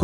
ค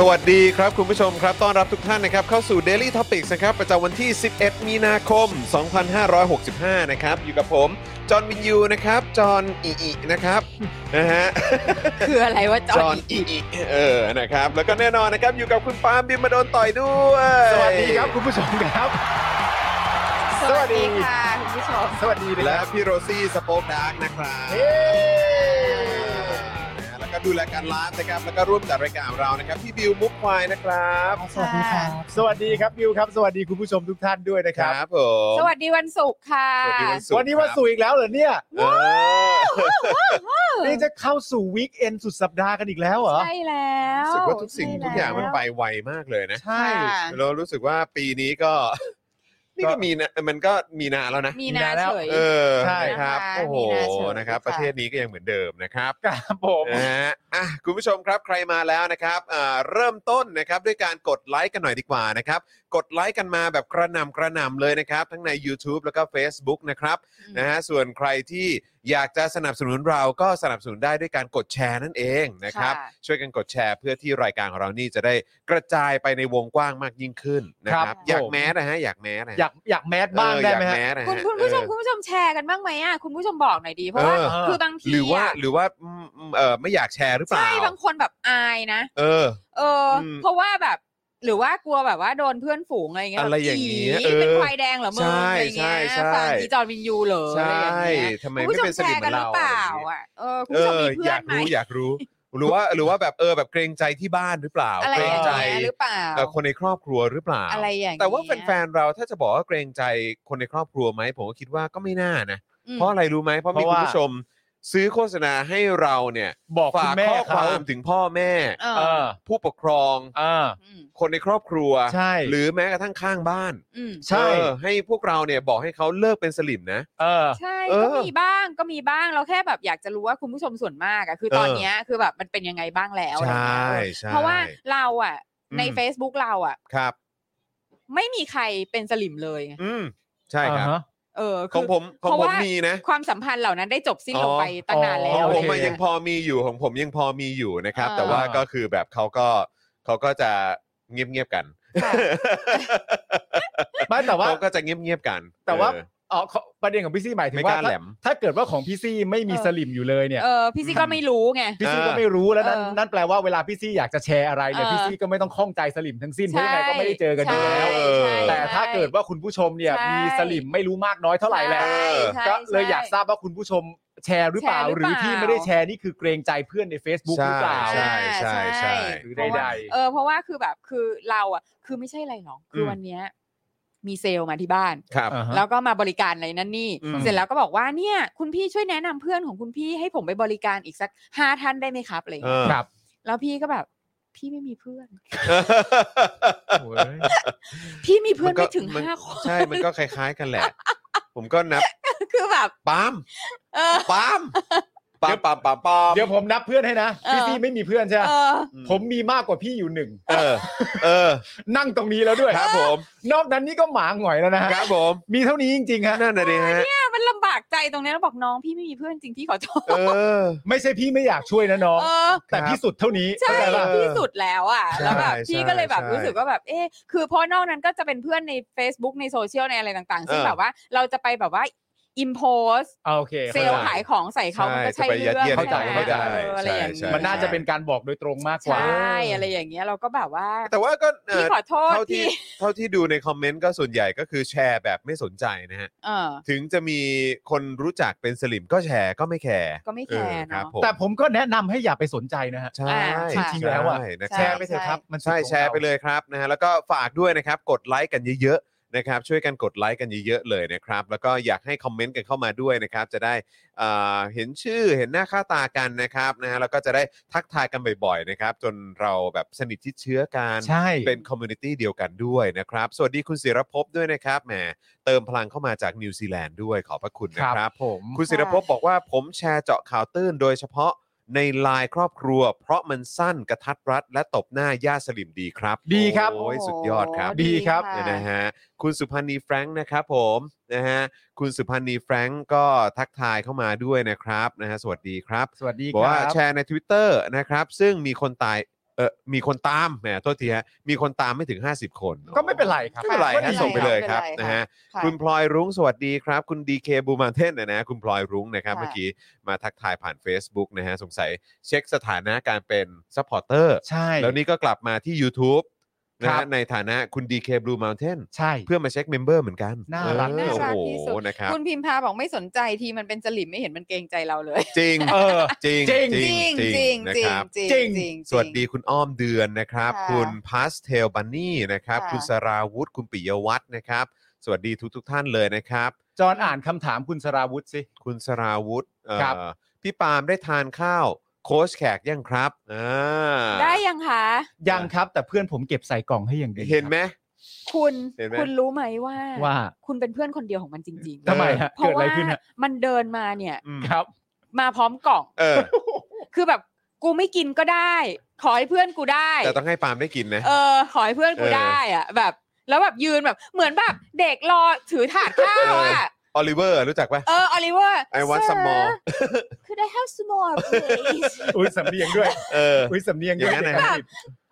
สวัสดีครับ คุณผู้ชมครับต้อนรับทุกท่านนะครับ เข้าสู่ Daily Topics นะครับ ประจำวันที่ 11 มีนาคม 2565 นะครับ อยู่กับผม จอห์นวินยูนะครับ จอห์นอีอินะครับ นะฮะ คืออะไรวะจ จ อ อห์ ห์ น น อีอิเออนะครับ แล้วก็แน่นอนนะครับ อยู่กับคุณปาล์มบิมมาโดนต่อยด้วย สวัสดีครับคุณผู้ชมครับ สวัสดีค่ะคุณผู้ชม สวัสดีนะค และ รับ พี่โรซี่สโป๊กดาร์กนะครับนะฮะแล้วก็ดูแลการไลฟ์นะครับ แล้วก็ร่วมจัดรายการของเรานะครับ พี่บิวมุกควายนะครับ สวัสดีครับ สวัสดีครับบิวครับ สวัสดีคุณผู้ชมทุกท่านด้วยนะครับ ผม สวัสดีวันศุกร์ค่ะ สวัสดีวันศุกร์ วันนี้วัน ค ศุกร์อีกแล้วเหรอเนี่ย รับเออ นี่จะเข้าสู่วีคเอนสุดสัปดาห์กันอีกแล้วเหรอ ใช่แล้ว รู้สึกว่าทุกสิ่ง ใช่ ทุกอย่างมัน แล้ว ไปไวมากเลยนะ ใช่ ค่ะ เรารู้สึกว่าปีนี้ก็ นี่ก็มีนะมันก็มีนาแล้วนะ มีนาเฉย เออ ใช่ ครับ นะคะ โอ้โห มีนาเฉย นะครับ ค่ะ ประเทศนี้ก็ยังเหมือนเดิมนะครับ ครับผม นะฮะอ่ะคุณผู้ชมครับใครมาแล้วนะครับอ่าเริ่มต้นนะครับด้วยการกดไลค์กันหน่อยดีกว่านะครับ กดไลค์กันมาแบบกระหนำกระหนำเลยนะครับ ทั้งใน YouTube แล้วก็ Facebook นะครับนะฮะส่วนใครที่อยากจะสนับสนุนเราก็สนับสนุนได้ด้วยการกดแชร์นั่นเองนะครับ ค่ะ ช่วยกันกดแชร์เพื่อที่รายการของเรานี่จะได้กระจายไปในวงกว้างมากยิ่งขึ้นนะค ครั รับบ อยาก ผม แมสนะฮะอยากแมสนะฮะ อยากอยากแมสบ้าง เออ ได้ อยา ไหม ก ฮะ แมสนะฮะ คุณคุณผู้ชม เออ คุณผู้ชมแชร์กันบ้างไหมอ่ะคุณผู้ชมบอกหน่อยดีเพราะว่า เออ คือบางที หรือว่า อะ หรือว่าอืมอืมเออไม่อยากแชร์หรือเปล่า ใช่บางคนแบบอายนะ เออ เอออ ม เพราะว่าแบบหรือว่ากลัวแบบว่าโดนเพื่อนฝูงอะไรเงี้ย อะไรอย่างเงี้ย แบบ เออ เป็นควายแดงเหรอมึง ใช่ อะไรเงี้ย ใช่ใช่ ฟังอีจอร์นวินยูเหรอ ใช อะไรอ่ย่างเงี้ย ทำไม คุณผู้ ไม่ ชม เป็นส แช นิท ร์ เห กั มือนนหรื เรา อเปล่า อะไรอย่างเงี้ย อ่ะเออคุเอณผู้ชม อ มีอาน กเพื่อยไหม รู้อยากรู้ หรือว่าหรือว่าแบบเออแบบเกรงใจที่บ้านหรือเปล่า อะไร เกร อง ย่าง ใจ เงี้ยหรือเปล่า เอ่อคนในครอบครัวหรือเปล่า อะไรอย่างเงี้ย แต่ว่าแฟนๆเราถ้าจะบอกว่าเกรงใจคนในครอบครัวไหมผมก็คิดว่าก็ไม่น่านะ อืม เพราะอะไรรู้ไหมเพราะมี เพราะ คุณ ว่า ผู้ชมซื้อโฆษณาให้เราเนี่ย บอกคุ ฝา ณ ก แม่ ข้อค เขา วามถึงพ่อแม่ เอ เอ อ อ ผู้ปกครอง เออ ม คนในครอบครัว ใช่ หรือแม้กระทั่งข้างบ้าน อืม ใช่ เออให้พวกเราเนี่ยบอกให้เขาเลิกเป็นสลิมนะ เออ ใช่ เออ ก็มีบ้างก็มีบ้างเราแค่แบบอยากจะรู้ว่าคุณผู้ชมส่วนมากอะคือตอน เออ เนี้ยคือแบบมันเป็นยังไงบ้างแล้วอะไร ใช่ เงี้ย ใช่ เพราะว่าเราอะใน อืม Facebook เราอะ ครับ ไม่มีใครเป็นสลิมเลยไง อืมใช่ครับ อ่าฮะ เออ ของ คือ ผมของ เพผราะม ว่า มีนะ ความสัมพันธ์เหล่านั้นได้จบสิ้นลงไป อ๋อ ตั้งนานแล้ ของวผม โอเค มันยังพอมีอยู่ของผมยังพอมีอยู่นะครับ เออ แต่ว่าก็คือแบบเขาก็เขาก็จะเงียบๆกัน ค่ะ ไม่แต่ว่า เขาก็จะเงียบๆกัน แต่ว่า เออ อ๋อขอประเด็นของพี่ซี่หมายถึ ไม่ ง ก ว่า ล้าแหลม ถ้าเกิดว่าของพี่ซี่ไม่มี เออ สลิมอยู่เลยเนี่ย เออพี่ซีก็ไม่รู้ไง พี่ซี่ เออ ก็ไม่รู้แล้วนั่น เออ นั่นแปลว่าเวลาพี่ซี่อยากจะแชร์อะไรเนี่ย เออ พี่ซี่ก็ไม่ต้องข้องใจสลิมทั้งสิ้นเพ ใช่ ราะยังไงก็ไม่ได้เจอกันอยู่แล้ว ใช่ใช่ แต่ถ้าเกิดว่าคุณผู้ชมเนี่ย ใช่ มีสลิมไม่รู้มากน้อยเท่าไหร่แล้ว ใช่ใช่ ก็เลยอยาก ใช่ ทราบว่าคุณผู้ชมแชร์หรือเปล่า แชร์ห ห รือ รือ เปล่า ที่ไม่ได้แชร์นี่คือเกรงใจเพื่อนใน Facebook หรือเปล่า ใช่ ใช่ หรือ เพราะ ใด ว่า ๆ เออเพราะว่าคือแบบคือเราอ่ะ คือไม่ใช่อะไรหรอกคืออ ม วันเนี้ยมีเซลล์มาที่บ้าน ครับ อ่าฮะ แล้วก็มาบริการอะไรนั่นนี่ อืม เสร็จแล้วก็บอกว่าเนี่ย คุณพี่ช่วยแนะนำเพื่อนของคุณพี่ให้ผมไปบริการอีกสักห้าท่านได้ไหมครับอะไรอย่าง เอ เงี้ย อ ครับ แล้วพี่ก็แบบ พี่ไม่มีเพื่อน โอ้ย พี่มีเพื่อน ก็ ไม่ถึง มัน ห้าคน ใช่มันก็ค ล้าย ๆ กันแหละ ผมก็นับ คือแบบ ปาล์ม เออ ปาล์ม ปามปามปามปาม เดี๋ยวผมนับเพื่อนให้นะ เออ พี่ซี่ไม่มีเพื่อนใช่ไหม เออ ผมมีมากกว่าพี่อยู่หนึ่ง เออ เออ นั่งตรงนี้แล้วด้วย ครับผม นอกนั้นนี่ก็หมาหงอยแล้วนะฮะ ครับผม มีเท่านี้จริงๆฮะ นั่นน่ะดิฮะ มันลำบากใจตรงนี้แล้วบอกน้องพี่ไม่มีเพื่อนจริงพี่ขอโทษ เออ ไม่ใช่พี่ไม่อยากช่วยนะน้อง เออ แต่พี่สุดเท่านี้ ใช่ เข้าจปะ ที่สุดแล้วอ่ะ ใช่ แล้วแบบพี่ ใช่ ก็เลยแบบ ใช่ รู้สึกว่าแบบเอ๊ะคือเพราะนอกนั้นก็จะเป็นเพื่อนใน Facebook ในโซเชียลในอะไรต่างๆ ซึ่ง เออ แบบว่าเราจะไปแบบว่าอิมโพส อ่าโอเค เซลล์ขายของใส่เขามันก็ จะ ใช่ ไปยัด เรื่อง เยียด เข้าใจ ห้ ไหม ไม่ได้ เข้าใจ เอออะไรอย่าง ใช่ เงี้ย มันน่าจะเป็นการบอกโดยตรงมากก ใช ว่า ่อะไรอย่างเงี้ยเราก็แบบว่า แต่ว่าก็เอ่ พี่ อ ขอโทษ เท่าที่ พี่ เท่าที่ดูในคอมเมนต์ก็ส่วนใหญ่ก็คือแชร์แบบไม่สนใจนะฮะ เออ ถึงจะมีคนรู้จักเป็นสลิมก็แชร์ก็ไม่แคร์ ก็ไม่แคร์ เออครับ เนอะ ผม แต่ผมก็แนะนำให้อย่าไปสนใจนะฮะ ใช่ อ่าค่ะ จริงๆแล้วอะ ใช่นะค ใช่ รับ แชร์ไปเถอะครับ มัน ใช่ สุดของ แชร์ไปเลยครับนะฮะแล้วก็ฝากด้วยนะครับกดไลค์กันเยอะๆนะครับช่วยกันกดไลค์กันเยอะๆเลยนะครับ แล้วก็อยากให้คอมเมนต์กันเข้ามาด้วยนะครับ จะได้อ่าเห็นชื่อเห็นหน้าค่าตากันนะครับนะฮะแล้วก็จะได้ทักทายกันบ่อยๆนะครับ จนเราแบบสนิทชิดเชื้อกัน ใช่ เป็นคอมมูนิตี้เดียวกันด้วยนะครับ สวัสดีคุณศิรภพด้วยนะครับแหมเติมพลังเข้ามาจากนิวซีแลนด์ด้วยขอบพระคุณนะค ค รั รับ บผม คุณศิรภพบอกว่าผมแชร์เจาะข่าวตื้นโดยเฉพาะในไลน์ครอบครัว เพราะมันสั้นกระทัดรัด และตบหน้าย่าสลิมดีครับ ดีครับ โอ้ยสุดยอดครับ ดีครับ โอ้ เนี่ย ดี นะ ค่ะ ฮะคุณสุพันธ์นีแฟรงค์นะครับผมนะฮะคุณสุพันธ์นีแฟรงค์ก็ทักทายเข้ามาด้วยนะครับนะฮะสวัสดีครับ สวัสดี บอก ค ว่า รับ แชร์ใน Twitter นะครับ ซึ่งมีคนตายเออมีคนตามแหมโทษทีฮะมีคนตามไม่ถึง 50 คน ก็ไม่เป็นไรครับ ไม่เป็นไร ก็ ฮะ ดี ส่งไปเลยครับ ไม่เป็นไร นะฮะ ค่ะ คุณพลอยรุ้งสวัสดีครับ คุณดีเคบูมาเทนนะนะคุณพลอยรุ้งนะครับ ค่ะ เมื่อกี้มาทักทายผ่าน Facebook นะฮะสงสัยเช็คสถานะการเป็นซัพพอร์เตอร์ ใช่ แล้วนี่ก็กลับมาที่ YouTube นะ ครั ฮะ บ ในฐานะคุณ DK Blue Mountain ใช่ เพื่อมาเช็คเมมเบอร์เหมือนกัน น่ารัก เออ น่ารัก โอ้ ที่ โห สุด นะครับ คุณพิมพาบอกไม่สนใจทีมันเป็นสลิมไม่เห็นมันเกรงใจเราเลย จริง เออ จริง จริจงริง นะ จริ ค ง รับ จริง จริง จริง สวัสดีคุณอ้อมเดือนนะครับ ค่ะ คุณพาสเทลบันนี่นะครับ ค่ะ คุณสราวุธ คุณปิยวัฒน์นะครับ สวัสดีทุกทท่านเลยนะครับ จอนอ่านคำถามคุณสราวุธสิ คุณสราวุธเอ่อ ครับ พี่ปาล์มได้ทานข้าว โค้ชแขกยังครับอ่า ได้ยังคะ ยังครับ แต่เพื่อนผมเก็บใส่กล่องให้อย่างดี เห็นไหม คุณ เห็นไหม คุณรู้ไหมว่า ว่า คุณเป็นเพื่อนคนเดียวของมันจริง ทำไมฮะ เพ เกิ ราะ ดอะไร ว่า ขึ้นฮะ มันเดินมาเนี่ย อืม ครับ มาพร้อมกล่อง เออ คือแบบกูไม่กินก็ได้ ขอให้เพื่อนกูได้ แต่ต้องให้ปาล์มได้กินนะ เออ ขอให้เพื่อนกู เออ ได้อะแบบ แล้วแบบยืนแบบ เหมือนแบบเด็กรอถือถาดข้าวอ่ะ อลิเวอร์รู้จักปะ เออออลิเวอร์ I want some more Could I have some more please อุ้ยสำเนียงด้วย เออ อุ้ยสำเนียง อย่างนั้นนะ ครับ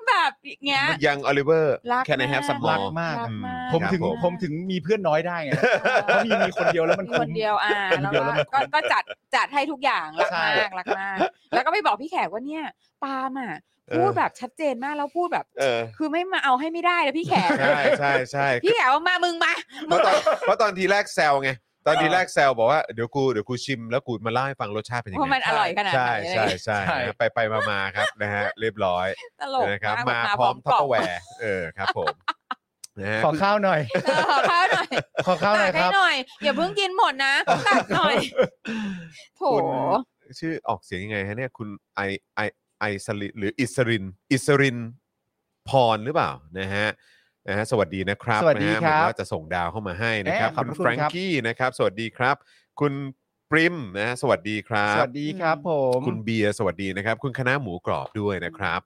แบบอย่างเงี้ย ยังอลิเวอร์ รัก Can I have some รั more กมาก รัมาก ผมถึง ครับผม ผมถึงมีเพื่อนน้อยได้ไง เออ เพราะมีมีคนเดียวแล้วมัน มีค คุ้ น ม เดียวอ่า คน แล้ว เดียว ก็ แล้วมัน ก็ก็จัดจัดให้ทุกอย่างรัก ใช่ มากรักมากแล้วก็ไปบอกพี่แขกว่าเนี่ยปาล์มอ่ะ เออ พูดแบบชัดเจนมากแล้วพูดแบบ เออ คือไม่มาเอาให้ไม่ได้นะพี่แขก ใช่ใช่ใช่ พี่แขกว่ามามึงมา เพ มึ ราะ ง ตอนเพราะตอนทีแรกแซวไง ตอนทีแรกแซวบอกว่าเดี๋ยวกูเดี๋ยวกูชิมแล้วกูมาเล่าให้ฟังรสชาติเป็นยัง ว่า ไง มันอร่อยขนาด ใช่ ไหนอะไร ใช่ใช่เงี้ยใช่ นะไปไปมามาครับ นะฮะเรียบร้อย ตลก นะครับ ก มา แบบ พร้อมทัพเปกล่ อร์แวร์เออครับผม นะฮะ ขอข้าวหน่อย เออขอข้าวหน่อย ขอข้าวหน่ ตั อก ยค ให้ รับ หน่อยอย่าเพิ่งกินหมดนะตักหน่อยโถ คุณชื่อออกเสียงยังไงฮะเนี่ยคุณไอไอไอสลินหรืออิสรินอิสรินพรหรือเปล่านะฮะนะฮะสวัสดีนะครับ สวัสดี นะฮะ ครัเหมืบอนว่าจะส่งดาวเข้ามาให้นะครับ แหม่ คุณ ขอบพระคุ แฟ ณ รง ครับ กี้นะครับ สวัสดีครับ คุณปริมนะฮะสวัสดีครั ส บ วัสดีครับผม คุณเบียร์สวัสดีนะครับ คุณคณะหมูกรอบด้วยนะครับ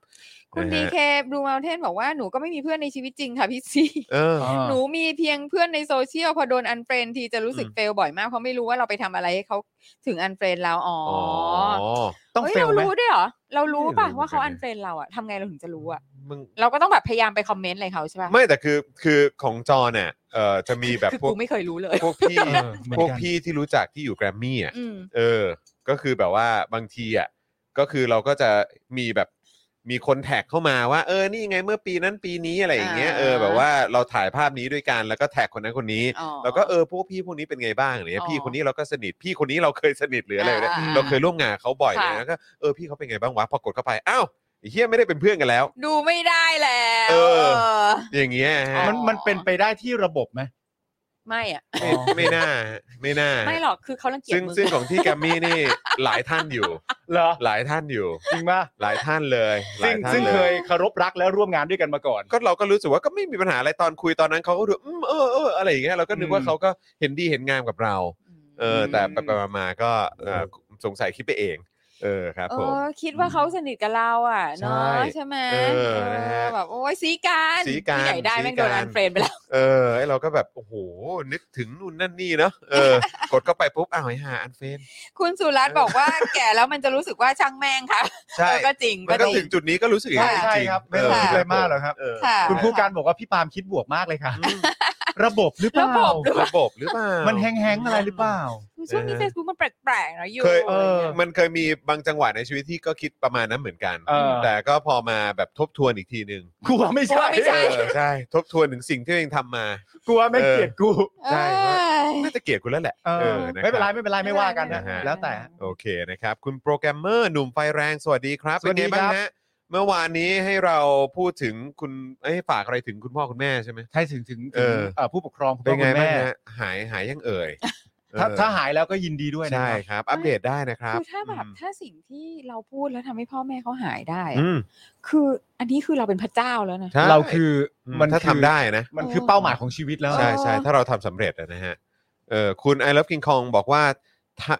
คุณ นะ ดี ฮะ เคบลูมาเทนบอกว่าหนูก็ไม่มีเพื่อนในชีวิตจริงค่ะพี่ซี เออ อ่า หนูมีเพียงเพื่อนในโซเชียลพอโดนอันเฟรนทีจะรู้สึก อืม เฟลบ่อยมากเพราะไม่รู้ว่าเราไปทำอะไรให้เขาถึงอันเฟรนเราอ๋อ อ๋อ อ ต้อง เฮ้ย เฟล เรา ไหม รู้ด้วยเหรอ เรารู้ป่ะ ไม่รู้ ว่าเขา เหมื อั อน น กัน เฟรนเราอะทำไงเราถึงจะรู้อะ มึง เราก็ต้องแบบพยายามไปคอมเมนต์อะไรเขาใช่ป่ะ ไม่แต่คือคือของจอเนี่ยเอ่อจะมีแบบ คือ พว กู ก ไม่เคยรู้เลย พวกพี่ เออเหมือนกัน พวกพี่ที่รู้จักที่อยู่แกรมมี่อ่ะ อืม เออ ก็คือแบบว่าบางทีอ่ะ ก็คือเราก็จะมีแบบมีคนแท็กเข้ามาว่า เออ นี่ไงเมื่อปีนั้นปีนี้อะไรอย่างเงี้ย อ่า เออ แบบว่าเราถ่ายภาพนี้ด้วยกัน แล้วก็แท็กคนนั้นคนนี้ อ๋อ แล้วก็เออพวกพี่พวกนี้เป็นไงบ้างอะไรเงี้ย อ๋อ พี่คนนี้เราก็สนิท พี่คนนี้เราเคยสนิทหรืออะไรเนี่ย อ่า เราเคยร่วมงานเขาบ่อย ค่ะ เลยแล้วก็เออพี่เขาเป็นไงบ้างวะ พอกดเข้าไป อ้าวไอ้เฮียไม่ได้เป็นเพื่อนกันแล้ว ดูไม่ได้แล้ว เออ เออ อย่างเงี้ยฮะ มัน อ๋อ มันเป็นไปได้ที่ระบบไหม ไม่อะ ไม่ไม่น่า ไม่น่า ไม่หรอกคือเขารังเกียจ ซึ่ง มึง ซึ่งของที่แกรมมี่นี่ หลายท่านอยู่ เหรอ หลายท่านอยู่ จริงป่ะ หลายท่านเลยหลา ซึ่ ย ง ท่าน ซึ่ง ล เคยเคารพรักและร่วมงานด้วยกันมาก่อน ก็เราก็รู้สึกว่าก็ไม่มีปัญหาอะไรตอนคุยตอนนั้นเขาก็ดูอืมเออเอออะไรอย่างเงี้ยเราก็นึกว่า อืม เขาก็เห็นดีเห็นงามกับเรา เออ แต่ ม ไปๆมาๆก็เอ่อสงสัยคิดไปเอง เออครับ เอ ผม อคิดว่าเขาสนิทกับเราอ่ะเนาะ ใช่ ใช่ไหม เออนะฮะ แบบโอ้ยสีการ สีกัน ผู้ใหญ่ได้แม่งโด สี น กัน อันเฟรนไปแล้ว เออไอเราก็แบบโอ้โหนึกถึงนู่นนั่นนี่เนาะเอ อ กดเข้าไปปุ๊บอ้าวไอ้ห่าอันเฟน คุณสุรัตน์บอกว่าแก่แล้วมันจะรู้สึกว่าช่างแม่งค่ะ ใช่ เออก็จริง มันก็ จริ ถึงจุดนี้ก็รู้สึกอย่างนั้น ใช่ จริง ครับ ๆ ไม่ต้อง ะ คิดอะไรมากหรอกครับ เออ ค่ะ คุณผู้การบอกว่าพี่ปาล์มคิดบวกมากเลยค่ะ ระบบหรือเประ บ ล่า บหรือเปล่า ระบบหรือเปล่า มั มั นแห้งๆอะไรหรือเปล่า ช่วงนี้ เออ Facebook มันแปลกๆเนาะอยู่ เคย เออ มันเคยมีบางจังหวะในชีวิตที่ก็คิดประมาณนั้นเหมือนกัน เออ แต่ก็พอมาแบบทบทวนอีกทีหนึ่ง กลัวไม่ใช่ เออใช่ ทบทวนถึงสิ่งที่ตัวเองทำมา กลัวไม่เกลียดกู เอ้ ใช่ ย น่าจะเกลียดคุณแล้วแหละ เออ นะคบ ไม่เป็นไรไม่เป็นไรไม่ว่ากัน นะ นะ ฮะ แล้วแต่ โอเคนะครับ คุณโปรแกรมเมอร์หนุ่มไฟแรงสวัสดีครับ สวัสดี เป็นไงบ้าง ครับ ฮะเมื่อวานนี้ให้เราพูดถึงคุณเอ้ยฝากอะไรถึงคุณพ่อคุณแม่ใช่ไหม ใช่ถึงถึง เออ เอ่อผู้ปกครองคุณ เป็น พ่อคุ ไง ณ บ้าง แม่ ฮะหายหายยังเอ่ย ถ้า เออ ถ้าหายแล้วก็ยินดีด้วยนะ ใช่ คครัรับบ อัปเดตได้นะครับ คือถ้าแบบถ้าสิ่งที่เราพูดแล้วทำให้พ่อแม่เขาหายได้อะ อืม คืออันนี้คือเราเป็นพระเจ้าแล้วนะ ใช่ เราคืออ มันถ้า คือ ทำได้นะ มันคือเป้าหมายของชีวิตแล้ว ใช่ เออ ใช่ถ้าเราทำสำเร็จอะนะฮะเออคุณ I love King Kong บอกว่าทา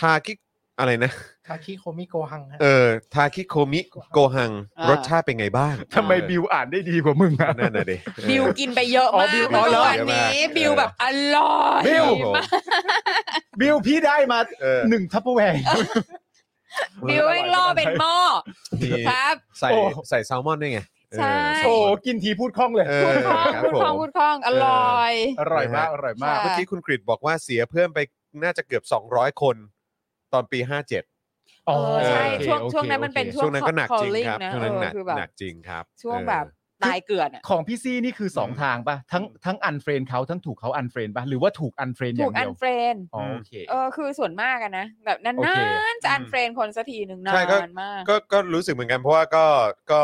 ทาคิอะไรนะ คาคิโคมิโกฮังฮะ เออทาคิโคมิโกหัง อ่าร ร สชาติเป็นไงบ้าง ทำไมบิวอ่านได้ดีกว่ามึง เอ อ่ะ อนั่นน่ะดิ บิวกินไปเยอะ อ๋อ มาก บิว เมื่ อ๋อเหร อ อ วานนี้ เยอะมาก บิวแบบอร่อย บิว มาก บิวพี่ได้มา เออ หนึ่งทัพเปอร์แวร์ บิวเองล่อเป็นหม้อ มี ครับ ใส่ โอ้ ใส่แซลมอนด้วยไงเออ ใช่ แซล โอ้ มอน กินทีพูดคล่องเลย เอ พู อ ดคล่อง ครับ พูดคล่อง ผม พูดคล่องอร่อย อร่อยมาก นะฮะ อร่อยมาก ใช่ เมื่อกี้คุณกริดบอกว่าเสียเพิ่มไปน่าจะเกือบ 200 คนตอนปี 57 เออใช่ โอเค ช่วงช่วงนั้นมันเป็น ช่วงนั้นก็หนักจริงครับ นะ ช่วงนั้นหเออนัก คือแบบ หนักจริงครับ ช่วงแบบตายเกลือนอะ ของพี่ซี่นี่คือ อืม 2 ทางป่ะ ทั้งทั้งอันเฟรนเขาทั้งถูกเขาอันเฟรนป่ะ หรือว่าถูกอันเฟรนอ ถู ย่าก ง อั เดีย น ว เฟรน อ๋อโอเค เออคือส่วนมากอะนะแบบนา โอเค นๆจะอันเฟรนคนสักทีหนึ่งนา ใช่ก็ นมาก ก็ก็รู้สึกเหมือนกันเพราะว่าก็ก็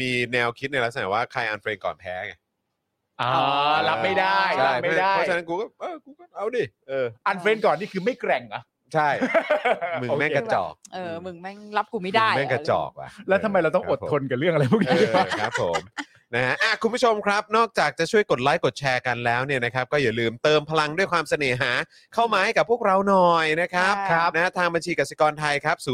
มีแนวคิดในลักษณะว่าใครอันเฟรนก่อนแพ้ไง อ๋อ ใช่ รับไม่ได้ ใช่ รับไม่ได้ เพราะฉะนั้นกูก็เออกูก็เอาดิเออ อันเฟรนก่อนนี่คือไม่แกร่งเหรอ่ะ ใช่ มึงแม่งกระจอก เออมึงแม่งรับกูไม่ได้ ง อ แม่งกระจอกว่ะ แล้วทำไมเราต้องอดทนกับเรื่องอะไรพวก เอ นี้ อครับผมนะฮะอ่ะคุณผู้ชมครับ นอกจากจะช่วยกดไลค์กดแชร์กันแล้วเนี่ยนะครับ ก็อย่าลืมเติมพลังด้วยความเสน่หา เข้ามาให้กับพวกเราหน่อยนะครับ ค่ะ นะทางบัญชีกสิกรไทยครับ 0698975539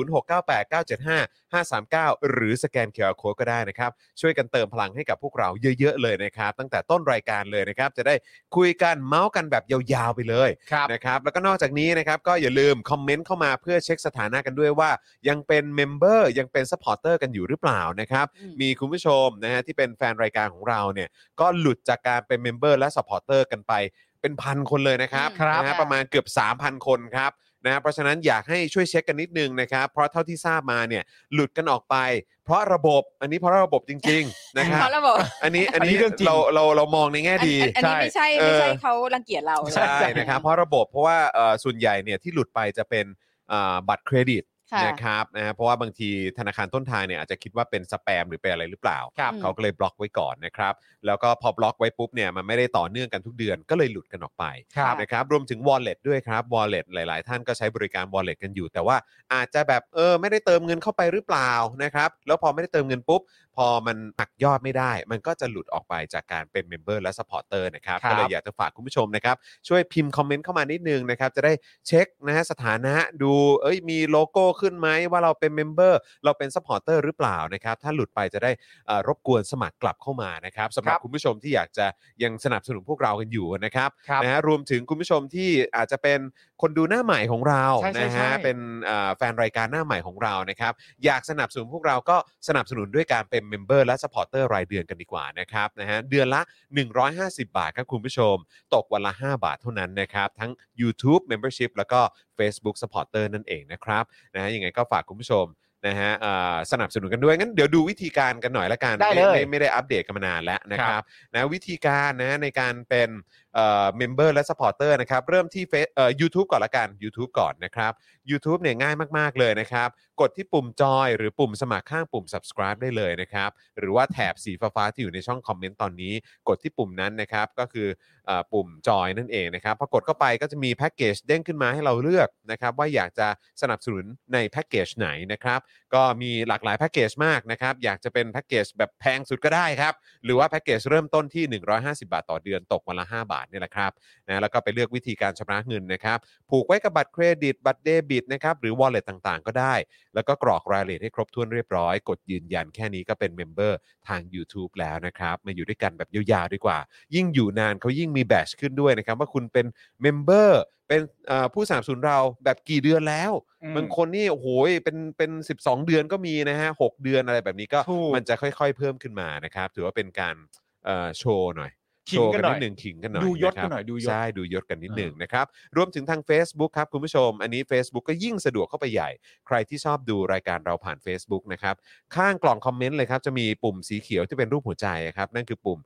หรือสแกนเคอร์โคก็ได้นะครับ ช่วยกันเติมพลังให้กับพวกเราเยอะ ๆ เลยนะครับ ตั้งแต่ต้นรายการเลยนะครับ จะได้คุยกันเมาส์กันแบบยาวๆไปเลย ครับ นะครับแล้วก็นอกจากนี้นะครับก็อย่าลืมคอมเมนต์เข้ามาเพื่อเช็คสถานะกันด้วยว่า ยังเป็นเมมเบอร์ยังเป็นซัพพอร์เตอร์กันอยู่หรือเปล่านะครับ อืม มีคุณผู้ชมนะฮะที่เป็นแฟนรายการของเราเนี่ยก็หลุดจากการเป็นเมมเบอร์และซัพพอร์เตอร์กันไปเป็นพันคนเลยนะครับ ครับ นะฮะประมาณเกือบ 3,000 คนครับนะเพราะฉะนั้นอยากให้ช่วยเช็คกันนิดนึงนะครับเพราะเท่าที่ทราบมาเนี่ยหลุดกันออกไป เพราะระบบอันนี้เพราะระบบจริง ๆนะครับ เพราะระบบ อันนี้อัน อันนี้ นี้ เรื่องจริง เราเราเรามองในแง่ อัน ดี อันอันนี้ไม่ใช่ ใช่ ไม่ใช่เขารังเกียจเรา ใช่นะครับเพราะระบบเพราะว่าเอ่อส่วนใหญ่เนี่ยที่หลุดไปจะเป็นอ่าบัตรเครดิต ค่ะ นะครับนะเพราะว่าบางทีธนาคารต้นทางเนี่ยอาจจะคิดว่าเป็นสแปมหรือเป็นอะไรหรือเปล่า ครับ อืม เขาก็เลยบล็อกไว้ก่อนนะครับ แล้วก็พอบล็อกไว้ปุ๊บเนี่ยมันไม่ได้ต่อเนื่องกันทุกเดือนก็เลยหลุดกันออกไป ครับ นะครับรวมถึง wallet ด้วยครับ wallet หลาย ๆ ท่านก็ใช้บริการ wallet กันอยู่ แต่ว่าอาจจะแบบเออไม่ได้เติมเงินเข้าไปหรือเปล่านะครับแล้วพอไม่ได้เติมเงินปุ๊บ พอมันหักยอดไม่ได้ มันก็จะหลุดออกไปจากการเป็นเมมเบอร์และสปอร์เตอร์นะครับ ครับ ก็เลยอยากจะฝากคุณผู้ชมนะครับ ช่วยพิมพ์คอมเมนต์เข้ามานิดนึงนะครับ จะได้เช็คนะฮะสถานะดูเอ้ยมีโลโก้ขึ้นไหมว่าเราเป็นเมมเบอร์เราเป็นสปอร์เตอร์หรือเปล่านะครับ ถ้าหลุดไปจะได้เอ่อรบกวนสมัครกลับเข้ามานะครับสำหรับ ครับ คุณผู้ชมที่อยากจะยังสนับสนุนพวกเรากันอยู่นะครับ ครับ นะฮะรวมถึงคุณผู้ชมที่อาจจะเป็นคนดูหน้าใหม่ของเรา ใช่ใช่ นะฮะ ใช่ เป็นเอ่อแฟนรายการหน้าใหม่ของเรานะครับ อยากสนับสนุนพวกเราก็สนับสนุนด้วยการเป็นเมมเบอร์และสปอร์เตอร์รายเดือนกันดีกว่านะครับนะฮะเดือนละ 150 บาทครับคุณผู้ชม ตกวันละ 5 บาทเท่านั้นนะครับ ทั้ง YouTube Membership แล้วก็ Facebook Supporter นั่นเองนะครับนะฮะยังไงก็ฝากคุณผู้ชมนะฮะเอ่อสนับสนุนกันด้วยงั้นเดี๋ยวดูวิธีการกันหน่อยละกัน ได้เลย ม่ม่ไม่ได้อัปเดตกันมานานแล้วนะครับนะวิธีการนะในการเป็น เมมเบอร์และสปอร์เตอร์นะครับ เริ่มที่เฟซเอ่อ u t u b e ก่อนละกัน YouTube ก่อนนะครับ YouTube เนี่ยง่ายมาก ๆ เลยนะครับ กดที่ปุ่มจอยหรือปุ่มสมัครข้างปุ่ม subscribe ได้เลยนะครับ หรือว่าแถบสีฟ้าๆที่อยู่ในช่องคอมเมนต์ตอนนี้ กดที่ปุ่มนั้นนะครับ ก็คือเอ่อปุ่มจอยนั่นเองนะครับพอกดเข้าไปก็จะมีแพ็กเกจเด้งขึ้นมาให้เราเลือกนะครับ ว่าอยากจะสนับสนุนในแพ็กเกจไหนนะครับ ก็มีหลากหลายแพ็กเกจมากนะครับ อยากจะเป็นแพ็กเกจแบบแพงสุดก็ได้ครับ หรือว่าแพ็กเกจเริ่มต้นที่ 150 บาทต่อเดือนตกวันละ 5 บาท ทนี่แหละครับนะแล้วก็ไปเลือกวิธีการชำระเงินนะครับ ผูกไว้กับบัตรเครดิต บัตรเดบิตนะครับหรือ wallet ต่างๆ ก็ได้ แล้วก็กรอกรายละเอียดให้ครบถ้วนเรียบร้อย กดยืนยันแค่นี้ก็เป็นเมมเบอร์ทาง YouTube แล้วนะครับ มาอยู่ด้วยกันแบบยาวๆดีกว่า ยิ่งอยู่นานเขายิ่งมีแบชขึ้นด้วยนะครับ ว่าคุณเป็นเมมเบอร์เป็นเอ่อผู้สนับสนุนเราแบบกี่เดือนแล้ว บางคนนี่โอ้โหเป็นเป็น 12 เดือนก็มีนะฮะหกเดือนอะไรแบบนี้ก็ ถูก มันจะค่อยๆ เพิ่มขึ้นมานะครับ ถือว่าเป็นการเอ่อโชว์หน่อย ขิ โช ง ว์ กั กัน นนิดหหน่อยนึ่งขิงกันหน่อย ดูยศ ะครับ กันหน่อยดูยศ ใช่ดูยศกันนิดหนึ่งนะครับ รวมถึงทาง Facebook ครับ คุณผู้ชม อันนี้ Facebook ก็ยิ่งสะดวกเข้าไปใหญ่ ใครที่ชอบดูรายการเราผ่าน Facebook นะครับ ข้างกล่องคอมเมนต์เลยครับ จะมีปุ่มสีเขียวที่เป็นรูปหัวใจครับ นั่นคือปุ่ม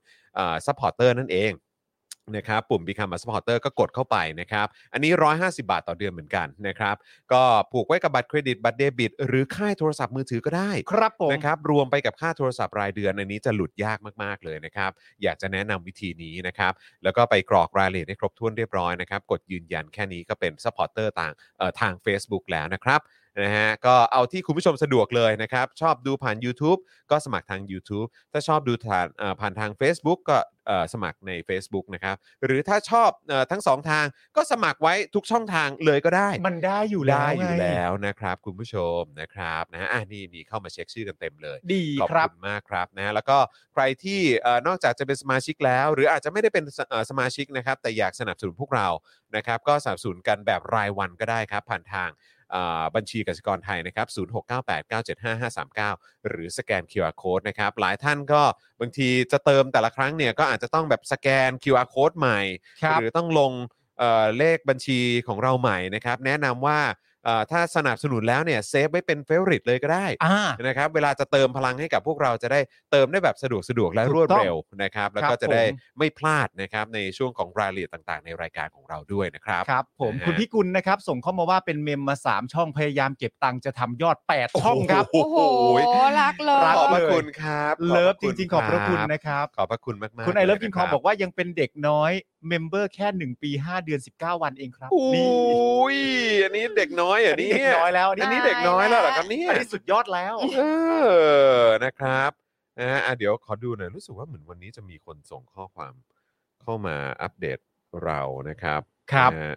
ซัพพอร์เตอร์นั่นเองนะครับปุ่ม Become a supporter ก็กดเข้าไปนะครับ อันนี้ 150 บาทต่อเดือนเหมือนกันนะครับ ก็ผูกไว้กับบัตรเครดิต บัตรเดบิต หรือค่ายโทรศัพท์มือถือก็ได้ ครับผม นะครับรวมไปกับค่าโทรศัพท์รายเดือนอันนี้จะหลุดยากมาก ๆ เลยนะครับ อยากจะแนะนำวิธีนี้นะครับ แล้วก็ไปกรอกรายละเอียดให้ครบถ้วนเรียบร้อยนะครับ กดยืนยันแค่นี้ก็เป็น supporter ต่างเอ่อทาง Facebook แล้วนะครับนะฮะก็เอาที่คุณผู้ชมสะดวกเลยนะครับ ชอบดูผ่าน YouTube ก็สมัครทาง YouTube ถ้าชอบดูผ่านเอ่อผ่านทาง Facebook ก็เอ่อสมัครใน Facebook นะครับ หรือถ้าชอบเออทั้งสองทางก็สมัครไว้ทุกช่องทางเลยก็ได้ มันได้อยู่แล้ว ได้อยู่ ไง แล้วนะครับ คุณผู้ชมนะครับนะฮะอ่ะนี่นี่เข้ามาเช็คชื่อกันเต็มเลย ดี ขอบ ครับ คุณมากครับนะฮะแล้วก็ใครที่เอ่อนอกจากจะเป็นสมาชิกแล้ว หรืออาจจะไม่ได้เป็นสเอ่อสมาชิกนะครับ แต่อยากสนับสนุนพวกเรานะครับ ก็สนับสนุนกันแบบรายวันก็ได้ครับ ผ่านทางเอ่อบัญชีกสิกรไทยนะครับ 0698975539 หรือสแกน QR Code นะครับ หลายท่านก็บางทีจะเติมแต่ละครั้งเนี่ยก็อาจจะต้องแบบสแกน QR Code ใหม่ ครับ หรือต้องลงเอ่อเลขบัญชีของเราใหม่นะครับ แนะนำว่าเอ่อถ้าสนับสนุนแล้วเนี่ยเซฟไว้เป็นเฟ v ริ t เลยก็ได้ อ่า นะครับเวลาจะเติมพลังให้กับพวกเราจะได้เติมได้แบบสะดวกสะดวกและ ถู ร ก วด ต้อง เร็วนะครับ แล้ว ครับ ก็จะได้ ผม ไม่พลาดนะครับในช่วงของรายละเอียดต่างๆ ในรายการของเราด้วยนะครับ ครับผม นะฮะ คุณพิกุลนะครับ ส่งเข้ามาว่าเป็นเมมมา 3 ช่องพยายามเก็บตังค์จะทำยอด 8 ช่องครับ โอ้ โอ้ โห โห รักเลย รัก ขอบพ เล ระ ย คุณครับ เลิฟ ข จ อ ริง ๆ ขอบพระคุณนะครับ ขอบพระคุณมากๆ คุณไอเลิฟกินคอง ะ บอกว่ายังเป็นเด็กน้อยเมมเบอร์แค่ 1 ปี 5 เดือน 19 วันเองครับ โอ้ นี่ ยอันนี้เด็กน้อยเหร อั อั น น นี้ นี้ เด็กน้อยแล้วอัน อัน นี้ นี้เด็กน้อยแล้วเหรอครับเนี่ย อันนี้สุดยอดแล้ว เออนะครับนะฮะอ่ะเดี๋ยวขอดูหน่อยรู้สึกว่าเหมือนวันนี้จะมีคนส่งข้อความเข้ามาอัปเดตเรานะครับ นะฮะ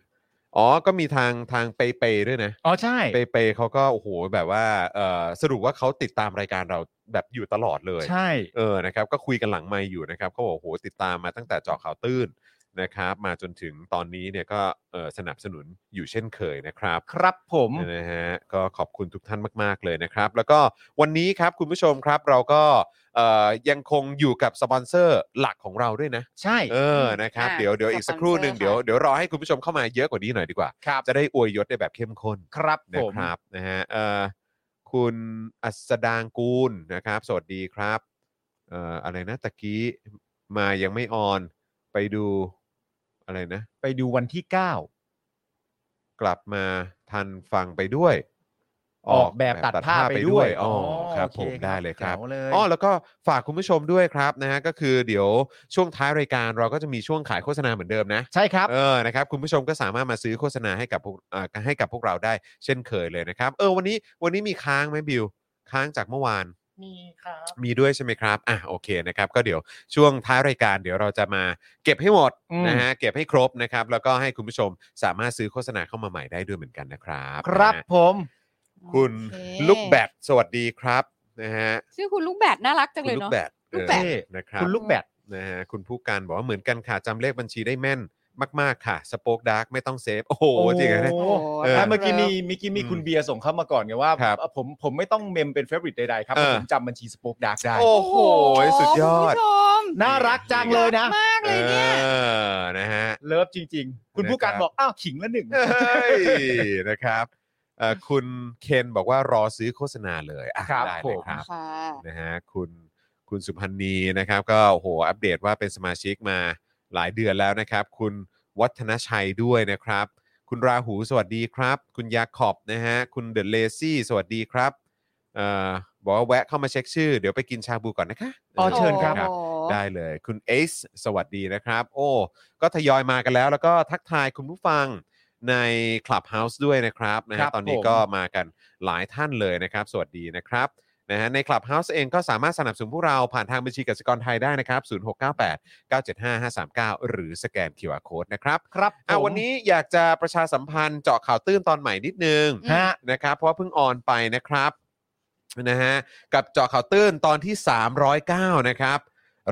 อ๋อ ก็มีทางทางเปเปด้วยนะ อ๋อใช่ เปเปเขาก็โอ้โหแบบว่าเอ่อสรุปว่าเขาติดตามรายการเราแบบอยู่ตลอดเลย ใช่ เออ นะครับ ก็คุยกันหลังไม่อยู่นะครับเขาบอกโอ้โหติดตามมาตั้งแต่เจอข่าวตื้นนะครับ มาจนถึงตอนนี้เนี่ยก็เอ่อสนับสนุนอยู่เช่นเคยนะครับ ครับผม นะฮะก็ขอบคุณทุกท่านมาก ๆ เลยนะครับ แล้วก็วันนี้ครับคุณผู้ชมครับเราก็เอ่อยังคงอยู่กับสปอนเซอร์หลักของเราด้วยนะ ใช่ เออ นะครับ ะ เดี๋ยวเดี๋ยวอีกสักครู่หนึ่ง สปอนเซอร์ เดี๋ยว ค่ะ เดี๋ยวรอให้คุณผู้ชมเข้ามาเยอะกว่านี้หน่อยดีกว่า ครับ จะได้อวยยศได้แบบเข้มข้น ครับ นะ ผม ครับนะฮะเอ่อคุณอัสดางกูลนะครับ สวัสดีครับเอ่ออะไรนะตะกี้มายังไม่ออนไปดูอะไรนะ ไปดูวันที่ 9 กลับมาทันฟังไปด้วย ออกแบบตัดผ้าไปด้วย อ๋อครับ โอ ผมได้เลยครับ แจ๋วเลย อ๋อแล้วก็ฝากคุณผู้ชมด้วยครับนะฮะก็คือเดี๋ยวช่วงท้ายรายการเราก็จะมีช่วงขายโฆษณาเหมือนเดิมนะ ใช่ครับ เออ นะครับ คุณผู้ชมก็สามารถมาซื้อโฆษณาให้กับพวกเอ่อให้กับพวกเราได้เช่นเคยเลยนะครับ เออ วันนี้ วันนี้มีค้างไหมบิว ค้างจากเมื่อวาน มีครับ มีด้วยใช่ไหมครับ อ่ะ โอเคนะครับ ก็เดี๋ยวช่วงท้ายรายการเดี๋ยวเราจะมาเก็บให้หมด อืม นะฮะ เก็บให้ครบนะครับ แล้วก็ให้คุณผู้ชมสามารถซื้อโฆษณาเข้ามาใหม่ได้ด้วยเหมือนกันนะครับ ครับ นะฮะ ผม คุณ โอเ ลูกแบดสวัสดีครับนะฮะ ชื่อคุณลูกแบดน่ารักจัง คุ เล ณ ย ลู เนาะ กแบด ลูกแบด เออนะครับ คุณลูกแบด นะฮะคุณผู้การบอกว่าเหมือนกันค่ะจำเลขบัญชีได้แม่นมาก ๆ ค่ะ สปอคดาร์กไม่ต้องเซฟ โอ้โห จริงเหรอเนะ โอ้ เออ ถ้าเมื่อกี้มีเมื่อกี้มี อืม คุณเบียร์ส่งเข้ามาก่อนไงว่า ครับ เอ่อผมผมไม่ต้องเมมเป็นเฟ v o r ิ t ใดๆครับ เออ ผมจำบัญชีสป o อ e ดาร์กได้ โอ้โห สุดยอด คุณผู้ชม น่ารักจังเลยนะ มากเลยเนี่ย เออ นะฮะ เลิฟจริง ๆ คุณผู้การ นะครับ บอก อ้าว ขิงละหนึ่ง เฮ้ย นะครับเอ่อคุณเคนบอกว่ารอซื้อโฆษณาเลยอ่ะ ครับ ได้เลย ผม ครับ ค่ะ นะฮะคุณคุณสุพันธ์นีนะครับ ก็โอ้โหอัปเดตว่าเป็นสมาชิกมาหลายเดือนแล้วนะครับ คุณวัฒนชัยด้วยนะครับ คุณราหูสวัสดีครับ คุณยาขอบนะฮะคุณเดอะเลซี่สวัสดีครับเอ่อบอกว่าแวะเข้ามาเช็คชื่อ เดี๋ยวไปกินชาบูก่อนนะคะ อ๋อเชิญครับ นะได้เลย คุณเอซสวัสดีนะครับ โอ้ก็ทยอยมากันแล้ว แล้วก็ทักทายคุณผู้ฟังใน Clubhouse ด้วยนะครับนะ ค ฮะ รับ ตอนนี้ ผม ก็มากันหลายท่านเลยนะครับ สวัสดีนะครับ น นะฮะใน Clubhouse เองก็สามารถสนับสนุนพวกเราผ่านทางบัญชีกสิกรไทยได้นะครับ 0698 975 539 หรือสแกน QR Code นะครับ ครับ อ่ะ ผม วันนี้อยากจะประชาสัมพันธ์เจาะข่าวตื้นตอนใหม่นิดนึง ฮะ นะครับเพราะว่าเพิ่งออนไปนะครับนะฮะกับเจาะข่าวตื้นตอนที่ 309 นะครับ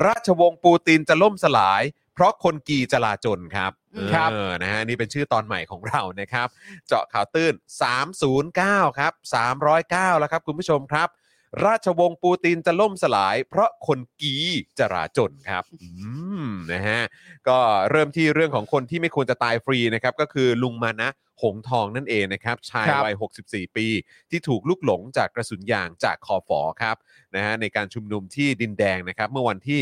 ราชวงศ์ปูตินจะล่มสลาย เพราะคนกีจลาจนครับ ครับ เออนะฮะนี่เป็นชื่อตอนใหม่ของเรานะครับ เจาะข่าวตื้น 309 ครับ 309 แล้วครับคุณผู้ชมครับ ราชวงศ์ปูตินจะล่มสลาย เพราะคนกีจราจนครับอืมนะฮะ ก็เริ่มที่เรื่องของคนที่ไม่ควรจะตายฟรีนะครับ ก็คือลุงมานะ หงทองนั่นเองนะครับ ชาย ครับ วัย 64 ปี ที่ถูกลูกหลงจากกระสุนยางจากคอฟอครับนะฮะในการชุมนุมที่ดินแดงนะครับ เมื่อวันที่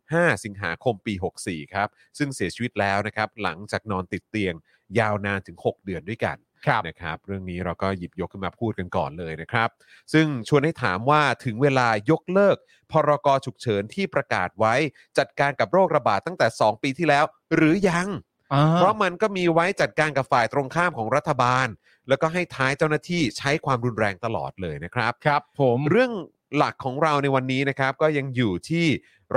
15 สิงหาคมปี 64 ครับ ซึ่งเสียชีวิตแล้วนะครับ หลังจากนอนติดเตียง ยาวนานถึง 6 เดือนด้วยกัน ครับ นะครับเรื่องนี้เราก็หยิบยกขึ้นมาพูดกันก่อนเลยนะครับ ซึ่งชวนให้ถามว่าถึงเวลายกเลิก พรกฉุกเฉินที่ประกาศไว้ จัดการกับโรคระบาดตั้งแต่ 2 ปีที่แล้ว หรือยัง เพราะมันก็มีไว้จัดการกับฝ่ายตรงข้ามของรัฐบาล แล้วก็ให้ท้ายเจ้าหน้าที่ใช้ความรุนแรงตลอดเลยนะครับ ครับผม เรื่องหลักของเราในวันนี้นะครับก็ยังอยู่ที่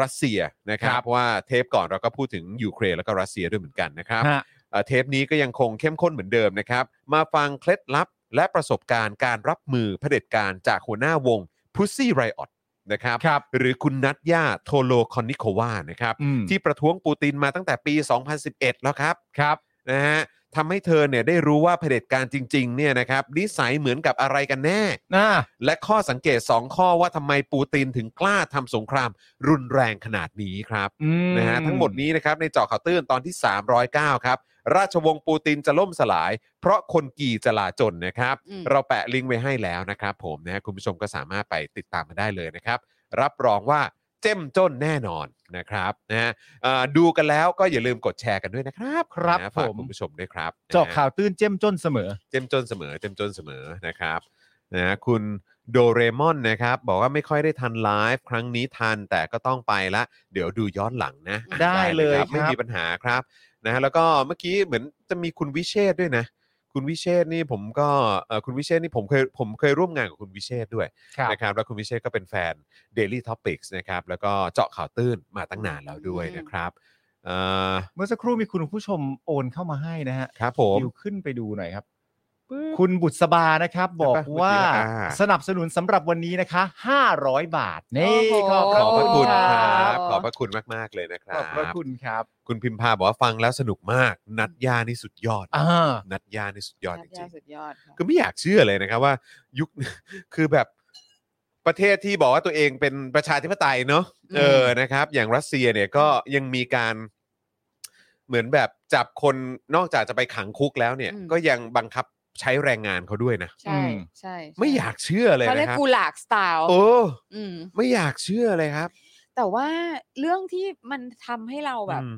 รัสเซียนะครับ ครับ เพราะว่าเทปก่อนเราก็พูดถึงยูเครนแล้วก็รัสเซียด้วยเหมือนกันนะครับ ฮะ เอ่อเทปนี้ก็ยังคงเข้มข้นเหมือนเดิมนะครับ มาฟังเคล็ดลับและประสบการณ์การรับมือเผด็จการจากหัวหน้าวง Pussy Riot นะครับ ครับ หรือคุณนัทย่าโทโลคอนนิโควานะครับ อืม ที่ประท้วงปูตินมาตั้งแต่ปี 2011 แล้วครับ ครับ นะฮะทำให้เธอเนี่ยได้รู้ว่าเผด็จการจริง ๆ เนี่ยนะครับนิสัยเหมือนกับอะไรกันแน่ น่า และข้อสังเกต 2 ข้อว่าทำไมปูตินถึงกล้าทำสงครามรุนแรงขนาดนี้ครับ อืม นะฮะทั้งหมดนี้นะครับในเจาะข่าวตื้นตอนที่ 309 ครับ ราชวงศ์ปูตินจะล่มสลาย เพราะคนกีจะลาจนนะครับ อืม เราแปะลิงก์ไว้ให้แล้วนะครับผมนะฮะคุณผู้ชมก็สามารถไปติดตามมาได้เลยนะครับ รับรองว่าเจ้มจนแน่นอนนะครับนะฮะเอ่อดูกันแล้วก็อย่าลืมกดแชร์กันด้วยนะครับ ครับ นะฝาก ผม คุณผู้ชมด้วยครับ เจาะ นะฮะ ข่าวตื้นเจ้มจนเสมอ เจ้มจนเสมอเจ้มจนเสมอนะครับนะฮะคุณโดเรมอนนะครับ บอกว่าไม่ค่อยได้ทันไลฟ์ครั้งนี้ทันแต่ก็ต้องไปละ เดี๋ยวดูย้อนหลังนะ ได้เลย ค ครั รับ ไม่มีปัญหาครับนะฮะแล้วก็เมื่อกี้เหมือนจะมีคุณวิเชษฐ์ด้วยนะ คุณวิเชษฐ์นี่ผมก็เอ่อคุณวิเชษฐ์นี่ผมเคยผมเคยร่วมงานกับคุณวิเชษฐ์ด้วย ครับ นะครับแล้วคุณวิเชษฐ์ก็เป็นแฟน Daily Topics นะครับแล้วก็เจาะข่าวตื้นมาตั้งนานแล้วด้วยนะครับเอ่อ เมื่อสักครู่มีคุณผู้ชมโอนเข้ามาให้นะฮะ ครับผม ดิวขึ้นไปดูหน่อยครับ คุณบุษบานะครับ บอกว่า เมื่อกี้ละอ่า สนับสนุนสำหรับวันนี้นะคะ 500 บาท นี่ โอ้โห ขอบ ขอบพระคุณค ขอบคุณ รั ครับ บ ขอบพระคุณมาก ๆ เลยนะค ข รั อบพระ บ คุณครับ คุณพิมพาบอกว่าฟังแล้วสนุกมาก นัดย่านี่สุดยอด อ่า นัดย่านี่สุดยอดจ ย ริ อง ดสุดยอดค่ะ ๆคือไม่อยากเชื่อเลยนะครับว่า ยุค คือแบบประเทศที่บอกว่าตัวเองเป็นประชาธิปไตยเนอะเออนะครับ อย่างรัสเซียเนี่ยก็ยังมีการเหมือนแบบจับคนนอกจากจะไปขังคุกแล้วเนี่ย ก็ยังบังคับใช้แรงงานเขาด้วยนะ ใช่ อืม ใช่ใช่ ไม่อยากเชื่อเลย เขาเรีย นะ ก ครับ กูหลากสไตล์ โอ้ อืม ไม่อยากเชื่อเลยครับ แต่ว่าเรื่องที่มันทำให้เราแบบ อืม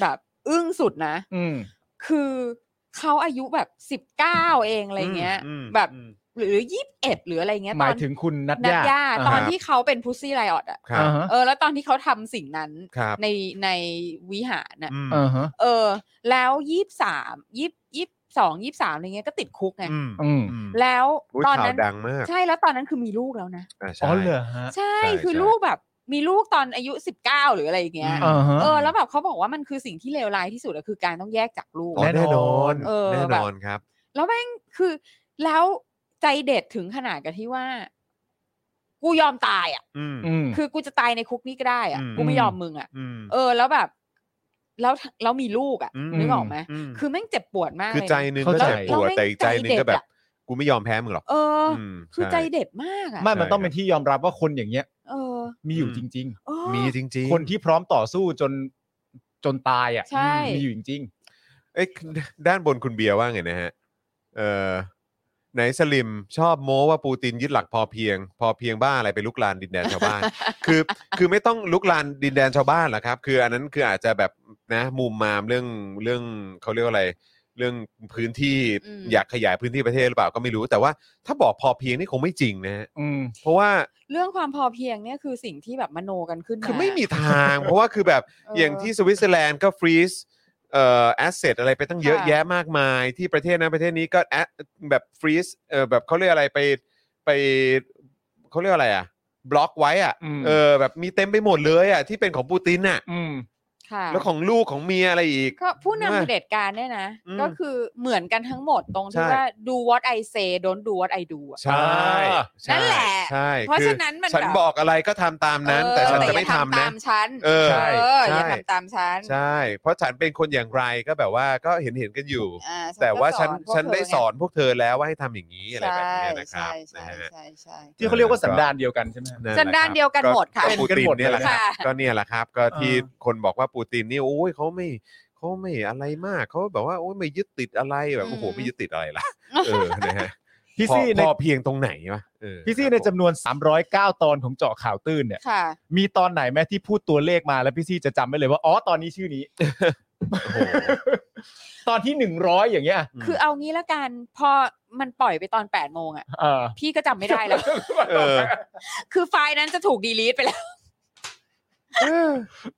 แบบอึ้งสุดนะ อืม คือเขาอายุแบบสิบเก้าเองอะไรเงี้ย อืม แบบ อืม หรือยี่สิบเอ็ดหรืออะไรเงี้ย หมาย ตอน ถึงคุณนัท นัท ย่า ย่า า ตอน ฮะ ที่เขาเป็นพุซี่ไ i ออ t อ่ะ ครับ อ่าฮะ เออ แล้วตอนที่เขาทำสิ่งนั้น ครับ ในในวิหารน่ะ อืม อ่าฮะ เออ แล้วยี่สามยี่ยี่สองยี่สามอะไรเงี้ยก็ติดคุกไง อืม อืม อืม แล้ว อุ๊ย ตอน ข่าว นั้น ดังมาก ใช่แล้วตอนนั้นคือมีลูกแล้วนะ ะใช่ อ๋อเหรอฮะ ใช่ ใช่ คือ ใช่ ลูกแบบมีลูกตอนอายุสิบเก้าหรืออะไรอย่างเงี้ย อืม อ่าฮะ เออแล้วแบบเขาบอกว่ามันคือสิ่งที่เลวร้ายที่สุดอะคือการต้องแยกจากลูก อ๋อ แน่ แน่น น อ อน น เออ แน่นอนครับ แล้วแม่งคือแล้วใจเด็ดถึงขนาดกับที่ว่า กูยอมตายอ่ะ อืม อืม คือกูจะตายในคุกนี่ก็ได้อ่ะ อืม กูไม่ยอมมึงอ่ะ อืม เออ แล้วแบบ แล้วแล้วมีลูกอ่ะ อืม นึกออกไหม ม คือแม่งเจ็บปวดมาก คือ เลยนะ ใจหนึง เข้า ก็ ใจ เจ็บปวด แล้วแม่ง แต่อีกใจหนึงก็แบบ ใจเด็ด กูไม่ยอมแพ้มึงหรอก เอออ ม คือใจ ช่ เด็ดมากอ่ะ ไม่ ใช่ มันต้อง ครับ เป็นที่ยอมรับว่าคนอย่างเงี้ย เออ มีอยู่จริง เออ มีจริง ๆ ๆ คนที่พร้อมต่อสู้จนจนตายอ่ะ ใช่ มีอยู่จริง เอ้ยด้านบนคุณเบียร์ว่าไงนะฮะเออไหนสลิมชอบโม้ว่าปูตินยึดหลักพอเพียง พอเพียงบ้าอะไรไปลุกลานดินแดนชาวบ้าน คือคือไม่ต้องลุกลานดินแดนชาวบ้านหรอกครับ คืออันนั้นคืออาจจะแบบนะมุมมามเรื่องเรื่องเขาเรียกว่าอะไร เรื่องพื้นที่ อืม อยากขยายพื้นที่ประเทศหรือเปล่าก็ไม่รู้ แต่ว่าถ้าบอกพอเพียงนี่คงไม่จริงนะฮะ ๆ อืม เพราะว่า เรื่องความพอเพียงเนี่ยคือสิ่งที่แบบมโนกันขึ้น คือไม่มีทาง เพราะว่าคือแบบ เ อย่างที่สวิตเซอร์แลนด์ก็ฟรีซเอ่อแอสเซทอะไรไปตั้งเยอะ ค่ะ แยะมากมายที่ประเทศนั้นประเทศนี้ก็แอแบบฟรีซเอ่อแบบเขาเรียกอะไรไปไปเขาเรียกอะไรอ่ะ บล็อกไว้อ่ะ อืม เออแบบมีเต็มไปหมดเลยอ่ะที่เป็นของปูตินอ่ะ อืม ค่ะ แล้วของลูกของเมียอะไรอีก ก็ผู้ ใช่ นำเผด็จการเนี่ยนะ อืม ก็คือเหมือนกันทั้งหมดตรงที่ ใช่ ว่า do what I say don't do what I do อะ ใช่ นั่นแหละ ใช่ เพราะ คือ ฉะนั้นมัน ฉัน แบบ บอกอะไรก็ทำตามนั้น เออ แต่ฉันจะ อย่า ไม่ทำ ตา นะ มฉัน เออ เอ ใช่ อย่าทำตามฉัน ใช่ เพราะฉันเป็นคนอย่างไรก็แบบว่าก็เห็นเห็นๆกันอยู่ อ่ฉัน แต่ว่า ก็ ฉัน สอพก ฉันได้ เธง สอนพวกเธอแล้วว่าให้ทำอย่างนี้อะไรแบบนี้นะครับ ใช่ใช่ นะฮะ ใช่ใช่ ที่เขาเรียกว่าสันดานเดียวกันใช่ไหม สันดานเดียวกันหมดค่ะ ก็ปูตินเนี่ยแหละครับ ค่ะ ก็เนี่ยแหละครับ ก็ที่ เออ คนบอกว่าปูตินนี่โอ้ยเขาไม่เขาไม่อะไรมากเขาแบบว่าโอ้ยไม่ยึดติดอะไรแบบโอ้โห อืม ไม่ยึดติดอะไรล่ะเออนะฮะ พี่ พอ ซี่ใน พอเพียงตรงไหนวะเออ พี่ซี่ ครับ ใน ผม จำนวน 309 ตอนของเจาะข่าวตื้นเนี่ย ค่ะ มีตอนไหนแม้ที่พูดตัวเลขมาแล้วพี่ซี่จะจำไม่เลยว่าอ๋อตอนนี้ชื่อนี้ โอ้โห ตอนที่ 100 อย่างเงี้ย อืม คือเอางี้ละกัน พอมันปล่อยไปตอน8ปดโมงอ่ะ เออ พี่ก็จำไม่ได้แล้ว เออ คือไฟล์นั้นจะถูกดีลีทไปแล้ว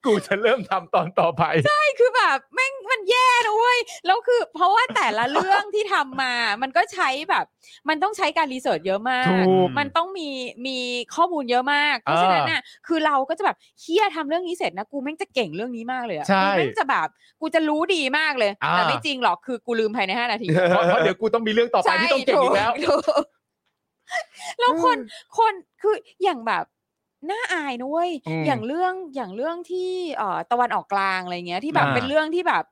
กูจะเริ่มทำตอนต่อไป ใช่ คือแบบแม่งมันแย่นะเว้ย แล้วคือ เพราะว่าแต่ละเรื่องที่ทำมา มันก็ใช้แบบ มันต้องใช้การรีเสิร์ชเยอะมาก ถูก มันต้องมีมีข้อมูลเยอะมาก เพราะฉะนั้นน่ะ คือเราก็จะแบบเฮียทำเรื่องนี้เสร็จนะ กูแม่งจะเก่งเรื่องนี้มากเลยอะ ใช่ กูแม่งจะแบบ กูจะรู้ดีมากเลย อ่า แต่ไม่จริงหรอก คือกูลืมภายในห้านาที เพราะเพราะเดี๋ยวกูต้องมีเรื่องต่อไปที่ต้องเก่งอีกแล้ว ใช่ถูถูก แล้วคนคนคืออย่างแบบน่าอายนะเว้ย อืม อย่างเรื่องอย่างเรื่องที่เอ่อตะวันออกกลางอะไรเงี้ย ที่แบบ อ่า เป็นเรื่องที่แบบ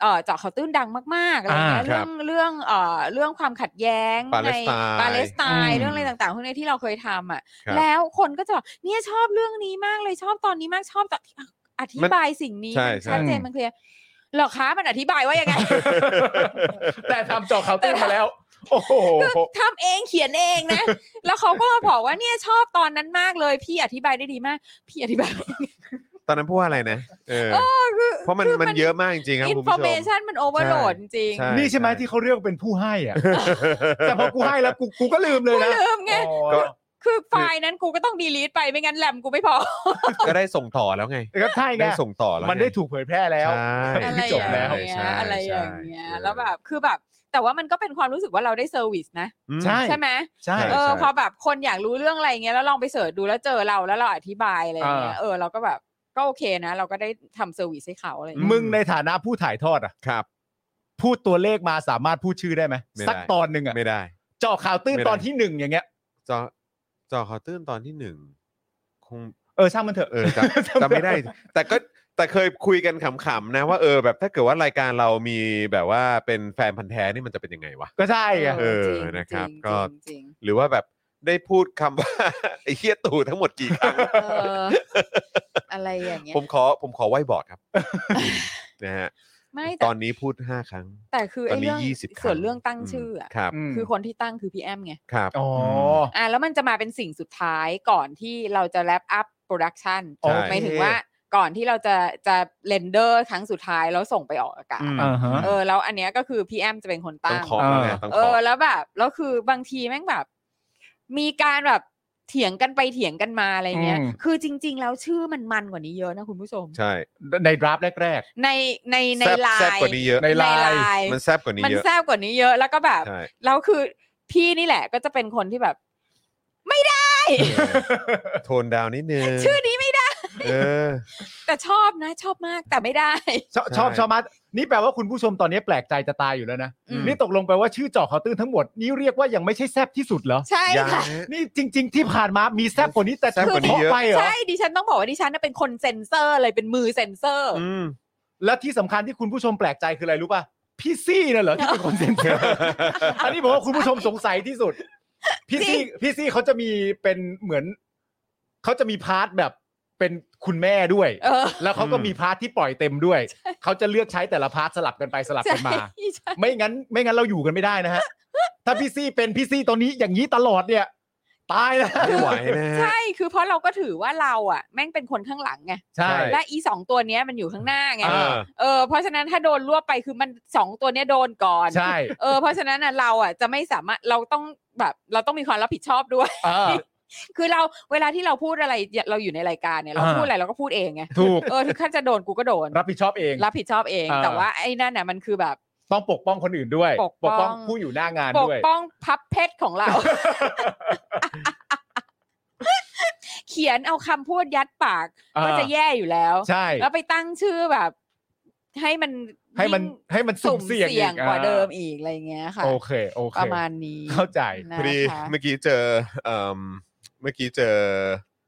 เอ่อเจาะข่าวตื้นดังมากๆอะไรเงี้ย อ่าครั เรื่ บ องเรื่องเอ่อเรื่องความขัดแย้ง ปาเล ใน สไตน์ ปาเลสไต อื น์ ม เรื่องอะไรต่างๆพวกนี้ที่เราเคยทำอ่ะ ครับ แล้วคนก็จะบอกเนี่ยชอบเรื่องนี้มากเลยชอบตอนนี้มากชอบตอนที่อธิบายสิ่งนี้ ใช่ มัน ใช่ ชัดเจนมันเคลียร์เหรอคะมันอธิบายว่ายังไง แต่ทำเจาะข่าวตื้นมาแล้ว โอ้โห ทำเองเขียนเอง นะ แล้วเขาก็มาบอกว่าเนี่ยชอบตอนนั้นมากเลย พี่อธิบายได้ดีมาก พี่อธิบาย ตอนนั้นพูดว่าอะไรนะเออ คือ เพราะมัน คือ มันเยอะมากจริงๆครับ อิน คุณ โฟ ผู้ช เม ม ชันมันโอเวอร์โหลดจริง ใช่ นี่ใช่ไหมที่เขาเรียกเป็นผู้ให้ อ่ะ แต่พอกูให้แล้วกูกูก็ลืมเลย กู นะ ลืมไง อ๋ ก็ อ คือไฟล์นั้นกูก็ต้องดีลีทไปไม่งั้นแรมกูไม่พอ ก็ได้ส่งต่อแล้วไง ก็ใช่ไง ได้ส่งต่อแล้ว มันได้ถูกเผยแพร่แล้ว ใช่ อะ ที่ ไร จ อบย่าง แล้ว เงี้ยอะไรอย่างเงี้ย ใช่ แล้วแบบคือแบบ แต่ว่ามันก็เป็นความรู้สึกว่าเราได้เซอร์วิสนะ อืม ใช่ ใช่ไหม ใช่ เออ ใช่ พอแบบคนอยากรู้เรื่องอะไรเงี้ยแล้วลองไปเสิร์ชดูแล้วเจอเราแล้วเราอธิบายอะไรอย่างเงี้ย อ่า เออเราก็แบบก็โอเคนะ เราก็ได้ทำเซอร์วิสให้เขาอะไรอย่างเงี้ย มึงในฐานะผู้ถ่ายทอดอ่ะ ครับ พูดตัวเลขมาสามารถพูดชื่อได้ไหม ไม่ได้ สักตอนหนึ่งอ่ะ ไม่ได้ เจาะข่าวตื้น ไม่ได้ ตอนที่หนึ่งอย่างเงี้ย จอจอคอตื้นตอนที่หนึ่งคง เออช่างมันเถอะ เอ อจำ จำไม่ได้ แต่ก็แต่เคยคุยกันขำๆนะว่าเออแบบถ้าเกิดว่ารายการเรามีแบบว่าเป็นแฟนพันธ์แท้นี่มันจะเป็นยังไงวะ ก็ใช่ไง เออ จง นะครับ จง ก็ จริง หรือว่าแบบได้พูดคำว่า ไอ้เฮี้ยตู่ทั้งหมดกี่ครั้ง เอออะไรอย่างเงี้ย ผมขอผมขอไหวบอร์ดครับ นะฮะ ไม่แต่ ตอนนี้พูด 5 ครั้ง แต่คือ ตอ ไอ้ นนี้ เรื่อง ยี่สิบครั้ง ส่วนเรื่องตั้งชื่ออ่ะ ครับ ม คือคนที่ตั้งคือพี่แอมไง ครับ อ๋อ อ่ะแล้วมันจะมาเป็นสิ่งสุดท้ายก่อนที่เราจะแรปอัพโปรดักชัน ใช่ โอเค หมายถึงว่าก่อนที่เราจะจะเรนเดอร์ครั้งสุดท้ายแล้วส่งไปออกอากาศ อืม อ่าฮะ เออแล้วอันเนี้ยก็คือพี่แอมจะเป็นคน ต้อ ตั้ ง ง ขอ อ่า นะต้อง เอ ขอ อแล้วแบบแล้วคือบางทีแม่งแบบ มีการแบบเถียงกันไปเถียงกันมาอะไรเงี้ย อืม คือจริง ๆ แล้วชื่อมันมันกว่านี้เยอะนะคุณผู้ชม ใช่ ในดราฟต์แรก ในในใน แซ่บ ไลน์ แซ่บกว่านี้เยอะ ใน ไลน์ น์ มันแซบกว่านี้ มัน เยอะ แซบกว่านี้เยอะแล้วก็แบบ ใช่ แล้วคือพี่นี่แหละก็จะเป็นคนที่แบบ โทนดาวนิดนึง ชื่อนี้ไม่ได้ เออ แต่ชอบนะ ชอบมากแต่ไม่ได้ ชอบ ใช่ ชอบชอบมากนี่แปลว่าคุณผู้ชมตอนนี้แปลกใจจะตายอยู่แล้วนะ อืม นี่ตกลงไปว่าชื่อเจอข่าวตื้นทั้งหมด นี่เรียกว่ายังไม่ใช่แซบที่สุดเหรอ ใช่ ยัง ค่ะ ฮะ นี่จริง ๆ ที่ผ่านมามีแซบกว่านี้แต่ แซ่บกว่านี้เยอะ ไปเหรอ ใช่ดิฉันต้องบอกว่าดิฉันน่ะเป็นคนเซ็นเซอร์เลยเป็นมือเซ็นเซอร์ อืม และที่สำคัญที่คุณผู้ชมแปลกใจคืออะไรรู้ป่ะพี่ซี่น่ะเหรอที่เป็นคนเซ็นเซอร์ อันนี้ผมว่าคุณผู้ชมสงสัยที่สุด พี่ซี่พี่ซี่เขาจะมีเป็นเหมือนเขาจะมีพาร์ทแบบเป็นคุณแม่ด้วย เออ แล้วเขาก็มีพาร์ทที่ปล่อยเต็มด้วยเขาจะเลือกใช้แต่ละพาร์ทสลับกันไปสลับ ใช่ กันมา ใช่ ไม่งั้น ไม่งั้นเราอยู่กันไม่ได้นะฮะ ถ้าพี่ซี่เป็นพี่ซี่ตอนนี้อย่างนี้ตลอดเนี่ย ตายนะ ไม่ไหวนะฮะ ใช่คือเพราะเราก็ถือว่าเราอ่ะ แม่งเป็นคนข้างหลังไง ใช่ และอีสองตัวเนี้ยมันอยู่ข้างหน้าไง เออ เออเพราะฉะนั้นถ้าโดนรวบไปคือมันสองตัวเนี้ยโดนก่อน ใช่ เออเพราะฉะนั้นน่ะเราอ่ะจะไม่สามารถเราต้องแบบเราต้องมีความรับผิดชอบด้วย เออ คือเราเวลาที่เราพูดอะไรเราอยู่ในรายการเนี่ยเรา อ่า พูดอะไรเราก็พูดเองไง ถูก เออถึงขั้นจะโดนกูก็โดน รับผิดชอบเอง รับผิดชอบเอง อ่า แต่ว่าไอ้นั่นน่ะมันคือแบบ ต้องปกป้องคนอื่นด้วย ปกป้ ป อง กป้องผู้อยู่หน้างาน ปก ด้วย ป้องพับเพชรของเรา ขียนเอาคำพูดยัดปาก อ่า ก็จะแย่อยู่แล้ว ใช่ แล้วไปตั้งชื่อแบบ ให้มัน ให้มัน ยิ่ง ให้มันสุ่มเสี่ยงอีก กว่า อ่า เดิมอีกอะไรเงี้ยค่ะ โอเคโอเค ประมาณนี้ เข้าใจ นะ พอดี คะ เมื่อกี้เจอเอิ่มเมื่อกี้เจอ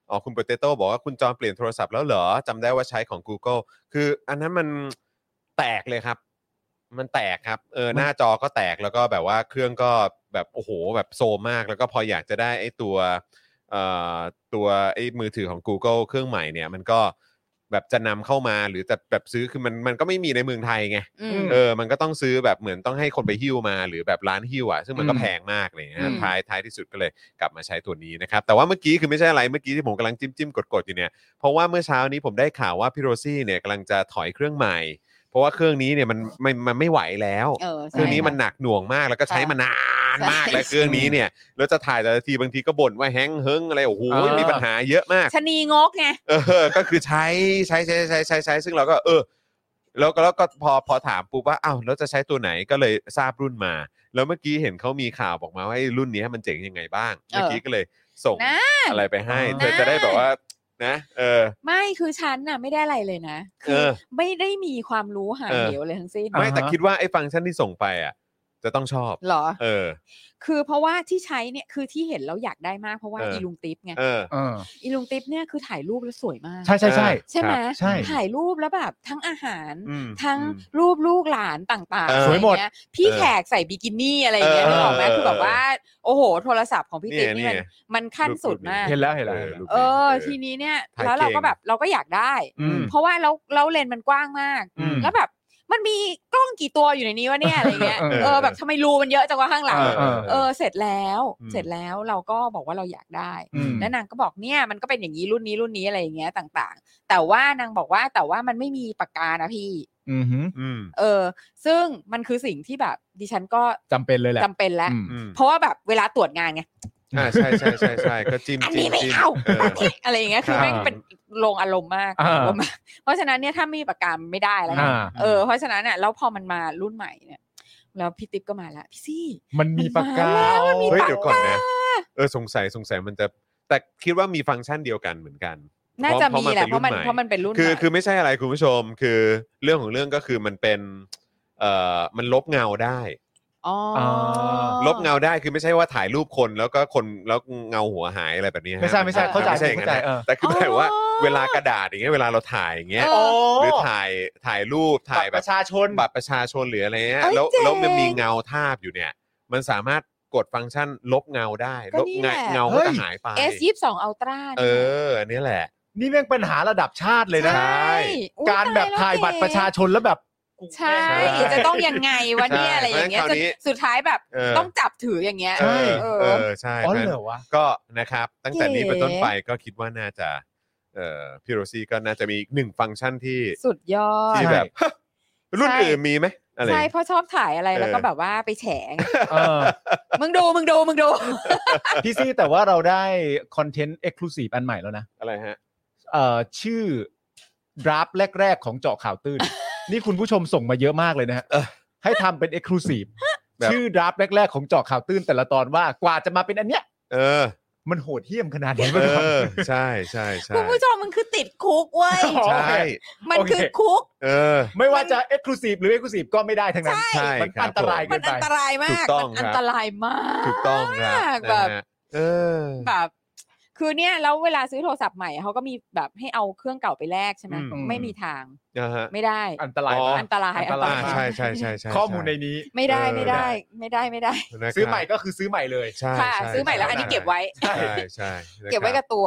อ๋อคุณโปเตโต้บอกว่าคุณจอมเปลี่ยนโทรศัพท์แล้วเหรอจำได้ว่าใช้ของ Google คืออันนั้นมันแตกเลยครับ มันแตกครับเออหน้าจอก็แตกแล้วก็แบบว่าเครื่องก็แบบโอ้โหแบบโซมมาก แล้วก็พออยากจะได้ไอ้ตัวเอ่อตัวไอ้มือถือของ Google เครื่องใหม่เนี่ย มันก็แบบจะนำเข้ามาหรือจะแบบซื้อคือมันมันก็ไม่มีในเมืองไทยไง อืม เออ มันก็ต้องซื้อแบบเหมือนต้องให้คนไปหิ้วมาหรือแบบร้านหิ้วอ่ะ ซึ่งมันก็ อืม แพงมากอะไรเลย อื นะ ม ท้ายท้ายที่สุดก็เลยกลับมาใช้ตัวนี้นะครับ แต่ว่าเมื่อกี้คือไม่ใช่อะไร เมื่อกี้ที่ผมกำลังจิ้มจิ้มกดกดๆอยู่เนี่ย เพราะว่าเมื่อเช้านี้ผมได้ข่าวว่าพี่โรซี่เนี่ยกำลังจะถอยเครื่องใหม่ เพราะว่าเครื่องนี้เนี่ยมันไม่มันไม่ไหวแล้ว เออ เค ใช่ รื่องนี้มัน ค่ะ หนักหน่วงมากแล้วก็ใช้ ใช่ มานานมาก ใช่ แล้วเครื่องนี้เนี่ยแล้วจะถ่ายแต่ละทีบางทีก็บ่นว่าแฮงก์เฮิงอะไรโอ้โห เออ มีปัญหาเยอะมาก ชะนีงกไง เออ ก็คือใช้ใช้ใช้ใช้ใช้ใช้ซึ่งเราก็เออ แล้วก็แล้วก็พอพอถามปุ๊บว่าอ้าวแล้วจะใช้ตัวไหนก็เลยทราบรุ่นมา แล้วเมื่อกี้เห็นเขามีข่าวบอกมาว่าไอ้รุ่นเนี้ยมันเจ๋งยังไงบ้าง เออ เมื่อกี้ก็เลยส่ง นะ อะไรไปให้ นะ เธอจะได้แบบว่า นะ เออ ไม่คือฉันน่ะไม่ได้อะไรเลยนะ คื เออ ไม่ได้มีความรู้หา เออ เหวเลยทั้งสิ้น ไม่แต่ อ่าฮะ คิดว่าไอ้ฟังก์ชันที่ส่งไปอ่ะ จะต้องชอบ หรอ เออ คือเพราะว่าที่ใช้เนี่ยคือที่เห็นแล้วอยากได้มากเพราะว่า เอออี อีลุงติ๊บไง เออ เออ อีลุงติ๊บเนี่ยคือถ่ายรูปแล้วสวยมาก ใช่ใช่ใช่ ใช่ไหคมรับ ใช่ ถ่ายรูปแล้วแบบทั้งอาหาร อืม ทั้ง อืม รูปลูกหลานต่าง เออๆอะ ส ไร วยหมด เงี้ยพี่ เออ แขกใส่บิกินี่อะไรอย่างเงี้ย เออ นึกออกไหม เออ คือแบบว่า โอ้โห โทรศัพท์ของพี่ เนี่ ติ๊ ย กนี่มัน เนี่ย มันขั้นสุดมาก เห็นแล้วเห็นแล้วเห็นแล้ว รูปนี้ เออ เออ ทีนี้เนี่ย ถ่าย แล้วเรา เก่ ก็ ง แบบเราก็อยากได้ อืม เพราะว่าแล้วแล้วเลนส์มันกว้างมาก อืม แล้วแบบมันมีกล้องกี่ตัวอยู่ในนี้วะเนี่ยอะไรเงี้ย เออ เออแบบทำไมรูมันเยอะจังวะข้างหลัง เออเออ เออเสร็จแล้ว อืม เสร็จแล้วเราก็บอกว่าเราอยากได้ อืม แล้วนางก็บอกเนี่ยมันก็เป็นอย่างนี้รุ่นนี้รุ่นนี้อะไรอย่างเงี้ยต่างๆ แต่ว่านางบอกว่าแต่ว่ามันไม่มีปากกานะพี่ อือหือ อืม เออ ซึ่งมันคือสิ่งที่แบบดิฉันก็ จำเป็นเลยแหละ จำเป็นแล้ว อืม อืม เพราะว่าแบบเวลาตรวจงานไง อ่าใช่ใช่ใช่ใช่ก็จิ้ม อัน จิ้ นี้ ม ไม่ จิ้ม เอา เออ อันนี้อะไรอย่างเงี้ยคือ ครับ แม่งเป็นลงอารมณ์มาก อ่า ลงมากเพราะฉะนั้นเนี่ยถ้าไม่มีปากกาไม่ได้แล้วไง อ่า เออเพราะฉะนั้นอ่ะแล้วพอมันมารุ่นใหม่เนี่ย แล้วพี่ติ๊บก็มาละพี่ซี่ มันมีปากกา มันมาแล้วมันมี เฮ้ยเดี๋ยวก่อนนะเออสงสัยสงสัยมันจะแต่คิดว่ามีฟังก์ชันเดียวกันเหมือนกัน น่าจะ เพราะ มีแหละ เพ เพ ราะ ราะ มั มัน น เป็นรุ่นใหม่คือเพราะมันเป็นรุ่นใหม่ คือไม่ใช่อะไรคุณผู้ชม คือเรื่องของเรื่องก็คือมันเป็นเอ่อมันลบเงาได้ อ๋ออ อ ลบเงาได้คือไม่ใช่ว่าถ่ายรูปคนแล้วก็คนแล้วเงาหัวหายอะไรแบบนี้ฮะ ไม่ใช่ไม่ใช่ น เข้าใจ ไม่ใช่อย่างนั้น เข้าใจเออ แต่คือหมายว่าเวลากระดาษอย่างเงี้ยเวลาเราถ่ายอย่างเงี้ย เออ หรือถ่ายถ่ายรูปถ่ายแบ ป บ ระชาชน บัตรประชาชนหรืออะไรเงี้ย เอ้ย แล้ว เจ๋ง แล้วมันมีเงาทาบอยู่เนี่ย มันสามารถกดฟังก์ชันลบเงาได้ลก็บ นี่ เงาเงาแหละเฮ้ ก็ ย จะหายไป S ยี่สิบสองอัลตร้า เอออันนี้แหละ นี่แม่งปัญหาระดับชาติเลยนะ ใช่อุ๊ย การแบบ ตแล้ว ถ่ายบัตรประชาชนแล้วแบบกู ใช่ ใช่ จะต้องยังไงวะเนี่ย ใช่ อะไรอย่างเงี้ย เพราะ จ ฉะนั้นคราวนี้ นสุดท้ายแบบ เออ ต้องจับถืออย่างเงี้ย เออ เออ เออใช่เพอ๋อราะฉะนั้น เหรอวะ ก็นะครับตั้งแต่นี้เป็นต้นไปก็คิดว่าน่าจะเอ่อพี่โรซี่ก็น่าจะมีอีกหนึ่งฟังก์ชันที่ สุดยอด ที่แบบ รุ่น ใช่ อื่นมีไหมอะไร ใช่เพราะชอบถ่ายอะไรแล้วก็ เออ แบบว่าไปแฉไง เออ มึงดูมึงดูมึงดู พี่ซี่แต่ว่าเราได้คอนเทนต์เอ็กซ์คลูซีฟอันใหม่แล้วนะ อะไรฮะ เอ่อชื่อดราฟแรก ๆ ของเจาะข่าว ตื้น นี่คุณผู้ชมส่งมาเยอะมากเลยนะฮะ เออ ให้ทำเป็นเอ็กซ์คลูซีฟ แบบ ชื่อดราฟแรก ๆ ของเจาะข่าวตื้นแต่ละตอนว่ากว่าจะมาเป็นอันเนี้ย เออ มันโหดเหี้ยมขนาดไหน เอ วะครับ อใช่ใช่ใช่ คุณผู้ชมมันคือติดคุกเว้ย อ๋อ ใช่ มันคือ โอเค คุก เออ ไม่ว่าจะเอ็กซ์คลูซีฟหรือเอ็กซ์คลูซีฟก็ไม่ได้ทั้งนั้น ใช่ มัน ครับ อันตราย ผ มันเกินไป อันตรายมา ถู ก กต้อง มัน ครับ อันตรายมาก ถูกต้องครับ แบบ นะฮะเออ แบบ คือเนี่ยแล้วเวลาซื้อโทรศัพท์ใหม่เขาก็มีแบบให้เอาเครื่องเก่าไปแลกใช่ไหม อืม ไม่มีทาง นะฮะ ไม่ได้ อันตราย อ๋ออั มาก อันตรายอันอ่ารตาย ใช่ใช่ใช่ใช่ ข้อมูลในนี้ ไม่ได้ไม่ได้ไม่ได้ไม่ได้ นะครับ ซื้อใหม่ก็คือซื้อใหม่เลย ใช่ ค่ะ ช่ ซื้อใหม่แล้วอันนี้เก็บไว้ ใช่ใช่นะครั เก็บไว้กับตัว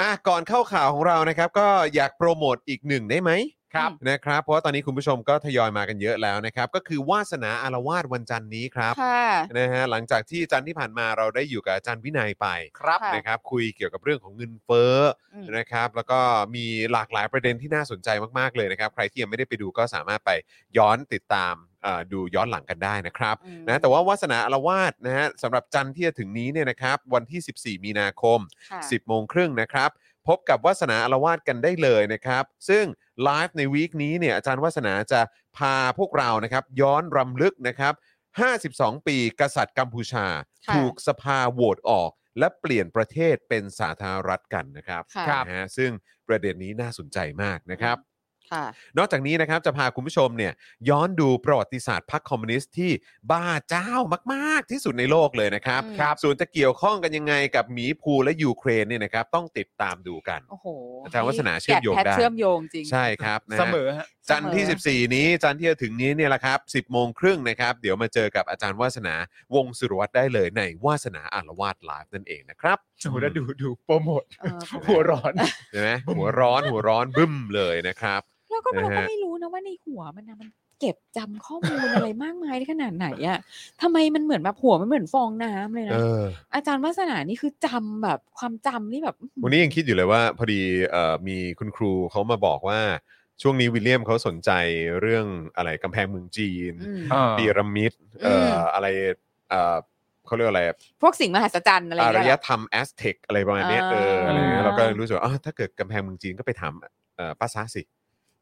อ่ะก่อนเข้าข่าวของเรานะครับ ก็อยากโปรโมทอีกหนึ่งได้ไหม ครับ นะครับ เพราะว่าตอนนี้คุณผู้ชมก็ทยอยมากันเยอะแล้วนะครับ ก็คือวาสนาอารวาสวันจันทร์นี้ครับ ค่ะ นะฮะหลังจากที่จันทร์ที่ผ่านมาเราได้อยู่กับอาจารย์วินัยไป ครับ ค่ะ นะครับ คุยเกี่ยวกับเรื่องของเงินเฟ้อ อืม นะครับ แล้วก็มีหลากหลายประเด็นที่น่าสนใจมากๆเลยนะครับ ใครที่ยังไม่ได้ไปดูก็สามารถไปย้อนติดตามเอ่อดูย้อนหลังกันได้นะครับ อืม นะแต่ว่าวาสนาอารวาสนะฮะสำหรับจันทร์ที่จะถึงนี้เนี่ยนะครับ วันที่ 14 มีนาคม ค่ะ 10โมงครึ่งนะครับ พบกับวาสนาอารวาสกันได้เลยนะครับ ซึ่งไลฟ์ในวีคนี้เนี่ยอาจารย์วาสนาจะพาพวกเรานะครับ ย้อนรำลึกนะครับ 52 ปีกษัตริย์กัมพูชา ค่ะ ถูกสภาโหวตออก และเปลี่ยนประเทศเป็นสาธารณรัฐกันนะครับ ค่ะ ครับ นะฮะซึ่งประเด็นนี้น่าสนใจมากนะครับ ค่ะ นอกจากนี้นะครับจะพาคุณผู้ชมเนี่ยย้อนดูประวัติศาสตร์พรรคคอมมิวนิสต์ที่บ้าเจ้ามากๆที่สุดในโลกเลยนะครับ อืม ส่วนจะเกี่ยวข้องกันยังไงกับหมีภูและยูเครนเนี่ยนะครับต้องติดตามดูกัน โอ้โห อาจารย์วัฒนาเชื่อมโยง แกะแพท ได้ เชื่อมโยงจริง ใช่ครับนะฮะ เสมอฮะ จันทร์ที่ เสมอ สิบสี่นี้จันทร์ที่จะถึงนี้เนี่ยแหละครับ 10โมงครึ่งนะครับ เดี๋ยวมาเจอกับอาจารย์วาสนาวงศ์สุรวัตรได้เลยในวาสนาอารวาสไลฟ์นั่นเองนะครับ โอ้โหแล้วดูดูโปรโมท เออ หัวร้อน เห็นไหมหัวร้อนหัวร้อนบึ้มเลยนะครับ แล้วก็เรา นะ ก็ ฮะ ไม่รู้นะว่าในหัวมันนะมันเก็บจำข้อมูลอะไรมากมายได้ขนาดไหนอะทำไมมันเหมือนแบบหัวมันเหมือนฟองน้ำเลยนะ เออ อาจารย์วาสนานี่คือจำแบบความจำนี่แบบอื้อหือ วันนี้ยังคิดอยู่เลยว่าพอดีเอ่อมีคุณครูเขามาบอกว่า ช่วงนี้วิลเลียมเขาสนใจเรื่องอะไรกำแพงเมืองจีนปีระมิดเอ่ออ ม อะไรเอ่อเขาเรียกว่าอะไร พวกสิ่งมหัศจรรย์อะไรอ อา ย่าง ร เงี้ย ย เหรอ ธรรมแอสเท็กอะไรประมาณเนี้ยเอออะไรเงี้ย อ่า เราก็รู้สึกว่าอ้าวถ้าเกิดกำแพงเมืองจีนก็ไปถามเอ่อป้าซาสิ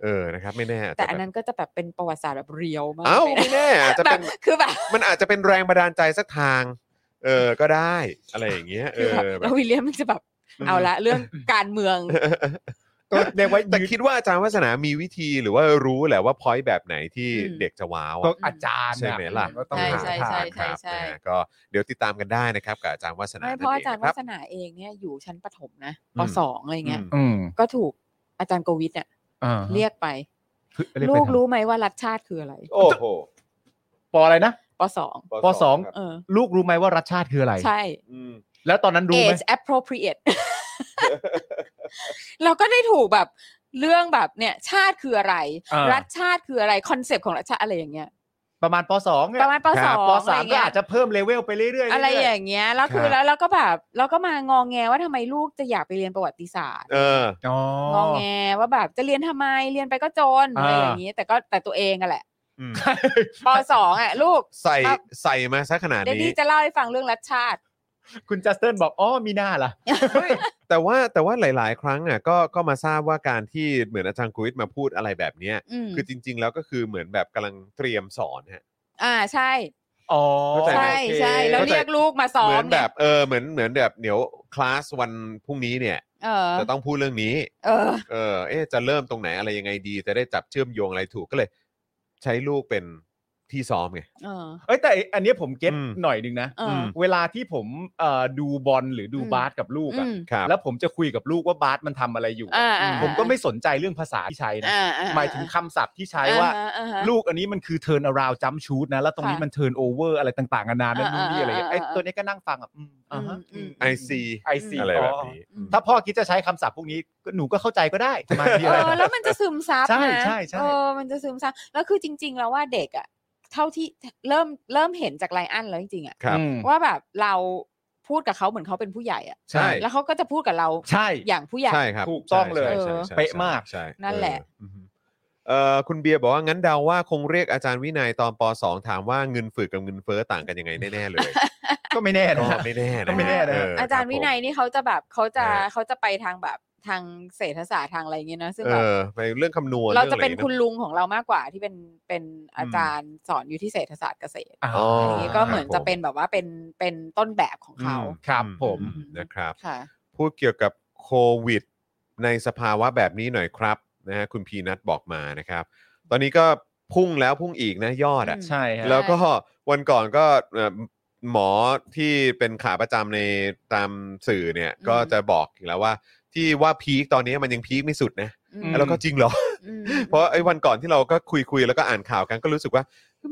เออนะครับ ไม่แน่อาจจะ แต่อันนั้นก็จะแบบเป็นประวัติศาสตร์แบบเรียวมาก เอ้า เล ไม่ ยนะ แน่อาจจะ แบ เป็ บ น คือแบบ มันอาจจะเป็นแรงบันดาลใจสักทาง เออก็ได้อะไรอย่างเงี้ยเอ คืออแบบ แบ แล้ บ ววิลเลียมมันจะแบบ อืม เอาละเรื่องการเมือง ก็เรียกว่า แต่คิดว่าอาจารย์วาสนามีวิธีหรือว่ารู้แหละว่าพอยต์แบบไหนที่ อืม เด็กจะว้าว ก็ อะ อาจารย์ ใช่ไหมล่ะ ก็ต้อง ใช่ หา ใช่ ทา ใช่ ง ใช่ใช่ ครับนะฮะก็เดี๋ยวติดตามกันได้นะครับกับอาจารย์วาสนา ไม่เพ นั่น ราะอา เง จารนควย์า บ สนาเองเนี่ยอยู่ชั้นประถมนะ อื ป ม สองอะไรเงี้ย อืม อืม ก็ถูกอาจารย์โกวิทเนี่ย อ่า เรียกไป เรีย ลู ไป กรู้ไหมว่ารัฐชาติคืออะไร โอ้โห ปออะไรนะ ปสอง ปสอง ครับ เออ ลูกรู้ไหมว่ารัชชาติคืออะไร ใช่ อืม แล้วตอนนั้นรู้ไหม age appropriate เราก็ได้ถูกแบบเรื่องแบบเนี่ย ชาติคืออะไร อ่ารั รัฐชาติคืออะไรคอนเซปต์ของรัฐชาติอะไรอย่างเงี้ย ประมาณปสอง ประมาณปสอง ป อะไรสาม อย่ง ก็ เงี้ย อาจจะเพิ่มเลเวลไปเรื่อยๆเรื่อยๆ อะไรอย่างเงี้ยแล้วคื ค อ รับ แล้วเราก็แบบเราก็มางองแงว่าทำไมลูกจะอยากไปเรียนประวัติศาสตร์ เออ อ๋อ งองแงว่าแบบจะเรียนทำไมเรียนไปก็จนอะไร อ่า อย่างงี้ แต่ก็แต่ตัวเองอะแหละ อืม ปสอง อ่ะลูก ใส่ ครับ ใส่มาซะขนาด เดี๋ยว นี้ พี่จะเล่าให้ฟังเรื่องรัฐชาติ คุณจัสเตินบอกอ๋อมีหน้าล่ะ ไม่แต่ว่าแต่ว่าหลาย ๆ ครั้งอ่ะก็ก็มาทราบว่าการที่เหมือนอาจารย์กุวิทมาพูดอะไรแบบเนี้ย อืม คือจริง ๆ แล้วก็คือเหมือนแบบกำลังเตรียมสอนฮะ อ่าใช่ อ๋อ เข้าใจไหม ใช่ใช่แล้ว เข้าใจ เรียกลูกมาซ้อ เหมื ม อน เนี่ แบ ย บเออเหมือนเหมือนแบบเดี๋ยวคลาสวันพรุ่งนี้เนี่ย เออ จะต้องพูดเรื่องนี้ เออ เออเอ๊ะจะเริ่มตรงไหนอะไรยังไงดี จะได้จับเชื่อมโยงอะไรถูกก็เลย ใช้ลูกเป็นที่ซ้อมไง เออ เอ้ยแต่อันเนี้ยผมเก็ต อืม หน่อยหนึงนะ เออ เวลาที่ผมเอ่อดูบอลหรือดู อืม บาสกับลูก อื อะ ม ครับ แล้วผมจะคุยกับลูกว่าบาสมันทำอะไรอยู่ อ่าอ่า ผมก็ไม่สนใจเรื่องภาษาที่ใช้นะ อ่าอ่ หมายถึงคำศัพท์ที่ใช้ว่า อ่อ่อ่า ลูกอันนี้มันคือ turn around jump shoot นะ แล้วตรงนี้ ค่ะ มัน turn over อะไรต่างๆนานานั่น อ่า นู่นนี่อะไรอย่างเงี้ยไอ้ อ่าอ่า ตัวนี้ก็นั่งฟังอ่ะอืมอ่าฮะ อืม ไอซี ไอซี อะไรแบบนี้ อืม ถ้าพ่อคิดจะใช้คำศัพท์พวกนี้ก็หนูก็เข้าใจก็ได้ประมาณนี้ เอ อะไร อแล้วมันจะซึมซับ ใช่ นะ ใช่ใช่ เออมันจะซึมซับแล้วคือจริง ๆ แล้วว่าเด็กอ่ะเท่าที่เริ่มเริ่มเห็นจากไลอันแล้วจริงๆอ่ะ ครับ อืม ว่าแบบเราพูดกับเขาเหมือนเขาเป็นผู้ใหญ่อ่ะ ใช่ แล้วเขาก็จะพูดกับเรา ใช่ อย่างผู้ใหญ่ ใช่ครับ ถูกต้อง ใช่ เลย ใช่ใช่ เป๊ะมาก ใช่ นั่นแหละ เอออือฮึเอ่อคุณเบียร์บอกว่างั้นเดาว่าคงเรียกอาจารย์วินัยตอนป .2 ถามว่าเงินฝึกกับเงินเฟ้อต่างกันยังไงแน่ๆเลย ก็ ไม่แน่ ก็ นะ ไม่แน่ ก็ นะ ไม่แน่นะ เ อาจารย์วินัยนี่เขาจะแบบเขาจะ นะฮะ เขาจะไปทางแบบทางเศรษฐศาสตร์ทางอะไรเงี้ยนะซึ่ง เอ แบบ อไปเรื่องคำนวณ เราจะเป็น องอไร คุณลุงของเรามากกว่าที่เป็นเป็นอาจารย์สอนอยู่ที่เศรษฐศาสตร์เกษตร อ่า อ๋อ อ อย่าง นี้ก็เหมือนจะเป็นแบบว่าเป็นเป็นต้นแบบของเขา ครับผม อืนะครับ ค่ะ พูดเกี่ยวกับโควิด ในสภาวะแบบนี้หน่อยครับนะฮะคุณพีนัทบอกมานะครับ ตอนนี้ก็พุ่งแล้วพุ่งอีกนะยอดอ่ะ อืม ใช่ฮะ แล้วก็วันก่อนก็เอ่อหมอที่เป็นขาประจำในตามสื่อเนี่ย อืม ก็จะบอกอีกแล้วว่า ที่ว่าพีคตอนนี้มันยังพีคไม่สุดนะ อื ม แล้วก็จริงเหรอ อืม เพราะไอ้วันก่อนที่เราก็คุยคุยๆแล้วก็อ่านข่าวกันก็รู้สึกว่า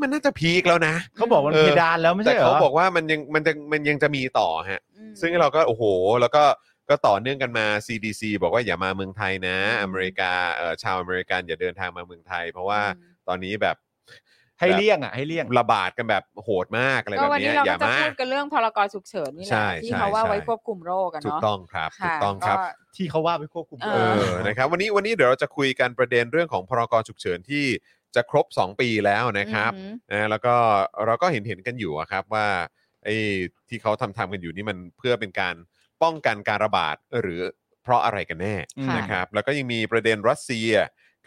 มันน่าจะพีคแล้วนะ เขาบอกว่า เออ เพดานแล้วไม่ แต่ ใช่เหรอ เขาบอกว่ามันยังมันจะมันยังจะมีต่อฮะ อืม ซึ่งเราก็โอ้โห แล้วก็ก็ต่อเนื่องกันมา CDC บอกว่าอย่ามาเมืองไทยนะ อืม อเมริกาเอ่อชาวอเมริกันอย่าเดินทางมาเมืองไทย เพราะว่า อืม ตอนนี้แบบ ให้ แบบ เลี่ยงอ่ะให้เลี่ยง ระบาดกันแบบโหดมากอะไร ก็ แบบ วัน เนี้ นี้ ย เรา อ ก็ ย่า จะ มา พูดกันเรื่องพรกฉุกเฉินนี่แห ใช่ ละที่ ใช่ เขาว่า ใช่ ไว้ควบคุมโรคกัน ถูก เนาะ ต้องครับ ถู ค่ะ กต้องครับ ก็ ที่เขาว่าไปควบคุม เอ เออนะครับวันนี้วันนี้เดี๋ยวเราจะคุยกันประเด็นเรื่องของพรกฉุกเฉินที่จะครบ 2 ปีแล้วนะครับ อืม นะแล้วก็เราก็เห็นเห็นกันอยู่อะครับว่าไอ้ที่เขาทำทำกันอยู่นี่มันเพื่อเป็นการป้องกันการระบาดหรือเพราะอะไรกันแน่ ค่ะ นะครับแล้วก็ยังมีประเด็นรัสเซีย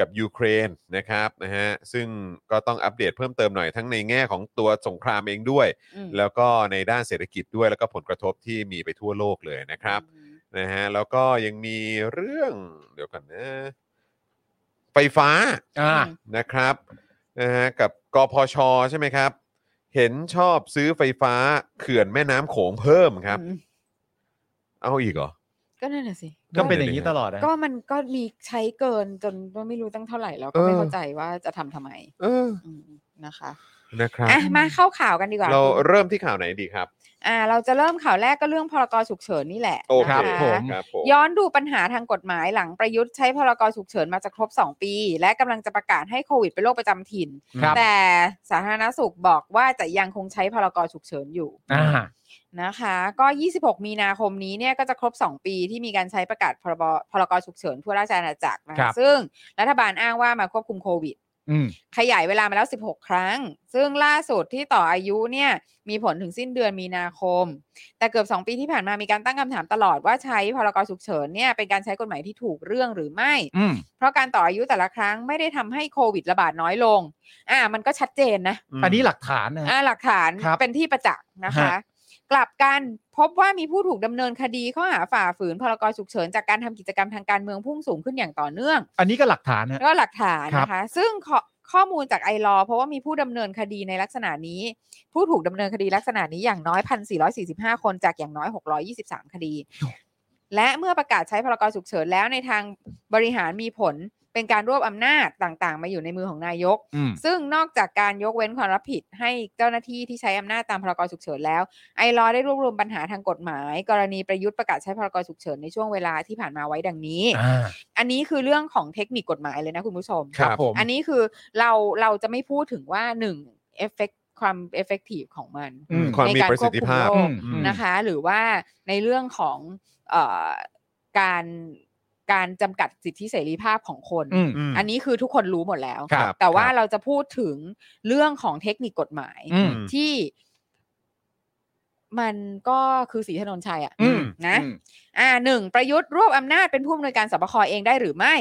กับยูเครนนะครับนะฮะซึ่งก็ต้องอัปเดตเพิ่มเติมหน่อยทั้งในแง่ของตัวสงครามเองด้วย อืม แล้วก็ในด้านเศรษฐกิจด้วยแล้วก็ผลกระทบที่มีไปทั่วโลกเลยนะครับ นะฮะแล้วก็ยังมีเรื่องเดี๋ยวกันนะไฟฟ้า อ่า ม นะครับนะฮะกับกพชใช่ไหมครับ เห็นชอบซื้อไฟฟ้าเขื่อนแม่น้ำโขงเพิ่มครับ อืม เอาอีกเหรอ ก็นั่นแหะสิ ก็เป็นอย่างนี้ตลอดนะ ก็มันก็มีใช้เกินจนก็ไม่รู้ตั้งเท่าไหร่แล้วก็ไม่ เออ เข้าใจว่าจะทำทำไม เออ อืมนะคะ นะครับ อ่ะมาเข้าข่าวกันดีกว่า เราเริ่มที่ข่าวไหนดีครับ อ่า เราจะเริ่มข่าวแรกก็เรื่องพรกฉุกเฉินนี่แหละ โอเค นะะ รับผม ครับผม ย้อนดูปัญหาทางกฎหมายหลังประยุทธ์ใช้พรกฉุกเฉินมาจะครบ 2 ปี และกำลังจะประกาศให้โควิดเป็นโรคประจำถิ่น ครับ แต่สาธารณสุขบอกว่าจะยังคงใช้พรกฉุกเฉินอยู่ อ่า นะคะ ก็ 26 มีนาคมนี้เนี่ยก็จะครบ 2 ปีที่มีการใช้ประกาศพรบพรกฉุกเฉินทั่วราชอาณาจักรนะ ครั คะ บ ซึ่งรัฐบาลอ้างว่ามาควบคุมโควิด อืม ขยายเวลามาแล้ว 16 ครั้ง ซึ่งล่าสุดที่ต่ออายุเนี่ยมีผลถึงสิ้นเดือนมีนาคม แต่เกือบ 2 ปีที่ผ่านมามีการตั้งคำถามตลอดว่าใช้พรกฉุกเฉินเนี่ยเป็นการใช้กฎหมายที่ถูกเรื่องหรือไม่ อืม เพราะการต่ออายุแต่ละครั้งไม่ได้ทำให้โควิดระบาดน้อยลง อ่า มันก็ชัดเจนนะ อันนี้หลักฐานนะ อ่าหลักฐาน ครับ เป็นที่ประจักษ์นะคะ ฮะ กลับกันพบว่ามีผู้ถูกดำเนินคดีข้อหาฝ่าฝืนพรกฉุกเฉินจากการทำกิจกรรมทางการเมืองพุ่งสูงขึ้นอย่างต่อเนื่อง อันนี้ก็หลักฐานนะ แล้วก็หลักฐาน ครับ นะคะ ซึ่งข้อข้อมูลจากไอรอเพราะว่ามีผู้ดำเนินคดีในลักษณะนี้ ผู้ถูกดำเนินคดีลักษณะนี้อย่างน้อย 1,445 คนจากอย่างน้อย 623 คดี และเมื่อประกาศใช้พรกฉุกเฉินแล้วในทางบริหารมีผลเป็นการรวบอำนาจต่างๆ มาอยู่ในมือของนายก อืม ซึ่งนอกจากการยกเว้นความรับผิดให้เจ้าหน้าที่ที่ใช้อำนาจตามพรกฉุกเฉินแล้ว ไอรอได้รวบรวมปัญหาทางกฎหมาย กรณีประยุทธ์ประกาศใช้พรกฉุกเฉินในช่วงเวลาที่ผ่านมาไว้ดังนี้ อ่า อันนี้คือเรื่องของเทคนิคกฎหมายเลยนะคุณผู้ชม ครับผม อันนี้คือเราเราจะไม่พูดถึงว่าหนึ่งเอฟเฟกความเอฟเฟกตีฟของมัน อืม ความมีประสิทธิภาพ ในการควบคุมโรค อืมอืม นะคะ หรือว่าในเรื่องของเอ่อการการจำกัดสิทธิเสรีภาพของคน อืม อันนี้คือทุกคนรู้หมดแล้ว ครับ แต่ว่าเราจะพูดถึงเรื่องของเทคนิคกฎหมาย อืม ที่มันก็คือสีถนนชัยอะ อืม นะ อ่าหนึ่งประยุทธ์รวบอำนาจเป็นผู้อำนวยการสบคเองได้หรือไม่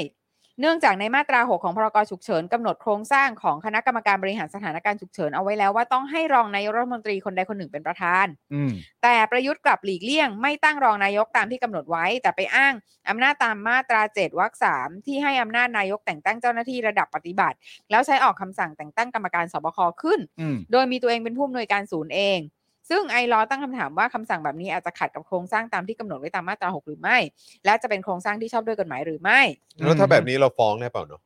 เนื่องจากในมาตรา 6 ของพรกฉุกเฉินกำหนดโครงสร้างของคณะกรรมการบริหารสถานการณ์ฉุกเฉินเอาไว้แล้วว่าต้องให้รองนายกรัฐมนตรีคนใดคนหนึ่งเป็นประธาน อืม แต่ประยุทธ์กลับหลีกเลี่ยง ไม่ตั้งรองนายกตามที่กำหนดไว้ แต่ไปอ้างอำนาจตามมาตรา 7วรรคสามที่ให้อำนาจนายกแต่งตั้งเจ้าหน้าที่ระดับปฏิบัติ แล้วใช้ออกคำสั่งแต่งตั้งกรรมการสบคขึ้น อืม โดยมีตัวเองเป็นผู้อำนวยการศูนย์เอง ซึ่งไอรอตั้งคำถามว่าคำสั่งแบบนี้อาจจะขัดกับโครงสร้างตามที่กำหนดไว้ตามมาตรา 6 หรือไม่ และจะเป็นโครงสร้างที่ชอบด้วยกฎหมายหรือไม่ แล้วถ้าแบบนี้เราฟ้องได้เปล่าเนาะ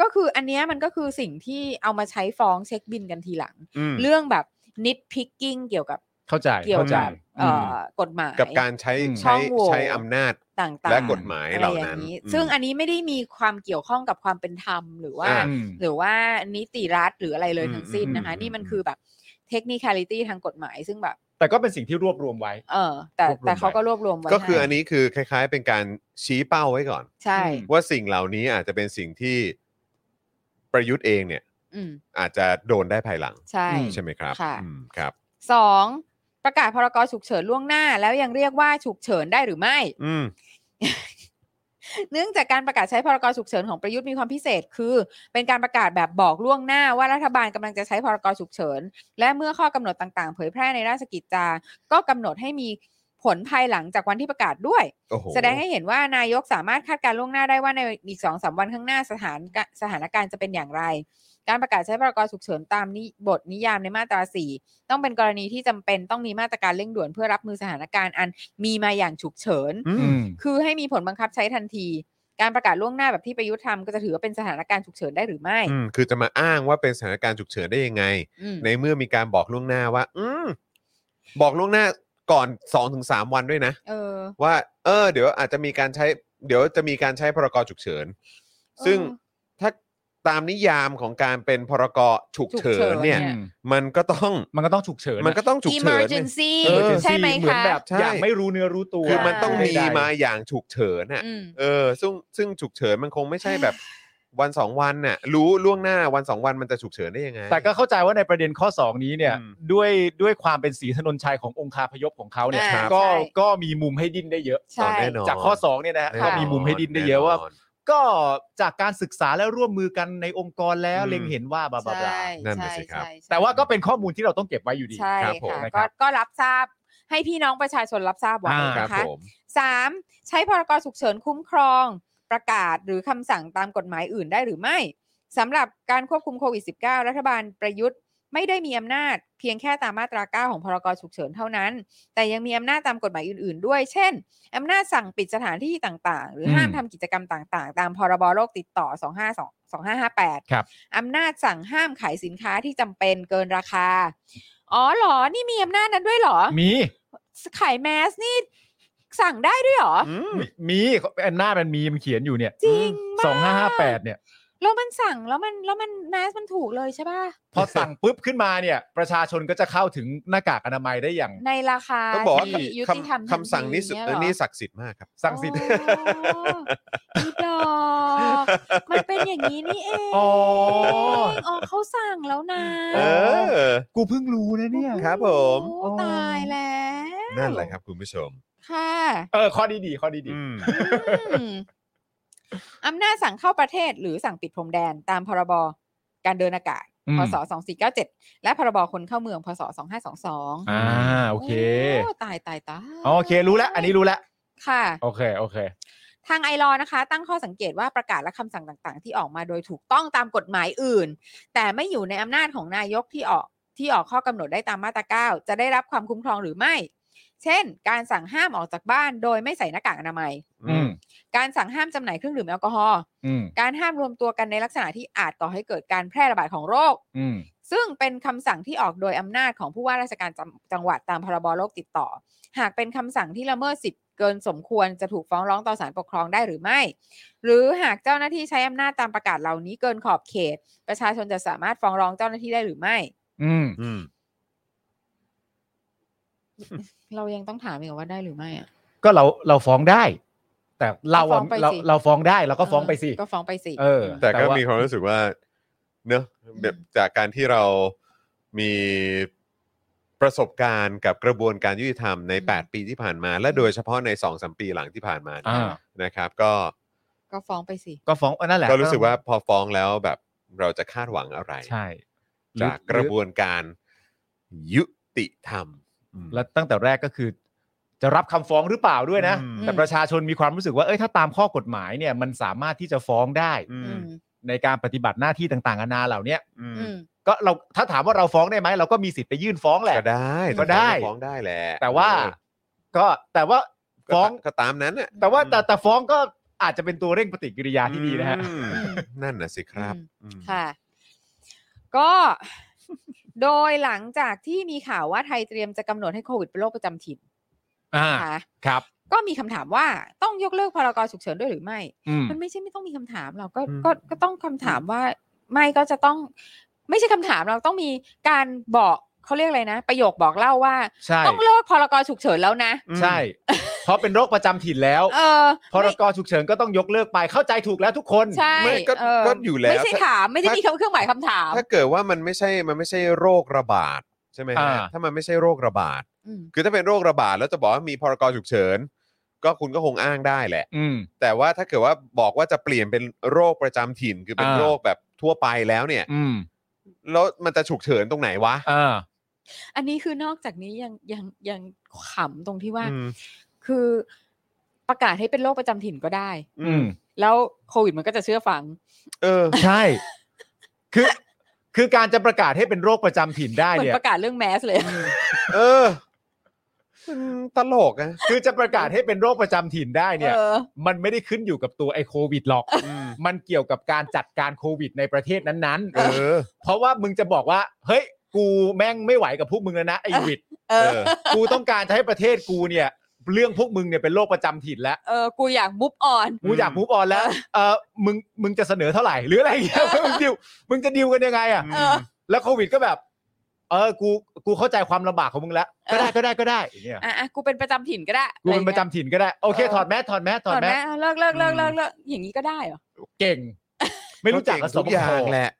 ก็คืออันเนี้ยมันก็คือสิ่งที่เอามาใช้ฟ้องเช็คบินกันทีหลัง อืม เรื่องแบบนิดพิกกิ้งเกี่ยวกับ เข้าใจ เกี่ยว เข้าใจ กับเอ่อ ม กฎหมาย กับการใช้ อืม ใช้ ช่องโหว่ ใช้อำนาจ ต่างๆ และกฎหมาย อะไร เหล่า อย่า นั้น งนี้ อืม ซึ่งอันนี้ไม่ได้มีความเกี่ยวข้องกับความเป็นธรรมหรือว่า อ่า อืม หรือว่านิติรัฐหรืออะไรเลยทั้งสิ้นนะคะ อืมอืม นี่มันคือแบบเทคนิค a l i t y ทางกฎหมายซึ่งแบบ แต่ก็เป็นสิ่งที่รวบรวมไว้ เออแต่ รวบรวม แต่เขา ไว้ ก็รวบรวมไว้ ก็คือ ให้ อันนี้คือคล้าย ๆ เป็นการชี้เป้าไว้ก่อน ใช่ อืม ว่าสิ่งเหล่านี้อาจจะเป็นสิ่งที่ประยุทธ์เองเนี่ย อืม อาจจะโดนได้ภายหลัง ใช่ ใช่ไหมครับ ค่ะ อืมครับ สองประกาศพรกฉุกเฉินล่วงหน้า แล้วยังเรียกว่าฉุกเฉินได้หรือไม่ อืม เนื่องจากการประกาศใช้พรกฉุกเฉินของประยุทธ์มีความพิเศษคือ เป็นการประกาศแบบบอกล่วงหน้าว่ารัฐบาลกำลังจะใช้พรกฉุกเฉิน และเมื่อข้อกำหนดต่างๆ เผยแพร่ในราชกิจจาก็กำหนดให้มีผลภายหลังจากวันที่ประกาศด้วย โอ้โห แสดงให้เห็นว่านายกสามารถคาดการณ์ล่วงหน้าได้ว่าในอีกสองสามวันข้างหน้าสถานกะสถานการณ์จะเป็นอย่างไร การประกาศใช้พรกฉุกเฉินตามนิบทนิยามในมาตราสี่ต้องเป็นกรณีที่จำเป็นต้องมีมาตรการเร่งด่วนเพื่อรับมือสถานการณ์อันมีมาอย่างฉุกเฉิน อื อื ม ม คือให้มีผลบังคับใช้ทันที การประกาศล่วงหน้าแบบที่ประยุทธ์ทำก็จะถือว่าเป็นสถานการณ์ฉุกเฉินได้หรือไม่ อืม คือจะมาอ้างว่าเป็นสถานการณ์ฉุกเฉินได้ยังไง อืม ในเมื่อมีการบอกล่วงหน้าว่า อืม บอกล่วงหน้าก่อน2อถึงสวันด้วยนะ เออ ว่า เออ เดี๋ยวอาจจะมีการใช้ เดี๋ยวจะมีการใช้พรกฉุกเฉิน อ ซึ่งถ้าตามนิยามของการเป็นพรกฉุกเฉิ ฉุกเฉิ น น เนี่ย เนี่ย มันก็ต้อง มันก็ต้องฉุกเฉิน มันก็ต้องฉุกเฉินเนี่ย emergency เออ ใช่ไหม เหมือน คะ แบบ ใช่ อย่างไม่รู้เนื้อรู้ตัว คือมันต้องมี ใดๆ มาอย่างฉุกเฉินน่ะ อืม เออ ซึ่งซึ่งฉุกเฉินมันคงไม่ใช่ แบบวันสองวันน่ะ รู้ล่วงหน้าวันสองวันมันจะฉุกเฉินได้ยังไง แต่ก็เข้าใจว่าในประเด็นข้อ 2 นี้เนี่ย อืม ด้วยด้วยความเป็นสีถนนชัยขององคาพยพของเขาเนี่ย อ่า ก็ ใช่ ก็มีมุมให้ดิ้นได้เยอะ ใช่ แน่นอน จากข้อ 2 เนี่ยนะฮะ แน่น ก็ น มีมุมให้ดิ้นได้เยอะว่า แน่นอน ก็จากการศึกษาและร่วมมือกันในองค์กรแล้ว อืม เล็งเห็นว่าบลาบลาบลา ใช่ นั่นน่ะสิครับ ใช่ใช่ แต่ว่าก็เป็นข้อมูลที่เราต้องเก็บไว้อยู่ดี ใช่ ครับผม ค่ะ นะคก็รับ ก็รับทราบให้พี่น้องประชาชนรับทราบไว้ อ่า ครับ นะคะ ผม สามใช้พรกฉุกเฉินคุ้มครอง ประกาศหรือคำสั่งตามกฎหมายอื่นได้หรือไม่สำหรับการควบคุมโควิด -19 รัฐบาลประยุทธ์ไม่ได้มีอำนาจเพียงแค่ตามมาตรา 9 ของพรกฉุกเฉินเท่านั้น แต่ยังมีอำนาจตามกฎหมายอื่นๆ ด้วย เช่นอำนาจสั่งปิดสถานที่ต่างๆ หรืออ ม ห้ามทำกิจกรรมต่างๆ ตามพรบโรคติดต่อ 25 2558 ครับ อำนาจสั่งห้ามขายสินค้าที่จำเป็นเกินราคา อ๋อเหรอ นี่มีอำนาจนั้นด้วยเหรอ มี ขายแมสนี่สั่งได้ด้วยเหรอ มีแอนหน้ามันมีมันเขียนอยู่เนี่ย จริง สองห้า ป่ะ ห้าแปดเนี่ย แล้วมันสั่งแล้วมันแล้วมันแมสมันถูกเลยใช่ป่ะ พอสั่งปุ๊บขึ้นมาเนี่ย ประชาชนก็จะเข้าถึงหน้ากากอนามัยได้อย่าง ในราคา ต้องบอกว่า ที่ยุ ค ติธรรม ำคำสั่งนี้สุด ทัที นี่ เยเหรอ ศักดิ์สิทธิ์มากครับ สั่งสิทธิ์ อ๋ออีดอกมันเป็นอย่างนี้นี่เอง อ๋อ อ๋อเขาสั่งแล้วนะ เออ กูเพิ่งรู้นะเนี่ย ครับผม โอ้ตายแล้ว นั่นแหละครับคุณผู้ชม ค่ะ เออ ข้อดีดีๆข้อดีดี อืม อืมอำนาจสั่งเข้าประเทศหรือสั่งปิดพรมแดนตามพรบการเดินอากาศ อืม พศ 2497 และพรบคนเข้าเมือง พศ 2522 อ่าโอเค โอ้ตายตายตาย อ๋อโอเครู้แล้ว อันนี้รู้แล้ว ค่ะ โอเค โอเค ทางไอรอนะคะ ตั้งข้อสังเกตว่าประกาศและคำสั่งต่างๆ ที่ออกมาโดยถูกต้องตามกฎหมายอื่น แต่ไม่อยู่ในอำนาจของนายกที่ออกที่ออกข้อกำหนดได้ตามมาตรา 9 จะได้รับความคุ้มครองหรือไม่ เช่น การสั่งห้ามออกจากบ้านโดยไม่ใส่หน้ากากอนามัย อืม การสั่งห้ามจำหน่ายเครื่องดื่มแอลกอฮอล์ อืม การห้ามรวมตัวกันในลักษณะที่อาจก่อให้เกิดการแพร่ระบาดของโรค อืม ซึ่งเป็นคำสั่งที่ออกโดยอำนาจของผู้ว่าราชการจังจังหวัดตามพรบโรคติดต่อ หากเป็นคำสั่งที่ละเมิดสิทธิ์เกินสมควรจะถูกฟ้องร้องต่อศาลปกครองได้หรือไม่ หรือหากเจ้าหน้าที่ใช้อำนาจตามประกาศเหล่านี้เกินขอบเขต ประชาชนจะสามารถฟ้องร้องเจ้าหน้าที่ได้หรือไม่ อืม อืม เรายังต้องถามอีกเหรอว่าได้หรือไม่อะ ก็เราเราฟ้องได้ แต่เรา ก็ฟ้ อะ องไปสิ เราเราฟ้องได้เราก็ฟ้องไปสิ ก็ฟ้องไปสิ เออ แต่ แต่ ก็ ว่ามี มีความรู้สึกว่า เนอะแบบจากการที่เรามีประสบการณ์กับกระบวนการยุติธรรมใน 8 ปีที่ผ่านมา และโดยเฉพาะใน2อสปีหลังที่ผ่านมา อ่า นะครับ ก็ ก็ฟ้องไปสิ ก็ฟ้องอันนั่นแหละ ก็รู้สึกว่าพอฟ้องแล้วแบบเราจะคาดหวังอะไร ใช่ จากกระบวนการยุติธรรมอืม แล้วตั้งแต่แรกก็คือ จะรับคำฟ้องหรือเปล่าด้วยนะ อืม แต่ประชาชนมีความรู้สึกว่าเอ้ยถ้าตามข้อกฎหมายเนี่ยมันสามารถที่จะฟ้องได้ อื อื ม ม ในการปฏิบัติหน้าที่ต่างๆนานาเหล่าเนี้ย อืม อืม ก็เราถ้าถามว่าเราฟ้องได้ไหมเราก็มีสิทธิ์ไปยื่นฟ้องแหละ ก็ได้ ก็ได้ ฟ้องได้แหละ แต่ว่า ก็แต่ว่า เออก็ ฟ้อง ก็ตามนั้นน่ะ แต่ว่าแต่แต่ฟ้องก็อาจจะเป็นตัวเร่งปฏิกิริยาที่ดีนะฮะ อืม อืม นั่นน่ะสิครับ อืม อืม ค่ะ ก็ โดยหลังจากที่มีข่าวว่าไทยเตรียมจะกำหนดให้โควิดเป็นโรคประจำถิ่น อ่า ค่ะ ครับ ก็มีคำถามว่าต้องยกเลิกพรกฉุกเฉินด้วยหรือไม่ อืม มันไม่ใช่ไม่ต้องมีคำถามเราก็ อืม ก็ก็ต้องคำถามว่าไม่ก็จะต้อง ไม่ใช่คำถามเราต้องมีการบอกเขาเรียกอะไรนะ ประโยคบอกเล่าว่า ใช่ ต้องเลิกพรกฉุกเฉินแล้วนะ ใช่ เพราะเป็นโรคประจำถิ่นแล้ว เออ พรกฉุกเฉินก็ต้องยกเลิกไป เข้าใจถูกแล้วทุกคน ใช่ ไม่ก็ เ ก็อยู่แล้ว ไม่ใช่ ถ้า ถามไม่ได้ ถ้ามี มีคำเครื่องหมายคำถาม ถ้าเกิดว่ามันไม่ใช่ มันไม่ใช่โรคระบาดใช่ไหมฮะ อ่า ถ้ามันไม่ใช่โรคระบาด อืม คือถ้าเป็นโรคระบาดแล้วจะบอกว่ามีพรกฉุกเฉิน ก็คุณก็คงอ้างได้แหละ อืม แต่ว่าถ้าเกิดว่าบอกว่าจะเปลี่ยนเป็นโรคประจำถิ่น คือเป็น อ่า โรคแบบทั่วไปแล้วเนี่ย อืม แล้วมันจะฉุกเฉินตรงไหนวะ อ่า อันนี้คือนอกจากนี้ยังยังยังขำตรงที่ว่า อืม คือประกาศให้เป็นโรคประจำถิ่นก็ได้ อืม แล้วโควิดมันก็จะเชื่อฟัง เออ ใช่ คือ คือการจะประกาศให้เป็นโรคประจำถิ่นได้ เหมือน เนี่ย ประกาศเรื่องแมสเลย เออมันตลกอะ คือจะประกาศให้เป็นโรคประจำถิ่นได้เนี่ย เออ มันไม่ได้ขึ้นอยู่กับตัวไอ้โควิดหรอก อืม มันเกี่ยวกับการจัดการโควิดในประเทศนั้น ๆ เออ เพราะว่ามึงจะบอกว่า เฮ้ย กูแม่งไม่ไหวกับพวกมึงแล้วนะไอ้วิด เออ เออ กูต้องการจะให้ประเทศกูเนี่ย เรื่องพวกมึงเนี่ยเป็นโรคประจำถิ่นแล้ว เออ กูอยากมุฟออน กูอยากมูฟออนแล้วเออมึงมึงจะเสนอเท่าไหร่ หรืออะไรอย่างเงี้ยมึงดิวมึงจะดิวกันยังไงอ่ะ อืม เออ แล้วโควิดก็แบบ เออกูกูเข้าใจความลำบากของมึงแล้ว ก็ได้ก็ได้ก็ได้อย่างเงี้ย อ่ะอ่ะกูเป็นประจำถิ่นก็ได้ กูเป็นประจำถิ่นก็ได้โอเคถอดแมสถอดแมส ถ ถอ อ ด ด แม แม ส สเลิกเลิกเลิกเลิกเลิกอย่างนี้ก็ได้เหรอ เก่ง ไม่รู้จัก เง กับส ทุ ม กอย่า ครง แหละ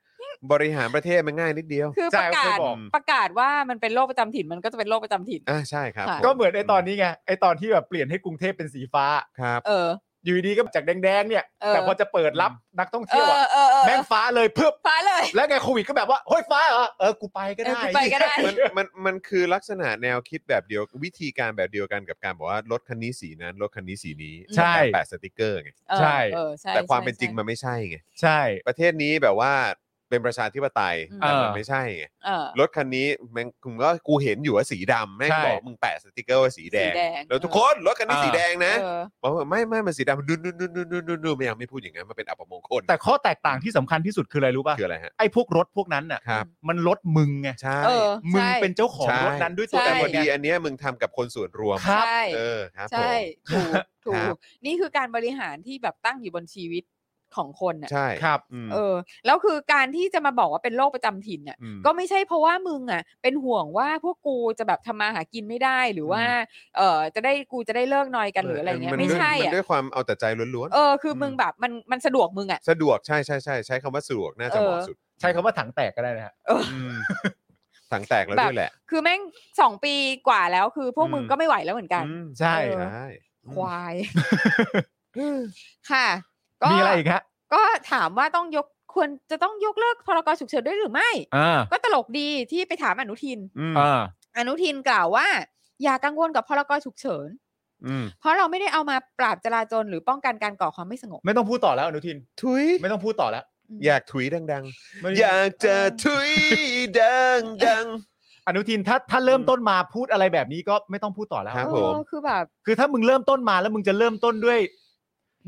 บริหารประเทศมันง่ายนิดเดียว คือ ใช่ ประ เค กาย ศ บอก ประกาศว่ามันเป็นโรคประจำถิ่นมันก็จะเป็นโรคประจำถิ่น อ่าใช่ครับ ค่ะ ผ ก็เหมือนไอ้ตอนนี้ไงไอ้ตอนที่แบบเปลี่ยนให้กรุงเทพเป็นสีฟ้า ครับ เออ อยู่ดีๆก็จากแดงๆเนี่ย เออ แต่พอจะเปิดรับนักท่อง เอ เที่ยว อ อะ เออเออ แม่งฟ้าเลยเพิ่ม ฟ้าเลย แล้วไงโควิดก็แบบว่าเฮ้ยฟ้าเหรอเออกูไปก็ได้ เออกูไปก็ได้ มัน มันมันคือลักษณะแนวคิดแบบเดียววิธีการแบบเดียวกันกับการบอกว่ารถคันนี้สีนั้นรถคันนี้สีนี้ ใช่ การแปะสติกเกอร์ไง เออ ใช่ เออใช่ แต่ความ ใช่ เป็นจริงมันไม่ใช่ไง ใช่ ประเทศนี้แบบว่าเป็นประชาธิปไตย เอ แต่ อ มันไม่ใช่ไง เออ รถคันนี้แม่งกูก็กูเห็นอยู่ว่าสีดำแม่ง ใช่ บอกมึงแปะสติกเกอร์ว่าสีแดง สีแดง แล้วทุกคนรถคันนี้สีแดงนะ เออ บอกว่าไม่ไม่มันสีดำดูดูดูดูดูดูดูไม่อยากไม่พูดอย่างนั้นมันเป็นอัปมงคล แต่ข้อแตกต่างที่สำคัญที่สุดคืออะไรรู้ป่ะ คืออะไรฮะ ไอ้พวกรถพวกนั้นน่ะ ครับ มันรถมึงไง ใช่ เออ มึง ใช่ เป็นเจ้าของ ใช่ รถนั้นด้วยตัว แต่ เอง พอ ไง ดีอันเนี้ยมึงทำกับคนส่วนรวม ครับ ใช่ เออครับผม ใช่ถูกถู ครั ก บ นี่คือการบริหารที่แบบตั้งอยู่บนชีวิตของคนน่ะ ใช่ ครับ อืม เออ แล้วคือการที่จะมาบอกว่าเป็นโรคประจำถิ่นน่ะ ม ก็ไม่ใช่เพราะว่ามึงอ่ะ เป็นห่วงว่าพวกกูจะแบบทำมาหากินไม่ได้หรือว่า เออจะได้กูจะได้เลิกนอยกันหรืออะไรเงี้ย น ไม่ ด้วย ใช่ มั อ่ะ นด้วยความเอาแต่ใจล้วน เออคือมึงแบบมันมันสะดวกมึงอ่ะ ๆ สะดวกใช่ใช่ใช่ใช้คำว่าสะดวกน่าจะ เออ เหมาะสุด ใช้คำว่าถังแตกก็ได้นะฮะ อืมถังแตกแล้วด้วยแหละ คือแม่งสองปีกว่าแล้วคือพวกมึง อืม ก็ไม่ไหวแล้วเหมือนกัน อืม ใช่ เออ ใช่อืม ควายค่ะ ก็ มีอะไรอีกฮะ ก็ถามว่าต้องยกควรจะต้องยกเลิกพรกฉุกเฉินด้วยหรือไม่ อ่า ก็ตลกดีที่ไปถามอนุทิน อืม อ่า อนุทินกล่าวว่า อย่ากังวลกับพรกฉุกเฉิน อืม เพราะเราไม่ได้เอามาปราบจราจรหรือป้องกันการก่อความไม่สงบ ไม่ต้องพูดต่อแล้วอนุทิน ถุย ไม่ต้องพูดต่อแล้ว อืม อยากถุยดัง ไม่ ๆ อยากจะถุยดัง อนุทินถ้าถ้าเริ่มต้นมาพูดอะไรแบบนี้ก็ไม่ต้องพูดต่อแล้ว ครับ เอ ผ อ ม คือแบบ คือถ้ามึงเริ่มต้นมาแล้วมึงจะเริ่มต้นด้วย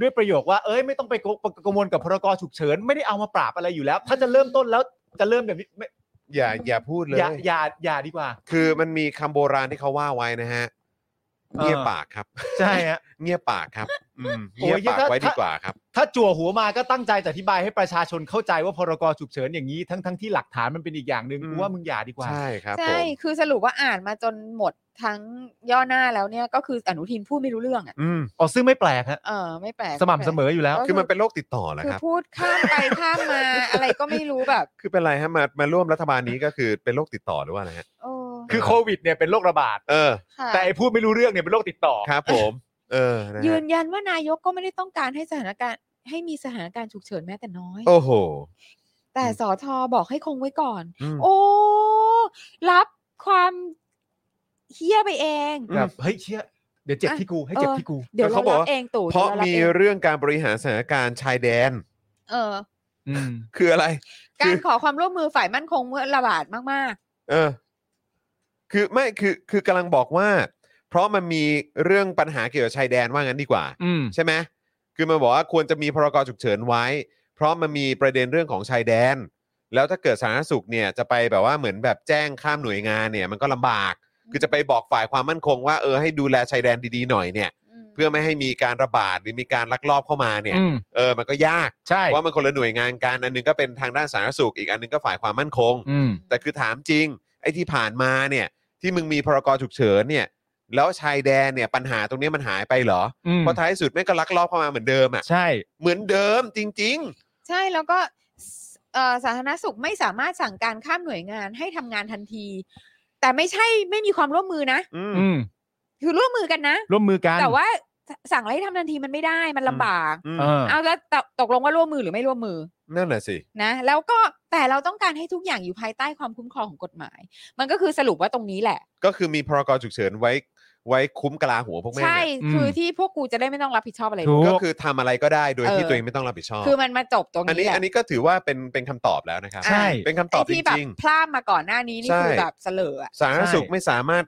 ด้วยประโยคว่าเอ้ยไม่ต้องไปกังวลกับพรกฉุกเฉินไม่ได้เอามาปราบอะไรอยู่แล้ว ถ้าจะเริ่มต้นแล้วจะเริ่มแบบนี้ไม่ ๆ อย่าอย่าพูดเลย อย่าอย่าอย่าดีกว่า คือมันมีคำโบราณที่เขาว่าไว้นะฮะ เออ เงียบปากครับ ใช่ฮะ เงียบปากครับ อืม โอ้ย เงียบปาก ถ้า ไว้ดีกว่าครับ ถ้าจั่วหัวมาก็ตั้งใจจะอธิบายให้ประชาชนเข้าใจว่าพรกฉุกเฉินอย่างนี้ทั้งทั้งที่หลักฐานมันเป็นอีกอย่างหนึ่ง อืม กูว่ามึงอย่าดีกว่า ใช่ครับผ ใช่ ม คือสรุปว่าอ่านมาจนหมดทั้งย่อหน้าแล้วเนี่ยก็คืออนุทินพูดไม่รู้เรื่องอ่ะ อืม อ๋อซึ่งไม่แปลกฮะ เออไม่แปลก สม่ำเสม ไแปลก ออยู่แล้ว ก็ คือมันเป็นโรคติดต่อแหละคคือ รับ พูดข้ามไปข้ามมา อะไรก็ไม่รู้แบบ คือเป็นไรฮะมามาร่วมรัฐบาลนี้ก็คือเป็นโรคติดต่อหรือว่าอะไรฮะ โอ้ คือโควิดเนี่ยเป็นโรคระบาด เออ ค่ะ แต่ไอ้พูดไม่รู้เรื่องเนี่ยเป็นโรคติดต่อ ครับผม เออนะฮะ ยืนยันว่านายกก็ไม่ได้ต้องการให้สถานการณ์ ให้มีสถานการณ์ฉุกเฉินแม้แต่น้อย โอ้โห แต่สอทอบอกให้คงไว้ก่อน อืม โอ้รับความเฮี้ยไปเอง ค แบ รั บบ เฮ้ยเชี่ยเดี๋ยวเจ็บที่กูให้เจ็บที่กู เดี๋ยว แล้ว เรา เขาบอก รับ ว่า เองตู่ เพราะ ดี๋ยวมีบอง เรื่องการบริหารสถานการณ์ชายแดน เออ อืม คืออะไร คื การ อ ขอความร่วมมือฝ่ายมั่นคงเมื่อระบาดมาก เออ คือไม่คือคือกำลังบอกว่า เพราะมันมีเรื่องปัญหาเกี่ยวกับชายแดนว่างั้นดีกว่า อืม ใช่ไหมคือมันบอกว่าควรจะมีพรกฉุกเฉินไว้ เพราะมันมีประเด็นเรื่องของชายแดน แล้วถ้าเกิดสาธารณสุขเนี่ยจะไปแบบว่าเหมือนแบบแจ้งข้ามหน่วยงานเนี่ย มันก็ลำบาก คือจะไปบอกฝ่ายความมั่นคงว่าเออให้ดูแลชายแดนดีๆหน่อยเนี่ย ๆ เพื่อไม่ให้มีการระบาดหรือมีการลักลอบเข้ามาเนี่ย อืม เออ มันก็ยาก ใช่ ว่ามันคนละหน่วยงานกัน อันหนึงก็เป็นทางด้านสาธารณสุข อีกอันหนึงก็ฝ่ายความมั่นคง อืม แต่คือถามจริง ไอ้ที่ผ่านมาเนี่ย ที่มึงมีพรกฉุกเฉินเนี่ย แล้วชายแดนเนี่ยปัญหาตรงเนี้ยมันหายไปเหรอ อืม เพราะท้ายสุดแม่งก็ลักลอบเข้ามาเหมือนเดิมอ่ะ ใช่ เหมือนเดิมจริง ใช่แล้วก็สเอ่อสาธารณสุขไม่สามารถสั่งการข้ามหน่วยงานให้ทำงานทันที แต่ไม่ใช่ไม่มีความร่วมมือนะ ๆ อืม อืม คือร่วมมือกันนะ ร่วมมือกัน แต่ว่าสั่งให้ทำทันทีมันไม่ได้มันลำบาก อืม เออ เอาแล้วตตกลงว่าร่วมมือหรือไม่ร่วมมือ นั่นแหละสิ นะ แล้วก็แต่เราต้องการให้ทุกอย่างอยู่ภายใต้ความคุ้มครองของกฎหมาย มันก็คือสรุปว่าตรงนี้แหละ ก็คือมีพรกฉุกเฉินไว้ไว้คุ้มกลาหัวพวกแม่ง ใช่ เนี่ย อืม คือที่พวกกูจะได้ไม่ต้องรับผิดชอบอะไร ถู เลย ก ก็คือทำอะไรก็ได้โดยที่ เออ ตัวเองไม่ต้องรับผิดชอบ คือมันมาจบตรง อัน นี้ นี้ แหละ อันนี้ก็ถือว่าเป็นเป็นคำตอบแล้วนะครับ อ่ะ ใช่ เป็นคำต ไอ้ อบจ ที่แบบ ริง พลาดมาก่อนหน้านี้นี่ ใช่ คือแบบเสลออะ ๆ สาธารณสุข ใช่ ไม่สามารถ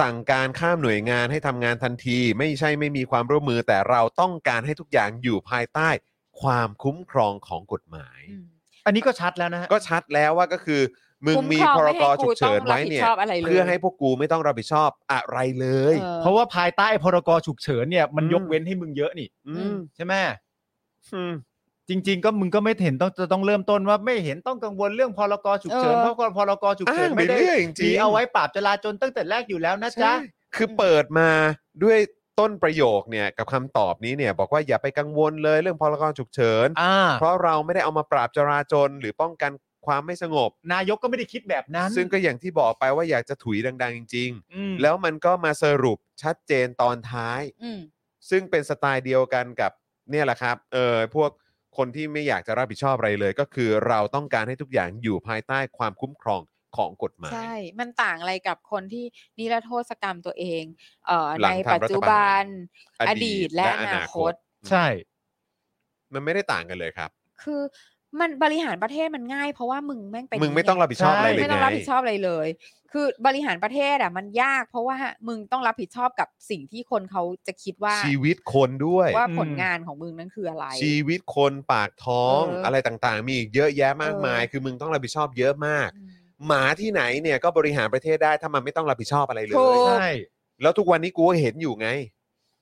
สั่งการข้ามหน่วยงานให้ทำงานทันที ไม่ใช่ไม่มีความร่วมมือแต่เราต้องการให้ทุกอย่างอยู่ภายใต้ความคุ้มครองของกฎหมาย อันนี้ก็ชัดแล้วนะฮะ ก็ชัดแล้วว่าก็คือมึงมี คุ้มค พ รอง รกไม่ให้กู ฉุกเฉินไว้เนี่ย ต้องรับผิดชอบอะไรเลย เพื่อให้พวกกูไม่ต้องรับผิดชอบอะไรเลย เออ เพราะว่าภายใต้พรกฉุกเฉินเนี่ยมัน อืม ยกเว้นให้มึงเยอะนี่ อื อื ม ม ใช่ไหม อืม จริง ๆ ก็มึงก็ไม่เห็นต้องจะต้องเริ่มต้นว่าไม่เห็นต้องกังวลเรื่องพรกฉุกเฉิน เออ เพราะพรกฉุกเฉิน อ้างไป ไม่ได้ เรื่อยจริงๆ มีเอาไว้ปราบจราจนตั้งแต่แรกอยู่แล้วนะจ๊ะ ใช่คือเปิดมาด้วยต้นประโยคเนี่ยกับคำตอบนี้เนี่ย บอกว่าอย่าไปกังวลเลยเรื่องพลกรฉุกเฉิน อ่า เพราะเราไม่ได้เอามาปราบจราจรหรือป้องกันความไม่สงบ นายกก็ไม่ได้คิดแบบนั้น ซึ่งก็อย่างที่บอกไปว่าอยากจะถุยดัง ๆ จริง อืม ๆ แล้วมันก็มาสรุปชัดเจนตอนท้าย อืม ซึ่งเป็นสไตล์เดียวกันกับเนี่ยแหละครับเออพวกคนที่ไม่อยากจะรับผิดชอบอะไรเลย ก็คือเราต้องการให้ทุกอย่างอยู่ภายใต้ความคุ้มครองของกฎหมาย ใช่ มันต่างอะไรกับคนที่นิรโทษกรรมตัวเองเอ่อ หลั ใน งทำ ปัจจุบัน รัฐประหาร อดีตและ อดีตและออนา นา ค ค ต ต ใช่ มันไม่ได้ต่างกันเลยครับ คือมันบริหารประเทศมันง่าย เพราะว่ามึงแม่งเป็น มึงไม่ต้องรับผิดชอบอะไรเลย ไม่ต้องรับผิดช ไง อบอะไรเลย คือบริหารประเทศอ่ะมันยาก เพราะว่ามึงต้องรับผิดชอบกับสิ่งที่คนเขาจะคิดว่า ชีวิตคนด้วย ว่า อืม ผลงานของมึงนั้นคืออะไร ชีวิตคนปากท้อง เอออ อะไรต่างๆ มีอีกเยอะแยะมากมาย เออ คือมึงต้องรับผิดชอบเยอะมาก อืม หมาที่ไหนเนี่ยก็บริหารประเทศได้ถ้ามันไม่ต้องรับผิดชอบอะไรเลย ถูก ใช่ แล้วทุกวันนี้กูก็เห็นอยู่ไง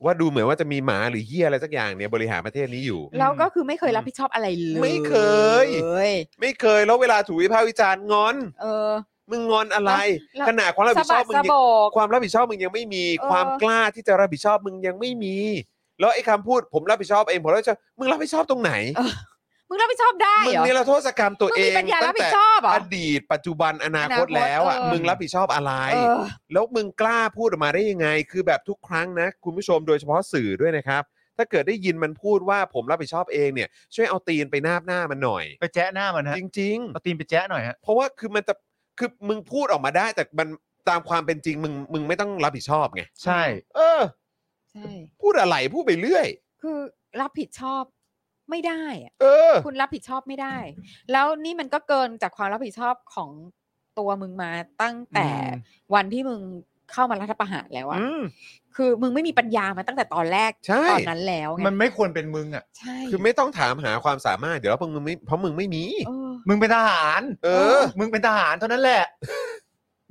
ว่าดูเหมือนว่าจะมีหมาหรือเฮียอะไรสักอย่างเนี่ยบริหารประเทศนี้อยู่ แล้วก็คือไม่เคยรับผิดชอบอะไรเลย ไม่เคย ไม่เคยแล้วเวลาถูกวิพากษ์วิจารณ์งอน เออ มึงงอนอะไร แล้ว ขนาดความรับ สะ ผิดช บั อ ด บมึง สะ ยัง โบก ความรับผิดชอบมึงยังไม่มี เออ ความกล้าที่จะรับผิดชอบมึงยังไม่มี แล้วไอ้คำพูดผมรับผิดชอบเองผมรับผิดชอบมึงรับผิดชอบตรงไหน มึงรับผิดชอบได้ มึ เห ง รอ นี่เราโทษกรรมตัว มึง เอ มี ง ปัญญา ตั้ รับ ง ผิ แต่ ดชอบเหรอ อดีต ปัจจุบันอนาคต อนาคต แล้วอ่ะ เออ มึงรับผิดชอบอะไร เออ แล้วมึงกล้าพูดออกมาได้ยังไง คือแบบทุกครั้งนะ คุณผู้ชมโดยเฉพาะสื่อด้วยนะครับ ถ้าเกิดได้ยินมันพูดว่าผมรับผิดชอบเองเนี่ย ช่วยเอาตีนไปนาบหน้ามันหน่อย ไปแจ้หน้ามันฮะ จริง ๆ เอาตีนไปแจ้หน่อยฮะ เพราะว่าคือมันจะคือมึงพูดออกมาได้ แต่มันตามความเป็นจริงมึงมึงไม่ต้องรับผิดชอบไง ใช่ เออ ใช่ พูดอะไรพูดไปเรื่อย คือรับผิดชอบไม่ได้อะ เออ คุณรับผิดชอบไม่ได้ แล้วนี่มันก็เกินจากความรับผิดชอบของตัวมึงมาตั้งแต่วันที่มึงเข้ามารัฐประหารแล้วอะ อืม คือมึงไม่มีปัญญามาตั้งแต่ตอนแรก ใช่ ตอนนั้นแล้วไง มันไม่ควรเป็นมึงอ่ะ ใช่ คือไม่ต้องถามหาความสามารถเดี๋ยวแล้วมึงไม่เพราะมึงไม่มี เออ มึงเป็นทหาร เออ มึงเป็นทหารเท่านั้นแหละ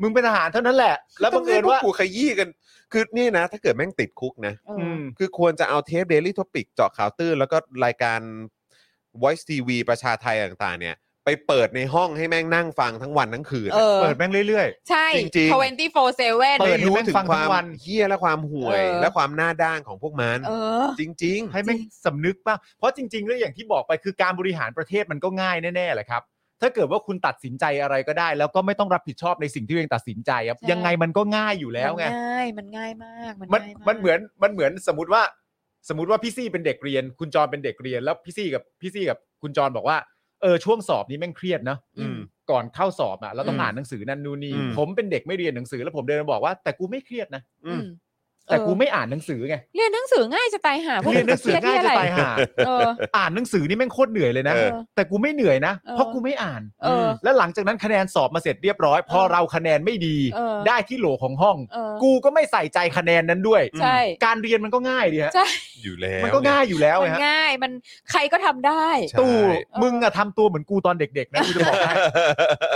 มึงเป็นทหารเท่านั้นแหละ แล้วบังเอิญ ต้ให้พ ว่า กกูขยี้กัน คือเนี่ยนะ ถ้าเกิดแม่งติดคุกนะ เออ อืม คือควรจะเอาเทป Daily Topic เจาะข่าวตื้นแล้วก็รายการ Voice TV ประชาไทยต่างๆ เนี่ย ไปเปิดในห้องให้แม่งนั่งฟังทั้งวันทั้งคืน เออ เปิดแม่งเรื่อย ใช่ จริงๆ 24/7 เปิ ไม่ ด รู้ ให้แม่ง ถึง ฟัง ค ทั้ วาม งวัน เฮี้ยและความห่วย เออ และความหน้าด้านของพวกมัน เออ จริง ๆ ให้แม่งสำนึกป่ะ เพราะจริงๆแล้วอย่างที่บอกไปคือการบริหารประเทศมันก็ง่ายแน่ๆแหละครับ ถ้าเกิดว่าคุณตัดสินใจอะไรก็ได้ แล้วก็ไม่ต้องรับผิดชอบในสิ่งที่ตัวเองตัดสินใจครับ ใช่ ยังไงมันก็ง่ายอยู่แล้วไง มันง่ายมันง่ายมากมัน มัน ง่ายาก มันเหมือนมันเหมือนสมมติว่า สมมติว่าพี่ซี่เป็นเด็กเรียน คุณจอนเป็นเด็กเรียน แล้วพี่ซี่กับพี่ซี่กับคุณจอนบอกว่าเออช่วงสอบนี้แม่งเครียดเนอะ อืม ก่อนเข้าสอบอ่ะเราต้อง อืม อ่านหนังสือนั่นนู่นนี่ อืม ผมเป็นเด็กไม่เรียนหนังสือแล้วผมเดินมาบอกว่า แต่กูไม่เครียดนะ ๆอืม ม แต่กู เออ ไม่อ่านหนังสือไง เรียนหนังสือง่ายจะตายหาพวก เรียนหนังสือ เครี ง่าย ด จะ ที่ ตายห่า เออ อ่านหนังสือนี่แม่งโคตรเหนื่อยเลยนะ เออ แต่กูไม่เหนื่อยนะ เออ เพราะกูไม่อ่าน เออ แล้วหลังจากนั้นคะแนนสอบมาเสร็จเรียบร้อยพอ เออ เราคะแนนไม่ดี เออ ได้ที่โหลของห้อง เออ กูก็ไม่ใส่ใจคะแนนนั้นด้วย ใช่ การเรียนมันก็ง่ายดีฮะ ใช่ อยู่แล้ว มันก็ง่ายอยู่แล้ว มั ไง น ฮะ ง่ายมันใครก็ทำได้ ใช่ ตู่มึงอะทำตัวเหมือนกูตอนเด็กๆนะกูจะบอกให้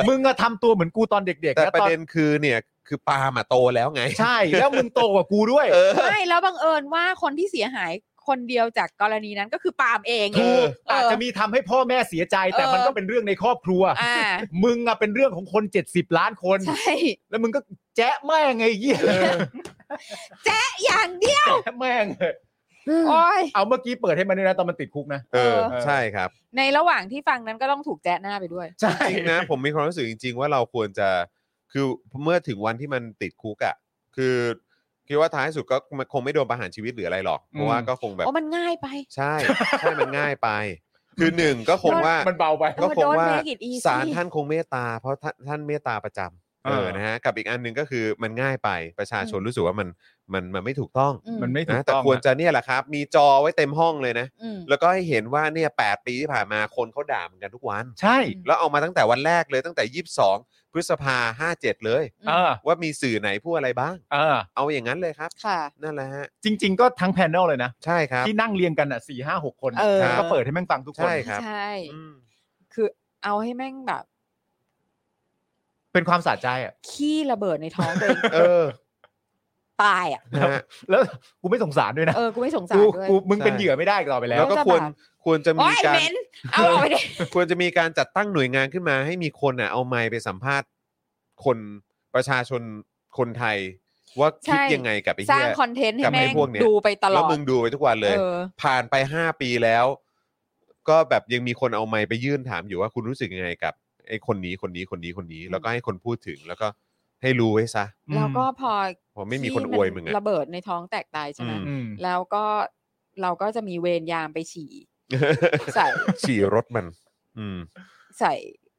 มึงอะทำตัวเหมือนกูตอนเด็ กๆแต่ นะ ประ ตอน เด็นคือเนี่ยคือปาล์มอะโตแล้วไง ใช่ แล้วมึงโตกว่ากูด้วย เออ ไม่แล้วบังเอิญว่าคนที่เสียหายคนเดียวจากกรณีนั้นก็คือปาล์มเองไง ถูก เอ อาจ อ จะมีทำให้พ่อแม่เสียใจแต่ เออ มันก็เป็นเรื่องในครอบครัว อ่า มึงอะเป็นเรื่องของคน 70 ล้านคน ใช่ แล้วมึงก็แจ๊ะแม่งไงเยี่ย อย่างเดียว แจ๊ะแม่งเลย โอ้ย เอาเมื่อกี้เปิดให้มันด้วยนะตอนมันติดคุกนะ เออ เออ ใช่ครับ ในระหว่างที่ฟังนั้นก็ต้องถูกแจ้หน้าไปด้วย ใช่ จริงนะ ผมมีความรู้สึกจริง ๆ ว่าเราควรจะคือเมื่อถึงวันที่มันติดคุกอ่ะคือคิดว่าท้ายสุดก็คงไม่โดนประหารชีวิตหรืออะไรหรอกเพราะว่าก็คงแบบ โอ้มันง่ายไป ใช่ใช่มันง่ายไป คือหนึ่งก็คงว่า มันเบาไป ก็คงว่า Don't make it easy สารท่านคงเมตตา เพราะท่านท่านเมตตาประจำเออ เออ นะฮะกับอีกอันหนึ่งก็คือมันง่ายไปประชาชนรู้สึกว่ามันมันมันไม่ถูกต้อง อืม มันไม่ถูก นะแต่ ต้อง ควรจะเนี่ยแหละครับ มีจอไว้เต็มห้องเลยนะ อืม แล้วก็ให้เห็นว่าเนี่ยแปดปีที่ผ่านมาคนเขาด่ามันกันทุกวัน ใช่ อืม แล้วเอามาตั้งแต่วันแรกเลยตั้งแต่ 22 พฤษภา 57 เลย เออ ว่ามีสื่อไหนพูดอะไรบ้าง เออ เอาอย่างนั้นเลยครับ ค่ะ นั่นแหละฮะ จริง ๆ ก็ทั้งแพนเนลเลยนะ ใช่ครับ ที่นั่งเรียงกันอ่ะสี่ห้าหกคน เออ ก็เปิดให้แม่งฟังทุกคน ใช่ครับ ใช่ อืม คือเอาให้แม่งแบบ เป็นความสะใจ อ่ะ ขี้ระเบิดในท้องตัวเอง เออ ตายอ่ะ นะฮะ แล้วกูไม่สงสารด้วยนะ เออกูไม่สงสาร กู ด้วย กูมึงเป็น ใช่ เหยื่อไม่ได้อีกต่อไปแล้ แล้ว วก็ควร แล้วจะแบบ ควรจะมี โอ้ย การ เหม็นเอาออกไปดิ ควรจะมีการจัดตั้งหน่วยงานขึ้นมา ให้มีคนอ่ะเอาไมค์ไปสัมภาษณ์คนประชาชนคนไทย ว่า ใช่ คิดยังไงกับไอ้ ส เหี้ ร้าง ย คอนเทนต์ให้ กับไอ้ แม่ง พวกเนี้ย ดูไปตล แล้ อ ว ด มึงดูไปทุกวันเลย เออ ผ่านไป 5 ปีแล้ว ก็แบบยังมีคนเอาไมค์ไปยื่นถามอยู่ว่าคุณรู้สึกยังไงกับไอ้คนนี้คนนี้คนนี้คนนี้ แล้วก็ให้คนพูดถึงแล้วก็ ให้รู้ไว้ซะ แล้วก็พอ เพอไม่มี ที่ คนอวยมึงอะ ระเบิดในท้องแตกตายใช่ไหม อืม ม แล้วก็เราก็จะมีเวรยามไปฉี่ ใส่ ฉี่รถมัน อืม ใส่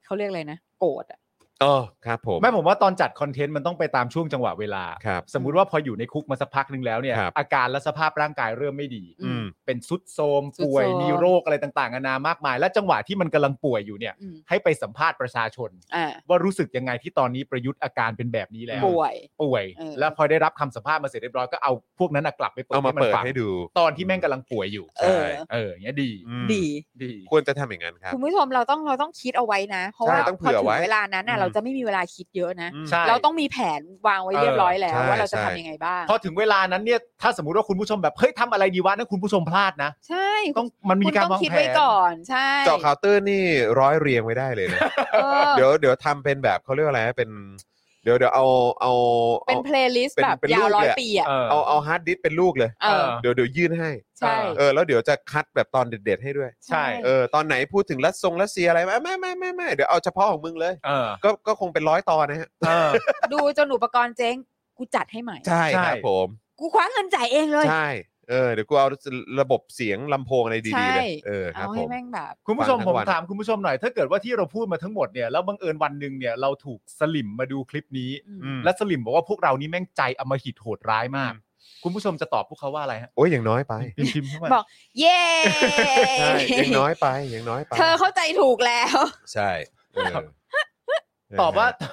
เขาเรียกอะไรนะ โกรธอะ อ๋อครับผม ไม่ผมว่าตอนจัดคอนเทนต์มันต้องไปตามช่วงจังหวะเวลา ครับ สมมุติว่าพออยู่ในคุกมาสักพักหนึ่งแล้วเนี่ย ครับ อาการและสภาพร่างกายเริ่มไม่ดี อืม เป็นซุดโทรมป่วยมีโรคอะไรต่างๆนานามากมาย และจังหวะที่มันกำลังป่วยอยู่เนี่ย อืม ให้ไปสัมภาษณ์ประชาชน อ่า ว่ารู้สึกยังไงที่ตอนนี้ประยุทธ์อาการเป็นแบบนี้แล้ว ป่วย ป่วย เออ แล้วพอได้รับคำสัมภาษณ์มาเสร็จเรียบร้อยก็เอาพวกนั้นนะกลับไปเปิด เอามา ให้มัน เปิด ฟัง ให้ดู ตอนที่แม่งกำลังป่วยอยู่ ใช่ เออ เอออย่างเงี้ยดี อืม ดี ดี ควรจะทำอย่างนั้นครับ คุณผู้ชมเราต้องเราต้องคิดเอาไว้นะ เพราะว่า ใช่ต้อง พ เผื่ อ อ ถึ ไว้ งเวลานั้นน่ะ อืม เราจะไม่มีเวลาคิดเยอะนะ อืม ใช่ เราต้องมีแผนวางไว้เรียบร้อยแล้ว เออ ว่าเราจะ ใช่ ทำยังไงบ้าง พอถึงเวลานั้นเนี่ยถ้าสมมติว่าคุณผู้ชมแบบเฮ้ยทำอะไรดีวะนั่นคุณผู้ชมพลาดนะ ใช่คุ ต้ณองมันมี คุณ การ ต้อง วาง คิด แผ ไว้ น ก่อนใช่ เจาะเคาน์เตอร์นี่ร้อยเรียงไว้ได้เลยนะ เออ เดี๋ยวเดี๋ยวทำเป็นแบบเขาเรียกว่าอะไรนะเป็น เดี๋ยวเดี๋ยวเอาเอา เป็ เอา นเพลย์ลิสต์ เป็น แบบ เป็น ยาว รูป ร้อย เลย ปีอ่ะ เออ เอาเอาฮาร์ดดิสเป็นลูกเลย เออ เดี๋ยวเดี๋ยวยื่นให้ ใช่ เออแล้วเดี๋ยวจะคัดแบบตอนเด็ด ๆ ให้ด้วย ใช่ เออตอนไหนพูดถึงรัสซงรัสเซียอะไรไม่ไม่ไม่ไม่ไม่เดี๋ยวเอาเฉพาะของมึงเลย เออ ก็ก็คงเป็นร้อยตอนนะฮะ เออ ดูจนอุปกรณ์เจ๊งกูจัดให้ใหม่ ใช่ ใช่ ครับผม กูคว้าเงินจ่ายเองเลย ใช่เออเดี๋ยวกูเอาระบบเสียงลำโพงอะไรดีใช่ๆเลยเออครั เอา บผ ให้ ม แม่งแบบ คุณผู้ชม ฟังทั้งผม วัน ถามคุณผู้ชมหน่อยถ้าเกิดว่าที่เราพูดมาทั้งหมดเนี่ยแล้วบังเอิญวันหนึ่งเนี่ยเราถูกสลิมมาดูคลิปนี้ อืม และสลิมบอกว่าพวกเรานี่แม่งใจอำมหิตโหดร้ายมาก อืม คุณผู้ชมจะตอบพวกเขาว่าอะไรฮะ โอ้ยอย่างน้อยไป พิมพ์พิมพ์เข้ามา บอก เย้ ใช่ยังน้อยไปยังน้อยไป เธอเข้าใจถูกแล้ว ใช่เออ ตอบว่า นะฮะ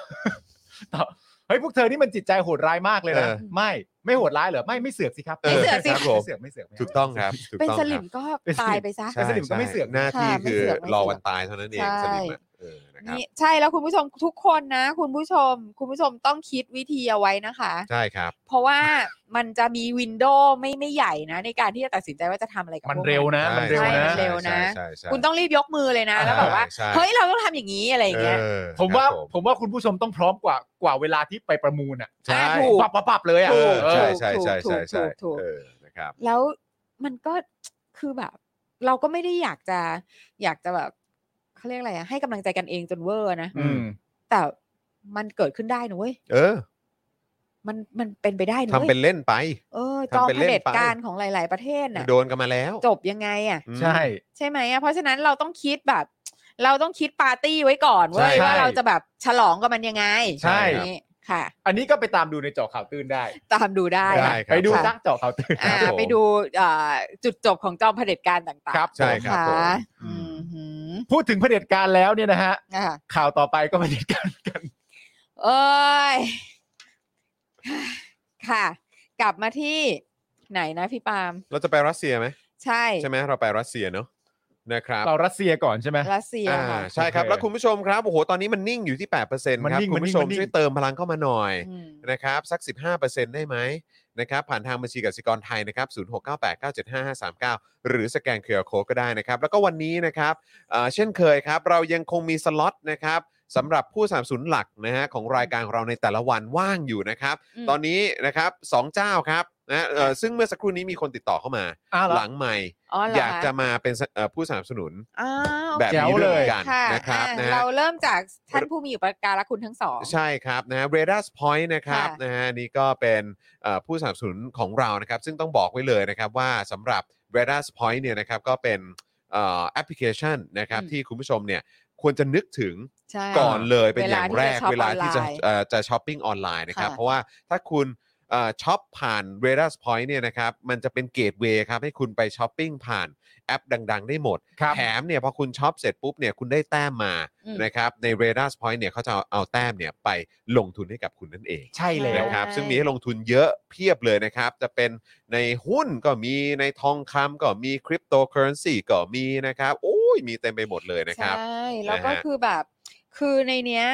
ตอบเฮ้ยพวกเธอนี่มันจิตใจโหดร้ายมากเลยนะ เออ ไม่ไม่โหดร้ายเหรอไม่ไม่เสือกสิครับ ไม่เสือกสิ ไม่เสือกไม่เสือกไม่เสื ถู อก ต้องครับถูก เป็น ต้อง ส ค ลิ รับ มก็ เป็นสลิม ตายไปซะ ใช่ เป็นสลิมก็ไม่เสือก ใช่หน้าที่ ค่ะไม่ คือ เสือกไม่เสือก รอวันตายเท่านั้นเอง ใช่ สลิมอะเออนะครับ นี่ใช่แล้วคุณผู้ชมทุกคนนะ คุณผู้ชม คุณผู้ชมต้องคิดวิธีเอาไว้นะคะ ใช่ครับ เพราะว่ามันจะมีวินโดว์ไม่ไม่ใหญ่นะ ในการที่จะตัดสินใจว่าจะทำอะไรกับ มัน พวก เร็วนะมันเร็ว ใช่ นะ มันเร็ว นะ ใช่ใช่ใช่ คุณต้องรีบยกมือเลยนะ แล้วแบบว่า ใช่ เฮ้ยเราต้องทำอย่างนี้อะไรอย่างเงี้ย ออ ผมว่า ครับ ผมว่าคุณผู้ชมต้องพร้อมกว่ากว่าเวลาที่ไปประมูลอ่ะ ใช่ ถูก ปับปับปับเลยอ่ะ เออ เออ ใช่ใช่ใช่ใช่ ถู ใช่ กถูกถูก เออนะครับ แล้วมันก็คือแบบ เราก็ไม่ได้อยากจะ อยากจะแบบเขาเรียกอะไรอะให้กำลังใจกันเองจนเวอร์นะ อืม แต่มันเกิดขึ้นได้นะเว้ย เออ มันมันเป็นไปได้นะ ทำ เว้ย เป็นเล่นไป เออจ ทำ อม เป็น เผ เล่น ด็จ ไป การของหลาย ๆ ประเทศน่ะ โดนกันมาแล้ว จบยังไงอะ อืม ใช่ ใช่ไหมอะเพราะฉะนั้นเราต้องคิดแบบ เราต้องคิดปาร์ตี้ไว้ก่อนเว้ย ใช่ ว่าเราจะแบบฉลองกับมันยังไง ใช่ นี่ค่ะ อันนี้ก็ไปตามดูในเจาะข่าวตื่นได้ ตามดูได้ ได้คค่ะรับ ไปดู ผม ซักเจาะข่าวตื่น อ่า ครับผม ไปดูเอ่อจุดจบของจอมเผด็จการต่างๆ ครับ ใช่ครับ นะ ผม คะอืมหืม พูดถึงเผด็จการแล้วเนี่ยนะฮะ อ่ะ ข่าวต่อไปก็เผด็จการกัน เอ้ย ค่ะ กลับมาที่ไหนนะพี่ปาล์ม เราจะไปรัสเซียไหม ใช่ ใช่ไหมเราไปรัสเซียเนอะนะครับ เรารัสเซียก่อนใช่ไหม รัสเซีย อ่า ค่ะ ใช่ครับ โอเค แล้วคุณผู้ชมครับโอ้โหตอนนี้มันนิ่งอยู่ที่8% มัน ครับ นิ่ง คุณผู้ชม มันนิ่ง ช่วยเติมพลังเข้ามาหน่อย อืม นะครับสัก 15%ได้ไหมนะครับผ่านทางบัญชีกสิกรไทยนะครับ0698975539 หรือสแกนเคอร์โคก็ได้นะครับ แล้วก็วันนี้นะครับเอ่อเช่นเคยครับ เรายังคงมีสล็อตนะครับสำหรับผู้สามสูนหลักนะฮะของรายการของเราในแต่ละวันว่างอยู่นะครับ อืม ตอนนี้นะครับสองเจ้าครับนะเอ่อซึ่งเมื่อสักครู่นี้มีคนติดต่อเข้ามา อ้าวเหรอ หลังใหม่ อ๋อเหรออยอากจะมาเป็นเอ่อผู้สนับสนุน อ้าว แบบ แจ๋ว นี้ด้วย เลย เหมือนกัน ค่ะ นะครับ อ่ะ นะฮะ เราเริ่มจากท่านผู้มีอุปการะคุณทั้งสอง ใช่ครับนะฮะ r a d a r s Point นะครับ ค่ะ นะฮะนี่ก็เป็นเอ่อผู้สนับสนุนของเรานะครับ ซึ่งต้องบอกไว้เลยนะครับว่าสำหรับ r a d a r s Point เนี่ยนะครับก็เป็นเอ่อแอปพลิเคชันนะครับ อืม ที่คุณผู้ชมเนี่ยควรจะนึกถึง ใช่ ก่อนเลยเป็นอย่างแรกเว เว ลา ลาที่ ที่จะ จะช็เอ่อจะช้อปออนไลน์อปปิ้งออนไลน์นะครับ ค่ะ เพราะว่าถ้าคุณเอ่อช็อปผ่าน r a d a r s Point เนี่ยนะครับมันจะเป็นเกตเวย์ครับให้คุณไปช้อปปิ้งผ่านแอปดัง ๆ ได้หมด ครับ แถมเนี่ยพอคุณช็อปเสร็จปุ๊บเนี่ยคุณได้แต้มมา อืม นะครับใน r a d a r s Point เนี่ยเขาจะเอาเอาแต้มเนี่ยไปลงทุนให้กับคุณนั่นเอง ใช่แล้ ใช่ ว นะครับซึ่งมีให้ลงทุนเยอะเพียบเลยนะครับ จะเป็นในหุ้นก็มีในทองคำก็มีคริปโตเคอเรนซีก็มีนะครับโอ้ยมีเต็มไปหมดเลยนะครับ ใช่แล้วก็ นะฮะ คือแบบ คือในเนี้ย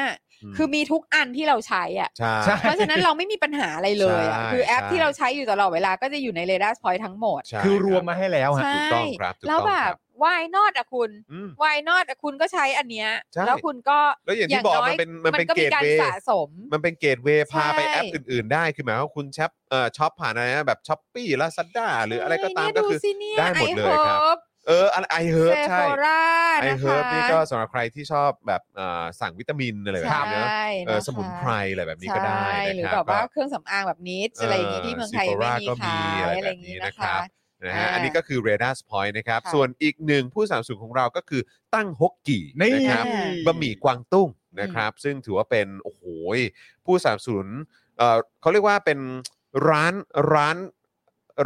คือมีทุกอันที่เราใช้อ่ะ ใช่ ใช่ เพราะฉะนั้นเราไม่มีปัญหาอะไรเลยอ่ะ ใช่ คือแอป ใช่ ที่เราใช้อยู่ตลอดเวลาก็จะอยู่ในเรดาร์พอยทั้งหมด ใช่ คือรวม รับ มาให้แล้วฮะ ใช่ ถูกต้องครับถูกต้องครับ แล้วแบบ why not อะคุณ อืม why not อะคุณก็ใใช้อันเนี้ย ใช่ แล้วคุณก็ แล้วอย่างที่บอกมันเป็นมันเป็น ก็ เก มี ต การ เวย์ สะสม มันเป็นเกตเวย์พาไป ใช่ แอปอื่นๆ ได้คือหมายความว่าคุณช็อปเอ่อช็อปผ่านอะไรนะแบบช้อปปี้ลาซาด้าหรืออะไรก็ตาม เนี่ย ก็ ดู คือ สิเนี่ย ได้หมด I เลยครับ hope เ เออไอเฮิร์บ เซ ใช่ โฟรา ไอ นะ เฮิ คะ ร์บนี่ก็สำหรับใครที่ชอบแบบเอ่อสั่งวิตามินอะไรแบบนี้เนอะ ใช่ เออ นะคะ สมุนไพรอะไรแบบนี้ก็ได้ ใช่หรื นะ อ ค แบ รับบ ว่า ก็ เครื่องสำอางแบบนิชอะไรอย่างนี้ที่เมืองไทย เออ ไม่มี Sephora ก็มี ขาย อะไรแบบนี้ อะไรอย่างนี้นะ นะครั คะ บ นะฮะ อ่า อันนี้ก็คือ r a d a r Point นะครับ ค่ะ ส่วนอีกหนึ่งผู้สนับสนุนของเราก็คือตั้งฮกกี่ นี่ นะครับ อ่า บะหมี่กวางตุ้งนะครับ ซึ่งถือว่าเป็นโอ้โหยผู้สนับสนุนเอ่อเขาเรียกว่าเป็นร้านร้าน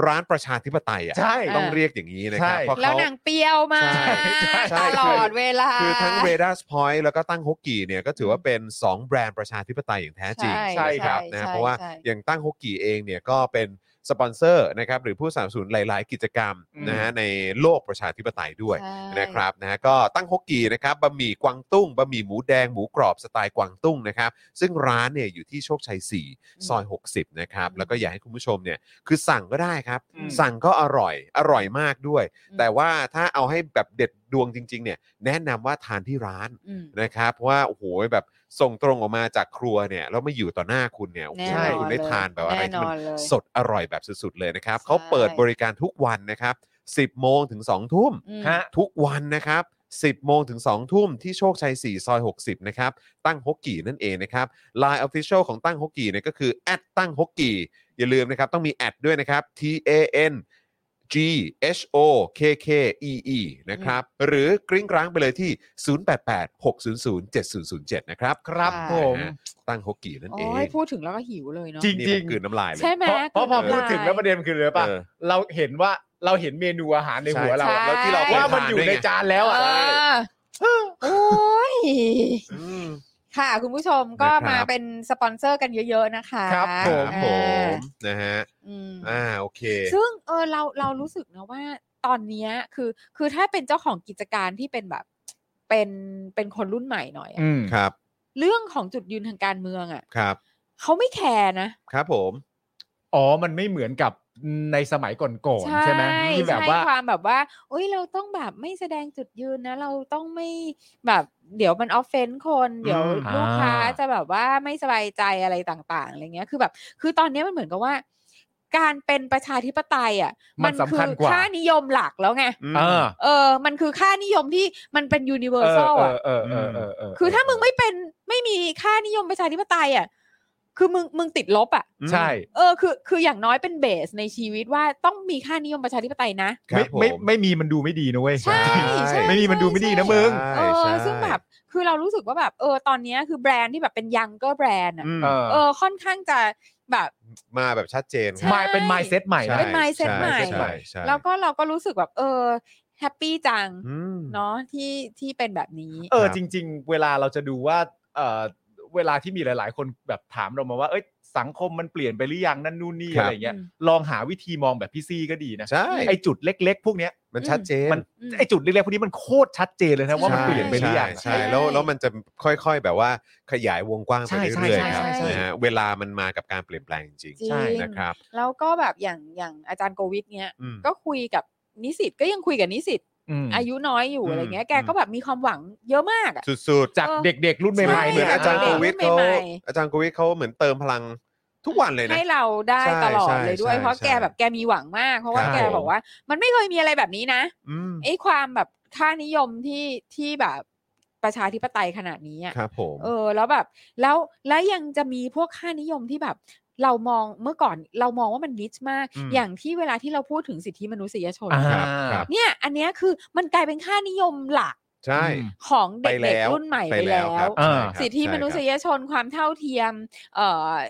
ร้านประชาธิปไตยอ่ะ ใช่ อ่า ต้องเรียกอย่างนี้นะครับ ใช่ เพราะ แล้ว เขา นางเปรี้ยวมาก ใช่ใช่ ตลอดเวลา คือทั้ง r a d a r Point แล้วก็ตั้งฮกกี่เนี่ยก็ถือว่าเป็น 2 แบรนด์ประชาธิปไตยอย่างแท้จริง ใช่ ใช่ นะครั ใช่ นะ ใช่ เพราะว่า ใช่ อย่างตั้งฮกกี่เองเนี่ยก็เป็นสปอนเซอร์นะครับหรือผู้สนับสนุนหลาย ๆ กิจกรรมนะฮะในโลกประชาธิปไตยด้วย ใช่ นะครับนะฮะก็ตั้งฮกกีนะครับบะหมี่กวางตุ้งบะหมี่หมูแดงหมูกรอบสไตล์กวางตุ้งนะครับ ซึ่งร้านเนี่ยอยู่ที่โชคชัย 4 ซอย 60 นะครับ แล้วก็อยากให้คุณผู้ชมเนี่ยคือสั่งก็ได้ครับ อืม สั่งก็อร่อยอร่อยมากด้วย อืม แต่ว่าถ้าเอาให้แบบเด็ดดวงจริง ๆ เนี่ย แนะนำว่าทานที่ร้าน อืม นะครับเพราะว่าโอ้โหแบบส่งตรงออกมาจากครัวเนี่ยแล้วมาอยู่ต่อหน้าคุณเนี่ยโอ้โห แน่นอน คุณได้ทานแบบอะไรที่มัน แน่นอนเลย สดอร่อยแบบสุดๆเลยนะครับ ใช่ เขาเปิดบริการทุกวันนะครับ 10 โมงถึง 2 ทุ่ม อืม ฮะ ทุกวันนะครับ 10 โมงถึง 2 ทุ่มที่โชคชัย 4 ซอย 60 นะครับ ตั้งฮกกี่นั่นเองนะครับ Line Official ของตั้งฮกกี่เนี่ยก็คือ แอดตั้งฮกกี่อย่าลืมนะครับ ต้องมีแอดด้วยนะครับ T A N G H O K K E E นะครับ หรือกริ้งกร้างไปเลยที่ 0886007007 นะครับ ครับ ค่ะ ผม นะฮะตั้งฮกกี่นั่นเอง โอ้ยพูดถึงแล้วก็หิวเลยเนาะ จริง นี่ผมกลืนน้ำลายเลย ใช่ไหม เพราะเพราะคุณพอพูดถึงแล้วประเด็นคือเลยป่ะ เออ เราเห็นว่าเราเห็นเมนูอาหารในหัวเรา ใช่ แล้วที่เราว่ามันอยู่ในจานแล้วอ่ะ เออโอ้ย อืม ค่ะ คุณผู้ชมก็ นะครับ มาเป็นสปอนเซอร์กันเยอะๆนะคะ ครับ ค ผม รับผมนะฮะ อืม อ่าโอเค ซึ่งเออเราเรารู้สึกนะว่าตอนเนี้ยคือ คือถ้าเป็นเจ้าของกิจการที่เป็นแบบ เป็นเป็นคนรุ่นใหม่หน่อยอะ อืม ครับ เรื่องของจุดยืนทางการเมืองอ่ะ ครับ เขาไม่แคร์นะ ครับผม อ๋อ มันไม่เหมือนกับในสมัยก่อนๆใช่ไหมที่แบบ ใช่ ว่า ความแบบว่าอุ้ยเราต้องแบบไม่แสดงจุดยืนนะ เราต้องไม่แบบเดี๋ยวมันออฟเฟนคนเดี๋ยว อืม ลูกค้า อ่า จะแบบว่าไม่สบายใจอะไรต่างๆอะไรเงี้ยคือแบบ คือตอนเนี้ยมันเหมือนกับว่า การเป็นประชาธิปไตยอ่ะ มันสำ คื คัญกว่า ค่านิยมหลักแล้วไง ม เออ เออ มันคือค่านิยมที่มันเป็นยูนิเวอร์เออ แซล เอ อ่ะ อเออเออเออเออ คือถ้ามึงไม่เป็นไม่มีค่านิยมประชาธิปไตยอ่ะคือมึงมึงติดลบอ่ะ ใช่ เออคือคืออย่างน้อยเป็นเบสในชีวิตว่าต้องมีค่านิยมประชาธิปไตยนะ ครั ไม่ บผม ไม่ไม่มีมันดูไม่ดีนะเว้ย ใช่ใช่ ไม่มีมันดูไม่ดีนะมึง ใช่ เออ ใช่ ซึ่งแบบคือเรารู้สึกว่าแบบเออตอนเนี้ยคือแบรนด์ที่แบบเป็นยังก็แบรนด์อ่ะ อืม เออ เออค่อนข้างจะแบบ มาแบบชัดเจนค ใช่ รับ มาเป็น mindset ใหม่ ใช่ นะ เป็น mindset ใหม่ ใช่ใช่ แล้วก็เราก็รู้สึกแบบเออแฮปปี้จัง อืม เนาะที่ที่เป็นแบบนี้ เออ ครับ จริง ๆ เวลาเราจะดูว่าเออเวลาที่มีหลาย ๆ คนแบบถามเรามาว่าเอ้ยสังคมมันเปลี่ยนไปหรือยังนั่นนู่นนี่อะไรเงี้ยลองหาวิธีมองแบบพี่ซี่ก็ดีนะ ใช่ ไอจุดเล็ก ๆ พวกเนี้ย มันชัดเจน มัน อืม ไอจุดเล็กๆพวกนี้มันโคตรชัดเจนเลยนะว่ามัน ใช่ เปลี่ยนไปหรือยัง ใช่ใช่แล้วแล้วมันจะค่อยๆแบบว่าขยายวงกว้างไป ใช่ใช่ เรื่อยๆครับ ใช่ใช่ นะฮะเวลามันมากับการเปลี่ยนแปลงจริง จริง ใช่ ๆนะครับ แล้วก็แบบอย่างอย่างอาจารย์โกวิทเนี้ย อืม ก็คุยกับนิสิตก็ยังคุยกับนิสิต ม อายุน้อยอยู่ อืม อะไรเงี้ยแกก็แบบมีความหวังเยอะมากอะ สุด จาก เออ เด็กๆ รุ่นให ใช่ ม่ๆ ๆเหมือนอาจารย์โค ด็ก วิดเขา ใหม่ อาจารย์โควิดเขาเหมือนเติมพลังทุกวันเลยนะ ให้เราได้ ใช่ ตลอด ใช่ เลยด้วย ใช่ เพราะ ใช่ แกแบบแกมีหวังมาก เพราะว่า ครับ แกบอกว่า มันไม่เคยมีอะไรแบบนี้นะ อืม ไอ้ความแบบค่านิยมที่ที่แบบประชาธิปไตยขนาดนี้อะ ครับผม เออ แล้วแบบ แล้วแล้วยังจะมีพวกค่านิยมที่แบบ เรามองเมื่อก่อนเรามองว่ามันนิชมาก อย่างที่เวลาที่เราพูดถึงสิทธิมนุษยชน อ่า ครับครับ เนี่ย อันเนี้ยคือมันกลายเป็นค่านิยมหลัก ใช่ ของเด็ก แล้ว ๆรุ่นใหม่ ไป ไป แล้ แล้ว ว ครับ อ่า ใช่ครับ สิทธิมนุษ ใช่ครับ ยชนความเท่าเทียมเอ่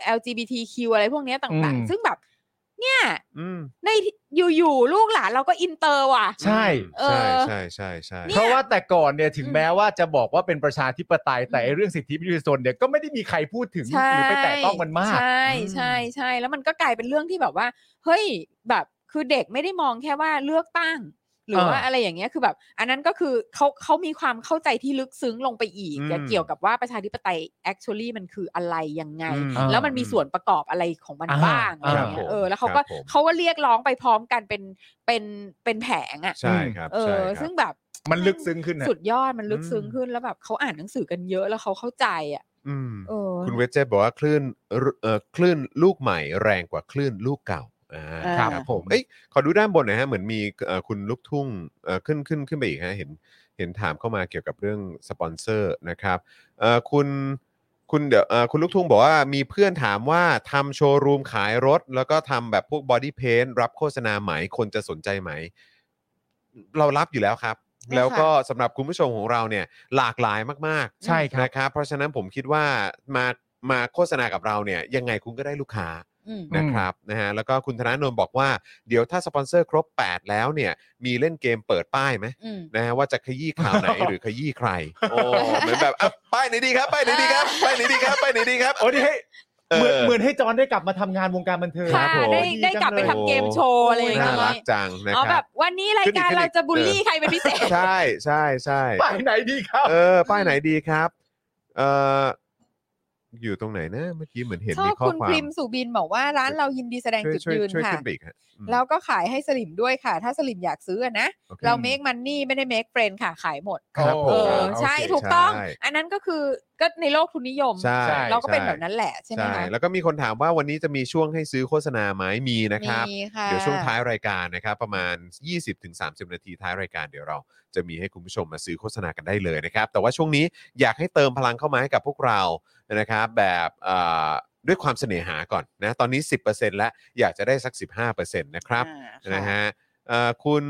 อ LGBTQ อะไรพวกเนี้ยต่าง อืม ๆ ซึ่งแบบ เนี่ย อืม ในอยู่ๆลูกหลานเราก็อินเตอร์ว่ะ ใช่ เอ ใช่ อ ใช่ใช่ใช่ เนี่ยเพราะว่าแต่ก่อนเนี่ยถึง อืม แม้ว่าจะบอกว่าเป็นประชาธิปไตยแต่ อืม ไอ้เรื่องสิทธิมนุษยชนเนี่ยก็ไม่ได้มีใครพูดถึง ใช่ หรือไปแตะต้องมันมาก ใช่ใช่ใช่แล้วมันก็กลายเป็นเรื่องที่แบบว่า เฮ้ยแบบคือเด็กไม่ได้มองแค่ว่าเลือกตั้ง หรือว่า อ่า อะไรอย่างเงี้ยคือแบบ อันนั้นก็คือเขาเขามีความเข้าใจที่ลึกซึ้งลงไปอีก อืม เกี่ยวกับว่าประชาธิปไตย actually มันคืออะไรยังไง อืม แล้วมันมีส่วนประกอบอะไรของมัน อ่า บ้างอะไร ครับ เงี้ย ผม เออแล้วเขาก็ ครับผม เขาก็เรียกร้องไปพร้อมกันเป็นเป็นเป็นแผงอ่ะ ใช่ครับ เอ ใช่ อ ครับ ซึ่งแบบ มันลึกซึ้งขึ้นนะ สุดยอดมันลึกซึ้ง อืม ขึ้นแล้วแบบเขาอ่านหนังสือกันเยอะแล้วเขาเข้าใจอ่ะ อืม เออ คุณเวจเจบอกว่าคลื่นเอ่อคลื่นลูกใหม่แรงกว่าคลื่นลูกเก่า อ่า เออ ครับผม เอ้ยขอดูด้านบนหน่อยฮะเหมือนมีเอ่อคุณลูกทุ่งเอ่อขึ้นขึ้นขึ้นไปอีกฮะเห็นเห็นถามเข้ามาเกี่ยวกับเรื่องสปอนเซอร์นะครับเอ่อคุณคุณเดี๋ยวเอ่อคุณลูกทุ่งบอกว่ามีเพื่อนถามว่าทำโชว์รูมขายรถ แล้วก็ทำแบบพวกบอดี้เพนรับโฆษณาไหมคนจะสนใจไหม เรารับอยู่แล้วครับ ใช่ค่ะ แล้วก็สำหรับคุณผู้ชมของเราเนี่ยหลากหลายมากๆ ใช่ครับ นะครับเพราะฉะนั้นผมคิดว่ามามาโฆษณากับเราเนี่ยยังไงคุณก็ได้ลูกค้า อืม นะครับนะฮะแล้วก็คุณธนาโนนบอกว่าเดี๋ยวถ้าสปอนเซอร์ครบ 8 แล้วเนี่ยมีเล่นเกมเปิดป้ายไหม อืม นะฮะว่าจะขยี้ ข่าวไหน หรือขยี้ใครโอ้เหมือนแบบอ่ะป้ายไหนดีครับป้ายไหนดี ครับป้ายไหนดีครับป้ายไหนดีครับ โอ้ยให้ เออ เหมือนเหมือนให้จอนได้กลับมาทำงานวงการบันเทิงคค่ะรับผม ได้ได้กลับไปทำเกมโชว์อะไรอย่าง น่า เงี้ รัก ย จังนะ อ๋อ ค แบ รั บบ วันนี้รายการ ขึ้นอีก เราจะบูล ขึ้น ลี่ อีก ใครเป็นพิเศษ ใช่ใช่ใช่ ไปไหนดีครับ เออ ป้ายไหนดีครับเอออยู่ตรงไหนนะเมื่อกี้เหมือนเห็น ชอ มี บ ข้อ คุณ ควา พ ม ริมสุบินบอกว่าร้านเรายินดีแสดง ช่วยช่วยจุดยืน ช่วย ค่ะ ขึ้นไปอีกฮะอืม แล้วก็ขายให้สลิมด้วยค่ะ ถ้าสลิมอยากซื้ออะนะ โอค เราเม k มันนี่ไม่ได้เม e เฟรนค่ะ ขายหมด ครับผ เอ ม อ โอเค ใช่ถูกต้อง ใช่ อันนั้นก็คือก็ในโลกทุนนิยม ใช่ เราก็เป็นแบบ ใ นั้นแหละ ช่ ใช่ไหมคะ แล้วก็มีคนถามว่าวันนี้จะมีช่วงให้ซื้อโฆษณาไหมมีนะครับ มีค่ะ เดี๋ยวช่วงท้ายรายการนะครับ ประมาณ 20-30 นาทีท้ายรายการเดี๋ยวเราจะมีให้คุณผู้ชมมาซื้อโฆษณากันได้เลยนะครับ แต่ว่าช่วงนี้อยากให้เติมพลังเข้ามาให้กับพวกเรานะครับ แบบเอ่อด้วยความเสน่หาก่อนนะตอนนี้ 10%แล้วอยากจะได้สัก 15%นะครับ นะฮะเอ่อคุณ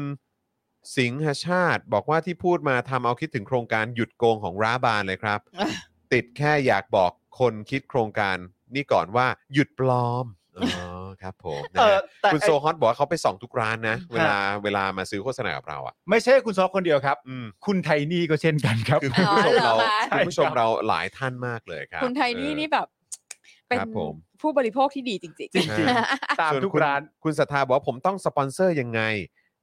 สิงหชาติบอกว่าที่พูดมาทำเอาคิดถึงโครงการหยุดโกงของร้าบานเลยครับ อ่ะ ติดแค่อยากบอกคนคิดโครงการนี่ก่อนว่าหยุดปลอมอ๋อครับผมนะ เออ ฮะ แต่ คุณ ไอ้ โซฮอตบอกว่าเขาไปส่องทุกร้านนะ เวลาเวลามาซื้อโฆษณากับเราอ่ะ ไม่ใช่คุณซอคนเดียวครับ อืม คุณไทนี่ก็เช่นกันครับ คือคุณผู้ชมเรา อ๋อเหรอคะ คุณผู้ชมเราหลายท่านมากเลยครับ คุณไทยนี่ เออ นี่แบบ เป็น ครับผม ผู้บริโภคที่ดีจริงๆ จริง ตาม ส่วน ทุก คุณ ร้าน คุณศรัทธาบอกว่าผมต้องสปอนเซอร์ยังไง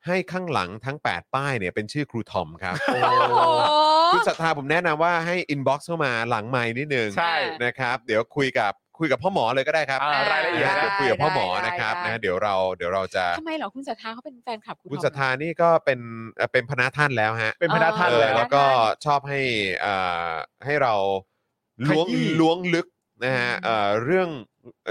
ให้ข้างหลังทั้ง 8 ป้ายเนี่ยเป็นชื่อครูทอมครับ โอ้โห คุณศรัทธาผมแนะนำว่าให้อินบ็อกซ์เข้ามาหลังไม้นิดนึง ใช่ นะครับ เดี๋ยวคุยกับคุยกับพ่อหมอเลยก็ได้ครับ อ่ารายละเอียด นะฮะเดี๋ยวคุยกับพ่อหมอ ได้ นะครับ ได้ นะเดี๋ยวเราเดี๋ยวเราจะ ทำไมเหรอคุณสัทธาเขาเป็นแฟนคลับคุณ คุณ ทอม ศรัท เหรอ ธานี่ก็เป็นเอ่อเป็นพนักท่านแล้วฮะ เป็นพนักท่าน เออ แล้ว แล้วก็ชอบให้เอ่อให้เราล้วง ขยี้ ล้วงลึกนะฮะเอ่อเรื่อง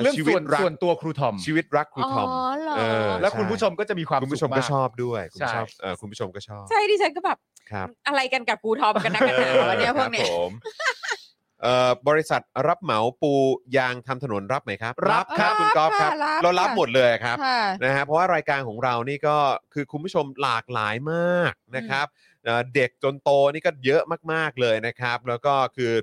เรื่อง ชีวิตส่วน รัก ส่วนตัวครูทอม ชีวิตรักครูทอม อ๋อเหรอ เออ และคุณผู้ชมก็จะมีความ คุณผู้ช สุ ม ขาก ก็ชอบด้วยคุณผู้ชม ใช่ ชอบเอ่อคุณผู้ชมก็ชอบ ใช่ดิฉันก็แบบ ครับ อะไรกันกับกูทอมกันนะกันหนาวะเนี่ยพวกเนี้ย ครับผมเอ่อบริษัทรับเหมาปูยางทำถนนรับไหมครับ รับครับ คุณกอล์ฟครับ รับค่ะ เรารับหมดเลยครับ ค่ะ นะฮะเพราะว่ารายการของเรานี่ก็คือคุณผู้ชมหลากหลายมากนะครับเอ่อเด็กจนโตนี่ก็เยอะมากๆเลยนะครับ แล้วก็คือ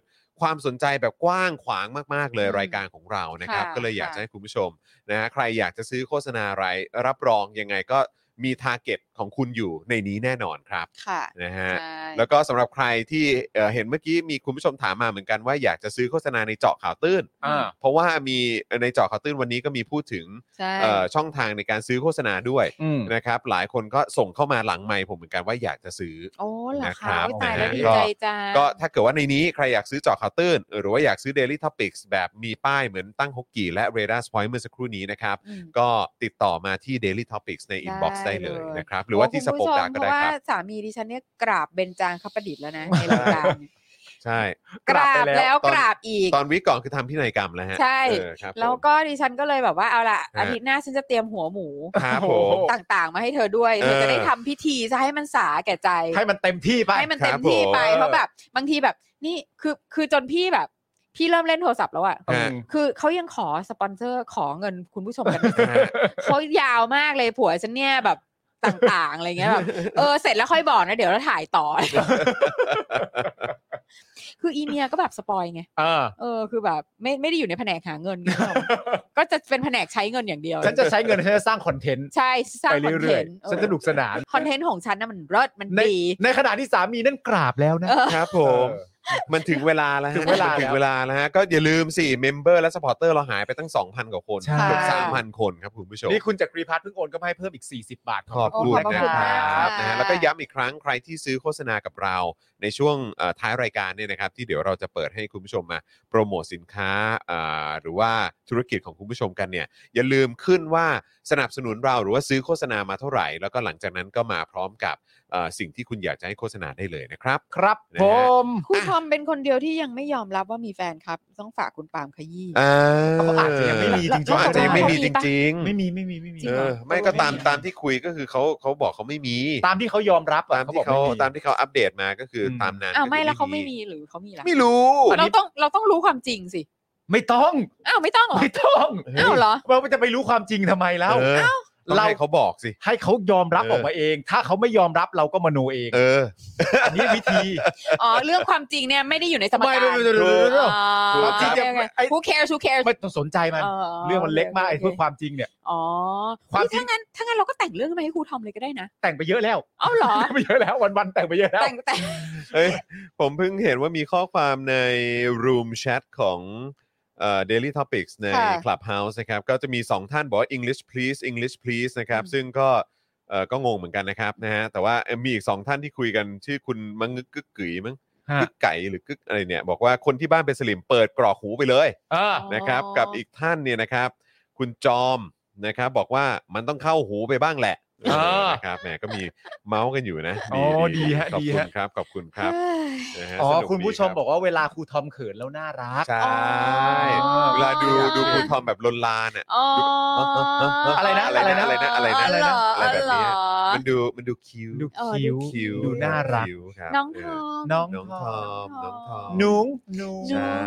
ความสนใจแบบกว้างขวางมากๆ เลย อืม รายการของเรานะครับ ค่ะ ก็เลยอยากจะ ค่ะ ให้คุณผู้ชมนะฮะใครอยากจะซื้อโฆษณาอะไรรับรองยังไงก็มีทาร์เก็ตของคุณอยู่ในนี้แน่นอนครับ ค่ะ นะฮะ ใช่ แล้วก็สำหรับใครที่เอ่อเห็นเมื่อกี้มีคุณผู้ชมถามมาเหมือนกันว่าอยากจะซื้อโฆษณาในเจาะข่าวตื้น อ่า เพราะว่ามีในเจาะข่าวตื้นวันนี้ก็มีพูดถึง ใช่ เอ่อช่องทางในการซื้อโฆษณาด้วย อืม นะครับหลายคนก็ส่งเข้ามาหลังไมค์ผมเหมือนกันว่าอยากจะซื้อ โอ้เหรอ นะครั คะ บ อุ๊ยตายแล้ว นะฮะ ดีใจจัง ก็ถ้าเกิดว่าในนี้ใครอยากซื้อเจาะข่าวตื้น หรือว่าอยากซื้อ Daily Topics แบบมีป้ายเหมือนตั้งฮกกี่และ r a d a r Point เมื่อสักครู่นี้นะครับ อืม ก็ติดต่อมาที่ Daily Topics ใน Inbox ได้ ได้เลย เลย นะครับหรือว่าที่ส โคุณ ปอ ผู้ ก ช ดาก็ได้ เพราะ ครับ ว่าสามีดิฉันเนี่ยกราบเบญจางคประดิษฐ์แล้วนะในรายการเนี่ย ใช่ กราบแล้ว ตอน กราบอีก ตอนวิกก่อนคือทำพินัยกรรมแล้วฮะ ใช่ เออครับผม แล้วก็ดิฉันก็เลยแบบว่าเอาละ ฮะ อาทิตย์หน้าฉันจะเตรียมหัวหมู ครับผ โอ้ ม โห ต่างๆ มาให้เธอด้วย เธอจะได้ทำพิธีซะให้มันสาแก่ใจ ให้มันเต็มที่ไป ให้มัน ครั เต็ บ มที่ไป ผม เพราะแบบบางทีแบบ นี่คือคือจนพี่แบบ พี่เริ่มเล่นโทรศัพท์แล้วอะ ฮะ คือเขายังขอสปอนเซอร์ขอเงินคุณผู้ช มกันไม่เสร็จ ฮะ เขายาวมากเลยผัวฉันเนี่ยแบบต่างๆอะไรเงี้ยแบบเออเสร็จแล้วค่อยบอกนะเดี๋ยวเราถ่ายต่อ คืออีเมียก็แบบสปอยไง เออ เออคือแบบไม่ไม่ได้อยู่ในแผนกหาเงินไง ก็จะเป็นแผนกใช้เงินอย่างเดียว ฉันจะใช้เงินฉันจะสร้างคอนเทนต์ ใช่สร้าง ไป คอนเท เรื่อย นต์ ๆฉันสนุกสนาน คอนเทนต์ของฉันนะมันเลิศมัน ใน ดี ในขณะที่สามีนั่นกราบแล้วนะ เออ ครับผม มันถึงเวลาแล้วฮะ ถึงเวลา มันถึง แล้ว เวลาแล้วฮะ ก็อย่าลืมสิเมมเบอร์และสปอร์เตอร์เราหายไปตั้ง 2,000 กว่าคน ใช่ เกือบ ค่ะ 3,000 คนครับคุณผู้ชม นี่คุณจักรีพัฒน์เพิ่งโอนก็มาให้เพิ่มอีก 40 บาท ขอบคุณ โอ้ขอบพระ นะ คุณ คร มา ับ ก นะ ค่ะ ฮะแล้วก็ย้ำอีกครั้งใครที่ซื้อโฆษณากับเรา ในช่วงเอ่อท้ายรายการเนี่ยนะครับ ที่เดี๋ยวเราจะเปิดให้คุณผู้ชมมาโปรโมทสินค้าอ่าหรือว่าธุรกิจของคุณผู้ชมกันเนี่ย อย่าลืมขึ้นว่าสนับสนุนเราหรือว่าซื้อโฆษณามาเท่าไหร่ แล้วก็หลังจากนั้นก็มาพร้อมกับเอ่อสิ่งที่คุณอยากจะให้โฆษณาได้เลยนะครับ ครับ นะฮะ ผม ครูท อมเป็นคนเดียวที่ยังไม่ยอมรับว่ามีแฟนครับ ต้องฝากคุณปาล์มขยี้ อ่า เขาอาจจะยังไม่มีจริงๆ เขาอาจจะยังไม่มีจริง ไม่มีไม่มีไม่มี ๆเออไม่ก็ตามตามที่คุยก็คือเขาเขาบอกเขาไม่มี ตามที่เขายอมรับอะ ตาม เขาบ ที่ อก เขา ไม่มี ตามที่เขาอัปเดตมาก็คืออ ม ตามนั้น อ้าวไม่ ก็คือ แล้วเขาไม่มีหรือเขามีล่ะ ไม่รู้ อันนี้ เราต้องเราต้องรู้ความจริงสิ ไม่ต้อง อ้าวไม่ต้องเหรอ ไม่ต้อง อ้าวเหรอ เราจะไปรู้ความจริงทำไมแล้ว เออต้อง เรา ให้เขาบอกสิ ให้เขายอมรับ เออ ออกมาเอง ถ้าเขาไม่ยอมรับเราก็มโนเอง เออ อันนี้วิธี อ๋อเรื่องความจริงเนี่ยไม่ได้อยู่ในสมการ ไม่ไม่ไม่ไม่ไม่ไม่ไม่ อ๋อ ความจริงจะ โอเคโอเค ไอ้ Who cares Who cares ไม่ต้องสนใจมัน เรื่องมันเล็กมากไอ้ โค เพื่อความจริงเนี่ย อ๋อ ความจริ เฮ้ ง ยถ้างั้นถ้างั้นเราก็แต่งเรื่องขึ้นมาให้ครูทอมเลยก็ได้นะ แต่งไปเยอะแล้ว เอ้าเหรอ แต่งไปเยอะแล้ววันๆแต่งไปเยอะแล้ว แต่งแต่ง เอ้ยผมเพิ่งเห็นว่ามีข้อความใน Room Chat ของเอ่อ Daily Topics ใน Clubhouse นะครับ ก็จะมี 2 ท่านบอกว่า English please English please นะครับ ซึ่งก็เอ่อก็งงเหมือนกันนะครับนะฮะแต่ว่าเอ่อมีอีก 2 ท่านที่คุยกัน ชื่อคุณมังงึกกึกกึ๋ยมั้ง ฮะ กึกไก่หรือกึกอะไรเนี่ย บอกว่าคนที่บ้านเป็นสลิมเปิดกรอกหูไปเลย เออ นะครับกับอีกท่านเนี่ยนะครับ คุณจอมนะครับบอกว่ามันต้องเข้าหูไปบ้างแหละเออนะครับแหมก็มีเมาส์กันอยู่นะ อ๋อดีฮะ ขอบ ดี คุณ ฮะ ครับขอบคุณครับ เฮ้ย นะฮะ อ๋อ สนุดี คุณผู้ชม รั บอกว่าเวลาครูทอมเขินแล้วน่ารัก ใช่ อ๋อ เวลาดูดูคุณทอมแบบลนลานอ่ะ อ๋อ อะไรนะอะไรนะ อะไรนะอะไรนะ เหรอ อะไรแบบ เหร นี้ อ มันดูมันดูคิ้ว ดู เออ คิ้ว คิ้ว ดูน่ารัก คิ้วคบ น้องทอม น้อง เออน้องทอมน้องทอม หนุ้งหนุ้ง ใช่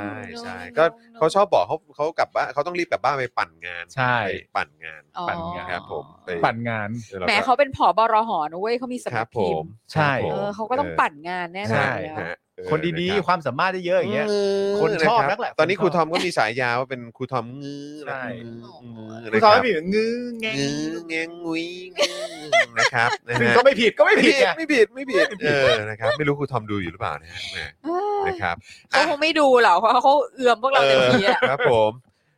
ใช่ หนู ก็ หนู เขาชอบบอกเขาเขากลับบ้านเขาต้องรีบกลับบ้านไปปั่นงาน ใช่ ไปปั่นงาน อ๋อ ปั่นงาน ครับผมไป ปั่นงาน เออเรา แหม ก็ เขาเป็นผอบรหอนะเว้ยเขามีคสำนั รับ ก ผ พิม ม พ์ ใช่ ครับผม เออเขาก็ต้องปั่นงานแน่นอ ใช่ น ใช่ แล้ว ฮะเออ คนดี ะ ๆ ความสามารถเยอะๆอย่างเงี้ย รับ คนชอบ ะรั นักแหละ ตอนนี้ คนช ครูอบทอมก็มีฉายาว่าเป็นครูทอมงื้อ ใช่ นะ ครู ค ทอ รั ม บ ไม่ผิดงื้อแงง งื้อแงงงุ้ยงื้อนะครับนะ ซึ่ง ฮะ ก็ไม่ผิดก็ไม่ผิดไง ไม่ผิดไม่ผิดเออนะครับไม่รู้ครูทอมดูอยู่หรือเปล่านะฮะแหมนะครับ เขาคงไม่ดูหรอกเพราะเขาเอือมพวกเราเต็มที่อะ เออครับผม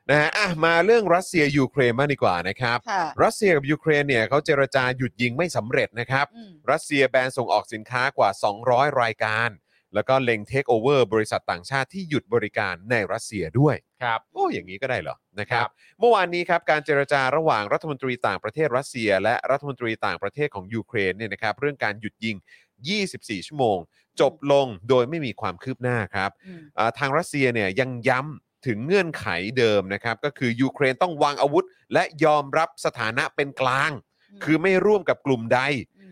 นะฮะอ่ะมาเรื่องรัสเซียยูเครนมากดีกว่านะครับ ค่ะ รัสเซียกับยูเครนเนี่ยเขาเจรจาหยุดยิงไม่สำเร็จนะครับ อืม รัสเซียแบนส่งออกสินค้ากว่า 200 รายการ แล้วก็เล็งเทคโอเวอร์บริษัทต่างชาติที่หยุดบริการในรัสเซียด้วย ครับ โอ้อย่างนี้ก็ได้เหรอนะครั ครับ บ เมื่อวานนี้ครับการเจรจาระหว่างรัฐมนตรีต่างประเทศรัสเซีย และรัฐมนตรีต่างประเทศของยูเครนเนี่ยนะครับเรื่องการหยุดยิง 24 ชั่วโมง จบลงโดยไม่มีความคืบหน้าครับ อืม อ่าทางรัสเซียเนี่ยยังย้ำถึงเงื่อนไขเดิมนะครับ ก็คือยูเครนต้องวางอาวุธ และยอมรับสถานะเป็นกลาง คือไม่ร่วมกับกลุ่มใด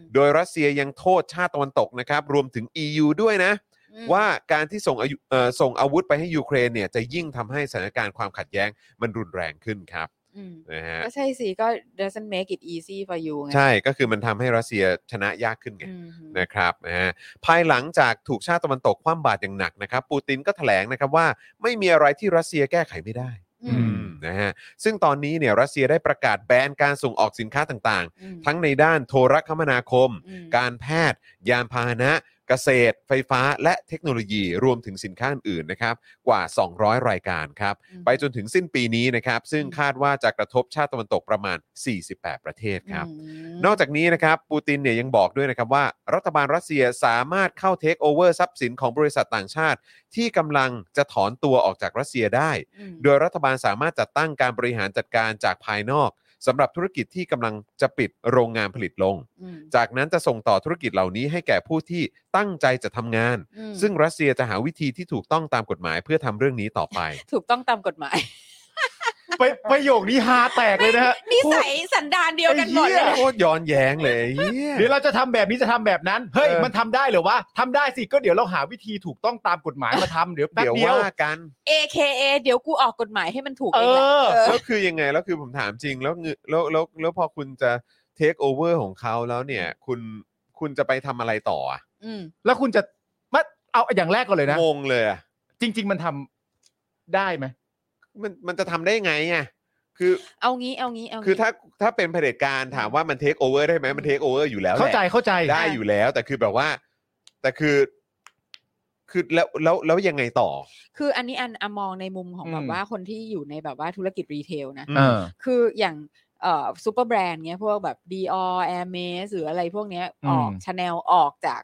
ม โดยรัสเซียยังโทษชาติตะวันตกนะครับ รวมถึง EU ด้วยนะ อืม ว่าการที่ส่งอายุเอ่อส่งอาวุธไปให้ยูเครนเนี่ยจะยิ่งทำให้สถานการณ์ความขัดแย้งมันรุนแรงขึ้นครับ อืม นะฮะ ก็ใช่สิก็ doesn't make it easy for you ไง ใช่ก็คือมันทำให้รัสเซียชนะยากขึ้นไง อืม นะครับนะฮะภายหลังจากถูกชาติตะวันตกคว่ำบาตรอย่างหนักนะครับ ปูตินก็แถลงนะครับว่าไม่มีอะไรที่รัสเซียแก้ไขไม่ได้ อืม อืมนะฮะซึ่งตอนนี้เนี่ยรัสเซียได้ประกาศแบนการส่งออกสินค้าต่าง อืม ๆ ทั้งในด้านโทรคมนาคม อืม การแพทย์ ยานพาหนะ เกษตร ไฟฟ้า และเทคโนโลยีรวมถึงสินค้าอื่นๆนะครับกว่า 200 รายการครับ อืม ไปจนถึงสิ้นปีนี้นะครับ ซึ่ง อืม คาดว่าจะกระทบชาติตะวันตกประมาณ 48 ประเทศครับ ม นอกจากนี้นะครับปูตินเนี่ยยังบอกด้วยนะครับว่า รัฐบาลรัสเซียสามารถเข้าเทคโอเวอร์ทรัพย์สินของบริษัทต่างชาติ ที่กำลังจะถอนตัวออกจากรัสเซียได้ อืม โดยรัฐบาลสามารถจัดตั้งการบริหารจัดการจากภายนอกสำหรับธุรกิจที่กำลังจะปิดโรงงานผลิตลง อืม จากนั้นจะส่งต่อธุรกิจเหล่านี้ให้แก่ผู้ที่ตั้งใจจะทำงาน อืม ซึ่งรัสเซียจะหาวิธีที่ถูกต้องตามกฎหมายเพื่อทำเรื่องนี้ต่อไป ถูกต้องตามกฎหมาย ไปประโยคนี้ฮาแตกเลยนะฮะ นิสัยสันดานเดียวกันหมดเลย โคตรย้อนแย้งเลยไอ้เหี้ย เดี๋ยวเราจะทำแบบนี้จะทำแบบนั้น เฮ้ย เออ มันทำได้เหรือวะทำได้สิ ก็เดี๋ยวเราหาวิธีถูกต้องตามกฎหมายมาทำเดี๋ยวแป๊บ เดี๋ยว เดียว ว่ากัน เ AKA เดี๋ยวกูออกกฎหมายให้มันถูก เอ เองแหละ อ เออ แล้วคือยังไงแล้วคือผมถามจริงแล้วเงืแล้วแล้วแล้วพอคุณจะเทคโอเวอร์ของเขาแล้วเนี่ย คุณคุณจะไปทำอะไรต่ออะ อืม แล้วคุณจะมาเอาอย่างแรกก่อนเลยนะ งงเลยอะ จริง ๆ มันทำได้ไหม มันมันจะทำได้ไงอ่ะคือ เอางี้เอางี้เอางี้ คือถ้าถ้าเป็นเผด็จการถามว่ามันเทคโอเวอร์ได้ไหมมันเทคโอเวอร์อยู่แล้วแหละ เข้าใจเข้าใจ ได้อยู่แล้ว แต่คือแบบว่า แต่คือ คือแล้วแล้วแล้วยังไงต่อ คืออันนี้อันอะมองในมุมของ อืม แบบว่าคนที่อยู่ในแบบว่าธุรกิจรีเทลนะ อืม เออ คืออย่างเอ่อซูเปอร์แบรนด์เนี้ยพวกแบบ Dior Air m a หรืออะไรพวกเนี้ย อื อ ม อกชาแนลออกจาก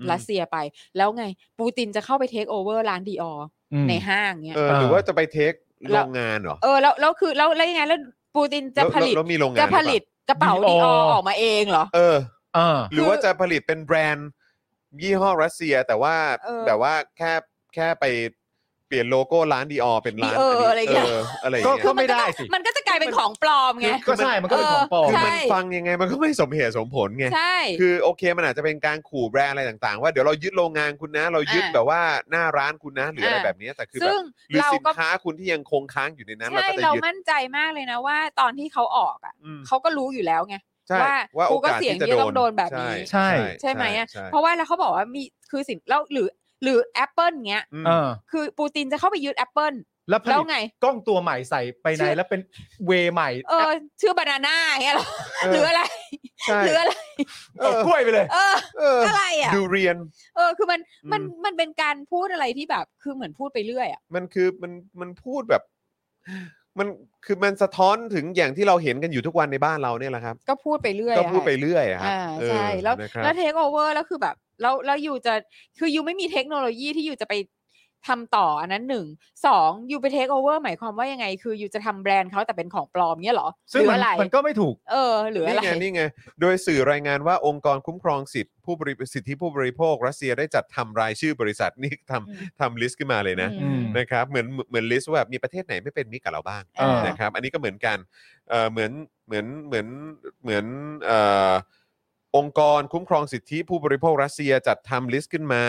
อืม รัสเซียไป แล้วไงปูตินจะเข้าไปเทคโอเวอร์ร้านดีออ อืม ในห้างเนี้ย เออหรือว่าจะไปเทคโรแล้ว งงานเหรอ เออแล้วแล้วคือแล้วแล้วยังไงแล้วปูตินจะผลิต แล้วแล้วมีโรงงานหจะรือเป ผ ล่า ลิตกระเป๋าดีอ Dior ออกมาเองเหรอ เออ เออ หรือว่าจะผลิตเป็นแบรนด์ยี่ห้อรัสเซียแต่ว่า เออ แบบว่าแค่ แค่ไปเปลี่ยนโลโก้ร้านดีออเป็นร้าน Dior อะไรอย่างเงี้ย เอออะไรอย่าง ก็ เงี้ย ก็ไม่ได้สิ มันก็จะกลายเป็นของปลอมไง ก็ใช่มันก็เป็นของปลอม เออ คือ ใช่ มันฟังยังไงมันก็ไม่สมเหตุสมผลไง ใช่ คือโอเคมันอาจจะเป็นการขู่แบรนด์อะไรต่างๆ ว่าเดี๋ยวเรายึดโรงงานคุณนะ เรายึด อ่า แบบว่าหน้าร้านคุณนะหรืออะไร อ่า แบบเนี้ยแต่คือแบ ซึ่ บ ง หรือ เรา สิน ก็ ค้าคุณที่ยังคงค้างอยู่ในนั้นเรา ใช่ ก็จะ เรา ยึด มั่นใจมากเลยนะว่าตอนที่เขาออกอ่ะ อืม เขาก็รู้อยู่แล้วไง ใช่ ว่า ว่า กู โอ ก็ กาส เสี่ยง ที่จะ ที่จะต้อง โด โด น นแบบนี้ ใช่ ใช่ไหมอ่ะ ใช่ เพราะว่าแล้วเขาบอกว่ามีคือสินแล้วหรือ หรือ Apple เงี้ย อืม เออ คือปูตินจะเข้าไปยึด Apple แล้วผ แล้ ลิ ว ต ไง กล้องตัวใหม่ใส่ไป เชื่ ใน อ แล้วเป็นเวใหม่ เออ ชื่อบานาน่าเงี้ยเหรอ เออ หรืออะไร ใช่ หรืออะไร เอ เอา อก ล้วยไปเลย เออ เออ อะไรอ่ะ ดูเรียน เออ คือมันมัน อืม มันเป็นการพูดอะไรที่แบบ คือเหมือนพูดไปเรื่อยอ่ะ มันคือมันมันพูดแบบ มันคือมันสะท้อนถึงอย่างที่เราเห็นกันอยู่ทุกวันในบ้านเราเนี่ยแหละครับ ก็พูดไปเรื่อย ก็ อะ พูดไปเรื่อยอะครับ อ่า เออ ใช่แล้ว นะครับ แล้วเทคโอเวอร์แล้วคือแบบแล้วแล้วยูจะคือยูไม่มีเทคโนโลยีที่ยูจะไปทำต่ออันนั้นหนึ่งสองยูไปเทคโอเวอร์หมายความว่ายังไง คือยูจะทำแบรนด์เขาแต่เป็นของปลอมเนี้ยเหรอ ซึ่ง หรือ มัน อะไร มันก็ไม่ถูก เออ หรืออะไร นี่ไงนี่ไง โดยสื่อรายงานว่าองค์กรคุ้มครองสิทธิผู้บริสิทธิผู้บริโภค รัสเซียได้จัดทำรายชื่อบริษัทนี่ทำ อืม ทำลิสต์ขึ้นมาเลยนะ อืม ม นะครับเหมือนเหมือนลิสต์ว่าแบบมีประเทศไหนไม่เป็นมิตรกับเราบ้าง เออ นะครับ อันนี้ก็เหมือนกันเอ่อเหมือนเหมือนเหมือนเหมือนเอ่อองค์กรคุ้มครองสิทธิผู้บริโภครัสเซียจัดทำลิสต์ขึ้นมา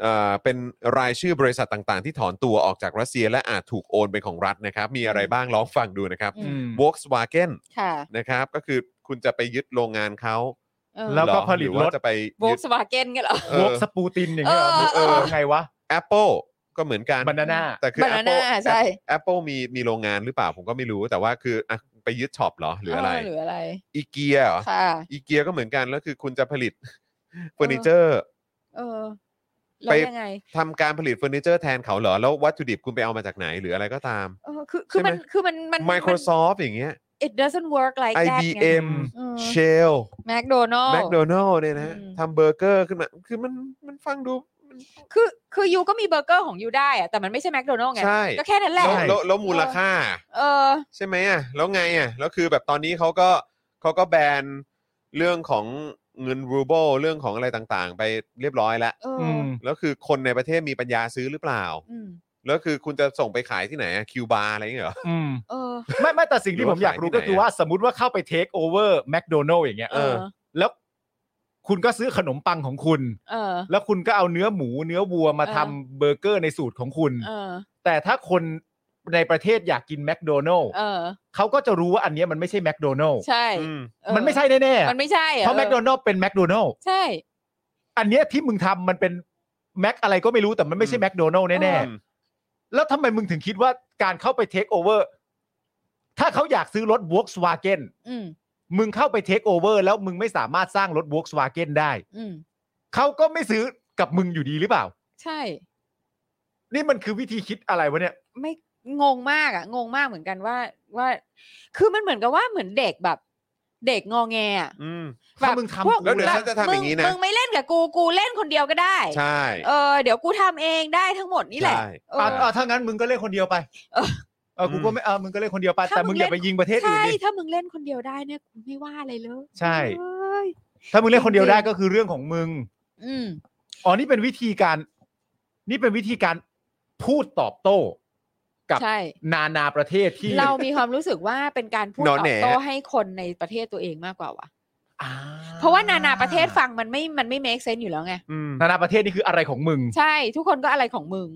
เอ่อเป็นรายชื่อบริษัทต่างๆ ที่ถอนตัวออกจากรัสเซีย และอาจถูกโอนเป็นของรัฐนะครับ มีอะไรบ้างลองฟังดูนะครับ อืม Volkswagen ค่ะ นะครับก็คือคุณจะไปยึดโรงงานเขา เออ แล้วก็ เหอ ผลิต หอว่าร ถ จะไป วอ ยึ ล ด สวาเกนกันเหรอ เออ วกสปูตินอย่างเงี้ยเหรอ เออเออ ไงวะ Apple ก็เหมือนกัน บานาน่า แต่คือ บานาน่า Apple ใช่ Apple- Apple มีมีโรงงานหรือเปล่าผมก็ไม่รู้แต่ว่าคืออ่ะไปยึดช็อปเหรอหรืออะไร เหรืออะไร อีเกียเหรอ ค่ะ อีเกียก็เหมือนกันแล้วคือคุณจะผลิตเฟอร์นิเจอร์ เออ แล้วยังไง ทำการผลิตเฟอร์นิเจอร์แทนเขาเหรอ แล้ววัตถุดิบคุณไปเอามาจากไหนหรืออะไรก็ตาม เออ คือ คือ ใช่ไหม มัน คือมัน มัน Microsoft อย่างเงี้ย มัน it doesn't work like that ไง IBM อืม Shell McDonald McDonald เนี่ยนะ อืม ทำเบอร์เกอร์ขึ้นมาคือมันมันฟังดูมัน คือ คือยูก็มีเบอร์เกอร์ของยูได้อะแต่มันไม่ใช่ McDonald ไง ใช่ ก็แค่นั้นแห แล้ ละ วแล้วแล้วมูลค่า เออ ใช่ไหมอ่ะแล้วไงอ่ะแล้วคือแบบตอนนี้เขาก็เขาก็แบนเรื่องของเงินรูเบิลเรื่องของอะไรต่างๆ ไปเรียบร้อยแล้ว เออ อื อ ม แล้วคือคนในประเทศมีปัญญาซื้อหรือเปล่า อืม แล้วคือคุณจะส่งไปขายที่ไหนอะคิวบาร์อะไรอย่างเงี้ยเหรอ อืม เออ ไม่ไม่แต่สิ่งหที่รือ ผ ว่าม อยากรู้ก็ ขายที่ไหน คือว่าสมมติว่าเข้าไปเทคโอเวอร์แมคโดนัลล์อย่างเงี้ย เออ แล้วคุณก็ซื้อขนมปังของคุณ เออ แล้วคุณก็เอาเนื้อหมูเนื้อวัวมา เออ ทำเบอร์เกอร์ในสูตรของคุณ เออ แต่ถ้าคนในประเทศอยากกินแมคโดนัลล์ เออ เขาก็จะรู้ว่าอันเนี้ยมันไม่ใช่แมคโดนัลล์ ใช่ ืม เออ มันไม่ใช่แน่ๆ มันไม่ใช่อ เพราะแมคโดนัลล์เป็นแมคโดนัลล์ ใช่ อันเนี้ยที่มึงทำมันเป็นแมคอะไรก็ไม่รู้แต่มันไม่ใช่แมคโดนัลล์แน่ อืม ๆแล้วทำไมมึงถึงคิดว่าการเข้าไปเทคโอเวอร์ถ้าเขาอยากซื้อรถ Volkswagen อืม มึงเข้าไปเทคโอเวอร์แล้วมึงไม่สามารถสร้างรถ Volkswagen ได้ อืม เขาก็ไม่ซื้อกับมึงอยู่ดีหรือเปล่า ใช่ นี่มันคือวิธีคิดอะไรวะเนี่ย ไม่งงมากอะงงมากเหมือนกันว่าว่า คือมันเหมือนกับว่าเหมือนเด็กแบบ เด็กงอแงอะ อืม แบ ถ้า บ มึงทำ พก กู แล้วเดี๋ยว บบ ฉันจะทำอย่างนี้นะ มึงไม่เล่นกับกูกูเล่นคนเดียวก็ได้ ใช่ เออเดี๋ยวกูทำเองได้ทั้งหมดนี่แหละ ใช่ เอ อ่ะ อ อ่ะถ้างั้นมึงก็เล่นคนเดียวไป เออ เออกูก็ไม่เออมึงก็เล่นคนเดียวไป ถ้า แต่มึมึงง อย่าไปยิงประเทศอื่น ใช่ ดิ ถ้ามึงเล่นคนเดียวได้เนี่ยกูไม่ว่าอะไรเลย ใช่ เอ้ย ถ้ามึงเล่นคนเดียวได้ก็คือเรื่องของมึง อืม อ๋อนี่เป็นวิธีการ นี่เป็นวิธีการพูดตอบโต้ กับ ใช่ นานาประเทศที่ เรามีความรู้สึกว่าเป็นการพูด หน ต อ อบ แหน่ โต้ให้คนในประเทศตัวเองมากกว่าวะ อ่ เพราะว่านานาประเทศฟังมันไม่มันไม่เมคเซนอยู่แล้วไง อืม นานาประเทศนี่คืออะไรของมึง ใช่ทุกคนก็อะไรของมึง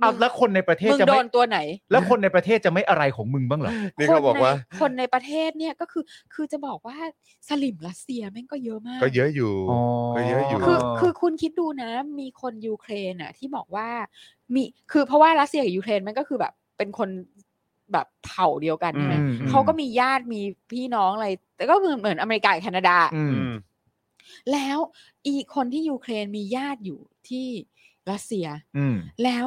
เอา มึง แล้วคนในประเทศ มึง จะ โด ไม่ นตัวไหน แล้วคนในประเทศจะไม่อะไรของมึงบ้างเหรอ นี่เขาบอกว่า คนในคนในประเทศเนี่ยก็คือคือจะบอกว่าสลิมรัสเซียแม่งก็เยอะมาก ก็เยอะอยู่ ก็เยอะอยู่ คือคือคุณคิดดูนะ มีคนยูเครนอะที่บอกว่ามีคือเพราะว่ารัสเซียกับยูเครนมันก็คือแบบเป็นคนแบบเผ่าเดียวกันใช่ไหม อืมอืม เขาก็มีญาติมีพี่น้องอะไรแต่ก็เหมือนเหมือนอเมริกากับแคนาดา อืม อืม แล้วอีคนที่ยูเครนมีญาติอยู่ที่รัสเซีย อืม แล้ว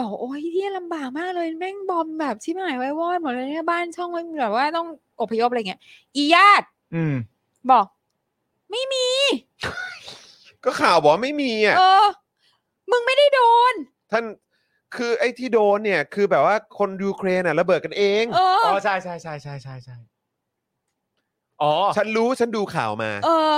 บอกว่าโอ้ยที่ลำบากมากเลยแม่งบอมแบบชิบหายไว้วอดหมดเลยเนี่ยบ้านช่องไม่แบบว่าต้องอพยพอะไรเงี้ยอีญาติ อืม บอก ไม่ มี ก็ข่าวบอกว่าไม่มีอ่ะ เออ มึงไม่ได้โดน ท่านคือไอ้ที่โดนเนี่ยคือแบบว่าคนยูเครนอ่ะระเบิดกันเอง เออ อ๋อใช่ใช่ใช่ใช่ใช่ใช่อ๋อ ฉันรู้ฉันดูข่าวมา เออ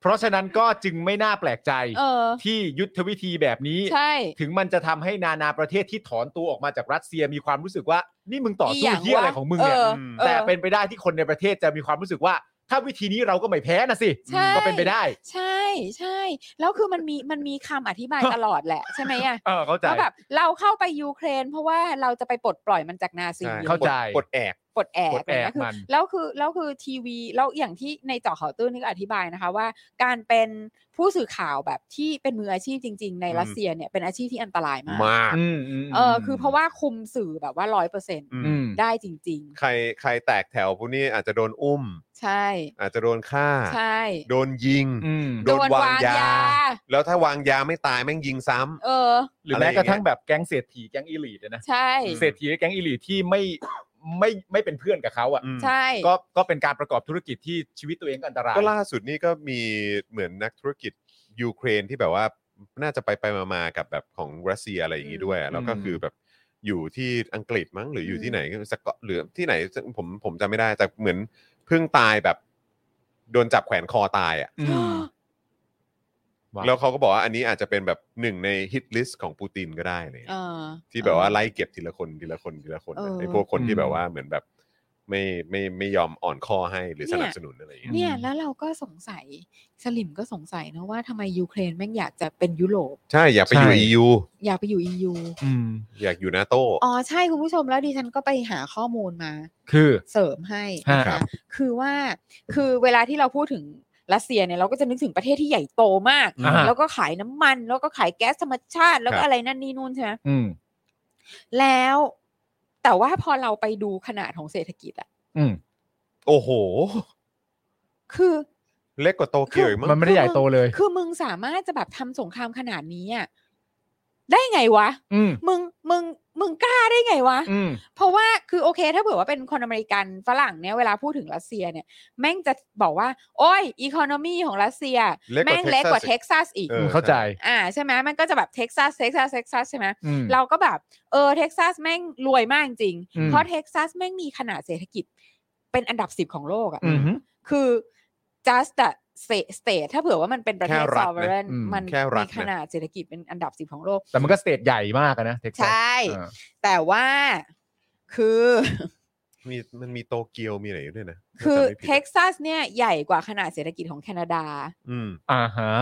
เพราะฉะนั้นก็จึงไม่น่าแปลกใจ เออ ที่ยุทธวิธีแบบนี้ ใช่ ถึงมันจะทำให้นานาประเทศที่ถอนตัวออกมาจากรัสเซียมีความรู้สึกว่า นี่มึงต่อ อี สู้ หยัง เฮียอะไร วะ ของมึงเนี่ย เออ อืม เออ แต่เป็นไปได้ที่คนในประเทศจะมีความรู้สึกว่า ถ้าวิธีนี้เราก็ไม่แพ้นะสิ ใช่ ก็เป็นไปได้ ใช่ใช่แล้วคือมันมีมันมีคำอธิ บายตลอดแหละ ใช่ไหมอ่ะ เออเข้าใจ ว่าแบบเราเข้าไปยูเครน เพราะว่าเราจะไปปลดปล่อยมันจากนาซี ใช่ เข้าใจ กดแอก ปลดแอก ปลดแอก นะคือ มัน แล้วคือแล้วคือทีวีแล้วอย่างที่ในเจาะข่าวตื้นนี่ก็อธิบายนะคะว่า การเป็นผู้สื่อข่าวแบบที่เป็นมืออาชีพจริง ๆ ใน อืม รัสเซียเนี่ยเป็นอาชีพที่อันตรายมาก มาก อืมม เออคือเพราะว่าคุมสื่อแบบว่าร้อยเปอร์เซ็นต์ อืม ได้จริง ใครใครแตกแถวพวกนี้อาจจะโดนอุ้ม ๆ ใช่ อาจจะโดนฆ่า ใช่ โดนยิง อืม โดนวางยา แล้วถ้าวางยาไม่ตายแม่งยิงซ้ำ เออ หรือ อะไรอ แม้ ย่างเงี้ย กระทั่งแบบแก๊งเศรษฐีแก๊งอีลีดอะนะ ใช่ เศรษฐีแก๊งอีลีดที่ไม่ไม่ไม่เป็นเพื่อนกับเขาอ่ะ อืม ใช่ ก็ก็เป็นการประกอบธุรกิจที่ชีวิตตัวเองก็อันตราย ก็ล่าสุดนี่ก็มีเหมือนนักธุรกิจยูเครนที่แบบว่าน่าจะไปไปมามาๆกับแบบของรัสเซียอะไรอย่างนี้ด้วยอะแล้วก็คือแบบอยู่ที่อังกฤษมั้งหรืออยู่ อืม ที่ไหนสกอตหรือที่ไหนผมผมจำไม่ได้แต่เหมือนเพิ่งตายแบบโดนจับแขวนคอตายอ่ะ อืม ว้าว แล้วเขาก็บอกว่าอันนี้อาจจะเป็นแบบหนึ่งในฮิตลิสต์ของปูตินก็ได้เนี่ย เออ ที่แบบว่าไล่เก็บทีละคนทีละคนทีละคน เออ ไอ้พวกคนที่ อืม แบบว่าเหมือนแบบ ไม่ไม่ไม่ยอมอ่อนข้อให้หรือ เนี่ ส ย นับสนุนอะไรอย่างเงี้ย เนี่ยแล้วเราก็สงสัยสลิมก็สงสัยนะว่าทำไมยูเครนแม่งอยากจะเป็นยุโรป ใช่อย่าไปอยู่ ใช่ EU อยากไปอยู่ยู อืม อยากอยู่นาโต้ อ๋อใช่คุณผู้ชมแล้วดิฉันก็ไปหาข้อมูลมา คือ เสริมให้นะ ครั คะ บ คือว่าคือเวลาที่เราพูดถึงรัสเซียเนี่ยเราก็จะนึกถึงประเทศที่ใหญ่โตมาก อ่า แล้วก็ขายน้ำมัน แล้วก็ขายแก๊สธรรมชาติแล้วก็อะไรนั่นนี่นู่นใช่ไหม อืม แล้วแต่ว่าพอเราไปดูขนาดของเศรษฐกิจอะ อืม โอ้โห คือ เล็กกว่าโตเกียวอีกมั้ง มันไม่ได้ใหญ่โตเลย คือมึงสามารถจะแบบทำสงครามขนาดนี้อะได้ไงวะ อืม มึงมึงมึงกล้าได้ไงวะ อืม เพราะว่าคือโอเค ถ้าเผื่อว่าเป็นคนอเมริกันฝรั่งเนี่ยเวลาพูดถึงรัสเซียเนี่ย แม่งจะบอกว่า โอ้ยอีโคโนมีของรัสเซีย แม่งเล็กกว่าเท็กซัสอีก ออ เข้าใจ อ่าใช่ไหมมันก็จะแบบเท็กซัสเท็กซัสเท็กซัสใช่ไหม อืม เราก็แบบเออเท็กซัสแม่งรวยมากจริง อืม เพราะเท็กซัสแม่งมีขนาดเศรษฐกิจเป็นอันดับสิบของโลกอะ อืม คือ just a state- state ถ้าเผื่อว่ามันเป็นประเทศ แค่รัฐนะ sovereign อืม มัน แค่รัฐ มี นะ ขนาดเศรษฐกิจเป็นอันดับสิบของโลก แต่มันก็สเตทใหญ่มากอะนะเท็กซัส ใช่ อ่า แต่ว่าคือ มีมันมีโตเกียวมีอะไรอยู่ด้วยนะ คือ ถ้าจำไม่ผิด เท็กซัสเนี่ยใหญ่กว่าขนาดเศรษฐกิจของแคนาดา อืม อ่าฮะ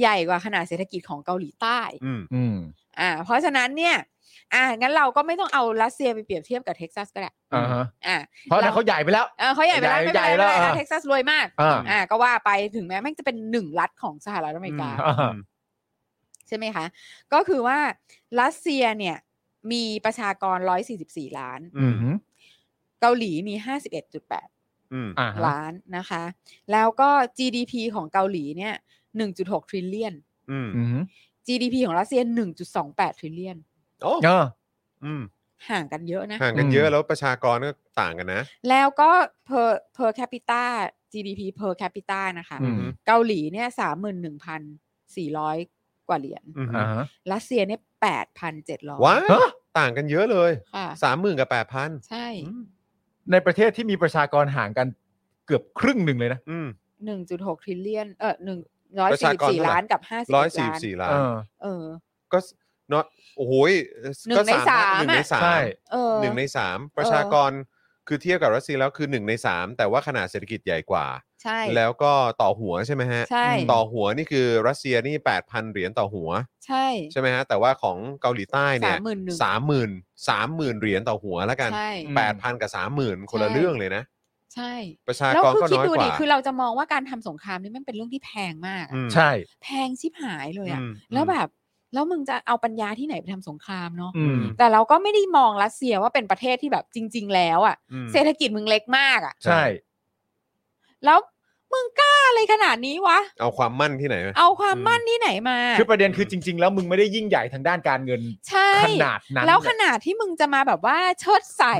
ใหญ่กว่าขนาดเศรษฐกิจของเกาหลีใต้ อืม อืม อ่า เพราะฉะนั้นเนี่ย อ่างั้นเราก็ไม่ต้องเอารัสเซียไปเปรียบเทียบกับเท็กซัสก็ได้ อ่าฮะ อ่า เพราะ เรา นั้นเขาใหญ่ไปแล้ว เออเขาใหญ่ไปแล้วไม่เป็นไร ใหญ่ ไม่ แล้ เป็ วน ไร อ่ะ เท็กซัสรวยมาก อ่า อ่า ก็ว่าไปถึงแม้แม่งจะเป็นหนึ่งรัฐของสหรัฐอเมริกา อ่าฮะ ใช่ไหมคะ ก็คือว่ารัสเซียเนี่ยมีประชากร 144 ล้าน อืม อืม เกาหลีมี 51.8 อืม อ่าฮะ ล้านนะคะ แล้วก็ GDP ของเกาหลีเนี่ย 1.6 t r i l l i o n อืม อืม GDP ของรัสเซีย 1.28 t r i l l i o n โอ้ เออ อืม ห่างกันเยอะนะ ห่างกันเยอะแล้วประชากรก็ต่างกันนะ แล้วก็ per per capita GDP per capita นะคะ อืม เกาหลีเนี่ย 31,400 กว่าเหรียญ อืม อ่าฮะ รัสเซียเนี่ย 8,700 ว้ายต่างกันเยอะเลย ค่ะ สามหมื่นกับแปดพัน ใช่ ในประเทศที่มีประชากรห่างกันเกือบครึ่งหนึ่งเลยนะ อืม หนึ่งจุดหกทริลเลียนเออหนึ่งร้อย ประชา สี่ กร สี่ เท่าไหร่ ล้านกับห้าสิบ ร้อยสี่ ล้าน สี่ล้าน เออ เออ ก็เนาะโอ้โหย หนึ่ง ก็ ในสาม หนึ่งใน อะ สาม ใช่ เออ หนึ่งในสามประชากรคือเทียบกับรัสเซียแล้วคือหนึ่งในสามแต่ว่าขนาดเศรษฐกิจใหญ่กว่า ใช่ แล้วก็ต่อหัวใช่ไหมฮะ ใช่ ต่อหัวนี่คือรัสเซียนี่แปดพันเหรียญต่อหัว ใช่ ใช่ไหมฮะ แต่ว่าของเกาหลีใต้เนี่ สาย มหมื่นหนึ่ง สามหมื่นสามหมื่นเหรียญต่อหัวแล้วกัน ใช่ แปดพันกับสามหมื่นคนละ ใช่ เรื่องเลยนะ ใช่ ประชา แล้ว กร คืก็อคิด น้อย ดู ก ดิ ว่า คือเราจะมองว่าการทำสงครามนี่มันเป็นเรื่องที่แพงมากอะ อืม ใช่ แพงชิบหายเลยอะ อืม แล้วแบบ แล้วมึงจะเอาปัญญาที่ไหนไปทำสงครามเนาะ อืม แต่เราก็ไม่ได้มองรัสเซียว่าเป็นประเทศที่แบบจริง ๆ แล้วอะ อืม เศรษฐกิจมึงเล็กมากอะ ใช่ แล้วมึงกล้าอะไรขนาดนี้วะ เอาความมั่นที่ไหนวะ เอาความ อืม มั่นที่ไหนมา คือประเด็นคือจริง ๆ แล้วมึงไม่ได้ยิ่งใหญ่ทางด้านการเงิน ใช่ ขนาดนั้น แล้วขนาดที่มึงจะมาแบบว่าเชิดใส่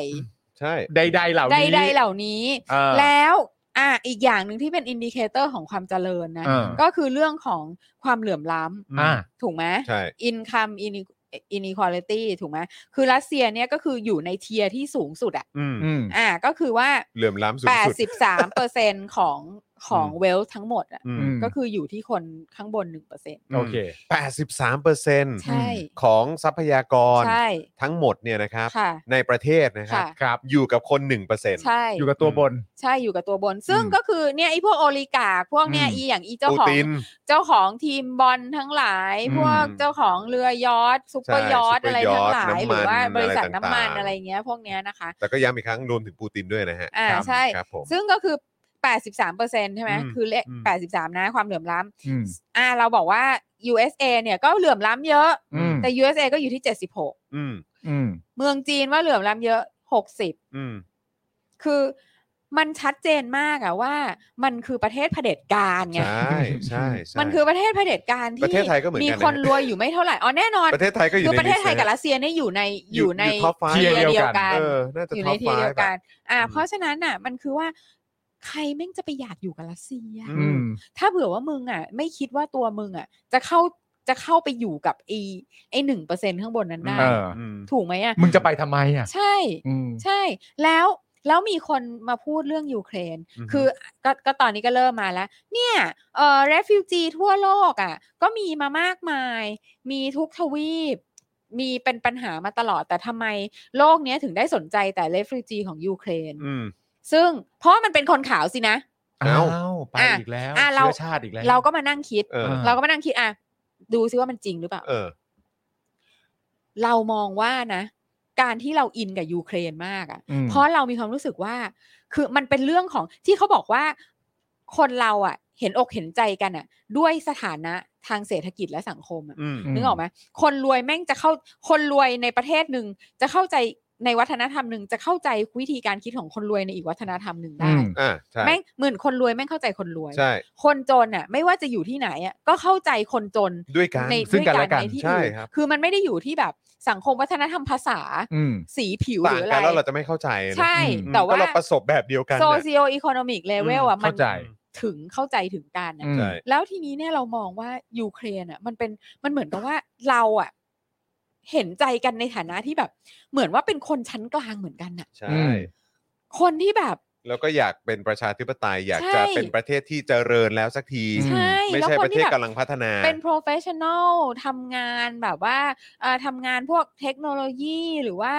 ใช่ ใด ๆ เหล่า ใ นี้ ดๆเหล่านี้ เออ แล้วอ่ะอีกอย่างหนึ่งที่เป็นอินดิเคเตอร์ของความเจริญนะ เออ ก็คือเรื่องของความเหลื่อมล้ อ่า ำถูกไหม ใช่ income ini- inequality ถูกไหมคือรัสเซียเนี่ยก็คืออยู่ในเทียร์ที่สูงสุดอ่ะ อืม อืม อ่ะก็คือว่า เหลื่อมล้ำสูงสุด 83เปอร์เซ็นของ ของเวลทั้งหมดอ่ะ อืม ม ก็คืออยู่ที่คนข้างบนหนึ่งเปอร์เซ็น โอเค 83เปอร์เซ็นต์ ใช่ ของทรัพยากร ใช่ ทั้งหมดเนี่ยนะครับ ค่ะ ในประเทศนะครับ ค่ะ ครับ อยู่กับคน1%เปอร์เซ็นต์ ใช่ อยู่กับตัวบน ใช่อยู่กับตัวบน ซึ่ง อืม ก็คือเนี่ยไอ้พวกโอลิการ์คพวกเนี่ย อืม อีอย่างอีเจ้า ปู ของ ติน เจ้าของทีมบอลทั้งหลาย อืม พวกเจ้าของเรือยอทซุปเปอร์ ใช่ ยอท ซุปเปอร์ อะไรทั้งหลายอยท หรือว่าบริษัท น้ำมันอะไรต่างน้ำมันๆ อะไรเงี้ย พวกเนี้ยนะคะ แต่ก็ย้ำอีกครั้งรวมถึงปูตินด้วยนะฮะ อ่า ครับ ใช่ ครับผม ซึ่งก็คือ 83เปอร์เซ็นใช่ไหม อืม คือเลข อืม 83 นะความเหลื่อมล้ อืม ำอ่าเราบอกว่า USA เนี่ยก็เหลื่อมล้ำเยอะ อืม แต่ USA ก็อยู่ที่ 76 อืม อืม เมืองจีนว่าเหลื่อมล้ำเยอะ 60 อืม คือมันชัดเจนมากอะว่ามันคือประเทศเผด็จการไง ใช่ใช่ใช่ มันคือประเทศเผด็จการ ป ที่ ระเทศไทยก็เหมือนกันนะ มีคนรวยอยู่ไม่เท่าไหร่อ๋อแน่นอน ประเทศไทยก็อยู่ คือ ใน ประเทศไทยกับ ลิสต์นะ รัสเซียเนี่ยอยู่ใน อ อยู่ ยู่ใน ท็อปไฟ เทียร์เดียวกัน เออน่าจะ อยู่ ท็ ใน อป เที ไฟ ยร์เดียว แบ กับ น อ่า อืม เพราะฉะนั้นน่ะ มันคือว่า ใครแม่งจะไปอยากอยู่กับรัสเซีย อื อืม ถ้าเผื่อว่ามึงอ่ะ ไม่คิดว่าตัวมึงอ่ะ จะเข้าจะเข้าไปอยู่กับไอ้ไอ้หนึ่งเปอร์เซ็นข้างบนนั้นได้ เออ อืม ถูกไหมอ่ะ มึงจะไปทำไมอ่ะ ใช่ อืม ใช่ แล้วแล้วมีคนมาพูดเรื่องยูเครน อือฮึ คือก็ก็ตอนนี้ก็เริ่มมาแล้ว เนี่ยเอ่อเรฟิวจีทั่วโลกอ่ะ ก็มีมามากมาย มีทุกทวีป มีเป็นปัญหามาตลอดแต่ทำไมโลกเนี้ยถึงได้สนใจแต่เรฟิวจีของยูเครน อืม ซึ่งเพราะมันเป็นคนขาวสินะ เอ้า เอ้าไป อ่ะ อีกแล้ว อ่ะเรา เชื้อชาติอีกแล้ว เราก็มานั่งคิด เออ า เราก็มานั่งคิดอ่ะดูซิว่ามันจริงหรือเปล่า เออ เรามองว่านะ การที่เราอินกับยูเครนมากอ่ะ อืม เพราะเรามีความรู้สึกว่า คือมันเป็นเรื่องของที่เขาบอกว่าคนเราอ่ะ เห็นอกเห็นใจกันอ่ะ ด้วยสถานะทางเศรษฐกิจและสังคมอ่ะ อืม นึกออกไหมคนรวยแม่งจะเข้าคนรวยในประเทศหนึ่งจะเข้าใจในวัฒนธรรมหนึ่งจะเข้าใจวิธีการคิดของคนรวยในอีกวัฒนธรรมหนึ่ง อื ได้ ม อ่าใช่ แม่งเหมือนคนรวยแม่งเข้าใจคนรวย ใช่ คนจนอ่ะ ไม่ว่าจะอยู่ที่ไหนอ่ะก็เข้าใจคนจน ด้วยกัน ใน ซึ่งกัน ด้วย และกัน ในที่ ใช่ อื่น ครับ คือมันไม่ได้อยู่ที่แบบสังคมวัฒนธรรมภาษา อืม สีผิวห ต่า รื งกัออะไร นแล้วเราจะไม่เข้าใจนะ ใช่ อืม อืม แต่ ก็ ว่า เราประสบแบบเดียวกันน่ะ socio economic level อ่ะ มั เข้าน ใจ ถึงเข้าใจถึงกันอะ อืม ใช่ แล้วทีนี้เนี่ยเรามองว่ายูเครนอ่ะ มันเป็นมันเหมือนกับว่าเราอ่ะ เห็นใจกันในฐานะที่แบบ เหมือนว่าเป็นคนชั้นกลางเหมือนกันน่ะ ใช่ อืม คนที่แบบ แล้วก็อยากเป็นประชาธิปไตย อยาก ใช่ จะเป็นประเทศที่เจริญแล้วสักที อืม ใช่ ไม่ แล้ว ใช่ ค ป น ระเท ที่ ศ แบบ กำลังพัฒนา เป็น professional ทำงานแบบว่าเอ่อทำงานพวกเทคโนโลยีหรือว่า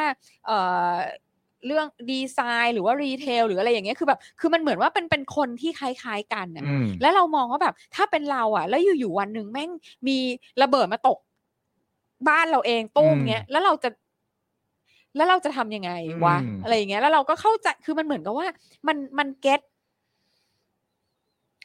เอ่อเรื่องดีไซน์หรือว่ารีเทลหรืออะไรอย่างเงี้ยคือแบบ คือมันเหมือนว่าเป็นเป็นคนที่คล้าย ๆ กันน่ะ อืม แล้วเรามองว่าแบบถ้าเป็นเราอ่ะ แล้วอยู่ๆวันหนึ่งแม่งมีระเบิดมาตก บ้านเราเองตุ้ม อืม เงี้ยแล้วเราจะ แล้วเราจะทำยังไงวะ อืม อะไรอย่างเงี้ยแล้วเราก็เข้าใจคือมันเหมือนกับว่า มันมันเก็ต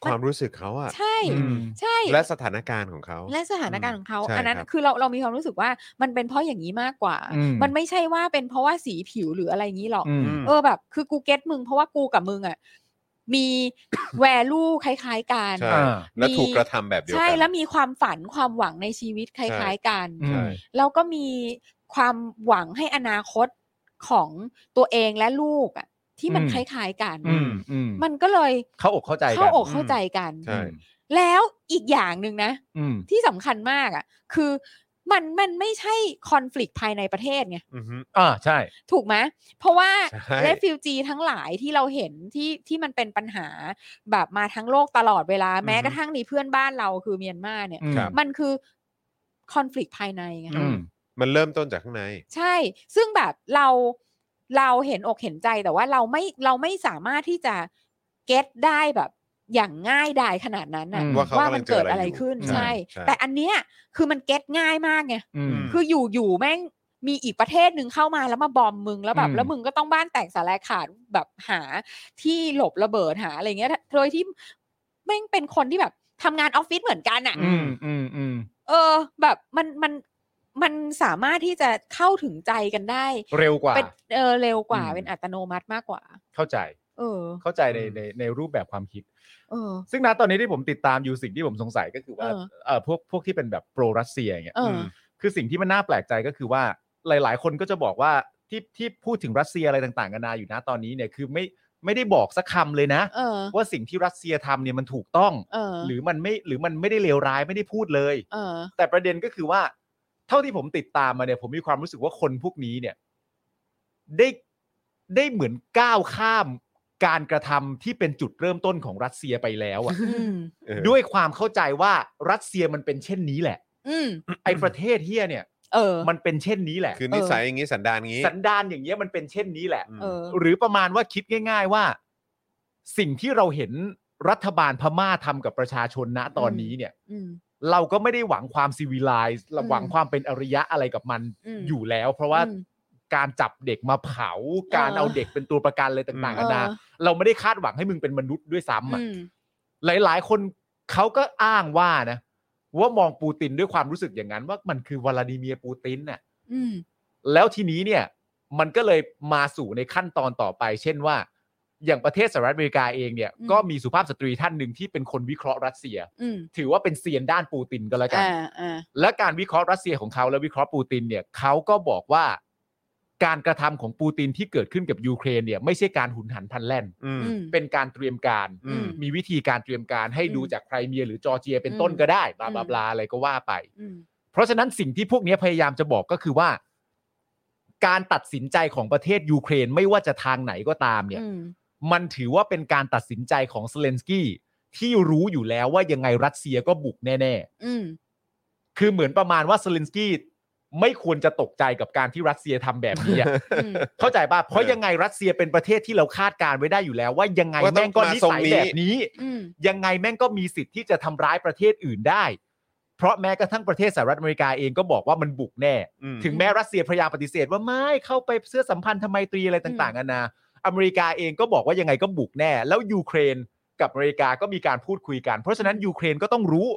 ความรู้สึกเขาอะ ใช่ อืม ใช่ และสถานการณ์ของเขา และสถานการณ์ของเขา ใช่ อันนั้น ครับ คือเราเรามีความรู้สึกว่ามันเป็นเพราะอย่างนี้มากกว่า อืม มันไม่ใช่ว่าเป็นเพราะว่าสีผิวหรืออะไรอย่างนี้หรอก อืม อืม เออแบบ คือกูเก็ตมึงเพราะว่ากูกับมึงอ่ะมี แวลูคล้ายๆกัน ใช่ อ่า และ มี ถูกกระทำแบบเดียวกั ใช่แล้วมีความฝันความหวังในชีวิตคล้าย ๆ กัน อืม ใช่ แล้วก็มีความหวังให้อนาคตของตัวเองและลูกอ่ะที่มัน อืม คล้าย ๆ กัน อืมอืม มันก็เลย เข้าอกเข้าใจกัน เข้าอกเข้าใจกัน ใช่ แล้วอีกอย่างหนึ่งนะ อืม ที่สำคัญมากอ่ะ คือมันมันไม่ใช่คอน FLICT ภายในประเทศไง อือฮึ อ่าใช่ ถูกไหมเพราะว่า ใช่ เรฟิวจีทั้งหลายที่เราเห็นที่ที่มันเป็นปัญหาแบบมาทั้งโลกตลอดเวลาแม้กระทั่งในเพื่อนบ้านเราคือเมียนมาเนี่ย อืม ครับ มันคือคอน FLICT ภายในไง อืม มันเริ่มต้นจากข้างใน ใช่ ซึ่งแบบเราเราเห็นอกเห็นใจแต่ว่าเราไม่เราไม่สามารถที่จะเก็ตได้แบบอย่างง่ายดายขนาดนั้นน่ะ อืม ว่าว่ากเขาำลั มัน งเจ เกิ อ ด อะไร อะอไรยู่ ขึ้น ใช่ ใช่ ใช่ แต่อันเนี้ยคือมันเก็ตง่ายมากไง อืม คืออยู่อยู่แม่งมีอีกประเทศหนึ่งเข้ามาแล้วมาบอมมึงแล้วแบ อื บ ม แล้วมึงก็ต้องบ้านแตกสลายขาดแบบหาที่หลบระเบิดหาอะไรเงี้ย โดยที่แม่งเป็นคนที่แบบทำงานออฟฟิศเหมือนกันอ่ะ อืมอืมอืม เออ แบบมันมันมันสามารถที่จะเข้าถึงใจกันได้ เร็วกว่า เป็นเออเร็วกว่า อืม เป็นอัตโนมัติมากกว่า เข้าใจ เออ เข้าใจในในในรูปแบบความคิด เออ ซึ่งนะตอนนี้ที่ผมติดตามอยู่สิ่งที่ผมสงสัยก็คือว่า เออ เออพวกพวกที่เป็นแบบโปรรัสเซียอย่างเงี้ย เอออ ม คือสิ่งที่มันน่าแปลกใจก็คือว่าหลาย ๆ คนก็จะบอกว่าที่ที่พูดถึงรัสเซียอะไรต่างๆกันานาอยู่นะตอนนี้เนี่ยคือไม่ไม่ได้บอกสักคำเลยนะ เออ ว่าสิ่งที่รัสเซียทำเนี่ยมันถูกต้อง เออ หรือมันไม่หรือมันไม่ได้เลวร้ายไม่ได้พูดเลย เออ แต่ประเด็นก็คือว่า เท่าที่ผมติดตามมาเนี่ย ผมมีความรู้สึกว่าคนพวกนี้เนี่ย ได้ได้เหมือนก้าวข้าม การกระทำที่เป็นจุดเริ่มต้นของรัสเซียไปแล้วอะ อืม เออ ด้วยความเข้าใจว่ารัสเซียมันเป็นเช่นนี้แหละ อืม ไอ้ประเทศเฮียเนี่ย เออ มันเป็นเช่นนี้แหละ คือนิสัยอย่างนี้สันดานอย่างนี้ สันดานอย่างเงี้ยมันเป็นเช่นนี้แหละ เออ หรือประมาณว่าคิดง่าย ๆว่า สิ่งที่เราเห็นรัฐบาลพม่าทำกับประชาชนณตอนนี้เนี่ย อืม เราก็ไม่ได้หวังความซีวิไลซ์ อืม หวังความเป็นอริยะอะไรกับมัน ม อยู่แล้ว เพราะว่า อืม การจับเด็กมาเผาการ เออ เอาเด็กเป็นตัวประกันอะไรต่างๆนานา เออ เราไม่ได้คาดหวังให้มึงเป็นมนุษย์ด้วยซ้ำอะ อืม หลาย ๆ คนเขาก็อ้างว่านะ ว่ามองปูตินด้วยความรู้สึกอย่างนั้น ว่ามันคือวลาดิเมียร์ปูตินน่ะ อืม แล้วทีนี้เนี่ย มันก็เลยมาสู่ในขั้นตอนต่อไป เช่นว่า อย่างประเทศสหรัฐอเมริกาเองเนี่ย อืม ก็มีสุภาพสตรีท่านหนึ่งที่เป็นคนวิเคราะห์รัสเซีย อืม ถือว่าเป็นเซียนด้านปูตินก็แล้วกัน อ่าอ่า และการวิเคราะห์รัสเซียของเขาและวิเคราะห์ปูตินเนี่ยเขาก็บอกว่า การกระทำของปูตินที่เกิดขึ้นกับยูเครนเนี่ยไม่ใช่การหุนหันพลันแล่น อืม อืม เป็นการเตรียมการ อืม มีวิธีการเตรียมการให้ อืม ดูจากไครเมียหรือจอร์เจียเป็น อืม ต้นก็ได้บลา อืม บลาบลาอะไรก็ว่าไป อืม เพราะฉะนั้นสิ่งที่พวกเนี้ยพยายามจะบอกก็คือว่า การตัดสินใจของประเทศยูเครนไม่ว่าจะทางไหนก็ตามเนี่ย อืม มันถือว่าเป็นการตัดสินใจของเซเลนสกี้ที่รู้อยู่แล้วว่ายังไงรัสเซียก็บุกแน่ อืม ๆ คือเหมือนประมาณว่าเซเลนสกี้ไม่ควรจะตกใจกับการที่รัสเซียทำแบบนี้ อะ อืม เข้าใจป่ะเพราะยังไงรัสเซียเป็นประเทศที่เราคาดการไว้ได้อยู่แล้ว ว่ายังไง ว่าต้อง แม่งก็นิ มาทรง สัย นี้ แบบนี้ อืม ยังไงแม่งก็มีสิทธิ์ที่จะทำร้ายประเทศอื่นได้ เพราะแม้กระทั่งประเทศสหรัฐอเมริกาเองก็บอกว่ามันบุกแน่ อืม ถึงแม้รัสเซียพยายามปฏิเสธว่าไม่เข้าไปเสื้อสัมพันธ์ทำไมตรีอะไรต่างๆนานา อเมริกาเองก็บอกว่ายังไงก็บุกแน่ แล้วยูเครนกับอเมริกาก็มีการพูดคุยกัน เพราะฉะนั้นยูเครนก็ต้องรู้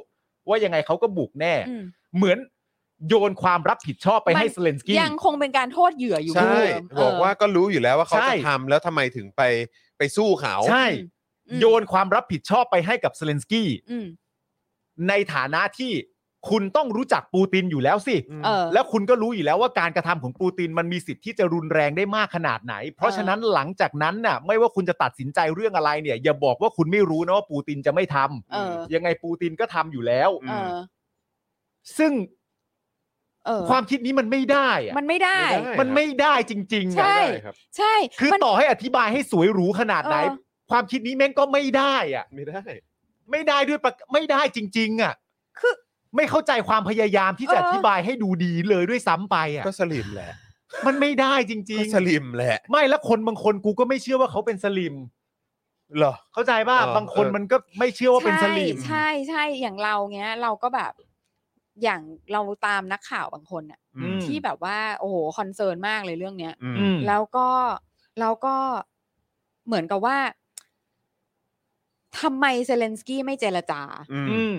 ว่ายังไงเขาก็บุกแน่ อืม เหมือนโยนความรับผิดชอบไปให้ มัน เซเลนสกี้ ยังคงเป็นการโทษเหยื่ออยู่ ใช่ เหมืนเดิม บอกว่า เ ก็รู้อยู่แล้วว่าเขา ใช่ จะทำแล้วทำไมถึงไปไปสู้เขา ใช่ อืม โยนความรับผิดชอบไปให้กับเซเลนสกี้ อืม ในฐานะที่คุณต้องรู้จักปูตินอยู่แล้วสิ เออ แล้วคุณก็รู้อยู่แล้วว่าการกระทำของปูตินมันมีสิทธิ์ที่จะรุนแรงได้มากขนาดไหน เพราะฉะนั้นหลังจากนั้นน่ะ ไม่ว่าคุณจะตัดสินใจเรื่องอะไรเนี่ย อย่าบอกว่าคุณไม่รู้นะว่าปูตินจะไม่ทำ เออ ยังไงปูตินก็ทำอยู่แล้ว อืม เออ ซึ่ง เออ ความคิดนี้มันไม่ได้อะ มันไม่ได้ ไม่ได้ มันไม่ได้จริงๆ ใช่ อะ ได้ครับ ใช่ คือ มัน ต่อให้อธิบายให้สวยหรูขนาดไหน เออ ความคิดนี้แม่งก็ไม่ได้อะ ไม่ได้ ไม่ได้ด้วยประไม่ได้จริง ๆอะ คือ ไม่เข้าใจความพยายามที่จะ เอ อ ออ ธิบายให้ดูดีเลยด้วยซ้ำไปอะ ก็สลิมแหละ มันไม่ได้จริ ก็ ง ๆ สลิมแหละ ไม่แล้วคนบางคนกูก็ไม่เชื่อว่าเขาเป็นสลิม เหรอ เข้าใจป่ะ เออบ างคน เออ มันก็ไม่เชื่อว่าเป็นสลิม ใช่ใช่ใช่อย่างเราเงี้ย เราก็แบบอย่างเราตามนักข่าวบางคนอะ อืม ม ที่แบบว่า โอ้โหคอนเซิร์นมากเลยเรื่องเนี้ย อืม อืม แล้วก็แล้วก็เหมือนกับว่าทำไมเซเลนสกี้ไม่เจรจา อืม อืม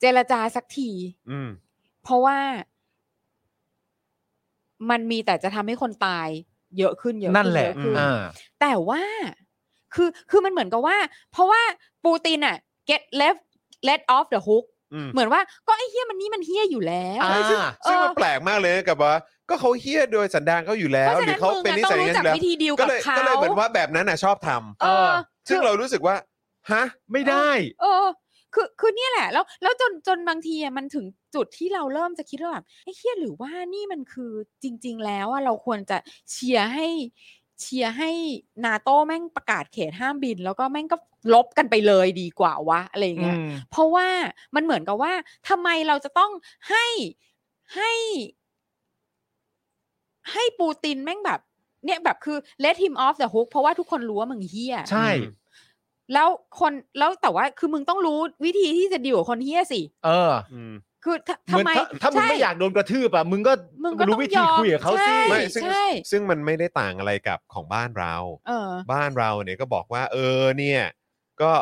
เจรจาสักที อืม เพราะว่า มันมีแต่จะทำให้คนตาย เยอะขึ้นเยอะขึ้ นั่นแหละ เยอขึ้น ม อ่า แต่ว่า คือคือมันเหมือนกับว่า เพราะว่าปูตินอะ get left let off the hook อืม เหมือนว่าก็ไอ้เฮี้ยมันนี่มันเฮี้ยอยู่แล้ว อ่า ใช่ซึ่ง เอ ซึ่ง อ มันแปลกมากเลยนะกับว่า ก็เขาเฮี้ยโดยสันดานเขาอยู่แล้ว เพราะฉะ หรื นั้ อน เขา มึง เป็น อะ นิ ต้อง สัยอย่าง รู้ นั้น จัอยู่แล้วกวิธีดีล ก็ กับ เลย เขา ก็เลยเหมือนว่าแบบนั้นน่ะชอบทำ เออ ซึ่งเรารู้สึกว่าฮะ ไม่ได้ เออ คือ คือเนี่ยแหละ แล้ว แล้วจน จนบางทีอะมันถึงจุดที่เราเริ่มจะคิดว่าแบบไอ้เฮียหรือว่านี่มันคือจริง ๆ แล้วอะเราควรจะเชียร์ให้ เชียร์ให้นาโต้แม่งประกาศเขตห้ามบิน แล้วก็แม่งก็ลบกันไปเลยดีกว่าวะอะไรอย่าง อื เงี้ย ม เพราะว่ามันเหมือนกับว่าทำไมเราจะต้องให้ให้ ให้ปูตินแม่งแบบ เนี่ยแบบคือ let him off the hook เพราะว่าทุกคนรู้ว่ามึงเฮี้ย ใช่ อืม แล้วคนแล้วแต่ว่าคือมึงต้องรู้วิธีที่จะดีลกับคนเฮี้ยสิ เออ อืม คือถ้า เห ทำ อน ไม ถ้าถ้ามึง ใช่ ไม่อยากโดนกระทืบอ่ะ มึงก็ มึงก็ต้อง รู้วิธี ยอม คุยกับเขาสิ ใช่ ไม่ซึ่ง ใช่ ซึ่งมันไม่ได้ต่างอะไรกับของบ้านเรา เออ บ้านเราเนี่ยก็บอกว่า เออเนี่ยก็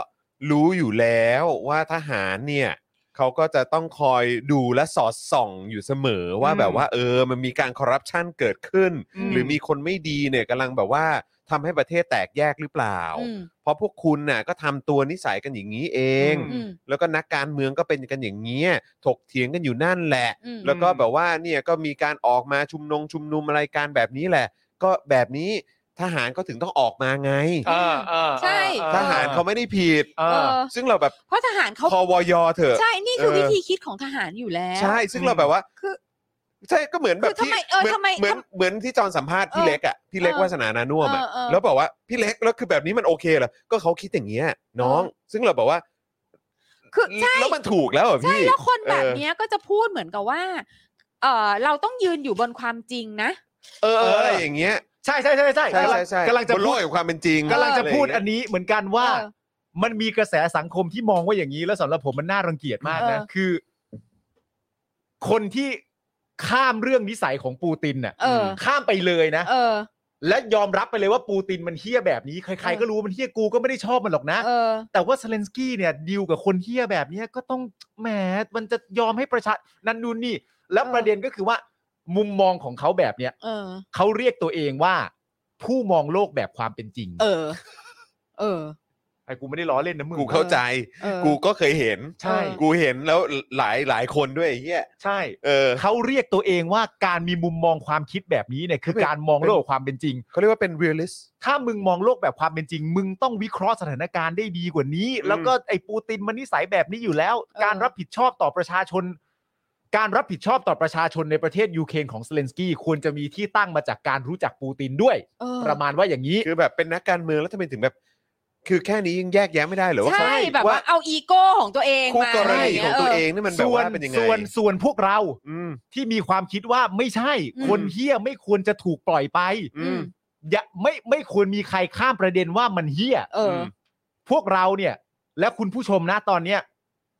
รู้อยู่แล้วว่าทหารเนี่ยเขาก็จะต้องคอยดูและสอดส่องอยู่เสมอว่าแบบว่า เออมันมีการคอร์รัปชันเกิดขึ้น อืม หรือมีคนไม่ดีเนี่ยกำลังแบบว่าทำให้ประเทศแตกแยกหรือเปล่า อืม เพราะพวกคุณน่ะก็ทำตัวนิสัยกันอย่างนี้เอง อืม แล้วก็นักการเมืองก็เป็นกันอย่างนี้ยถกเถียงกันอยู่นั่นแหละ อืม แล้วก็แบบว่าเนี่ยก็มีการออกมาชุมนงชุมนุมอะไรการแบบนี้แหละ ก็แบบนี้ทหารก็ถึงต้องออกมาไง เออเออ ใช่ เออ ทหารเขาไม่ได้ผิด เอ เอ อ อ ซึ่งเราแบบ เพราะทหารเขา คอวยอเถอะ ใช่นี่คือ เออ วิธีคิดของทหารอยู่แล้ว ใช่ ซึ่งเราแบบว่า คือ ใช่ก็เหมือนแบบ คือทำไมเออ เหมือน ทำไม เหมือนเหมือนที่จอนสัมภาษณ์พี่ เออ เล็กอ่ะพี่เล็ก เออ วาสนานานุ่วมอ่ะ เออเออ แล้วบอกว่าพี่เล็กแล้วคือแบบนี้มันโอเคเหรอก็เขาคิดอย่างเงี้ยน้อง ซึ่งเราบอกว่า คือใช่ แล้วมันถูกแล้วเหรอ ใช่ พี่ แล้วคนแบบ เออ เนี้ยก็จะพูดเหมือนกับว่า เออเราต้องยืนอยู่บนความจริงนะ เออเอออะไรอย่างเงี้ย ใช่ใช่ใช่ใช่ ใช่ใช่ใช่ กำลังจะ บนโล พู ก ด แห่งความเป็นจริง กำลังจะพูด ไร อันนี้เหมือนกันว่า เออ มันมีกระแสสังคมที่มองว่าอย่างนี้ แล้วสำหรับผมมันน่ารังเกียจมากนะ เออ คือ คนที่ข้ามเรื่องนิสัยของปูตินน่ะ เออ ข้ามไปเลยนะ เออ และยอมรับไปเลยว่าปูตินมันเฮี้ยแบบนี้ใคร เออ ๆก็รู้ว่ามันเฮี้ยกูก็ไม่ได้ชอบมันหรอกนะ เออ แต่ว่าเซเลนสกี้เนี่ยดีลกับคนเฮี้ยแบบเนี้ยก็ต้องแหมมันจะยอมให้ประชานันนูนนี่ แล้ว เออ ประเด็นก็คือว่า มุมมองของเขาแบบเนี้ย เออ เขาเรียกตัวเองว่า ผู้มองโลกแบบความเป็นจริง เออ เออ ไอ้กูไม่ได้ล้อเล่นนะมึง กูเข้าใจ เออ กูก็เคยเห็น ใช่ เออ กูเห็นแล้วหลายหลายคนด้วยไอ้เฮีย ใช่ เออ เขาเรียกตัวเองว่าการมีมุมมองความคิดแบบนี้เนี่ยคือการมองโลกความเป็นจริง เขาเรียกว่าเป็น realist ถ้ามึงมองโลกแบบความเป็นจริง มึงต้องวิเคราะห์สถานการณ์ได้ดีกว่านี้ อืม แล้วก็ไอ้ปูตินมันนิสัยแบบนี้อยู่แล้ว การรับผิดชอบต่อประชาชน การรับผิดชอบต่อประชาชนในประเทศยูเครนของเซเลนสกี้ควรจะมีที่ตั้งมาจากการรู้จักปูตินด้วย เออ ประมาณว่าอย่างนี้ คือแบบเป็นนักการเมืองแล้วทำไมถึงแบบ คือแค่นี้ยังแยกแยะไม่ได้เหรอว่า ใช่ เขา แบบว่าเอาอีโก้ของตัวเอง คู่ มาก รณี ะ ของ ไย่า ตัว เย เองนี่มันแบบ ส่วน ว่าเป็นยังไง ส่วนส่วนพวกเรา อืม ที่มีความคิดว่าไม่ใช่ อืม คนเฮี้ยไม่ควรจะถูกปล่อยไป อืม อย่าไม่ไม่ควรมีใครข้ามประเด็นว่ามันเฮี้ย เออ พวกเราเนี่ย และคุณผู้ชมนะตอนเนี้ย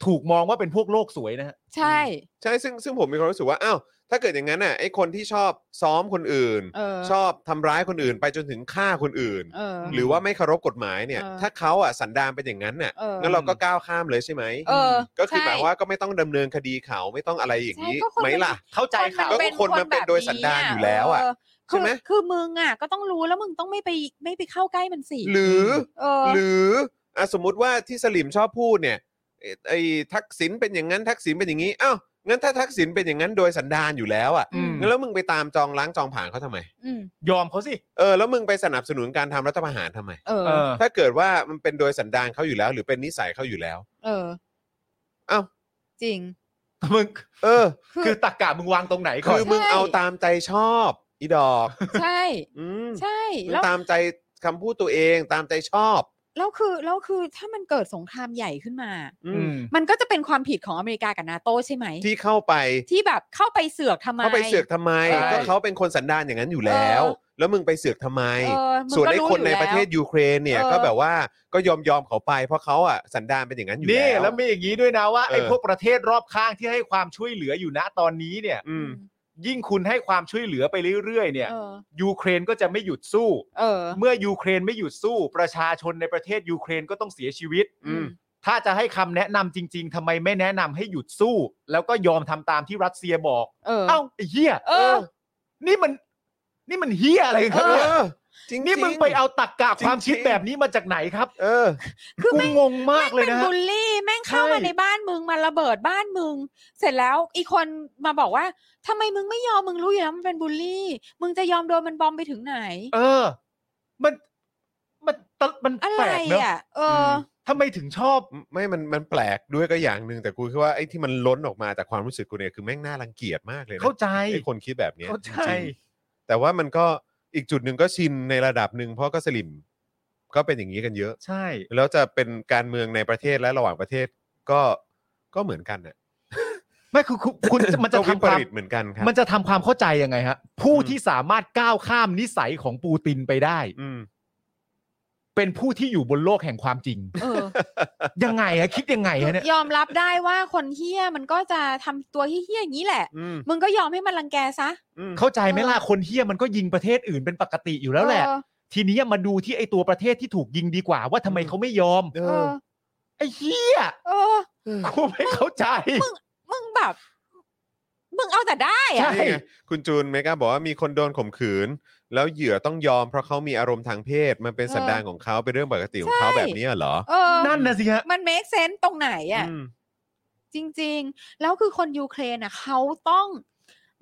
ถูกมองว่าเป็นพวกโลกสวยนะฮะ ใช่ ใช่ซึ่งซึ่งผมมีความรู้สึกว่าอ้าวถ้าเกิดอย่างนั้นน่ะไอ้คนที่ชอบซ้อมคนอื่น เออ ชอบทำร้ายคนอื่น ไปจนถึงฆ่าคนอื่น เออ หรือว่าไม่เคารพกฎหมายเนี่ย เออ ถ้าเขาอ่ะสันดานเป็นอย่างนั้นน่ะ เออ งั้นเราก็ก้าวข้ามเลยใช่ไหม เออ ก็คือ ใช่ หมายว่าก็ไม่ต้องดำเนินคดีเขาไม่ต้องอะไรอย่างนี้ ใช่ก็คนมัน ไหมล่ะ เข้าใจ มั เขา ก็คนมันเป็นโดยสันดานอยู่แล้วอะ เ ใช่ไหม คือคือมึงอ่ะ ก็ต้องรู้แล้วมึงต้องไม่ไปไม่ไปเข้าใกล้มันสิ หรือ เออ หรืออ่ะสมมติว่าที่สลิมชอบพูดเนี่ยไอ้ไอ้ทักษิณเป็นอย่างนั้นทักษิณเป็นอย่างนี้อ้าวงั้นถ้าทักษิณเป็นอย่างนั้นโดยสันดานอยู่แล้วอ่ะ อืม งั้นแล้วมึงไปตามจองล้างจองผลานเขาทำไม อืม ยอมเขาสิ เออแล้วมึงไปสนับสนุนการทำรัฐประหารทำไม เออ เออ ถ้าเกิดว่ามันเป็นโดยสันดานเขาอยู่แล้ว หรือเป็นนิสัยเขาอยู่แล้ว เออ เอ้า จริง มึง เออ คือตักกะมึงวางตรงไหนก่อ คื น อมึง ใช่ เอาตามใจชอบอีดอก ใช่ อืม ใช่ มึง แล้ว ตามใจคำพูดตัวเองตามใจชอบ แล้วคือแล้วคือถ้ามันเกิดสงครามใหญ่ขึ้นมา อืม มันก็จะเป็นความผิดของอเมริกากับนาโตใช่ไหม ที่เข้าไป ที่แบบเข้าไปเสือกทำไม เข้าไปเสือกทำไม ใช่ ก็เขาเป็นคนสันดานอย่างนั้นอยู่แล้ว เออ แล้วมึงไปเสือกทำไม เออมึง ส่วน ก็ ไอ้ รู้ คนใน อยู่ ประเทศ แล้ ยูเครนเนี่ย เออ ก็แบบว่าก็ยอมยอมเขาไป เพราะเขาอ่ะสันดานเป็นอย่างนั้นอยู่ นี่ แล้ว แล้วมีอย่างนี้ด้วยนะว่าไอ้ เออ พวกประเทศรอบข้างที่ให้ความช่วยเหลืออยู่นะตอนนี้เนี่ย อื ว ม ยิ่งคุณให้ความช่วยเหลือไปเรื่อยๆเนี่ย เออ ยูเครนก็จะไม่หยุดสู้ เออ เมื่อยูเครนไม่หยุดสู้ ประชาชนในประเทศยูเครนก็ต้องเสียชีวิต อืม ถ้าจะให้คำแนะนำจริง ๆทำไมไม่แนะนำให้หยุดสู้ แล้วก็ยอมทำตามที่รัสเซียบอก เออ เอ้าไอ้เฮีย เออ นี่มัน นี่มันเฮียอะไรกันครับ เอ เนี่ย อจริงๆ นี่มึงไปเอาตักกะ จริงๆ ความคิดแบบนี้มาจากไหนครับ เออ คือ กู แม่ง งงมากเลย แม่งเป็นนะฮะ บูลลี่แม่งเข้า ใช่ มาในบ้านมึงมาระเบิดบ้านมึง เสร็จแล้วอีกคนมาบอกว่าทำไมมึงไม่ยอมมึงรู้อยู่แล้วมันเป็นบูลลี่ มึงจะยอมโดนมันบอมไปถึงไหน เออ มัน มันตะมัน อะ แป ไร ลกเนอะ อ่ะ เอออ ม ทำไมถึงชอบ ไม่มันมันแปลกด้วยก็อย่างหนึ่งแต่กูคิดว่าไอ้ที่มันล้นออกมาจากความรู้สึกกูเนี่ยคือแม่งน่ารังเกียจมากเลยนะ เข้าใจ ไอ้คนคิดแบบเนี้ย เข้าใจ จริงๆแต่ว่ามันก็อีกจุดหนึ่งก็ชินในระดับหนึ่งเพราะก็สลิมก็เป็นอย่างนี้กันเยอะ ใช่ แล้วจะเป็นการเมืองในประเทศและระหว่างประเทศก็ก็เหมือนกันน่ะ ไม่คือคุณคุณมันจะ ก็วิ ทำค ป วาม ริตเหมือนกันครับ มันจะทำความเข้าใจยังไงฮะ ผู้ที่สามารถก้าวข้ามนิสัยของปูตินไปได้ อืม เป็นผู้ที่อยู่บนโลกแห่งความจริ ง เออ ยังไงฮะ คิดยังไงฮะเนี่ย ยอมรับได้ว่าคนเฮี้ยมันก็จะทำตัวเฮี้ยๆอย่างนี้แหละ อืม มึงก็ยอมให้มันรังแกซะ อืม เข้าใจไหมล่ะคนเฮี้ยมันก็ยิงประเทศอื่นเป็นปกติอยู่แล้วแหละ เออ ทีนี้มาดูที่ไอตัวประเทศที่ถูกยิงดีกว่า ว่าทำไมเขาไม่ยอม เอ เอ อ อ ไอ้เฮีย เออ กูไม่เข้าใจ มึงแบบ มึงเอาแต่ได้ ใช่ อะ นี่ไงคุณจูนเมกาบอกว่ามีคนโดนข่มขืน แล้วเหยื่อต้องยอมเพราะเขามีอารมณ์ทางเพศ มันเป็นสันดานของเขาเป็นเรื่องปกติของเขาแบบนี้เหรอ เออ นั่นนะสิฮะ มัน make sense ตรงไหนอ่ะ อืม จริง ๆ แล้วคือคนยูเครนอ่ะเขาต้อง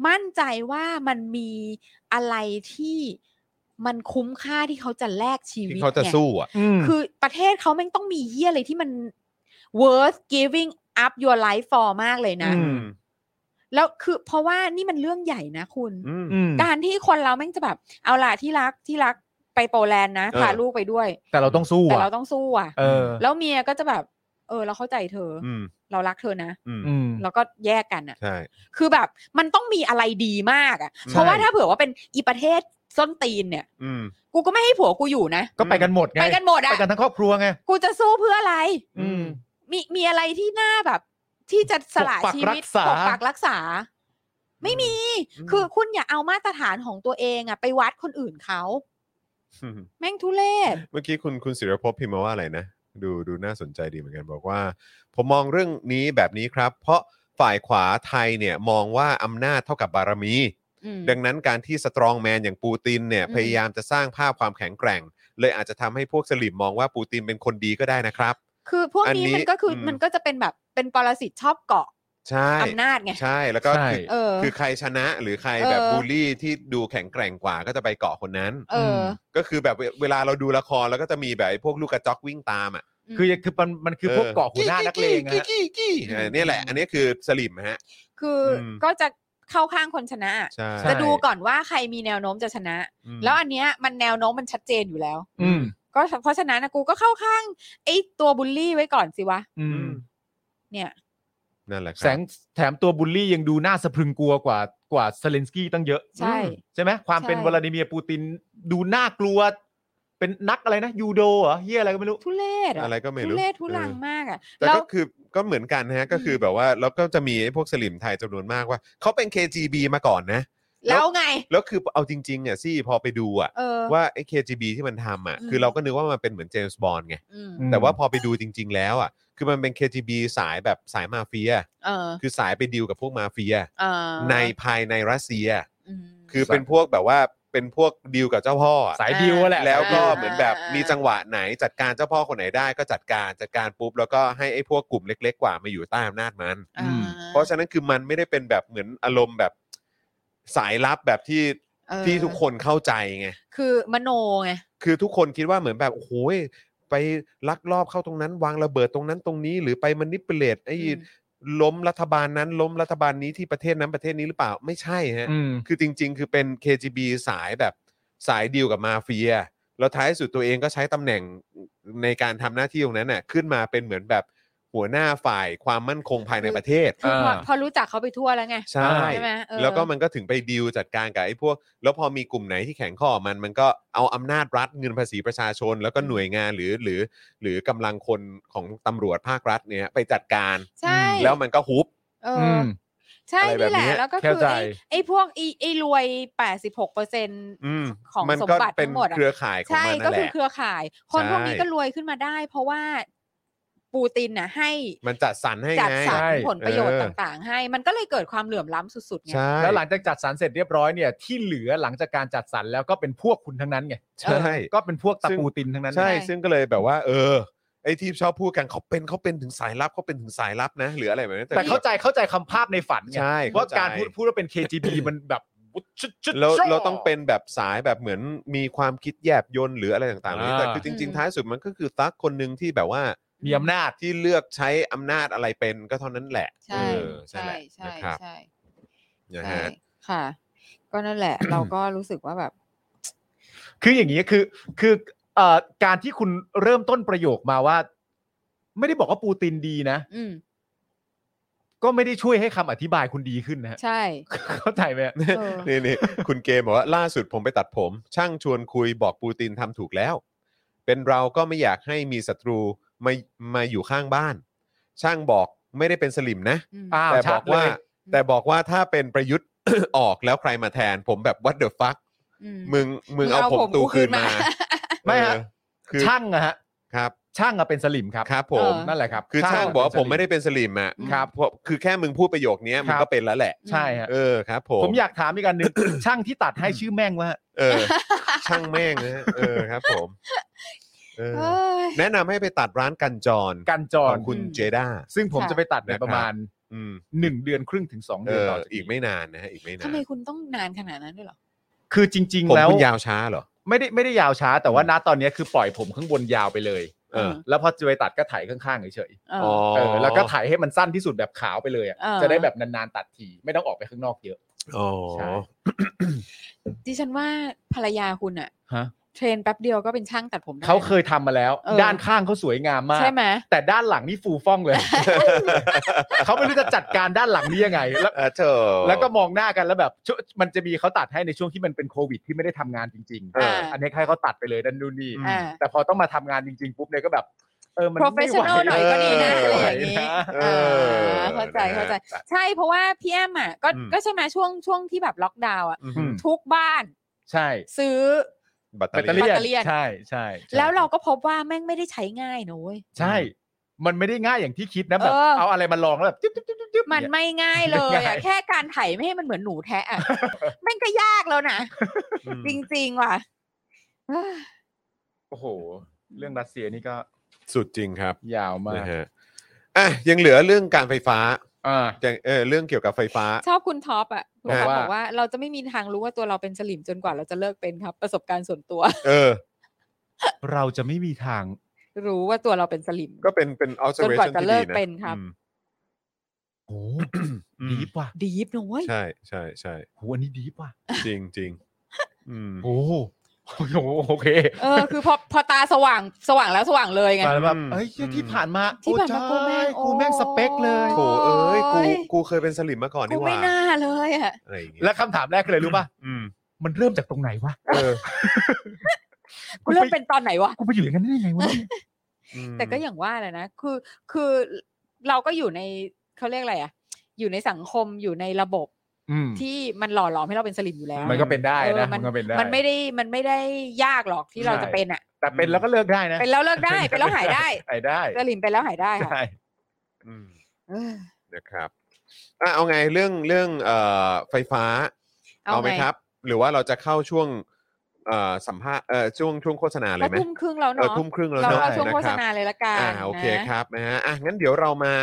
มั่นใจว่ามันมีอะไรที่มันคุ้มค่าที่เขาจะแลกชีวิ ที่ ต เขาจะ ไง สู้อ่ะ คือประเทศเขาแม่งต้องมีเยี่ยอะไรที่มัน worth giving up your life for มากเลยนะ อืม แล้วคือเพราะว่านี่มันเรื่องใหญ่นะคุณ อืม อืม การที่คนเราแม่งจะแบบ เอาล่ะที่รักที่รักไปโปแลนด์นะ เออ พาลูกไปด้วย แต่เราต้องสู้ แต่ อ่ะ เราต้องสู้อ่ะ เออ แล้วเมียก็จะแบบ เออ เราเข้าใจเธออ อืม เรารักเธอนะ อืม อืม แล้วก็แยกกันอ่ะ ใช่ คือแบบมันต้องมีอะไรดีมากอ่ะ ใช่ เพราะว่าถ้าเผื่อว่าเป็นอีประเทศส้นตีนเนี่ย อืม กูก็ไม่ให้ผัวกูอยู่นะ ก็ไปกันหมดไง ไปกันหมด ไป อ่ะ กันทั้งครอบครัวไง กูจะสู้เพื่ออะไร อืม มีมีอะไรที่น่าแบบ ที่จะสละ ปกปัก ชีวิต รักษา ปกปักรักษา ไม่มี อืม คือคุณอย่าเอามาตรฐานของตัวเองอะไปวัดคนอื่นเขา แม่งทุเลศ เมื่อกี้คุณคุณศิรภพพิมพ์มาว่าอะไรนะ ดูดูน่าสนใจดีเหมือนกันบอกว่า ผมมองเรื่องนี้แบบนี้ครับ เพราะฝ่ายขวาไทยเนี่ยมองว่าอำนาจเท่ากับบารมี อืม ดังนั้นการที่สตรองแมนอย่างปูตินเนี่ย อืม พยายามจะสร้างภาพความแข็งแกร่ง เลยอาจจะทำให้พวกสลิมมองว่าปูตินเป็นคนดีก็ได้นะครับ คือพวก อันนี้ นี้มันก็คืออ ม มันก็จะเป็นแบบเป็นปรสิตชอบเกาะ ใช่ อำนาจไง ใช่แล้วก็ ใช่ คือ เออ คือใครชนะหรือใคร เออ แบบบูลลี่ที่ดูแข็งแกร่งกว่าก็จะไปเกาะคนนั้น เออ ก็คือแบบเวเวลาเราดูละครแล้วก็จะมีแบบไอ้พวกลูกกระจอกวิ่งตามอ่ะ ม คือคือมันมันคือพวกเกาะหัวหน้านักเลงอะ กี้ ฮะ กี้กี้กี้เออเนี่ยแหละ อันนี้คือสลิมฮะ คืออ ม ก็จะเข้าข้างคนชนะอะ ใช่ จะดูก่อนว่าใครมีแนวโน้มจะชนะ แล้วอันเนี้ยมันแนวโน้มมันชัดเจนอยู่แล้ว อืม ก็เพราะฉะนั้นนะกูก็เข้าข้างไอ้ตัวบูลลี่ไว้ก่อนสิวะ อืม ม เนี่ย นั่นแหละครับ แสงแถมตัวบูลลี่ยังดูน่าสะพรึงกลัวกว่ากว่าเซเลนสกี้ตั้งเยอะ ใช่ อืมใช่ไหมความเป็น ใช่ วลาดิเมียร์ปูตินดูน่ากลัว เป็นนักอะไรนะยูโดเหรอเฮียอะไรก็ไม่รู้ ทุเลศอะ อะไรก็ไม่ ทุ รู้ เลศทุลัง เออ มากอ่ะ แต่ แล้ว ก็คือก็เหมือนกันนะฮะก็คือแบบว่าแล้วก็จะมีไอ้พวกสลิมไทยจำนวนมากว่าเขาเป็น KGB มาก่อนนะ แล้วไง แล้วคือเอาจริงๆอ่ะซี่พอไปดูอ่ะ เออ ว่าไอ้ KGB ที่มันทำอ่ะ อืม คือเราก็นึกว่ามันเป็นเหมือนเจมส์บอนด์ไง อืม ม แต่ว่าพอไปดูจริง ๆ แล้วอ่ะคือมันเป็น KGB สายแบบสายมาเฟีย เออ คือสายไปดีลกับพวกมาเฟีย เออ ในภายในรัสเซีย อืม คือเป็นพวกแบบว่าเป็นพวกดีลกับเจ้าพ่ออะ สายดิวอะแหละ แล้วก็ อ่า เหมือนแบบ อ่ามี มีจังหวะไหนจัดการเจ้าพ่อคนไหนได้ก็จัดการจัดการปุ๊บแล้วก็ให้ไอ้พวกกลุ่มเล็ก ๆ กว่ามาอยู่ใต้อำนาจมัน อ่า เพราะฉะนั้นคือมันไม่ได้เป็นแบบเหมือนอารมณ์แบบสายลับแบบที่ เออ ที่ทุกคนเข้าใจไง คือมโนไง คือทุกคนคิดว่าเหมือนแบบโอ้โหยไปลักลอบเข้าตรงนั้น วางระเบิดตรงนั้นตรงนี้ หรือไปมานิปเลตไอ้ อืม ล้มรัฐบาลนั้น ล้มรัฐบาลนี้ที่ประเทศนั้นประเทศนี้หรือเปล่าไม่ใช่ฮะ อืม คือจริงๆ คือเป็น KGB สายแบบสายดีลกับมาเฟีย แล้วท้ายสุดตัวเองก็ใช้ตำแหน่งในการทำหน้าที่ตรงนั้นน่ะขึ้นมาเป็นเหมือนแบบหัวหน้าฝ่ายความมั่นคงภายในประเทศ คือพอ อ่า พอรู้จักเขาไปทั่วแล้วไง ใช่ ใช่ไหมเออ แล้วก็มันก็ถึงไปดีลจัดการกับไอ้พวก แล้วพอมีกลุ่มไหนที่แข็งข้อมันมันก็เอาอำนาจรัฐเงินภาษีประชาชน แล้วก็หน่วยงานหรือหรือ หรือกำลังคนของตำรวจภาครัฐเนี่ยไปจัดการ ใช่ แล้วมันก็ฮุบ เออ อื อ ม ใช่ อะไรแบบ นี่แหละ เนี้ย แล้วก็ เข้า คือ ใจ ไอ้ไอ้พวกไอ้ไอ้รวย 86เปอร์เซ็น อืม ของ มัน สม ก็ บัติ เป็น ทั้งหมดอะ เครือข่ายของ ใช่ มัน ก็ นั่นแห คือ ละ เครือข่าย คนพวกนี้ ใช่ ก็รวยขึ้นมาได้ เพราะว่าปูตินน่ะ ให้ มันจัดสรรให้ จัด ไง สรร ใช่ ผลประโยชน์ เออ ต่างๆ ให้ มันก็เลยเกิดความเหลื่อมล้ำสุดๆไง ใช่ แล้วหลังจากจัดสรรเสร็จเรียบร้อยเนี่ยที่เหลือหลังจากการจัดสรรแล้วก็เป็นพวกคุณทั้งนั้นไง ใช่ ก็เป็นพวกตระ ซึ่ง ปูตินทั้งนั้น ใช่ ใช่ ซึ่งก็เลยแบบว่า เออ ไอ้ที่ชอบพูดกันเขาเป็นเขาเป็นถึงสายลับเขาเป็นถึงสายลับนะ หรืออะไรแบบนี้ แต่เข้าใจเข้าใจคำภาพในฝันไง ใช่เข้ ว่า ใจ การพูดพูดว่าเป็น KGB มันแบบชุดๆ เรา ช่ เราต้องเป็นแบบสายแบบเหมือนมีความคิดแยบยนต์หรืออะไรต่างๆเหล่านี้ อ่า แต่คือจริง อื ๆ ม ท้ายสุดมันก็คือตั๊กคนหนึ่งที่แบบว่า มีอำนาจ ที่เลือกใช้อำนาจอะไรเป็นก็เท่านั้นแหละ ใช่ เออใช่ ใช่ แหละ ใช่ นะครับ ใช่ นะ ใช่ ฮะ ค่ะ ก็นั่นแหละ เราก็รู้สึกว่าแบบ คืออย่างนี้คือคือเอ่อการที่คุณเริ่มต้นประโยคมาว่า ไม่ได้บอกว่าปูตินดีนะ อืม ก็ไม่ได้ช่วยให้คำอธิบายคุณดีขึ้นนะฮะ ใช่ เข้าใจไหมฮะ เออ นี่นี่คุณเกมบอกว่าล่าสุดผมไปตัดผม ช่างชวนคุยบอกปูตินทำถูกแล้ว เป็นเราก็ไม่อยากให้มีศัตรูมามาอยู่ข้างบ้าน ช่างบอกไม่ได้เป็นสลิมนะ อืม อ้าว แต่บ ชั อ ด ก เล ว่าย แต่บอกว่าถ้าเป็นประยุทธ์ ออกแล้วใครมาแทน ผมแบบ what the fuck อืม มึงมึงเอาผมตูคืนมา ไม่ฮะ เออคือ ช่างอะฮะ ครับ ช่างอะเป็นสลิมครับ ครับผม เออ นั่นแหละครับ คือช่าง ะ บอกว่า เป็น ผ สลิ มไม่ได้เป็นสลิมอ่ะ ครับ เพราะคือแค่มึงพูดประโยคเนี้ย ครับ มึงก็เป็นแล้วแหละ ใช่ฮะ เออครับ ผม ผมอยากถามอีกอัน หนึ่ง ช่างที่ตัดให้ชื่อแม่งว่า เอ อ ช่างแม่งนะเออครับ ผมเออ เอ้ย แนะนำให้ไปตัดร้านกันจร กันจ ข ร องคุณ อืม เจด้า ซึ่งผมจะไปตัดใน นะครับ ประมาณ อืม หนึ่งเดือนครึ่งถึงสอง เอ เดือน อ ต่อจาก อี นี้ กไม่นานนะฮะอีกไม่นา ทำ น ไมคุณต้องนานขนาดนั้นด้วยเหรอ คือจริง ผม ๆ แล้ว คุณยาวช้าเหรอ ไม่ได้ไม่ได้ยาวช้า แต่ว่าณตอนเนี้ยคือปล่อยผมข้างบนยาวไปเลย เออ แล้วพอจะไปตัดก็ไถ่ายข้างๆเฉย เออ อ๋อ ๆเออแล้วก็ไถ่ายให้มันสั้นที่สุดแบบขาวไปเลยอะ เออ จะได้แบบนานๆตัดทีไม่ต้องออกไปข้างนอกเยอะ อ๋อ ใช่ ดิฉันว่าภรรยาคุณอะ ฮะ เทรนแป๊บเดียวก็เป็นช่างตัดผมได้ เขาเคยทำมาแล้ว เออ ด้านข้างเขาสวยงามมาก ใช่ไหม แต่ด้านหลังนี่ฟูฟ่อง เลย เขาไม่รู้จะจัดการด้านหลังนี่ยังไง แล้ว เออเธอ แล้วก็มองหน้ากันแล้วแบบช่วงมันจะมีเขาตัดให้ในช่วงที่มันเป็นโควิดที่ไม่ได้ทำงานจริง เอ อ่า ๆ อันนี้ใครเขาตัดไปเลยดันนู่นนี่ อืม อ่า แต่พอต้องมาทำงานจริง ๆ ปุ๊บเนี่ยก็แบบ เออมันไม่ไหว professional หน่อยก็ดีนะอะไรอย่างนี้ เอ อ่ อา เข้าใจเข้าใจ นะฮะ ใช่เพราะว่าพี่แอมอ่ะก็ อืม ก็ใช่ไหมช่วงช่วงที่แบบล็อกดาวน์อ่ะ อืม อืม ทุกบ้าน ใช่ ซื้อ แบตเต แบ อ ตเตอ รี่ รี่ แบตเตอรี่ ใช่ใช่ใช่ แล้วเราก็พบว่าแม่งไม่ได้ใช้ง่ายนะเว้ย ใช่ มันไม่ได้ง่ายอย่างที่คิดนะแบบ เออ เอาอะไรมาลองแล้วแบบจิ๊บจิ๊บจิ๊บจิ๊บ มันไม่ง่ายเลย ไม่ง่า อ่ะ ย แค่การไถไม่ให้มันเหมือนหนูแทะ อ่ะ แม่งก็ยากแล้วนะ จริง ๆ ว่ะเอ้ย โอ้โห เรื่องรัสเซียนี่ก็ สุดจริงครับ ยาวมาก นะฮะอ่ะยังเหลือเรื่องการไฟฟ้า อ่า ยังเออเรื่องเกี่ยวกับไฟฟ้า ชอบคุณท็อปอ่ะคุณท็อป ว่า บอกว่าเราจะไม่มีทางรู้ว่าตัวเราเป็นสลิมจนกว่าเราจะเลิกเป็นครับ ประสบการณ์ส่วนตัว เออ เราจะไม่มีทาง รู้ว่าตัวเราเป็นสลิม ก็เป็นเป็น จนกว่า observation จะ ที่ เลิ ดี ก นะ เป็นครับ อืม โอ้ อืม ดีป่ะ ดีฟนะเว้ย ใช่ใช่ใช่ โหอันนี้ดีป่ะ จริง จริงอืม โอ้โหโอเค เออคือพอพอตาสว่างสว่างแล้วสว่างเลยไง มาแล้วแบ อื บ ม เอ้ยเหี้ย อืม ที่ผ่านมา ที่ผ่านมากูแม่งโอ้ใช่กูแม่งสเปคเลย โถเอ้ยกู โอ้ย กูเคยเป็นสลิมมาก่อน กู นี่หว่า ไม่น่าเลยอ่ะ อะไรอย่างเงี้ย แล้วคำถามแรกคืออะไรรู้ป่ะ อืม มันเริ่มจากตรงไหนวะ เออ กูเริ่มเป็นตอนไหนวะ กูไปอยู่อย่างนั้นได้ยังไงวะเนี่ย อืม แต่ก็อย่างว่าแหละนะ คือ คือเราก็อยู่ในเขาเรียกอะไรอะอยู่ในสังคม อยู่ในระบบ อืม ที่มันหล่อหลอมให้เราเป็นสลิมอยู่แล้ว มันก็เป็นได้ เออ นะ มั มันก็เป็นได้ มันไม่ได้ มันไม่ได้ยากหรอกที่เรา ใช่ จะเป็นอะ แต่เป็นแล้วก็เลิกได้นะ เป็นแล้วเลิกได้ เป็นแล้วหายได้ หายได้ สลิมเป็นแล้วหายได้ค่ะ ใช่ อืม เออ นะครับอ่ะเอาไงเรื่องเรื่องเอ่อไฟฟ้า เอาไหม ง ครับ หรือว่าเราจะเข้าช่วงเอ่อสัมภาษณ์เอ่อช่วงช่วงโฆษณาเลย แล้ว ไหม ทุ่มครึ่งแล้ว เออ เนาะ ทุ่มครึ่งแล้ว เรา เนาะ เข้าช่วงโฆ นะค ษ รับ ณาเลยละกัน อ่าโอเค นะ ครับนะฮะอ่ะงั้นเดี๋ยวเรามา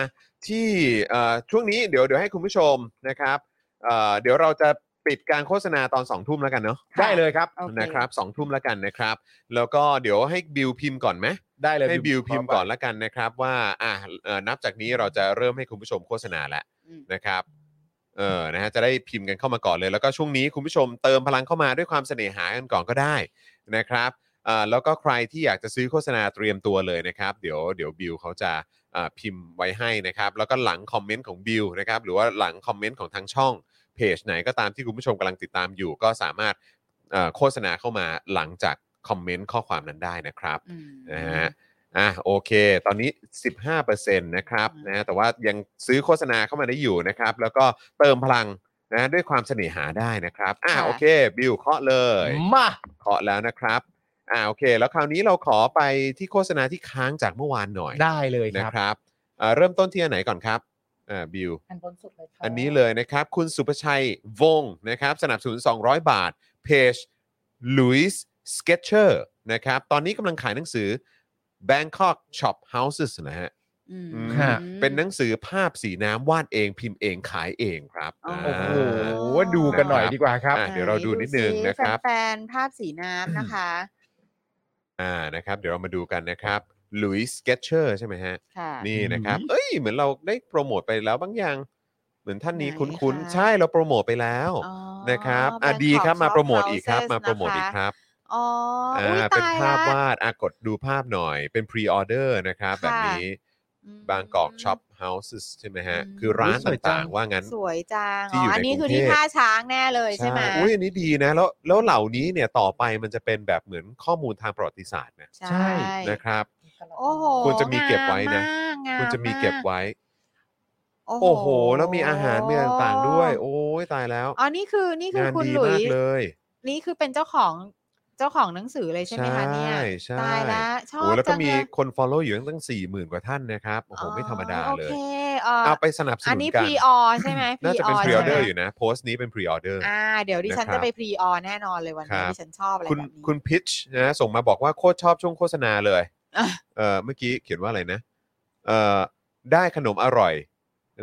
ที่เอ่อช่วงนี้เดี๋ยวเดี๋ยวให้คุณผู้ชมนะครับเอ่อเดี๋ยวเราจะปิดการโฆษณาตอน2องทุ่มแล้วกันเนาะ ค่ะ ได้เลยครับ โอเค นะครับสองทุ่มแล้วกันนะครับ แล้วก็เดี๋ยวให้บิวพิมพ์ก่อนไหม ได้เลย ให้บิวพิมพ์ก่อนละกันนะครับว่าอ่ะเอ่อนับจากนี้เราจะเริ่มให้คุณผู้ชมโฆษณาแล้ว อืม นะครับเออนะฮะจะได้พิมพ์กันเข้ามาก่อนเลย แล้วก็ช่วงนี้คุณผู้ชมเติมพลังเข้ามาด้วยความเสน่หากันก่อนก็ได้นะครับอ่าแล้วก็ใครที่อยากจะซื้อโฆษณาเตรียมตัวเลยนะครับ เดี๋ยวเดี๋ยวบิวเขาจะอ่าพิมพ์ไว้ให้นะครับ แล้วก็หลังคอมเมนต์ของบิวนะครับหรือว่าหลังคอมเมนต์ของทางช่องเพจไหนก็ตามที่คุณผู้ชมกำลังติดตามอยู่ ก็สามารถเอ่อโฆษณาเข้ามาหลังจากคอมเมนต์ข้อความนั้นได้นะครับ อืม นะฮะ อ่ะโอเค ตอนนี้ 15%นะครับ อืม นะแต่ว่ายังซื้อโฆษณาเข้ามาได้อยู่นะครับ แล้วก็เติมพลังนะด้วยความเสน่หาได้นะครับ อ่ะโอเค บิวเคาะเลย มา เคาะแล้วนะครับ อ่ะโอเค แล้วคราวนี้เราขอไปที่โฆษณาที่ค้างจากเมื่อวานหน่อย ได้เลย นะครับ ครับอ่ะเริ่มต้นที่อันไหนก่อนครับอ่าบิว อันบนสุดเลยครับ อันนี้เลยนะครับ คุณสุภชัยวงศ์นะครับ สนับสนุน 200 บาท เพจ Louis Sketcher นะครับ ตอนนี้กำลังขายหนังสือ Bangkok Shop Houses นะฮะ อืม ฮะ เป็นหนังสือภาพสีน้ำวาดเองพิมพ์เองขายเองครับ อ๋อ า โอ้โหดูกันหน่อยดีกว่าครับ อ่ะ เดี๋ยวเราดูนิดนึง สิ นะครับ แฟนๆภาพสีน้ำนะคะ อ่านะครับ เดี๋ยวเรามาดูกันนะครับ Louis Sketcher ใช่ไหมฮะ ค่ะ นี่นะครับ อืม เอ้ย เหมือนเราได้โปรโมทไปแล้วบางอย่าง เหมือนท่านนี้ ไหน คุ้น คะ ๆ ใช่เราโปรโมทไปแล้ว อ๋อ นะครับอ่ะ แง ดีครับมา ข โปรโมทอีกครับ เซ มาโปรโมทอีก นะคะ ครับ อ๋อ อ่า อุ้ย เป็น ตาย ภาพ ละ วาดอ่ะกดดูภาพหน่อยเป็นพรีออเดอร์นะครับ ค่ะ แบบนี้ อืม บางกอกช็อปเฮาส์ใช่ไหมฮะ อืม คือร้าน สวยจั ต่าง งๆว่างั้น สวยจัง ที่ อ๋อ อยู่ใน อันนี้ กรุ คือง เทพ ที่ท่าช้างแน่เลยใช่ไหม อุ้ยอันนี้ดีนะ แล้วแล้วเหล่านี้เนี่ยต่อไปมันจะเป็นแบบเหมือนข้อมูลทางประวัติศาสตร์นะ ใช่ นะครับ โอ้โห ควรจะมีเก็บไว้นะ งามาก คุณจะมีเก็บไว้ โอ้ โอ้โห แล้วมีอาหารมีต่างๆด้วย โอ้ยตายแล้ว อ๋อนี่คือนี่คือง าน คุณ ดี หลุ มาย กเลย นี่คือเป็นเจ้าของเจ้าของหนังสือเลยใช่ไหมคะเนี่ย ใช่ใช่ ตายละชอบ โอ้ยแล้วก็ จัง มี เลย คน follow อยู่ตั้ง4ี่หมื่นกว่าท่านนะครับโอ้โหไม่ธรรมดา อ๋อ เลย โอเคเอ่อ เอาไปสนับสนุนกัน อันนี้พรีออใช่ไหม น่าจะเป็นพ pre-order รีออเดอ ใช่ ร์ ไหม อยู่นะ โพสต์นี้เป็นพรีออเดอร์ อ่า เดี๋ยวดิฉัน นะครับ จะไปพรีออแน่นอนเลยวัน ครั นี้ บ ดิฉันชอบอะไร คุณ แบบนี้ คุณพิชนะส่งมาบอกว่าโคตรชอบช่วงโฆษณาเลย อ่ะ เออเมื่อกี้เขียนว่าอะไรนะเออได้ขนมอร่อย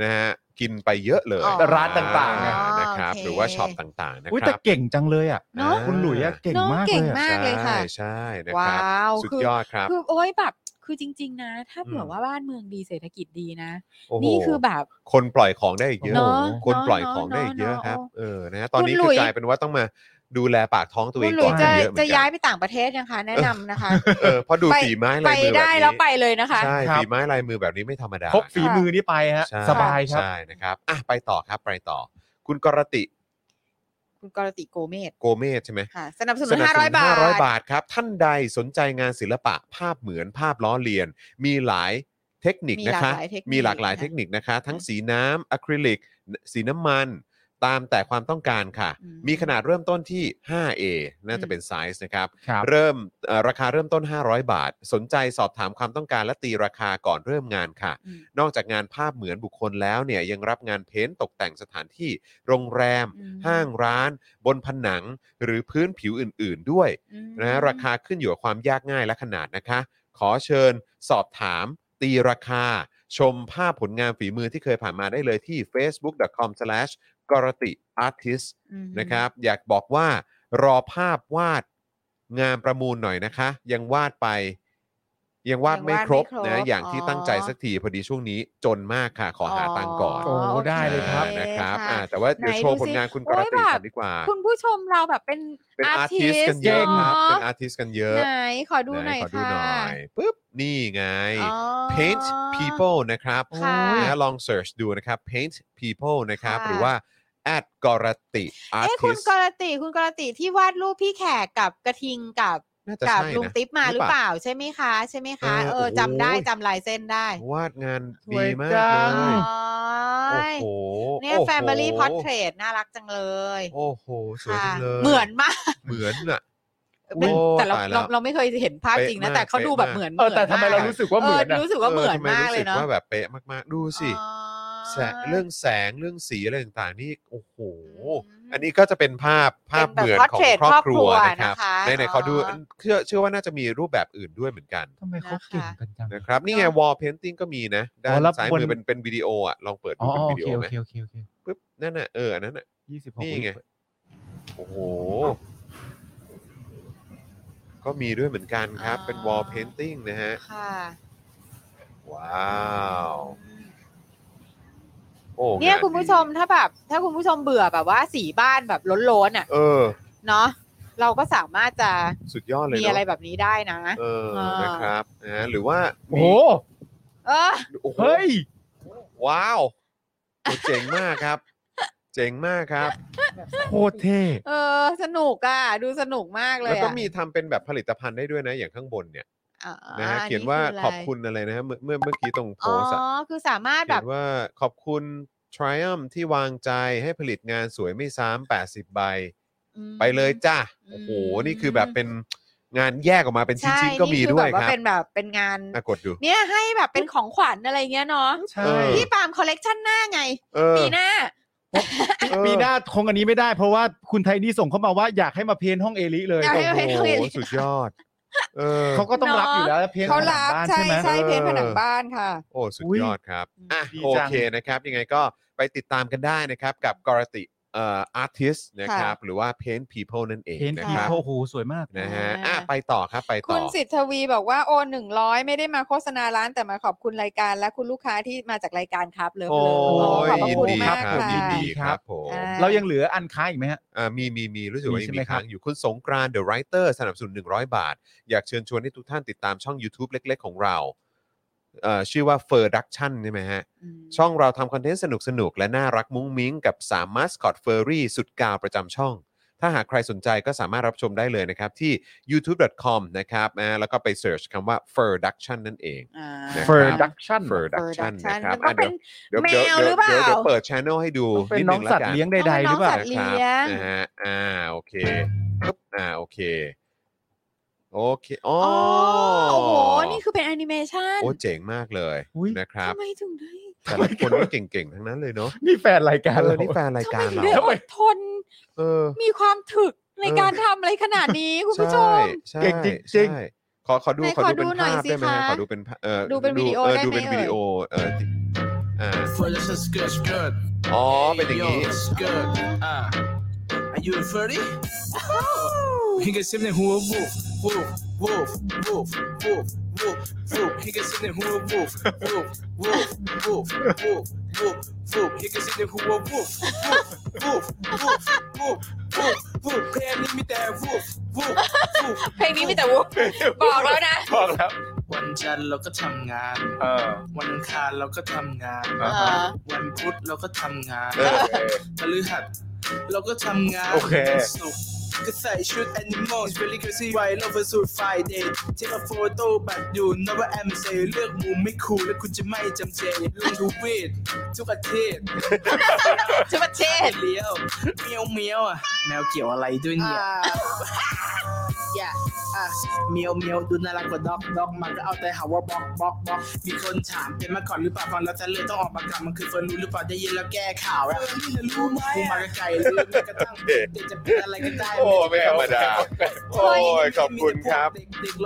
นะฮะกินไปเยอะเลย อ๋อ ร้านต่างๆ อ่ อ๋อ นะครับ โอเค หรือว่าช็อปต่างๆนะ อุ้ย ค แต่ รับ เก่งจังเลยอ่ะ เนอะ คุณหลุยอะเก่ง น้อง มาก เก่ เล ง ยอะ มากเลยค่ะ ใช่ใช่นะค ว้ รับ าว สุด คือย อดครับ คือโอ้ยแบบ คื คือจริง ๆ นะ ถ้าเผื่อ ม ว่าบ้านเมืองดีเศรษฐกิจดีนะ โอ้โห นี่คือแบบ คนปล่อยของได้อีกเยอะ เนอะ คนปล่อย เนอะ ของได้อีกเยอะ เนอะ ครับ เนอะ เออนะฮะตอนนี้ คุณหลุ คือย กลายเป็นว่าต้องมาดูแลปากท้องตัวเอ คุ ง ณหลุ ก่อย น จะ เยอะเหมื จะ อน ย้า กั ย น ไปต่างประเทศยังคะ แนะนำนะคะ เออเพราะดู ไป ฝีไม้ ไป ลายมือแบบ ได้ นี้ แล้วไปเลยนะคะ ใช่ ครับ ฝีไม้ลายมือแบบนี้ไม่ธรรมดา ครบฝีมือนี่ไปฮะ ใช่ สบายครับ ใช่นะครับอ่ะไปต่อครับไปต่อ คุณกรติ คุณกรติโกเมศ โกเมสใช่ไหม ค่ะ สนับสนุน 500 บาท 500 บาทครับ ท่านใดสนใจงานศิลปะภาพเหมือนภาพล้อเลียน มีหลายเทคนิค มี นะ หลาก คะ หลายเทคนิค มีหลากหลาย นะคะ เทคนิคนะคะ ทั้งสีน้ำอะคริลิก สีน้ำมัน ตามแต่ความต้องการค่ะ อืม มีขนาดเริ่มต้นที่ 5A น่าจะเป็นไซส์นะครับ ครับ เริ่มเอ่อราคาเริ่มต้น 500 บาท สนใจสอบถามความต้องการและตีราคาก่อนเริ่มงานค่ะ อืม นอกจากงานภาพเหมือนบุคคลแล้วเนี่ยยังรับงานเพ้นท์ตกแต่งสถานที่ โรงแรม อืม ห้างร้าน บนผนัง หรือพื้นผิวอื่น ๆ ด้วย อืม นะราคาขึ้นอยู่กับความยากง่ายและขนาดนะคะ ขอเชิญ สอบถาม ตีราคา ชมภาพผลงานฝีมือที่เคยผ่านมาได้เลยที่ facebook.com slash กรติ artist อืม นะครับอยากบอกว่ารอภาพวาดงานประมูลหน่อยนะคะ ยังวาดไป ยังวาดไม่ครบนะอย่างที่ตั้งใจสักทีพอดีช่วงนี้จนมากค่ะ ขอหาตังค์ก่อน โอ้ได้เลยครับ โอ นะครับ ะ อ่าแต่ว่าเดี๋ยว ไหน โชว์ผลงานคุณกร ดูติสิโอ้ยแบบ กันดีกว่า คุณผู้ชมเราแบบเป็น เป็นอาร์ติส artist กันเยอะครับ เนอะ เป็นอาร์ติสกันเยอะ ไหน ขอดูหน่อย ไหนขอดู ค่ะ หน่อยปุ๊บนี่ไง อ๋อ paint people นะครับ ค่ะ นะลองเสิร์ชดูนะครับ paint people นะครับ ค่ะ หรือว่า at กรติ เอ้คุณ artist กรติ คุณกรติที่วาดรูปพี่แขกกับกระทิงกับ น่าจะ กับ ใช่ ลุง นะ ติ๊บมาห หรื รือ อ เป เป ล่า ล่า ใช่ไหมคะ ใช่ไหมคะ เออ เออ โอ้โห จำได้จำลายเส้นได้ วาดงาน สว ดี ย มาก จั เล ง ย โอ้ โอ้ ย โห เนี่ย โอ้โห Family Portrait น่ารักจังเลย โอ้โห สวยจัค่ะงเลย เหมือนมาก เหมือนอ่ะ เป็น โอ้ แต่เรา ตายแล้ว เราเราไม่เคยเห็นภาพจริงนะ เป๊ะมาก แต่เขาดูแบบ เป๊ะมาก เหมือน เออแต่ทำไมเรารู้สึกว่าเหมือน เอ อะ อรู้สึกว่าเหมือน ทำไ มากเลยเนาะ รู้สึว่าแบบเป๊ะมากๆ ดูสิ อ๋อ แสงเรื่องแสงเรื่องสีอะไรต่างๆ นี่โอ้โห ม อันนี้ก็จะเป็นภาพภาพเหมือนของ เป็นแบบ ครอบครัว portrait นะครับ ครอบครัวนะคะ ไหนๆขอดู อ๋ออั นเชื่อเชื่อว่าน่าจะมีรูปแบบอื่นด้วยเหมือนกัน ทำไมเขาเก่งกันจัง นะครับ นี่ไง เนอะ wall painting ก็มีนะด้า อ๋อนแล้ว ซ้าย บน มือเป็นเป็นวิดีโออ่ะลองเปิด อ๋ ดู อ เป็น โอ วิดี เค โอ โอ ไหม เคโอเคโอเค ปึ๊บนั่นน่ะเอออันนั้นน่ะ ยี่สิบหก นี่ไง โอ้โห ก็มีด้วยเหมือนกันครับ เป็น อ่า wall painting นะฮะ ค่ะ ว้าว โอ้ เนี่ย งา คุณผู้ชม ดี ถ้าแบบ ถ้าคุณผู้ชมเบื่อแบบว่าสีบ้านแบบล้นๆอ่ะ เออ เนาะเราก็สามารถจะ สุดยอดเลย มี เนอะ อะไรแบบนี้ได้นะ เออ อ่าน นะครับนะฮะหรือว่า โอ้โห เออ มีโอ้โห เฮ้ย ว้าวโอ้เจ๋งมากครับ เจ๋งมากครับ โคตรเท่ เออ สนุกอ่ะ ดูสนุกมากเล แล้ว ย ก็ อะ มีทำเป็นแบบผลิตภัณฑ์ได้ด้วยนะ อย่างข้างบนเนี่ย อ่า นะฮะ อั เขียนว่า ะไร ขอบคุณอะไรนะฮะเมื่อเมื่อเมื่อกี้ตรงโพ อ๋อ สต์อะ คือสามารถแบ เขีย บ นว่าขอบคุณ Triumph ที่วางใจให้ผลิตงานสวยไม่ซ้ำ80 ใบ ไปเลยจ้า อืม โอ้โห นี่คือแบบเป็นงานแยกออกมาเป็น ใช่ ชิ้นๆก็มีด้วย นี่คืคอแบบว่า รับ เป็นแบบเป็นงาน อ่ะกดดู เนี่ยให้แบบเป็นของขวัญอะไรเงี้ยเนาะ ใช่ เออ พี่ปาล์มคอลเลกชันหน้าไง เออ ปีหน้า เออ ปีหน้าคงอันนี้ไม่ได้ เพราะว่าคุณไทนี่ส่งเข้ามาว่าอยากให้มาเพ้นห้องเอลิเลย อยากให้มาเพ้น โอ้โหสุดยอด เออ เขาก็ต้องรับอยู่แล้วเพ้น เขา หลัง รับ บ้าน ใช่ ใช่ไหม ใช่เพจ เออ ผนังบ้านค่ะ โอ้สุด อุ๊ย ยอดครับอ่ะ ดี โอ จัง เคนะครับ ยังไงก็ไปติดตามกันได้นะครับ กับกรติเอ่ออาร์ติสนะครับ หรือว่า Paint People นั่นเอง เพ้น นะ ผี ครับ โอ้โหสวยมาก นะฮะอ่ะไปต่อครับไปต่อ คุณสิทธวีบอกว่าโอนหนึ่งร้อยไม่ได้มาโฆษณาร้านแต่มาขอบคุณรายการและคุณลูกค้าที่มาจากรายการครับเลย โอ้ย ขอบพระ ยิน คุณ ดีค มา รั ก บ ค่ะ ยินดีครับผม อ่า เรายังเหลืออันค้างอีกไหมฮะ อ่ามีมีมีรู้สึกว่ายัมีงใช่ไหม มี ครั ค้า บ งอยู่คุณสงกรานต์ The Writer สนับสนุน 100 บาท อยากเชิญชวนให้ทุกท่านติดตามช่อง YouTube เล็ก ๆ ของเราเอ่อชื่อว่า f u r d u c t i o n ใช่ไหมฮะ อืม ช่องเราทำคอนเทนต์สนุกสนุกๆและน่ารักมุ้งมิ้งกับสามมาสคอตเฟอร์รี่สุดกาวประจำช่อง ถ้าหากใครสนใจก็สามารถรับชมได้เลยนะครับ ที่ youtube.com นะครับอ่าแล้วก็ไปเ e ิร์ชคำว่า f u r d u c t i o n นั่นเอง อ่า นะ ครับ Production f u r d u c t i o n Production นะครับ มันต้ อ่ะ องเป็ เดี๋ยวเดี๋ยวนแม เดี๋ยว วหรือเปล่า เดี๋ยวเดี๋ยวเปิด channel ให้ดู ต้องเป็น นิด น้ นึงองละ สัตว์ กัน เลี้ยงใดๆหรือเป น้องสั ล่า ตว์ นะครับ เลี้ยง นะฮะอ่า โอเคปึ๊บอ่า โอเค โอเคอ๋อ อ๋อ โอ้ โอ้โห นี่คือเป็นแอนิเมชัน โอ้เจ๋งมากเลย อุ๊ย นะครับ ทำไมถึงได้ แต่ละคนก็เก่งๆ ทั้งนั้นเลยเนาะ นี่แฟนรายการ เออ เรา นี่แฟนราย ทำ กา ไม ร ถึง เรา ได้ ทำ อ ไม ดทน เออ มีความถึกใน เออ การทำอะไรขนาดนี้คุณผู้ช ใช่ ม ใช่ เก่งจริงๆ ใช่ขอขอดู ไหน ขอดูเป็ ขอดู น หน่อย ภาพ สิ ได้ไหม คะ ขอดูเป็นภาพเออ ดูเป็นวิดีโอ เออ ได้ ดู ไหม เป็นวิดีโอเออที่อ่า For this is good, good. อ๋อเป็นอย่างนี้ It's good. Ah. Are you 30? You can see me woof, woof, woof, woof, woof, woof, woof, woof. He can sit there who a woof, woof, woof, woof, woof, woof, woof. He can sit there who a woof, woof, woof, woof, woof, woof, woof. Can you meet that woof, woof, woof? เพลงนี้มีแต่วุ้บอกแล้วนะ บอกแล้ว วันจันทร์เราก็ทำงาน เออ วันอังคารเราก็ทำงาน อ่ะ เออ วันพุธเราก็ทำงาน เออ พฤหัสเราก็ทำงาน โอเค วันศุกร์ก็ใส่ชุด animals really crazy white lover สูตร Friday ที่มาโฟโต้บัตรอยู่ never am say เลือกมุมไม่คูลและคุณจะไม่จำเจลงทวีตทุกอาทิตย์ ชุบเชษ เลี้ยวเมียวเมียวอ่ะแมวเกี่ยวอะไรด้วยเนี่ย อย่า อ่ะเมียวเมียวดูน่ารักกว่าด็อกด็อกมันก็เอาแต่หาว่าบล็อกบล็อกบล็อกมีคนถามเป็นมาก่อนหรือเปล่าฟังแล้วจะเลยต้องออกมากลับมันคือเฟิร์นรู้หรือเปล่าได้ยินแล้วแก้ข่าวอ่ะรู้ไหมกูมาไกลๆลืมแม้กระทั่งเด็กจะเป็นอะไรก็ได้ โอ้ไม่ธรรมดา โอ้ยขอบคุณครับ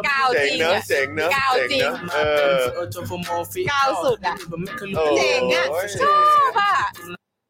ก้าว เจ๋ จ ง ริง เนอะ อะ เจ๋งเนอะ กาว เจ๋ง จริง เนอะเออ ก้าวสุดอะ โอ้ย เจ๋งอะ โอ้ย ชอบอ่ะ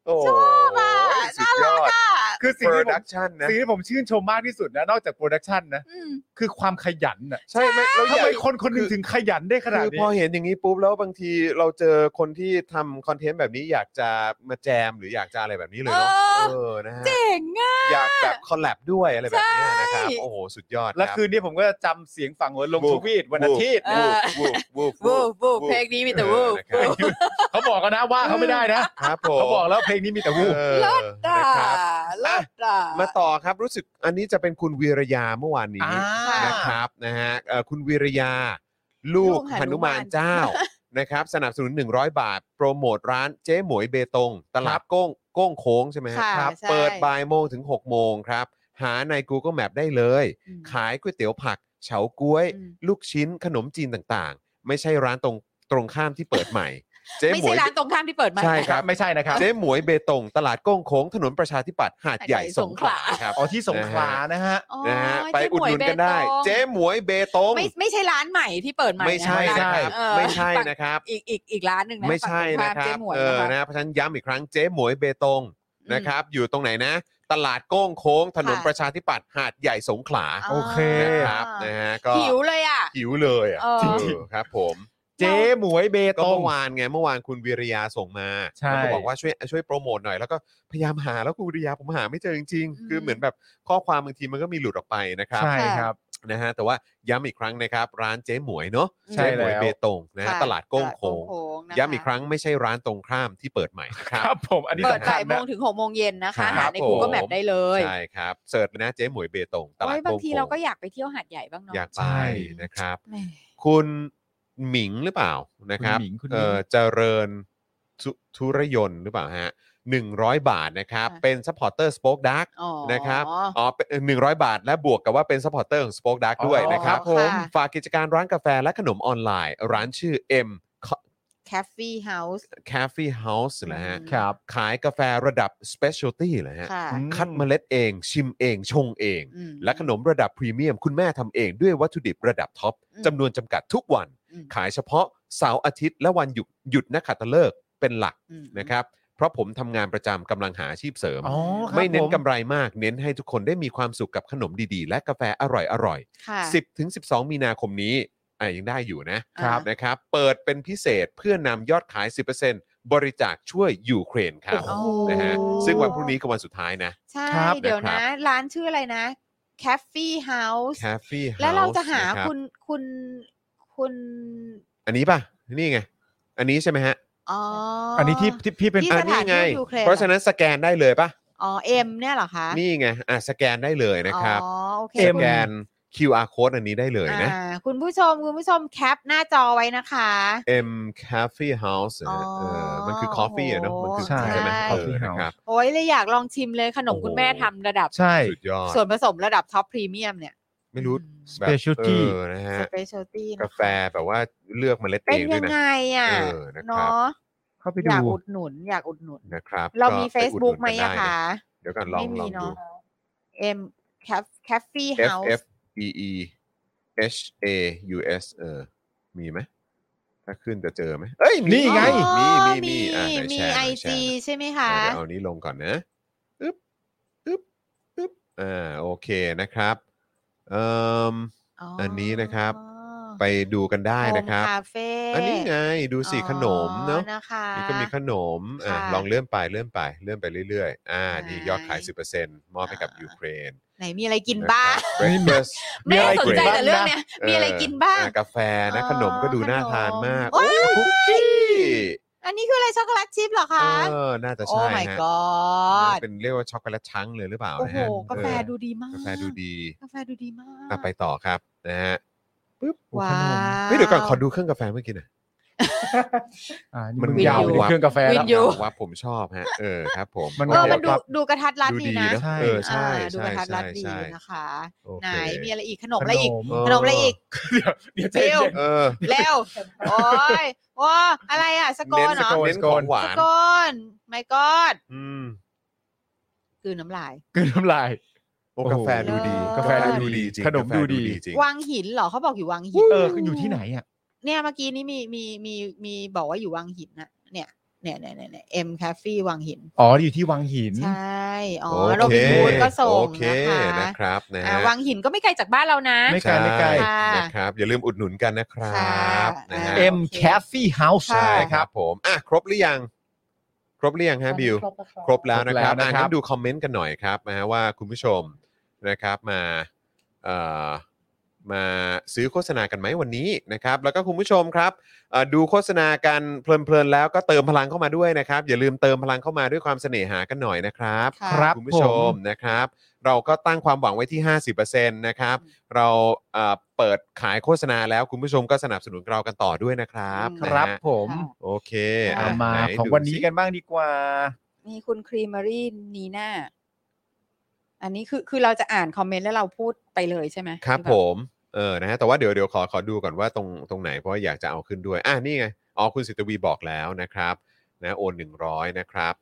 โอ้โห ชอบอ่ะ สุด น่าย รั อกด อ่ะ คือสิ่ง โปร ที่ผ ดั ม กชันนะ สิ่งที่ผมชื่นชมมากที่สุดนะนอกจากโปรดักชันนะ อืม คือความขยันน่ะ ใช่ไหมแล้วอ ทำ ย่าง ไมคนคนหนึงถึงขยันได้ขนาด คือ นี้ พอเห็นอย่างนี้ปุ๊บแล้วบางทีเราเจอคนที่ทำคอนเทนต์แบบนี้อยากจะมาแจมหรืออยากจะอะไรแบบนี้เลยเนาะ เออ เออนะฮะ เจ๋งอ่ะ อยากแบบคอลแลบด้วยอะไรแบบนี้นะครับ ใช่ โอ้โหสุดยอด และ รับ คืนนี้ผมก็จำเสียงฝั่งหัวลงทวีตวันอาทิตย์ เออ วูบวูบวู วู บ บวูบเพลงนี้มีแต่วูบ เอ วู อ บ เขาบอกกันนะว่าเขาไม่ได้นะครับ ผม เขาบอกแล้วเพลงนี้มีแต่วูบ เออ เลิศอ่ะ นะครับ เลิศอ่ะ มาต่อครับรู้สึกอันนี้จะเป็นคุณวีระยาเมื่อวานนี้ อ่าน นะครับนะฮะเอ่อคุณวีระยา ลูก ลูกห หนุมามนุาน น เจ้านะครับสนับสนุน 100 บาท โปรโมทร้านเจ๊หมวยเบตง ตลาดโก้งโก้งโค้งใช่ไหมฮะ ค่ะ ครับ ใช่ เปิดบ่ายโมงถึง 6 โมงครับ หาใน Google Map ได้เลย อืม ขายก๋วยเตี๋ยวผัก เฉาก๊วย อืม ลูกชิ้นขนมจีนต่างๆ ไม่ใช่ร้านตรงตรงข้ามที่เปิดใหม่ เจ๊ ไม่ หมว ใช่ ย ร้านตรงข้ามที่เปิดใหม่ ใช่ ครับ ไม่ใช่นะครับ เจ๊หมวยเบตง ตลาดโก้งโค้งถนนประชาธิปัตย์หาดใหญ่ หาดใหญ่ ส ส ง ง ข ข ลา ลา ครับ อ๋อที่สงขลานะฮะ อ๋อ นะฮะ เจ๊ ไปอุดหนุนกันได้ วยเบตง เจ๊หมวยเบตง ไม่ไม่ใช่ร้านใหม่ที่เปิดใหม่ ไม่ใช่ นะ นะครร้าับ เออ ไม่ใช่นะครับ อีกอีกอีกร้านหนึ่งนะ ไม่ใช่นะค ฝั่งตงรัข้ามเจ๊ บ หมวย เออ นะคะ นะเพราะฉะนั้นย้ำอีกครั้งเจ๊หมวยเบตงนะครับ อยู่ตรงไหนนะ ตลาดโก้งโค้ง ถนนประชาธิปัตย์หาดใหญ่สงขลา า โอเค นะครับนะฮะก็ หิวเลยอ่ะ หิวเลยอ่ะ เออ จริงๆครับ ผม เจ๊หมวยเบ ก็ ตง เมื่อวานไงเมื่อวานคุณวิริยาส่งมา ใช่ แล้วก็บอกว่าช่วยช่วยโปรโมทหน่อยแล้วก็พยายามหาแล้วคุณวิริยาผมหาไม่เจอจริงๆคือเหมือนแบบข้อความบางทีมันก็มีหลุดออกไปนะครับ ใช่ครับ นะฮะแต่ว่าย้ำอีกครั้งนะครับ ร้านเจ๊หมวยเนาะ ใช่ เจ๊หมวย แล้ว เบตงนะฮะ ค่ะ ตลาดโก้งโค้ง ตลาดโก้งนะคะ ย้ำอีกครั้งไม่ใช่ร้านตรงข้ามที่เปิดใหม่นะค ครับ รับผมอันนี้ เปิด สำคั บ่า ญ ยโม นะ งถึงหกโมงเย็นนะ ครั คะ บ หาใน ผม Google Map ได้เลย ใช่ครับเสิร์ชนะเจ๊หมวยเบตงตลาด โอ้ยบา โก้ ง ง ที โค้ เราก็ ง อยากไปเที่ยวหาดใหญ่บ้างเนาะ อยากไป ใช่ นะครับ แหม คุณหมิงหรือเปล่านะครับ คุณหมิงคุณหมิง เอ่อเจริญทุธุรยนต์หรือเปล่าฮะ100 บาทนะครับ ค่ะ เป็นซัพพอร์เตอร์สป็อคดัก อ๋อ นะครับ อ๋อหนึ่งร้อยบาท และบวกกับว่าเป็นสปอร์เตอร์ของ Spoke Dark ด้วยนะครับ อ๋อค่ะ ฝากกิจการร้านกาแฟและขนมออนไลน์ ร้านชื่อ M Cafe House Cafe House นะฮะ อืม ครับ ขายกาแฟระดับ Specialty เลยฮะ ค่ะ คัดเมล็ดเอง ชิมเอง ชงเอง อืม และขนมระดับพรีเมียม คุณแม่ทำเองด้วยวัตถุดิบระดับท็อป อืม จำนวนจำกัดทุกวัน อืม ขายเฉพาะเสาร์อาทิตย์และวันหยุดหยุดนักขัตฤกษ์เป็นหลัก อืม นะครับ เพราะผมทำงานประจำกำลังหาอาชีพเสริม อ๋อครับ ไม่เน้น ผ กำไรมาก เน้นให้ทุกคนได้มีความสุขกับขนมดีๆ และกาแฟอร่อยๆ ค่ะ 10ถึง12 มีนาคมนี้อ่ะยังได้อยู่นะครับ นะครับ เปิดเป็นพิเศษเพื่อนำยอดขาย 10%บริจาคช่วยยูเครนครับ โอ้โห นะฮะซึ่งวันพรุ่งนี้ก็วันสุดท้ายนะ ใช่ ครับ เดี๋ยว นะ นะ ครับ ร้านชื่ออะไรนะ Cafe House Cafe House แล้วเราจะหา นะรับ คุณคุณคุณ อันนี้ป่ะ นี่ไง อันนี้ใช่ไหมฮะ อ๋ออั อันนี้ที่ที่พี่เป็น ที่ อั ส นี้ ถาน ไง ทูตยูเครน เพราะฉะนั้นสแกนได้เลยป่ะ อ๋อเอ็มเนี่ยเหรอคะ นี่ไงอ่ะสแกนได้เลยนะครับ อ๋อโอเค ส เอ็ม แกน QR code อันนี้ได้เลยนะ อ่าคุณผู้ชมคุณผู้ชมแคปหน้าจอไว้นะคะ M Coffee House นะฮะ อ๋อ เออมันคือ coffee อะเนอะมันคือ ใช่ ไหม ใช่ เออนะครับ โอ้ยเลยอยากลองชิมเลยขนม โอ้โห คุณแม่ทำระดับ ใช่ สุดยอด ส่วนผสมระดับท็อปพรีเมียมเนี่ย ไม่รู้ อื แบบ Specialty เออนะ ม ฮะ specialty นะ กาแฟแบบว่าเลือกเมล็ดเอ เป็น งด้ว ยั ย ง นะ ไงอ่ะ เออนะครับ เนาะ เข้าไป อ ดู ยากอุดหนุน อยากอุดหนุน นะครับ เรามี ก็ไปอุดนุน Facebook ไหม กันด้นอะคะ เดี๋ยวกันลอง ไม่ ล มี อง เน ดู อะ M Caf- Cafe F F House E E H A U S เออมีไหมถ้าขึ้นจะเจอไหมเอ้ยมี นี่ไง อ๋อ มีมีมีอ่ะไหน มี แชร์ห ไอ น่อยแชร์ห จี น่อย ใช่ไหมคะ อ่ะเดี๋ยวเอานี้ลงก่อนนะอึ๊บอึ๊บอึ๊บอ่า โอเคนะครับเอ่ม อันนี้นะครับ ไปดูกันได้นะครับ โฮมคาเฟ่ อันนี้ไงดูสิขนมเนาะ อ๋อนะคะ นี่ก็มีขนมอ่ะ ค่ะ ลองเลื่อนไปเลื่อนไปเลื่อนไปเรื่อยๆ อ่า ใช่ นี่ยอดขาย 10%มอบให้กับยูเครน ไหนมีอะไรกินบ้าง เบรคเฟส มี ไม่ อะไร ได้สนใจ กินบ้าง แต่เรื่องเนี้ยมีอะไรกินบ้าง กาแฟนะ ขนมก็ดูน่าทานมาก อ๋อขนม โอ้ยคุกกี้ อันนี้คืออะไรช็อกโกแลตชิพเหรอคะ เออ น่าจะ โอ้ ใช่ my ฮะ god เป็นเรียกว่าช็อกโกแลตช้างเลยหรือเปล่า โอ้ นะ โห ฮะ กาแฟ เออ ดูดีมาก กาแฟดูดี กาแฟดูดีมาก อ่ะไปต่อครับนะฮะปึ๊บโอ้ ว้าว ขนมเฮ้ยเดี๋ยวก่อนขอดูเครื่องกาแฟเมื่อกี้หน่อย อ่า มั มัน นยาว วินยู ไปเครื่องกาแฟ วิ แล้ว นยู ว่าผมชอบฮะ เออครับ ผม มัน เออมันดู ครับ ดูกระทัดรัด ดู ดี ดี นะ นะเออใช่ อ่าดูกใช่ระทัดรัดดี ใช่ใช่ นะคะ โอเค ไหนมีอะไรอีกขนมอะไรอีก ขนม ขนมอะไรอีก เดี๋ยวใจ เร็ว เย็น เออ เร็วโอ้ยโอ้อะไรอ่ะสโกนเหรอ เน้ เน้น น ข ข อ อง ง หวาวหานสนโกน my god อืม คือน้ำลาย กลืนน้ำลาย โอ้ โอ้โห กาแฟดูดี เลิศ กาแฟดูดีจริง ขนม กาแฟ ดูดี จริง วังหินเหรอเขาบอกอยู่วังหิน เออคืออยู่ที่ไหนอ่ะ เนี่ยเมื่อกี้นี้มีมีมีมีบอกว่าอยู่วังหินนะเนี่ยเนี่ยเนี่ยเนี่ยเอ็มคาเฟ่วังหิน อ๋ออยู่ที่วังหิน ใช่ อ๋อ โอ โร เค บินฮูดก็ส่ง โอเค นะ นะคะ ครับนะ อ่า ฮะ วังหินก็ไม่ไกลจากบ้านเรานะ ไม่ไกลไม่ไกล ใช่นะครับ อย่าลืมอุดหนุนกันนะครับ ค่ะ นะฮะ เอ็ M Cafe House ใช่ นะ ค ค รั รั บบ ผมอ่ะครบหรือยัง ครบหรือยังฮะบิว ครบแล้ว ครบแล้วนะครับ ครบแล้ว อ่ะ นะครับ งั้นดูคอมเมนต์กันหน่อยครับนะฮะว่าคุณผู้ชมนะครับมาเอ่อมาซื้อโฆษณากันไหมวันนี้นะครับ แล้วก็คุณผู้ชมครับเอ่อดูโฆษณากันเพลินๆแล้วก็เติมพลังเข้ามาด้วยนะครับ อย่าลืมเติมพลังเข้ามาด้วยความเสน่หากันหน่อยนะครับ ค่ะ ครับ คุณผู้ชมนะครับ เราก็ตั้งความหวังไว้ที่ 50%นะครับ เราเอ่อเปิดขายโฆษณาแล้วคุณผู้ชมก็สนับสนุนเรากันต่อด้วยนะครับ อืม ครับ นะฮะ ผม ค่ะ โอเค อ่ะ เอามา ไห ของ ดู วันนี้ สิ กันบ้างดีกว่า มีคุณครีม e รี่นีน่าอันนี้คือคือเราจะอ่านคอมเมนต์แล้วเราพูดไปเลยใช่ไหม ครับ หอเป ผ ล่าม เออ นะฮะ แต่ว่าเดี๋ยวเดี๋ยวขอขอดูก่อนว่าตรงตรงไหน เพราะว่าอยากจะเอาขึ้นด้วย อ่ะ นี่ไง อ๋อ คุณสิทธวีบอกแล้วนะครับ นะ โอน 100 นะครับ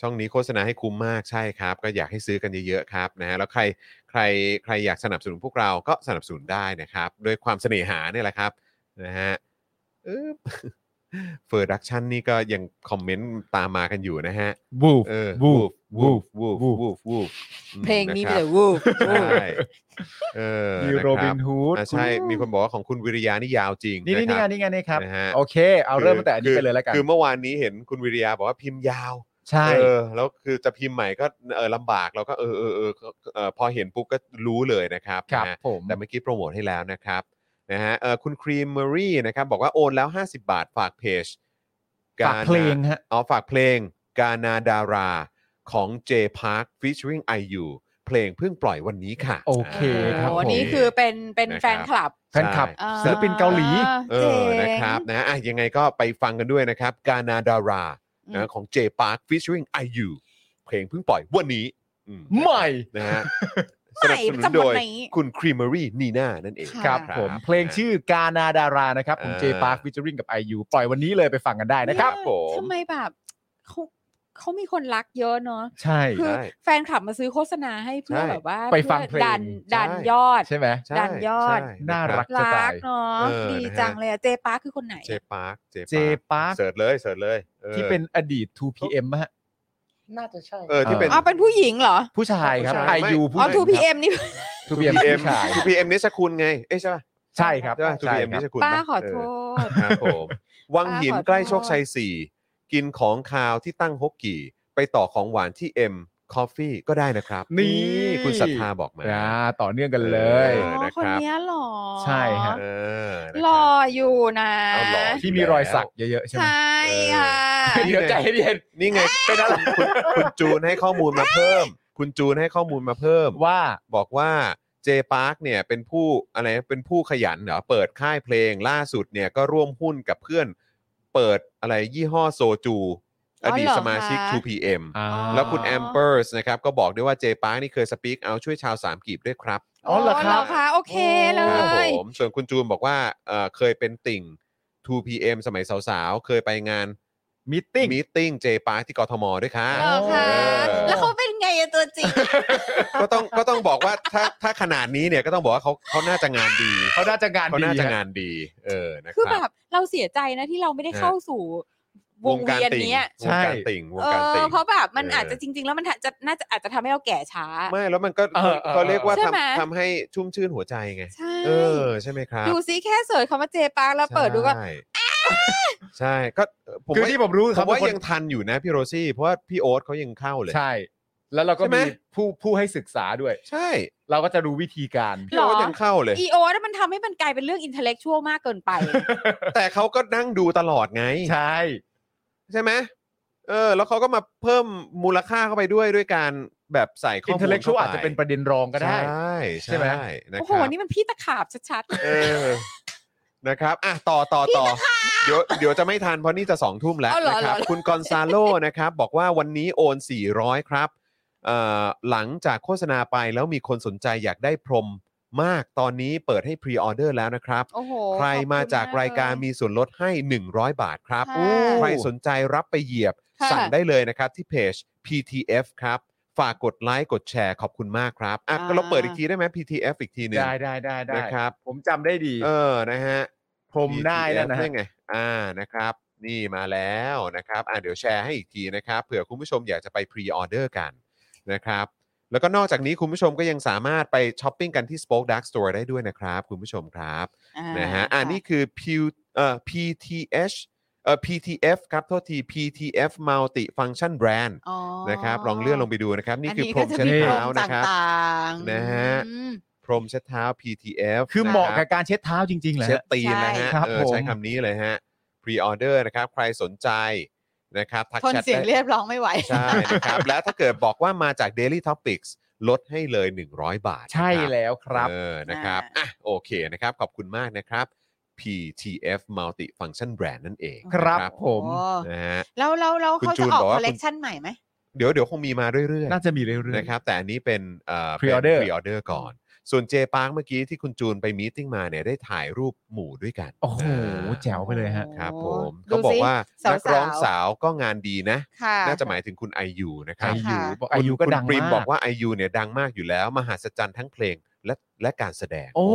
ช่องนี้โฆษณาให้คุ้มมาก ใช่ครับ ก็อยากให้ซื้อกันเยอะๆครับ นะฮะ แล้วใคร ใคร ใครอยากสนับสนุนพวกเรา ก็สนับสนุนได้นะครับ ด้วยความเสน่หาเนี่ยแหละครับ นะฮะเออ เฟอร์ดักชันนี่ก็ยังคอมเมนต์ตามมากันอยู่นะฮะ บูฟ เออ บูฟบูฟ วูฟ วูฟ วูฟ วูฟอืม เพลงนี้ไป ะค เล รับ ยวูบวูบ ใช่เออ มี ะคบ โรบินฮูด อ่ะใช่ มีคนบอกว่าของคุณวิริยานี่ยาวจริง นี่นี่นี่ ะครับไงนี่ไงนี่ครับ นะฮะ โอเค เอาเริ่มตั้งแต่อันนี้ไปเลยแล้วกัน คือเมื่อวานนี้เห็นคุณวิริยาบอกว่าพิมพ์ยาว ใช่ เออ แล้วคือจะพิมพ์ใหม่ก็เออลำบากเราก็เออเออเออเออพอเห็นปุ๊บก็รู้เลยนะครับ ครับ นะฮะ ผม แต่เมื่อกี้โปรโมทให้แล้วนะครับ นะฮะ เออคุณครีมเมอรี่นะครับ บอกว่าโอนแล้ว 50 บาทฝากเพจ ฝากเพลงฮะ อ๋อฝากเพลงกานาดาราของ J Park featuring IU เพลงเพิ่งปล่อยวันนี้ค่ะ โอเคครับ โอ้ ผม นี่คือเป็นเป็น ะรับ แฟนคลับ แฟนคลับ ใช่ อ่า ศิลปินเกาหลี เอ เจ๋ อง นะครับนะอ่ะยังไงก็ไปฟังกันด้วยนะครับ กานาดารา อืม นะของ J Park featuring IU เพลงเพิ่งปล่อยวันนี้อืม ใหม่ นะฮะส ใหม่ นับสนุน จะมา โดย ไหน คุณครีม e รี่นีน่านั่นเอง ค่ะ ครับผม เพลงชื่อกานาดารานะครับของ เออ J Park featuring กับ IU ปล่อยวันนี้เลยไปฟังกันได้นะครับ ผม ทำไมแบบเขาเขามีคนรักเยอะเนาะ ใช่ คือ ใช่ แฟนคลับมาซื้อโฆษณาให้เพื่อ ใช่ แบบว่า ไปฟังเพลง ดันดัน ใช่ ยอด ใช่ไหม ใช่ ดันยอด ใช่ น่ารัก ะคบ จะ รั ตาย กเนาะ เออ ดี นะฮะ จังเลยอะเจปาร์คคือคนไหน เจปาร์ค J Park เสิร์ชเลยเสิร์ชเลยออ ที่เป็นอดีต 2PM ฮะ น่าจะใช่ เออที่เป็น อ๋อเป็นผู้หญิงเหรอ ผู้ชายครับ ผู้ชายไม่ IU ผู้ อ๋อ หญิง 2PM นี่ ครับ 2PM ผู้ชาย 2PM นิชคุณไง เอ้ยใช่ป่ะ ใช่ครับ ใช่ป่ะ ใช่ 2PM ค นิ รับ ชคุณ ป้า ปะ ขอโท เ ษ ครับผมวังหิน ป้าขอโทษ ใกล้โชคชัย 4 กินของคาวที่ตั้งฮกกี่ ไปต่อของหวานที่ M Coffee ก็ได้นะครับ นี่ คุณศรัทธาบอกมา อ่าต่อเนื่องกันเลย เออ อ๋อ นะครับ คนเนี้ยหรอ ใช่ฮะ เออนะ ห ค ล่รอับ อยู่นะ เอาหล่อ ที่มีรอยสักเยอะๆใช่ไหม ใช่ค่ะ เดี๋ยวใจเย็น นี่ไงเป็นอะไรคุณคุณจูนให้ข้อมูลมาเพิ่ม คุณจูนให้ข้อมูลมาเพิ่ม ว่า บอกว่า J Park เนี่ยเป็นผู้อะไรเป็นผู้ขยันเหรอเปิดค่ายเพลงล่าสุดเนี่ยก็ร่วมหุ้นกับเพื่อน เปิดอะไรยี่ห้อโซจู อดีต อ๋อเหรอ สมาชิก คะ 2PM อ่า แล้วคุณ อ๋ แอ อ มเ r อร์สนะครับ ก็บอกด้วยว่าเจปาร์นี่เคยสปีกเอาช่วยชาวสามกีบด้วยครับ อ๋อเหรอครับ คะโอเคเล ครับผ ย ม ส่วนคุณจูนบอกว่าเอ่อเคยเป็นติ่ง 2PM สมัยสาวๆ เคยไปงาน มิติ้ง มีติ้งเจปาร์ที่กทมด้วยค่ะ เหรอคะ เออ แล้วเขาเป็นไงอะตัวจริง ก็ต้องก็ต้องบอกว่าถ้าถ้าขนาดนี้เนี่ยก็ต้องบอกว่าเขาเขาน่าจะงานดี เขาน่าจะงาน เขา ดี น่าจะ ฮะ งานดี เออนะ คือ ค แบ รับบ เราเสียใจนะที่เราไม่ได้เข้าสู่ วงเวียนเนี้ย วงการติ่งวง เอ การติ่งวงการติ่ อง เพราะแบบมัน เอออ อาจจะจริง ๆ แล้วมันจะน่าจะอาจจะทำให้เราแก่ช้า ไม่แล้วมันก็ เออเออ เขาเรียกว่า ใช่ไหม ทำทำให้ชุ่มชื่นหัวใจไง ใช่ เออใช่ไหมครับ ดูซิแค่เสิร์ชคำว่าเจปาร์คแล้วเปิดดูก็ ใช่ใช่ก็ผม คือ ว่า ที่ผมรู้ ผ ครั ม บ ว่า คน ยังทันอยู่นะพี่โรซี่ เพราะว่าพี่โอ๊ตเขายังเข้าเลย ใช่ แล้วเราก็ ใช่ไหม มีผู้ผู้ให้ศึกษาด้วย ใช่ เราก็จะรู้วิธีการ พี่โอ๊ต หรอ ยังเข้าเลย อีโอแล้วมันทำให้มันกลายเป็นเรื่องอินเทลเล็กชวลมากเกินไป แต่เขาก็นั่งดูตลอดไง ใช่ ใช่ไหมเออ แล้วเขาก็มาเพิ่มมูลค่าเข้าไปด้วยด้วยการแบบใส่ข้อมูล อินเทลเล็กชวลอาจจะเป็นประเด็นรองก็ได้ ใช่ ใช่ไหม นะ โอ้ ค โห รับ นี่มันพี่ตะขาบชัด เออนะครับอ่ะต่อต่อต่อเดี๋ยวเดี๋ยวจะไม่ทันเพราะนี่จะสองทุ่มแล้ว เอาเหรอ นะครับ เหรอ คุณกอนซาโลนะครับ บอกว่าวันนี้โอน 400 ครับเอ่อหลังจากโฆษณาไปแล้วมีคนสนใจอยากได้พรมมากตอนนี้เปิดให้พรีออเดอร์แล้วนะครับ ๆ โอ้โห ใคร ขอบณ มาจากรายการ เล มีส่วนลดให้ 100 บาทครับ ค่ะ ใครสนใจรับไปเหยียบ ค่ะ สั่งได้เลยนะครับที่เพจ PTF ครับ ฝากกดไลค์กดแชร์ขอบคุณมากครับอ่ะก็เราเปิดอีกทีได้ไหม PTF อีกทีหนึง ได้ได้ได้ได้ นะครับ ผมจำได้ดี เออนะฮะ พรมได้แล้ว PTF นะฮะ ไงอ่านะครับ นี่มาแล้วนะครับอ่าเดี๋ยวแชร์ให้อีกทีนะครับเผื่อคุณผู้ชมอยากจะไปพรีออเดอร์กันนะครับ แล้วก็นอกจากนี้คุณผู้ชมก็ยังสามารถไปช้อปปิ้งกันที่ Spoke Dark Store ได้ด้วยนะครับ คุณผู้ชมครับ อ่า นะฮะ อ่านี่คือ Pew- เอ่อ PTH เอ่อ PTF ครับ โทษที PTF Multi Function Brand อ๋อ นะครับ ลองเลื่อนลงไปดูนะครับ นี่คืออพรม ก็ เช็ จะ ด พ เท้า พม นะครับ ต่างๆ นะฮะ อืม พรมเช็ดเท้า PTF คือเหมาะ น กับการเช็ดเท้าจริงๆแหละ เช็ดตีนนะ ใช่ ฮะ ครับ เออใช้ ผม คำนี้เลยฮะ Pre Order นะครับ ใครสนใจนะครับ ทัก ทน แชท เสียง ได้ เรียบร้องไม่ไหว ใช่นะครับ และถ้าเกิดบอกว่ามาจาก Daily Topics ลดให้เลย 100 บาท ใช่ นะครับ แล้วครับ เออ นะครับ อ่ะ โอเค นะครับ ขอบคุณมากนะครับ PTF Multi Function Brand นั่นเอง ครับ นะ ผม โอ้ นะฮะ แล้วแล้วแล้ว คุณ เขา จู จะ น ออก บอกว่า คอลคุณเลกชันใหม่ไหม เดี๋ยวเดี๋ยวคงมีมาเรื่อย น่าจะมีเรื่อย ๆ ๆ นะครับ แต่อันนี้เป็นเอ่อ Pre-order ออเดอร์ก่อน ส่วนเจปาร์คเมื่อกี้ที่คุณจูนไปมีตติ้งมาเนี่ย ได้ถ่ายรูปหมู่ด้วยกัน โอ้โห นะ แจ๋วไปเลยฮะ ครับ โอ้ ผม ดู เขาบอก สิ ว่า สาวๆ นักร้องสาวก็งานดีนะ ค่ะ น่าจะหมายถึงคุณไอยูนะครับ ใช่ค IU ่ะ บอก คุณ อายุก็ คุณ ดัง ปริม มาก บอกว่าไอยูเนี่ยดังมากอยู่แล้ว มหัศจรรย์ทั้งเพลงและและการแสดง โอ้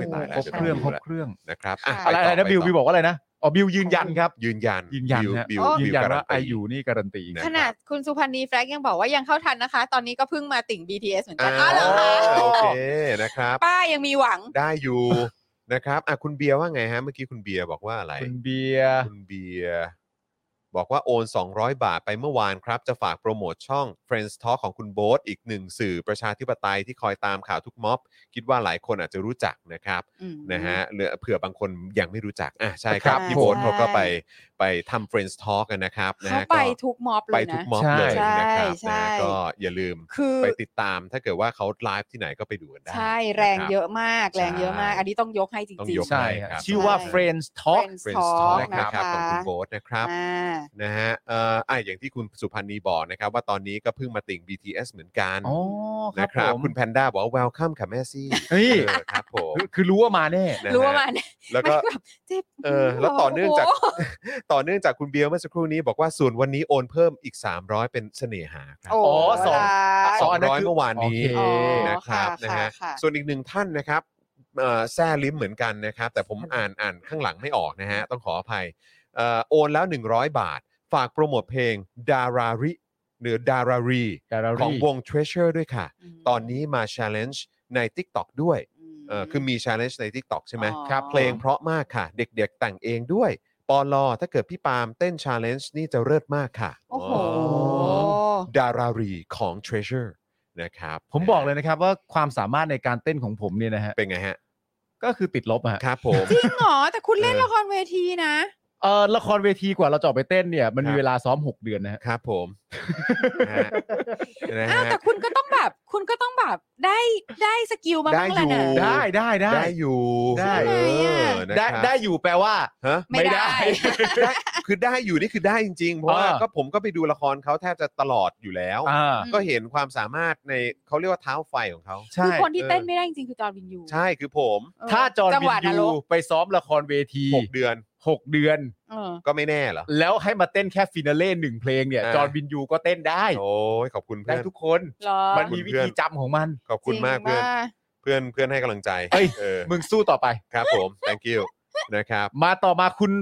ยตายแล้ว ครบเครื่อง ดี๋ยว คร ต้ดูบแล เครื่อง นะครับ ค่ะ ป อะไร ต่ อะไรนะ ป บิว ต่ บิวบอกว่าอะไรนะอ๋อบิวยืนยันครับ ยืนยัน ยืนยัน บิว ฮะ บิว โอ้ บิ ยืนยันว่า ตี อายุนี่การันตี นะ ขนาดคุณสุพันธ์นีแฟรงก์ยังบอกว่ายังเข้าทันนะคะ ตอนนี้ก็เพิ่งมาติ่ง BTS เหมือนกั อ่าน อ๋อเหรอคะ โอเคนะครับ ป้ายังมีหวัง ได้อยู่ นะครับอ่ะคุณเบียร์ว่าไงฮะเมื่อกี้คุณเบียร์บอกว่าอะไร คุณเบียร์ คุณเบียร์บอกว่าโอน 200 บาทไปเมื่อวานครับ จะฝากโปรโมทช่อง Friends Talk ของคุณโบ๊ทอีกหนึ่งสื่อประชาธิปไตยที่คอยตามข่าวทุกม็อบ คิดว่าหลายคนอาจจะรู้จักนะครับ อืม นะฮะเหลือเผื่อบางคนยังไม่รู้จักอ่ะใช่ครับ ครับ พี่โบ๊ท ใช่ เขาก็ไปไปทำ Friends Talk กันนะครับนะ เขา ฮะ ไปทุกม็อบเล ไป ย ทุ นะ กม็อบเลย ใช่ นะครับนะใช่ฮะก็อย่าลืม คือ ไปติดตามถ้าเกิดว่าเขาไลฟ์ที่ไหนก็ไปดูกันได้ ใช่แรง นคบ เยอะมาก แรงเยอะมาก อันนี้ต้องยกให้จ ต้อง ริง ย ๆ ก ใช่ ครับ ชื่อว่า ใช่ Friends Talk Friends Talk นะครับของคุณโบ๊ทนะครับ อ่า นะฮะเอ่ออ่ะอย่างที่คุณสุพันธ์นีบอกนะครับ ว่าตอนนี้ก็เพิ่งมาติ่ง BTS เหมือนกัน อ๋อครั นะ บ ครับ ผม คุณแพนด้าบอกว่า welcome ค่ะแม่ซี่ เฮ้ย เออครับผม คือคือรู้ว่ามาแน่ นะฮะ รู้ว่ามัน แล้วก็ มันแบบเจ็บ เออแล้วต่อเนื่องจาก โโห ต่อเนื่องจากคุณเบียร์เมื่อสักครู่นี้บอกว่าส่วนวันนี้โอนเพิ่มอีก 300 เป็นเสน่หาครั โอ้ บ โห อ๋อสอง รัก สออ๋อง อันนั้น ร้อย คือ เมื่อวานนี้ โอเค นะครับ ค่ะ นะฮะ ค่ะค่ะ ส่วนอีกหนึ่งท่านนะครับเอ่อแซ่ลิ้มเหมือนกันนะครับ แต่ผมอ่านอ่านข้างหลังไม่ออกนะฮะ ต้องขออภัยเอ่อโอนแล้ว 100 บาท ฝากโปรโมทเพลงดาราริหรือดารารี แต่เรา ของ รีบ วง Treasure ด้วยค่ะ ม ตอนนี้มา Challenge ใน TikTok ด้วยเออคือมี Challenge ใน TikTok ใช่ไหม อ๋อ ครับ เพลงเพราะมากค่ะ เด็กๆแต่งเองด้วยปอลอถ้าเกิดพี่ปาล์มเต้น Challenge นี่จะเลิศมากค่ะ โอ้โห ดารารีของ Treasure นะครับ ผมบอกเลยนะครับว่าความสามารถในการเต้นของผมเนี่ยนะฮะ เป็นไงฮะ ก็คือติดลบอะฮะ ครับผม จริงเหรอ แต่คุณเล่นละครเวทีนะ เออละครเวทีกว่าเราจะออกไปเต้นเนี่ย มันมี ครับ เวลาซ้อม 6 เดือนนะฮะ ครับ ผมนะฮะนะ อ้าว ฮะ แต่คุณก็ต้องแบบ คุณก็ต้องแบบได้ได้สกิลมาบ้างแล้ว ได้ นะ อยู่ ได้ได้ได้ ได้อยู่เอได้อนะ ได้ ครับ ได้อยู่แปลว่า ฮะ ไม่ได้ ได้คือได้อยู่นี่คือได้จริงๆ เพราะว่า เออ ก็ผมก็ไปดูละครเขาแทบจะตลอดอยู่แล้ว อ่า ก็เห็นความสามารถในเขาเรียกว่าเท้าไฟของเขา ใช่ คือคนที่เต้นไม่ได้จริงๆคือจอร์นวินยู ใช่คือผม เออ ถ้าจอร์น จัง วิ หวะ น นร ยู ก ไปซ้อมละครเวที หกเดือน 6 เดือน เออ ก็ไม่แน่เหรอ แล้วให้มาเต้นแค่ฟินาเล่หนึ่งเพลงเนี่ย อ่า จอร์นวินยูก็เต้นได้ โอ้ยขอบคุณ ได้ เพื่อน ทุกคน เหรอ มันมีวิธีจำของมัน ขอบคุณมาก จริ เพื่อน งะ เพื่อนเพื่อนให้กำลังใจ เอ้ย เออ มึงสู้ต่อไป ครับผม thank you นะครับ มาต่อมาคุณ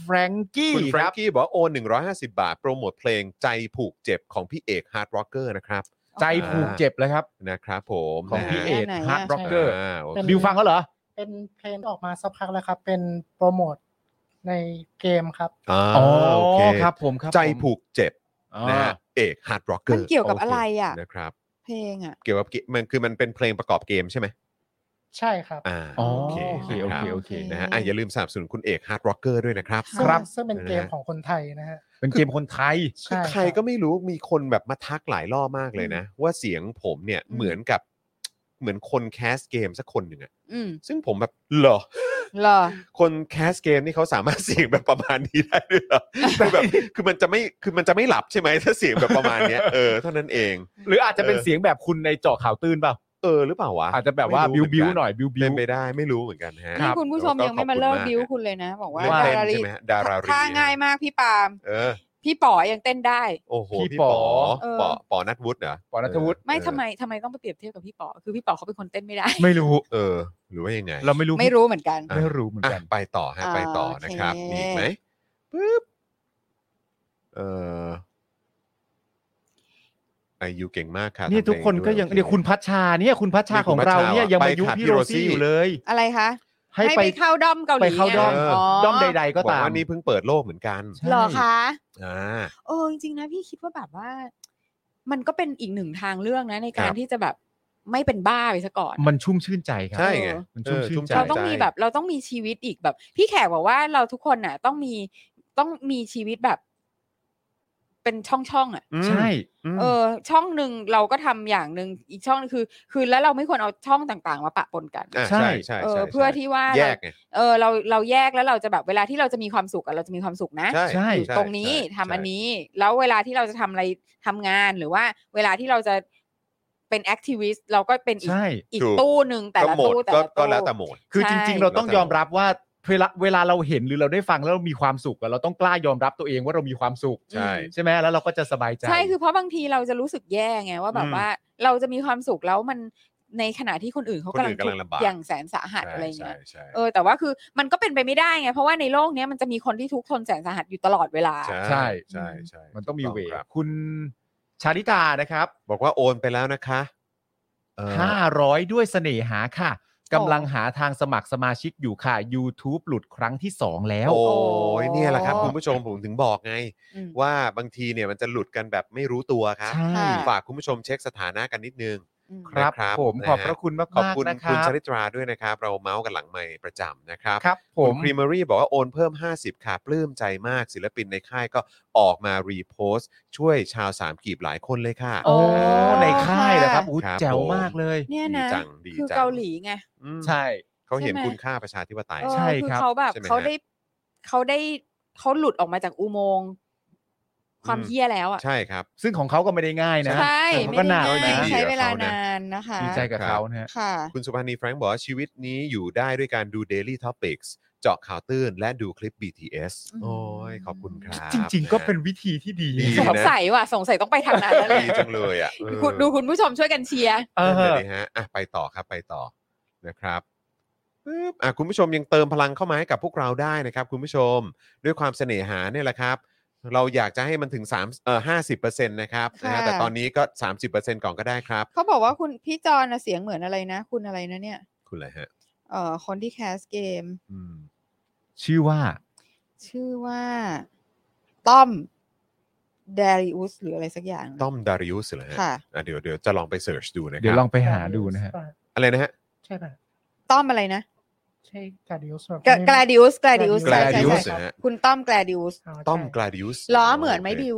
แฟรงกี้ คุณแฟร ค ง รับ กี้บอกว่าโอน150 บาท โปรโมทเพลงใจผูกเจ็บของพี่เอกฮาร์ดร็อกเกอร์นะครับ ใจผูกเจ็บเลยครับ นะครับผม ของพี่เอก ไหนอะ ฮาร์ดร็อกเกอร์ าโอเค บิวฟังเขาเหรอ เป็นเพลงออกมาสักพักแล้วครับ เป็นโปรโมทในเกมครับ อ๋อ อ๋อ โอเค ครับผมครับ ใจผูกเจ็บ อ่าน นะฮะเอกฮาร์ดร็อกเกอ มัน ร์ เกี่ยวกับอะไรอ่ะ นะครับ เพลงอ่ะ เกี่ยวกับเกมันคือมันเป็นเพลงประกอบเกมใช่ไหม ใช่ครับ อ่า อ๋อ โอเค โอนะครัเคโอเคบ โอเค นะฮะอ่ะอย่าลืมสนับสนุนคุณเอกฮาร์ดร็อกเกอร์ด้วยนะครับ ค่ะ รับ ซึ่งซึ่งเป็นเกม นะฮะ ของคนไทยนะฮะ เป็นเกมคนไทย คือ ใช่ ใครก็ไม่รู้มีคนแบบมาทักหลายรอบมากเลยนะ ว่าเสียงผมเนี่ย อืม เหมือนกับเหมือนคนแคสเกมสักคนหนึ่งอะ อืม ซึ่งผมแบบเหรอ เหรอ คนแคสเกมนี่เขาสามารถเสียงแบบประมาณนี้ได้ด้วยเหรอคือแบบคือมันจะไม่คือมันจะไม่หลับใช่ไหมถ้าเสียงแบบประมาณเนี้ย เออเท่านั้นเอง หรืออาจจะเป็น เออ เสียงแบบคุณในเจาะข่าวตื้นเปล่า เออหรือเปล่าวะ อาจจะแบบว่า ไม่ บิ รู้ วบิว เมืกั ๆหน่อยบิวบิ เป็ วน ไปได้ไม่รู้เหมือนกันฮะ นี่คุณผู้ชม ก็ ยังไม่มาเลิกบิ้วคุณเลยนะ บอกว่า เรื่องเต้นใช่ดารีไหมฮะดารารี ท่าง่ายมากพี่ปาล์ม เออ พี่ป๋อยังเต้นได้ โอ้โหพี่ปอ เออ ปอปอนัทวุฒิเหรอ ปอนัทวุฒิ ไม่ เออ ทำไมทำไมต้องไปเปรียบเทียบกับพี่ป๋อคือพี่ป๋อเขาเป็นคนเต้นไม่ได้ ไม่รู้ เออ หรือว่ายังไง เราไม่รู้ ไม่รู้เหมือนกัน อ่ะ ไม่รู้เหมือน อ่ะ กัน ไปต่อฮะ อ่า ไปต่อ โอเค นะครับมีอีกไหมปึ๊บเอออายุเก่งมากค่ะ นี่ ทำเพล ทุกคน ด้ว ก็ยัง โอ เนี่ยคุณพัชชาเนี่ยคุณพัชชาของเราเนี่ยยัง ไป มายุ หาพี่ พี่ โร โร ซี่ ซี่อยู่เลย อะไรคะ ให้ ให้ ไป ไปเข้าด้อมเกาหลี ไปเข้าด้อม ะ เออ ด้อมใด ๆ ก็ บอก ตาม ว่านี่เพิ่งเปิดโลกเหมือนกัน ใช่ เหรอคะ อ่า เออจริงๆนะพี่คิดว่าแบบว่า มันก็เป็นอีกหนึ่งทางเลือกนะ ในกา ค ร รับ ที่จะแบบไม่เป็นบ้าไปซะก่อน มันชุ่มชื่นใจครั ใช่ไง มันชุ่ม เออ ชื่นใจ เราต้องมีแบบเราต้องมีชีวิตอีกแบบ พี่แขกบอกว่าเราทุกคนน่ะ ต้องมีต้องมีชีวิตแบบ เป็นช่องช่องๆอ่ะ อืม ใช่ อืม เออ ช่องหนึ่งเราก็ทำอย่างหนึ่งอีกช่องหนึ่งคือ คือแล้วเราไม่ควรเอาช่องต่างๆ มาปะปนกัน อ่ะใช่ใช่ เออ ใช่ เพื่อ ใช่ ที่ว่า แย เรา กไง เออเราเราแยกแล้วเราจะแบบเวลาที่เราจะมีความสุขอะเราจะมีความสุขนะ ใช่ ใช่ อยู่ตรงนี้ ใช่ ทำอัน ใช่ นี้ แล้วเวลาที่เราจะทำอะไรทำงานหรือว่า เวลาที่เราจะเป็นแอคทีวิสต์เราก็เป็นอีก ใช่ อีก ถูก ตู้หนึ่งแต่ ก็ ละ โหมด ตู้แต่ ก็ ละ ก็ ตู้ แล้วแต่โหมด คือ ใช่ จริง ๆ เราต้องยอมรับว่าเวลาเวลาเราเห็นหรือเราได้ฟังแล้วเรามีความสุขอะเราต้องกล้ายอมรับตัวเองว่าเรามีความสุข ใช่ ใช่ไหมแล้วเราก็จะสบายใจ ใช่คือเพราะบางทีเราจะรู้สึกแย่ไงว่าแบ อื บ ม ว่าเราจะมีความสุขแล้วมันในขณะที่คนอื่นเขา คน กำ อื่นกำลังลัง ทุ ลำบาก อย่างแสนสาหัสอะไร ใช่ เงี้ย ใช่ เออแต่ว่าคือมันก็เป็นไปไม่ได้ไงเพราะว่าในโลกเนี้ยมันจะมีคนที่ทุกข์ทนแสนสาหัสอยู่ตลอดเวลา ใช่ ใช่ ใช่ใช่ใช่ มันต้องมีเว ครับ คุณชาลิตานะครับ บอกว่าโอนไปแล้วนะคะเออ 500 ด้วยเสน่หาค่ะกำลังหาทางสมัครสมาชิกอยู่ค่ะ YouTube หลุดครั้งที่ 2 แล้ว โอ้ยเนี่ยแหละครับ โอ้ คุณผู้ชมผมถึงบอกไง อืม ว่าบางทีเนี่ยมันจะหลุดกันแบบไม่รู้ตัวครับ ใช่ ฝากคุณผู้ชมเช็คสถานะกันนิดนึง อืม ครับ นะครับ ผมขอบพระคุณมาก ขอบคุณ ๆนะค คุณ รับ ชริตราด้วยนะครับ เราเมาส์กันหลังใหม่ประจำนะครับ ครับผ คุณ ม ครีม e รี่บอกว่าโอนเพิ่ม 50 ค่ะ ปลื้มใจมากศิลปินในค่ายก็ออกมารีโพสต์ ช่วยชาวสามกีบหลายคนเลยค่ะ โอ้ โอ้ ในค่ายนะครับอู้ ครับ แจ๋ว ผม มากเลย เนี่ยนะ ดีจังดี คือ จัง เกาหลีไง อืม ใช่ เขาเห็น ใช่ไหม คุณค่าประชาธิปไตย เออ ใช่ คือ ครับ เขาแบบ ใช่ไหม เขา ฮะ ได้เขาได้เขาหลุดออกมาจากอุโมงค์ความเฮี้ยแล้วอ่ะ ใช่ครับ ซึ่งของเขาก็ไม่ได้ง่ายนะ ใช่ ของ ไม่ เขาก็ ได้ง่ายหนักนะดี ใช้ กับ เวลา เขานะ นานนะคะ ดีใจกับเขานะฮะ ค่ะ คุณสุภานีแฟรงค์บอกว่าชีวิตนี้อยู่ได้ด้วยการดู Daily Topics เจาะข่าวตื้น และดูคลิป BTS อืม โอ้ยขอบคุณครับ จริง ๆ ก็เป็นวิธีที่ดี ดี สง นะ สัยว่ะสงสัยต้องไปทางนั้นแล้วแหละ ดีจังเลยอ่ะเออ คุณดูคุณผู้ชมช่วยกันเชียร์ เอ นั่น อ น่ะดิฮะอ่ะไปต่อครับไปต่อนะครับปึ๊บอ่ะคุณผู้ชมยังเติมพลังเข้ามาให้กับพวกเราได้นะครับ คุณผู้ชมด้วยความเสน่หาเนี่ยแหละครับ เราอยากจะให้มันถึง3เอ่อ50%นะครับนะฮะ ค่ะ แต่ตอนนี้ก็ 30%ก่อนก็ได้ครับ เขาบอกว่าคุณพี่จอนน่ะเสียงเหมือนอะไรนะ คุณอะไรนะเนี่ย คุณอะไรฮะ เอ่อคนที่แคสเกม อืม ชื่อว่า ชื่อว่าต้อมเดริอุสหรืออะไรสักอย่างนะ ต้อมดาริอุสเหรอฮะ ค่ะ อ่ะเดี๋ยวเดี๋ยวจะลองไปเสิร์ชดูนะค เดี๋ยวล รั องไปหาดูนะฮะ อะไรนะฮะ ใช่ป่ะ ต้อมอะไรนะ ใช่การดิวส์ กลาดิอุสกลาดิอุส Gladius เหรอฮะ คุณต้อมกลาดิอุส ต้อมกลาดิอุส ล้อเหมือนไหมดิว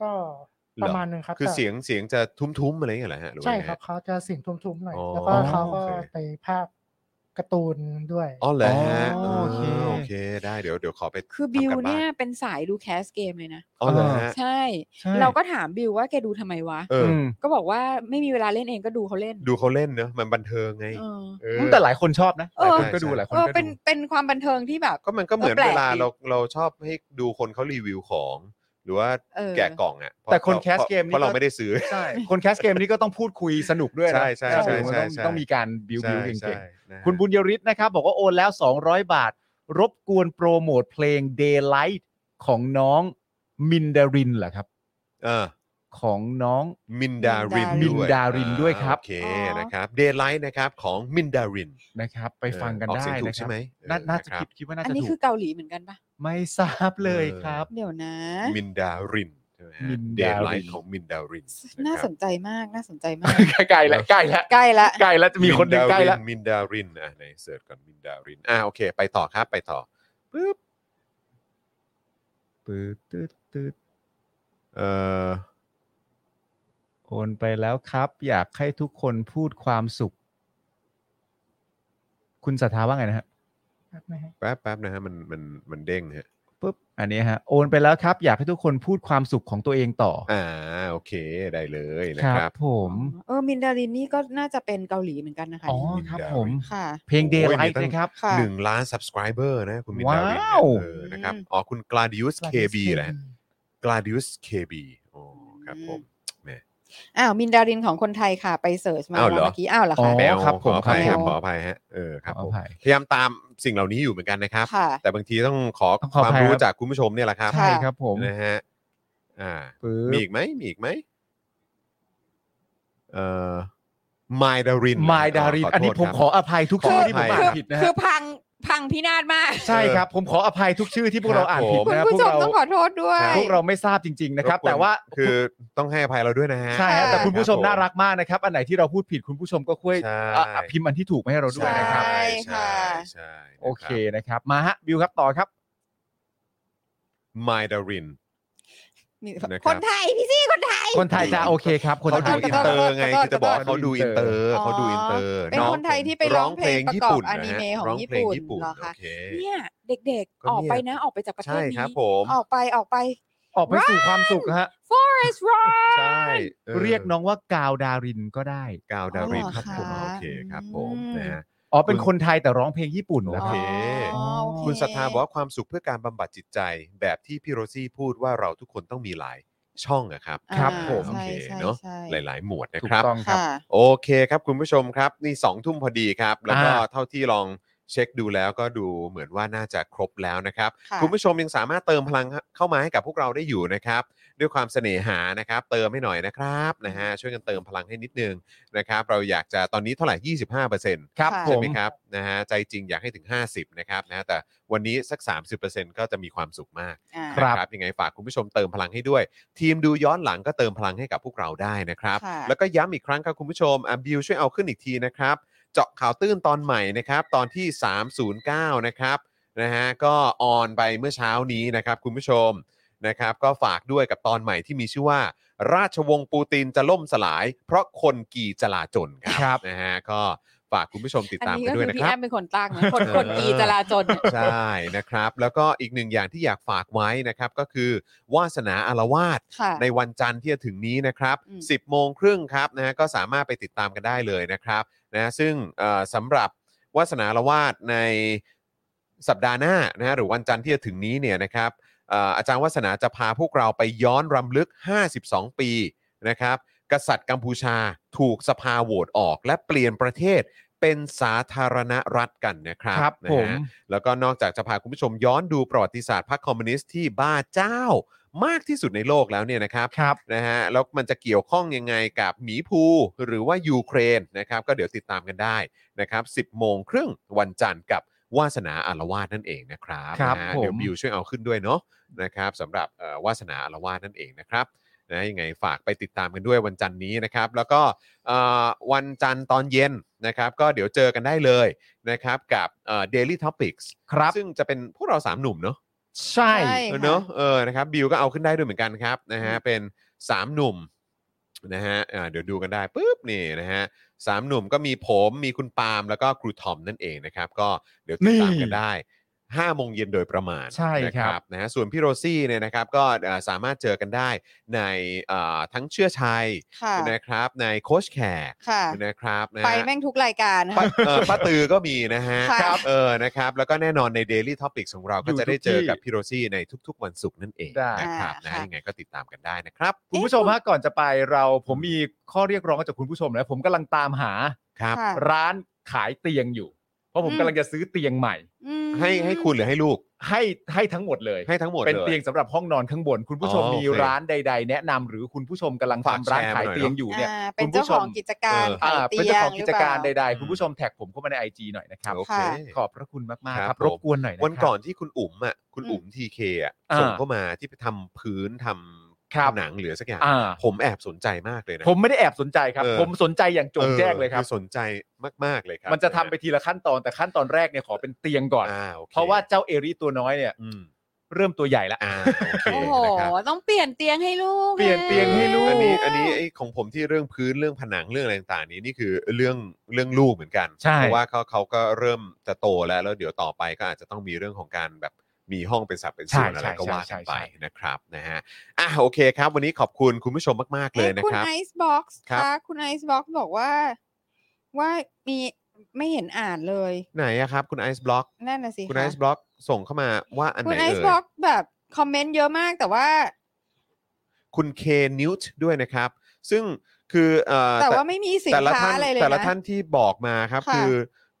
ก็ประมาณหนึ่งครับ คือ แต่ เสียงเสียงจะทุ้มๆอะไรอย่างเงี้ยเหรอฮะหอว่า ใช่ ยังไง ครับ ฮะ เขาจะเสียงทุ้มๆหน่อย อ๋อ แล้วก็เขาก็ โอเค ไปภาคการ์ตูนด้วย อ๋อเหรอฮะ อ๋อโอเค าโอเคได้เดี๋ยวเดี๋ยวขอไป คือบิว ทำกับ้า เนี่ยเป็นสายดูแคสเกมเลยนะ อ๋อเหรอฮะ ใช่ ใช่ เราก็ถามบิวว่าแกดูทำไมวะ เอออ อืม ก็บอกว่าไม่มีเวลาเล่นเองก็ดูเขาเล่น ดูเขาเล่นเนอะมันบันเทิงไง เออ เออ แต่หลายคนชอบนะห เอ ลาย อ คนก็ดูหลายคน เออ ก็ เป็น ดู เป็นความบันเทิงที่แบบ ก็มันก็เหมือน เออแปล เว ก ลา ดิ เราเราชอบให้ดูคนเขารีวิวของ หรือว่า เออ แกะกล่องอ่ะเพราะ แต่คน พราะ แคสเกมนี่ เพราะเราไม่ได้ซื้อ ใช่ คนแคสเกมนี่ก็ต้องพูดคุยสนุกด้วยนะ ใช่ใช่ใช่ มันต้อง ใช่ใช่ ต้องมีการบิวบิว ใช่ เก่ง ใช่นะ ๆ ฮะ คุณบุญยริศนะครับ บอกว่าโอนแล้ว 200 บาท รบกวนโปรโมทเพลง Daylight ของน้องมินดารินเหรอครับ เออ ของน้อง มินดาริน มิน ด้วย ดารินด้วยครับ อ่าโอเคนะครับเดย์ไลท์นะครับของมินดาริน นะครับไปฟังกัน ออ ได้ เสียถู นะค ใช่ รับ ไหม น่าน่าจะ เออ คิดคิดว่าน่า อัน จะ นี้ ถู คือก เกาหหลีเหมือนกันปะ ไม่ทราบเลยครับ เดี๋ยวนะ รับมินดารินใช่ไหม มิน เด ดาริน ย์ไลท์ของมินดาริน น่า ะค ส รับ นใจมากน่าสนใจ มาก ใกล้แล้วใกล้แล้ว ใกล้ละ ใกล้แล้วจะมีคนหนึ่งใกล้แล้ว มินดารินมินดารินอ่ะไหนเสิร์ชก่อนมินดารินอ่าโอเค ไปต่อครับไปต่อปึ๊บ ปืดตืดตืด เอ่อ โอนไปแล้วครับ อยากให้ทุกคนพูดความสุข คุณสัทธาว่าไงนะฮะ ครับนะฮะ แป๊บแป๊บนะฮะมันมันมันเด้งฮะ ปุ๊บอันนี้ฮะโอนไปแล้วครับ อยากให้ทุกคนพูดความสุขของตัวเองต่อ อ่าโอเคได้เลยนะครับ ผม เออมินดารินนี่ก็น่าจะเป็นเกาหลีเหมือนกันนะคะ อ๋อครับผม ค่ะ เพลง โอ้ Daylight มีตั้ง นะครับ ค่ะ หนึ่งล้าน subscriber นะคุณมินดารินเนี่ย ว้าว เออนะครับอ๋อคุณ Gladius KB แหละ Gladius KB โอ้ครับผม อ้าวมินดารินของคนไทยค่ะ ไปเสิร์ชมา อ้าวเหรอ เมื่อกี้อ้าวเหรอ อ๋อ คะ แมว ครับ ขออภัย ผม ครับ ครับ ขออภัยฮะเออครับ ข ผ อ ม อภัย พยายามตามสิ่งเหล่านี้อยู่เหมือนกันนะครับ ค่ะ แต่บางทีต้องขอ ต้องคขออภัยว ามรู้ ครับ จากคุณผู้ชมเนี่ยแหละครับ ค่ะ ใช่ครับผม นะฮะอ่า ปึ๊ มี บ อีกไหมมีอีกไหมเอ่อมายดาริน มายดารินอันนี้ผมขออภัยทุก ข ชื่ อ อ อภัยคที่ผมอ่า รั น บ ผิดนะ คือ ฮะ พังพังพินาศมาก ใช่ครับ ผมขออภัยทุกชื่อที่พวกเราอ่านผิด คุณ นะ ผู้ชม พ ต้ ว อง ก ขอเราโทษด้วย พวกเราไม่ทราบจริง ๆ นะครับ แต่ว่า คือต้องให้อภัยเราด้วยนะฮะ ใช่ฮะ ใช่ แต่คุณผู้ชมน่ารักมากนะครับ อันไหนที่เราพูดผิดคุณผู้ชมก็ช่วย ใช่ อ่ะอ่ะพิมพ์อันที่ถูกมาให้เราด้วยนะครับ ใช่ ค่ะ ใช่ โอเคนะครับ มาฮะบิวครับต่อครับ มายดาริน มี นะครับ คนไทย พี่ซี่คนไทย คนไทยจะโอเคครับ คน เขา ไท ดู ย อิน จะ เตอร์ไง ขอโทษ คือจะบอกว่าเขาดูอินเตอร์ ขอโทษ เขาดูอินเตอร์ เป็นคนไทยที่ไปร้องเพลงประกอบอนิเมะของ ร้องเพลงญี่ปุ่น ญี่ปุ่นโอเหรอคะ เค เนี่ยเด็ก ก็ ๆ ออก เนี่ย ไปนะออกไปจากประเทศ ใช่ นี้ ครับผม ออกไปออกไป ออกไปสู่ความสุขฮะ forest run ใช่ออ เรียกน้องว่ากาวดารินก็ได้ กาวดาริน อ๋อเหรอ ครับผม คะ โอเคครับผม อืม นะฮะ อ๋อเป็น คุณ คนไทยแต่ร้องเพลงญี่ปุ่น โอ นะค เครับ อ๋อโอเ คุณศรัทธาบอกว่าความสุขเพื่อการบำบัดจิตใจ แบบที่พี่โรซี่พูดว่าเราทุกคนต้องมีหลายช่องอะครับ อ่า ครับผม โอ ใช่ เค ใช่ เนาะ ใช่ หลาย ๆ หมวดนะ ถู ค ก รับ ต้องครับ ค่ะ โอเคครับคุณผู้ชมครับนี่สองทุ่มพอดีครับ แล้วก็ อ่า เท่าที่ลองเช็คดูแล้วก็ดูเหมือนว่าน่าจะครบแล้วนะครับ ค่ะ คุณผู้ชมยังสามารถเติมพลังเข้ามาให้กับพวกเราได้อยู่นะครับ ด้วยความเสน่หานะครับ เติมให้หน่อยนะครับนะฮะช่วยกันเติมพลังให้นิดนึงนะครับ เราอยากจะตอนนี้เท่าไหร่ 25% ครับ ค่ะ ผ ใช่ ม ไหมครับนะฮะใจจริงอยากให้ถึง 50 นะครับนะฮะแต่วันนี้สัก 30%ก็จะมีความสุขมาก อ่า ครับ นะครับยังไงฝากคุณผู้ชมเติมพลังให้ด้วย ทีมดูย้อนหลังก็เติมพลังให้กับพวกเราได้นะครับ ค่ะ แล้วก็ย้ำอีกครั้งครับคุณผู้ชมอ่ะบิวช่วยเอาขึ้นอีกทีนะครับ เจาะข่าวตื้นตอนใหม่นะครับ ตอนที่ 309 นะครับนะฮะก็ออนไปเมื่อเช้านี้นะครับ คุณผู้ชมนะครับ ก็ฝากด้วยกับตอนใหม่ที่มีชื่อว่า ราชวงศ์ปูตินจะล่มสลาย เพราะคนกีจลาจนค ครั รับ นะฮะก็ฝากคุณผู้ชมติด อัน ตาม นี้ กั ก็ นด้ คื วย อ นะ พี่ ครั แอบ มเป็นคนตั้งนะคนคนกีจลาจน ใช่นะครับ แล้วก็อีกหนึ่งอย่างที่อยากฝากไว้นะครับก็คือ วาสนาอารวาส ค่ะ ในวันจันทร์ที่จะถึงนี้นะครับ อืม 10โมงครึ่งครับนะฮะก็สามารถไปติดตามกันได้เลยนะครับนะซึ่งเอ่อสำหรับวาสนาอารวาสในสัปดาห์หน้านะฮะหรือวันจันทร์ที่จะถึงนี้เนี่ยนะครับเอ่ออาจารย์วาสนาจะพาพวกเราไปย้อนรำลึก 52 ปีนะครับ กษัตริย์กัมพูชาถูกสภาโหวตออก และเปลี่ยนประเทศเป็นสาธารณรัฐกันนะครับ ครับ นะ ผ ฮะ ม แล้วก็นอกจากจะพาคุณผู้ชมย้อนดูประวัติศาสตร์พรรคคอมมิวนิสต์ที่บ้าเจ้า มากที่สุดในโลกแล้วเนี่ยนะครับ ครับ นะฮะแล้วมันจะเกี่ยวข้องยังไงกับหมีภู หรือว่ายูเครนนะครับก็เดี๋ยวติดตามกันได้นะครับ 10 โมงครึ่งวันจันทร์กับวาสนาอารวาสนั่นเองนะครับ ครับ นะฮะ ผม เดี๋ยวบิวช่วยเอาขึ้นด้วยเนาะนะครับสำหรับเอ่อวาสนาอารวาสนั่นเองนะครับนะยังไงฝากไปติดตามกันด้วยวันจันทร์นี้นะครับแล้วก็เอ่อวันจันทร์ตอนเย็นนะครับก็เดี๋ยวเจอกันได้เลยนะครับกับเอ่อ Daily Topics ครับ ซึ่งจะเป็นพวกเรา 3 หนุ่มเนาะ ใช่ ใช่ เออเนาะเออนะครับบิวก็เอาขึ้นได้ด้วยเหมือนกันครับนะฮะเป็น 3 หนุ่มนะฮะอ่าเดี๋ยวดูกันได้ปุ๊บนี่นะฮะสามหนุ่มก็มีผมมีคุณปาล์มแล้วก็ครูทอมนั่นเองนะครับ ก็เดี๋ยวติดตามกันได้5โมงเย็นโดยประมาณ ใช่ นะ ค ค รั รับบ นะฮะส่วนพี่โรซี่เนี่ยนะครับก็เอ่อสามารถเจอกันได้ในเอ่อทั้งเชื่อชัย ค่ะ นะครับในโค้ชแขก ค่ะ นะครับนะฮะ ไปแม่งทุกรายการนะ ป้า คะ เอ่อป้าตือก็มีนะฮะ ค่ะครับ เออนะครับแล้วก็แน่นอนใน Daily Topics ของเราก็ อยู่ จะได้ ทุกที่ เจอกับพี่โรซี่ในทุกๆ วันศุกร์นั่นเอง ได้ นะครับนะฮะยังไงก็ติดตามกันได้นะครับ คุณผู้ชมฮะก่อนจะไปเราผมมีข้อเรียกร้องจากคุณผู้ชมนะผมกำลังตามหา ครับ ค่ะ ร้านขายเตียงอยู่ เพ ราะผม อืม กำลังจะซื้อเตียงใหม่ อืม ให้ให้คุณหรือให้ลูก ให้ให้ทั้งหมดเลย ให้ทั้งหมด เป็น เลย เตียงสำหรับห้องนอนข้างบน คุณผู้ชม อ๋อ มี โอเค ร้านใด ๆ แนะนำหรือคุณผู้ชมกำลัง ฝาก ทำร้าน แชร์ ขาย มาหน่อย เตียงอยู่เนี่ย อ่าเป็น คุณ เจ้า ผู้ช ขอ ม งกิจการ เอขายออ่า เตี เป็น ย เจ้าข ง อง หรืกิอ จ เป การ ล่า ใด ๆ คุณผู้ชมแท็กผมเข้ามาในไอจหน่อยนะครับ โอเค ค่ะ ขอบพระคุณมาก ครับๆครับ ผม รบกวนหน่อยะครับ วันก่อนที่คุณอุ๋มอ่ะคุณ อืม อุ๋มทีเคอ่ะ อ่า ส่งเข้ามาที่ไปทำพื้นท ครับ ำผนังเหลือสักอย่าง อ่า ผมแอบสนใจมากเลยนะ ผมไม่ได้แอบสนใจครับ เออ ผมสนใจอย่างโจงแจ้งเลยครับ อออสนใจมาก ๆ เลยครับ มันจะทำไปทีละขั้นตอนแต่ขั้นตอนแรกเนี่ยขอเป็นเตียงก่อน อ่าโอค เพราะว่าเจ้าเอริตัวน้อยเนี่ย อืม เริ่มตัวใหญ่ละ อ่าโอเค โอ้โห นะครับ ต้องเปลี่ยนเตียงให้ลูก เปลี่ยนเตียงให้ลูก อันนี้อันนี้ไอ้ของผมที่เรื่องพื้นเรื่องผนังเรื่องอะไรต่างๆนี้นี่คือเรื่องเรื่องลูกเหมือนกัน ใช่ เพราะว่าเขาเขาก็เริ่มจะโตแล้วแล้วเดี๋ยวต่อไปก็อาจจะต้องมีเรื่องของการแบบมีห้องเป็นสับเป็นส่วนอะไรก็ว่ากันไปนะครับนะฮะอ่ะโอเคครับ วันนี้ขอบคุณคุณผู้ชมมากๆเลย อ๊ะ นะ คุณ ครับ ไอซ์บ็อกซ์ ครับ คะคุณไอซ์บ็อกซ์บอกว่า ว่ามีไม่เห็นอ่านเลย ไหนอะครับคุณไอซ์บล็อก นั่นน่ะสิ คุณไอ คะ ซ์บล็อกส่งเข้ามาว่าอันไห คุ น ณไอ เอ่ ซ์ ย บ็อกซ์แบบคอมเมนต์เยอะมากแต่ว่า คุณเคนิวต์ด้วยนะครับ ซึ่งคือเอ่อ แต่ว่าไม่มีสิน แต่ละ ค้า ท่าน อะไรเลยนะ แต่ละท่านที่บอกมาครับ ค่ะ คือ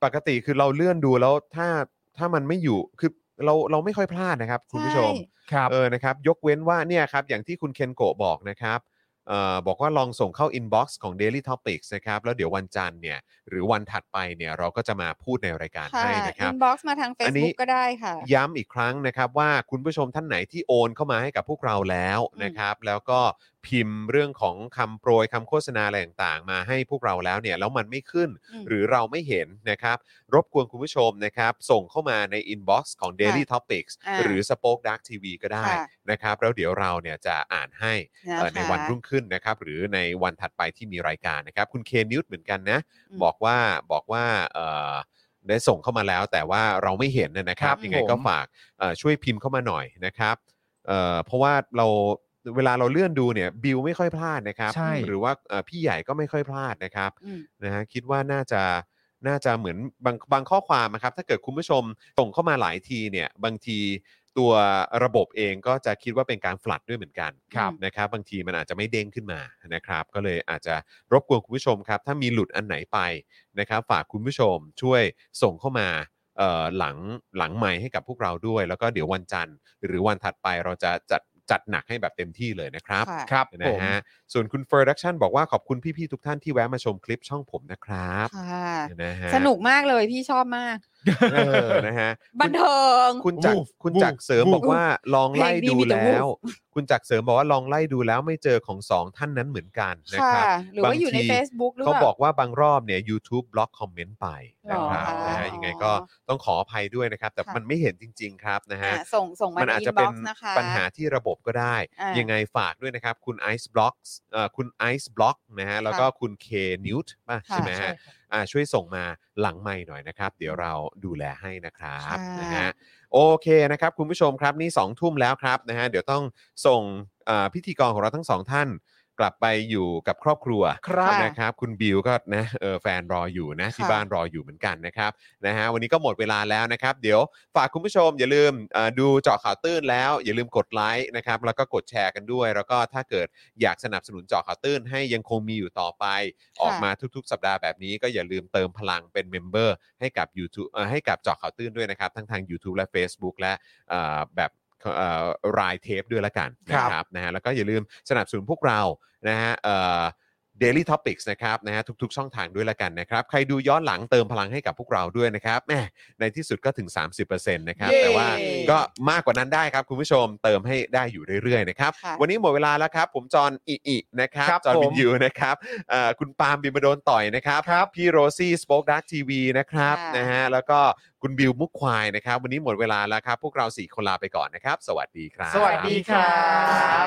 ปกติคือเราเลื่อนดูแล้วถ้าถ้ามันไม่อยู่คือเราเราไม่ค่อยพลาดนะครับ คุณผู้ชม ใช่ ครับ เออนะครับ ยกเว้นว่าเนี่ยครับ อย่างที่คุณเคนโกะบอกนะครับเอ่อบอกว่าลองส่งเข้า Inbox ของ Daily Topics นะครับ แล้วเดี๋ยววันจันทร์เนี่ยหรือวันถัดไปเนี่ยเราก็จะมาพูดในรายการ ค่ะ ให้นะครับ อินบ็อกซ์มาทาง อันนี้ Facebook ก็ได้ค่ะ ย้ำอีกครั้งนะครับว่าคุณผู้ชมท่านไหนที่โอนเข้ามาให้กับพวกเราแล้วนะครับ แล้วก็พิมพ์เรื่องของคำโปรยคำโฆษณาอะไรต่างๆ มาให้พวกเราแล้วเนี่ยแล้วมันไม่ขึ้น อืม หรือเราไม่เห็นนะครับ รบกวนคุณผู้ชมนะครับ ส่งเข้ามาใน Inbox ของ Daily ค่ะ Topics อ่า หรือ Spoke Dark TV ก็ได้ ค่ะ นะครับ แล้วเดี๋ยวเราเนี่ยจะอ่านให้ ะ เอ่อ คะ ในวันรุ่งขึ้นนะครับ หรือในวันถัดไปที่มีรายการนะครับ คุณเคนิวต์เหมือนกันนะ อืม บอกว่าบอกว่าเอ่อได้ส่งเข้ามาแล้วแต่ว่าเราไม่เห็นนะนะครับ ครับ ยังไง ผม ก็ฝากเอ่อช่วยพิมพ์เข้ามาหน่อยนะครับเอ่อเพราะว่าเราเวลาเราเลื่อนดูเนี่ยบิวไม่ค่อยพลาดนะครับ ใช่ หรือว่าเอ่อพี่ใหญ่ก็ไม่ค่อยพลาดนะครับ อืม นะฮะคิดว่าน่าจะน่าจะเหมือนบางบางข้อความนะครับ ถ้าเกิดคุณผู้ชมส่งเข้ามาหลายทีเนี่ยบางทีตัวระบบเองก็จะคิดว่าเป็นการฝลัดด้วยเหมือนกัน ครับ นะครับบางทีมันอาจจะไม่เด้งขึ้นมานะครับ ก็เลยอาจจะรบกวนคุณผู้ชมครับ ถ้ามีหลุดอันไหนไปนะครับ ฝากคุณผู้ชมช่วยส่งเข้ามาเอ่อหลังหลังไมค์ให้กับพวกเราด้วย แล้วก็เดี๋ยววันจันทร์ หรือวันถัดไปเราจะจัดจัดหนักให้แบบเต็มที่เลยนะครับ ค่ะ ครับผ นะ ม ฮะส่วนคุณเฟอร์ดักชันบอกว่าขอบคุณพี่ๆทุกท่านที่แวะมาชมคลิปช่องผมนะครับ ค่ะ นะฮะ สนุกมากเลยพี่ชอบมาก เออนะฮะ บันเทิง คุณจักร Wolf คุณจักรเสริม Wolf บอกว่าลองไล่ เพลงดี ดู มีแต่ Wolf แล้ว คุณจักรเสริมบอกว่าลองไล่ดูแล้วไม่เจอของสองท่านนั้นเหมือนกันนะ ค่ะ ครับ หรือว่าอยู่ใน บงที Facebook หรือ เขา เปล่า บอกว่าบางรอบเนี่ย YouTube บล็อกคอมเมนต์ไปนะครับ หรอคะ นะฮะยังไงก็ต้องขออภัยด้วยนะครับ แต่ ค่ะ มันไม่เห็นจริง ๆ ครับนะฮะ อ่ะส่งส่งมา มันอาจ อิน จะ บ็ เป็น อกซ์นะคะ ปัญหาที่ระบบก็ได้ อ่ายั ยังไงฝากด้วยนะครับ คุณ Ice Blocks เอ่อคุณ Ice Block นะฮะแล้วก็คุณ K Newt ป่ะ ค่ะ ใช่ไหม ใช่คฮะรับ อ่าช่วยส่งมาหลังไม่หน่อยนะครับ เดี๋ยวเราดูแลให้นะครับ ค่ะ นะฮะโอเคนะครับ คุณผู้ชมครับนี่2องทุ่มแล้วครับนะฮะเดี๋ยวต้องส่งอ่าพิธีกรของเราทั้งสองท่าน กลับไปอยู่กับครอบครัว ครับ ค่ะ นะครับคุณบิวก็นะเออแฟนรออยู่นะที่ ค่ะ บ้านรออยู่เหมือนกันนะครับนะฮะวันนี้ก็หมดเวลาแล้วนะครับ เดี๋ยวฝากคุณผู้ชมอย่าลืมเอ่อดูเจาะข่าวตื้นแล้ว อย่าลืมกดไลค์นะครับแล้วก็กดแชร์กันด้วย แล้วก็ถ้าเกิดอยากสนับสนุนเจาะข่าวตื้นให้ยังคงมีอยู่ต่อไป ออกมาทุกๆ สัปดาห์แบบนี้ก็อย่าลืมเติมพลังเป็นเมมเบอร์ให้กับ YouTube เอ่อให้กับเจาะข่าวตื้นด้วยนะครับ ทั้งทาง YouTube และ Facebook และเอ่อแบบเอ่อรายเทปด้วยละกัน ค นะ รับ ครับนะฮะแล้วก็อย่าลืมสนับสนุนพวกเรานะฮะเอ่อ Daily Topics นะครับนะฮะทุก ๆ ช่องทางด้วยละกันนะครับ ใครดูย้อนหลังเติมพลังให้กับพวกเราด้วยนะครับแหมในที่สุดก็ถึง 30%นะครับ เย้ แต่ว่าก็มากกว่านั้นได้ครับ คุณผู้ชมเติมให้ได้อยู่เรื่อยๆนะครับ ค่ะ วันนี้หมดเวลาแล้วครับ ผมจอห์นอิอินะครับ ครับ จอห์น ผม บินยูนะครับเอ่อคุณปาล์มบินมาโดนต่อยนะครับ ครับ พี่โรซี่สป็อคดักทีวีนะครับ ค่ะ นะฮะแล้วก็คุณบิวมุกควายนะครับ วันนี้หมดเวลาแล้วครับ พวกเราสี่คนลาไปก่อนนะครับ สวัสดีครับ สวัสดีครับ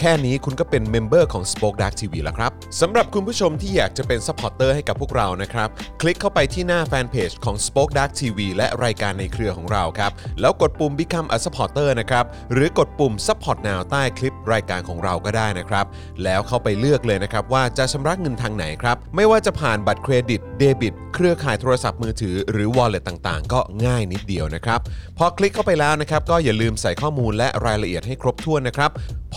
แค่นี้คุณก็เป็นเมมเบอร์ของ Spoke Dark TV แล้วครับสำหรับคุณผู้ชมที่อยากจะเป็นซัพพอร์ตเตอร์ให้กับพวกเรานะครับ คลิกเข้าไปที่หน้าแฟนเพจของ Spoke Dark TV และรายการในเครือของเราครับ แล้วกดปุ่ม Become a Supporter นะครับ หรือกดปุ่ม Support Now ใต้คลิปรายการของเราก็ได้นะครับ แล้วเข้าไปเลือกเลยนะครับ ว่าจะชำระเงินทางไหนครับ ไม่ว่าจะผ่านบัตรเครดิตเดบิต เครือข่ายโทรศัพท์มือถือหรือ Wallet ต่างๆ ก็ง่ายนิดเดียวนะครับ พอคลิกเข้าไปแล้วนะครับ ก็อย่าลืมใส่ข้อมูลและรายละเอียดให้ครบถ้วนนะครับ พ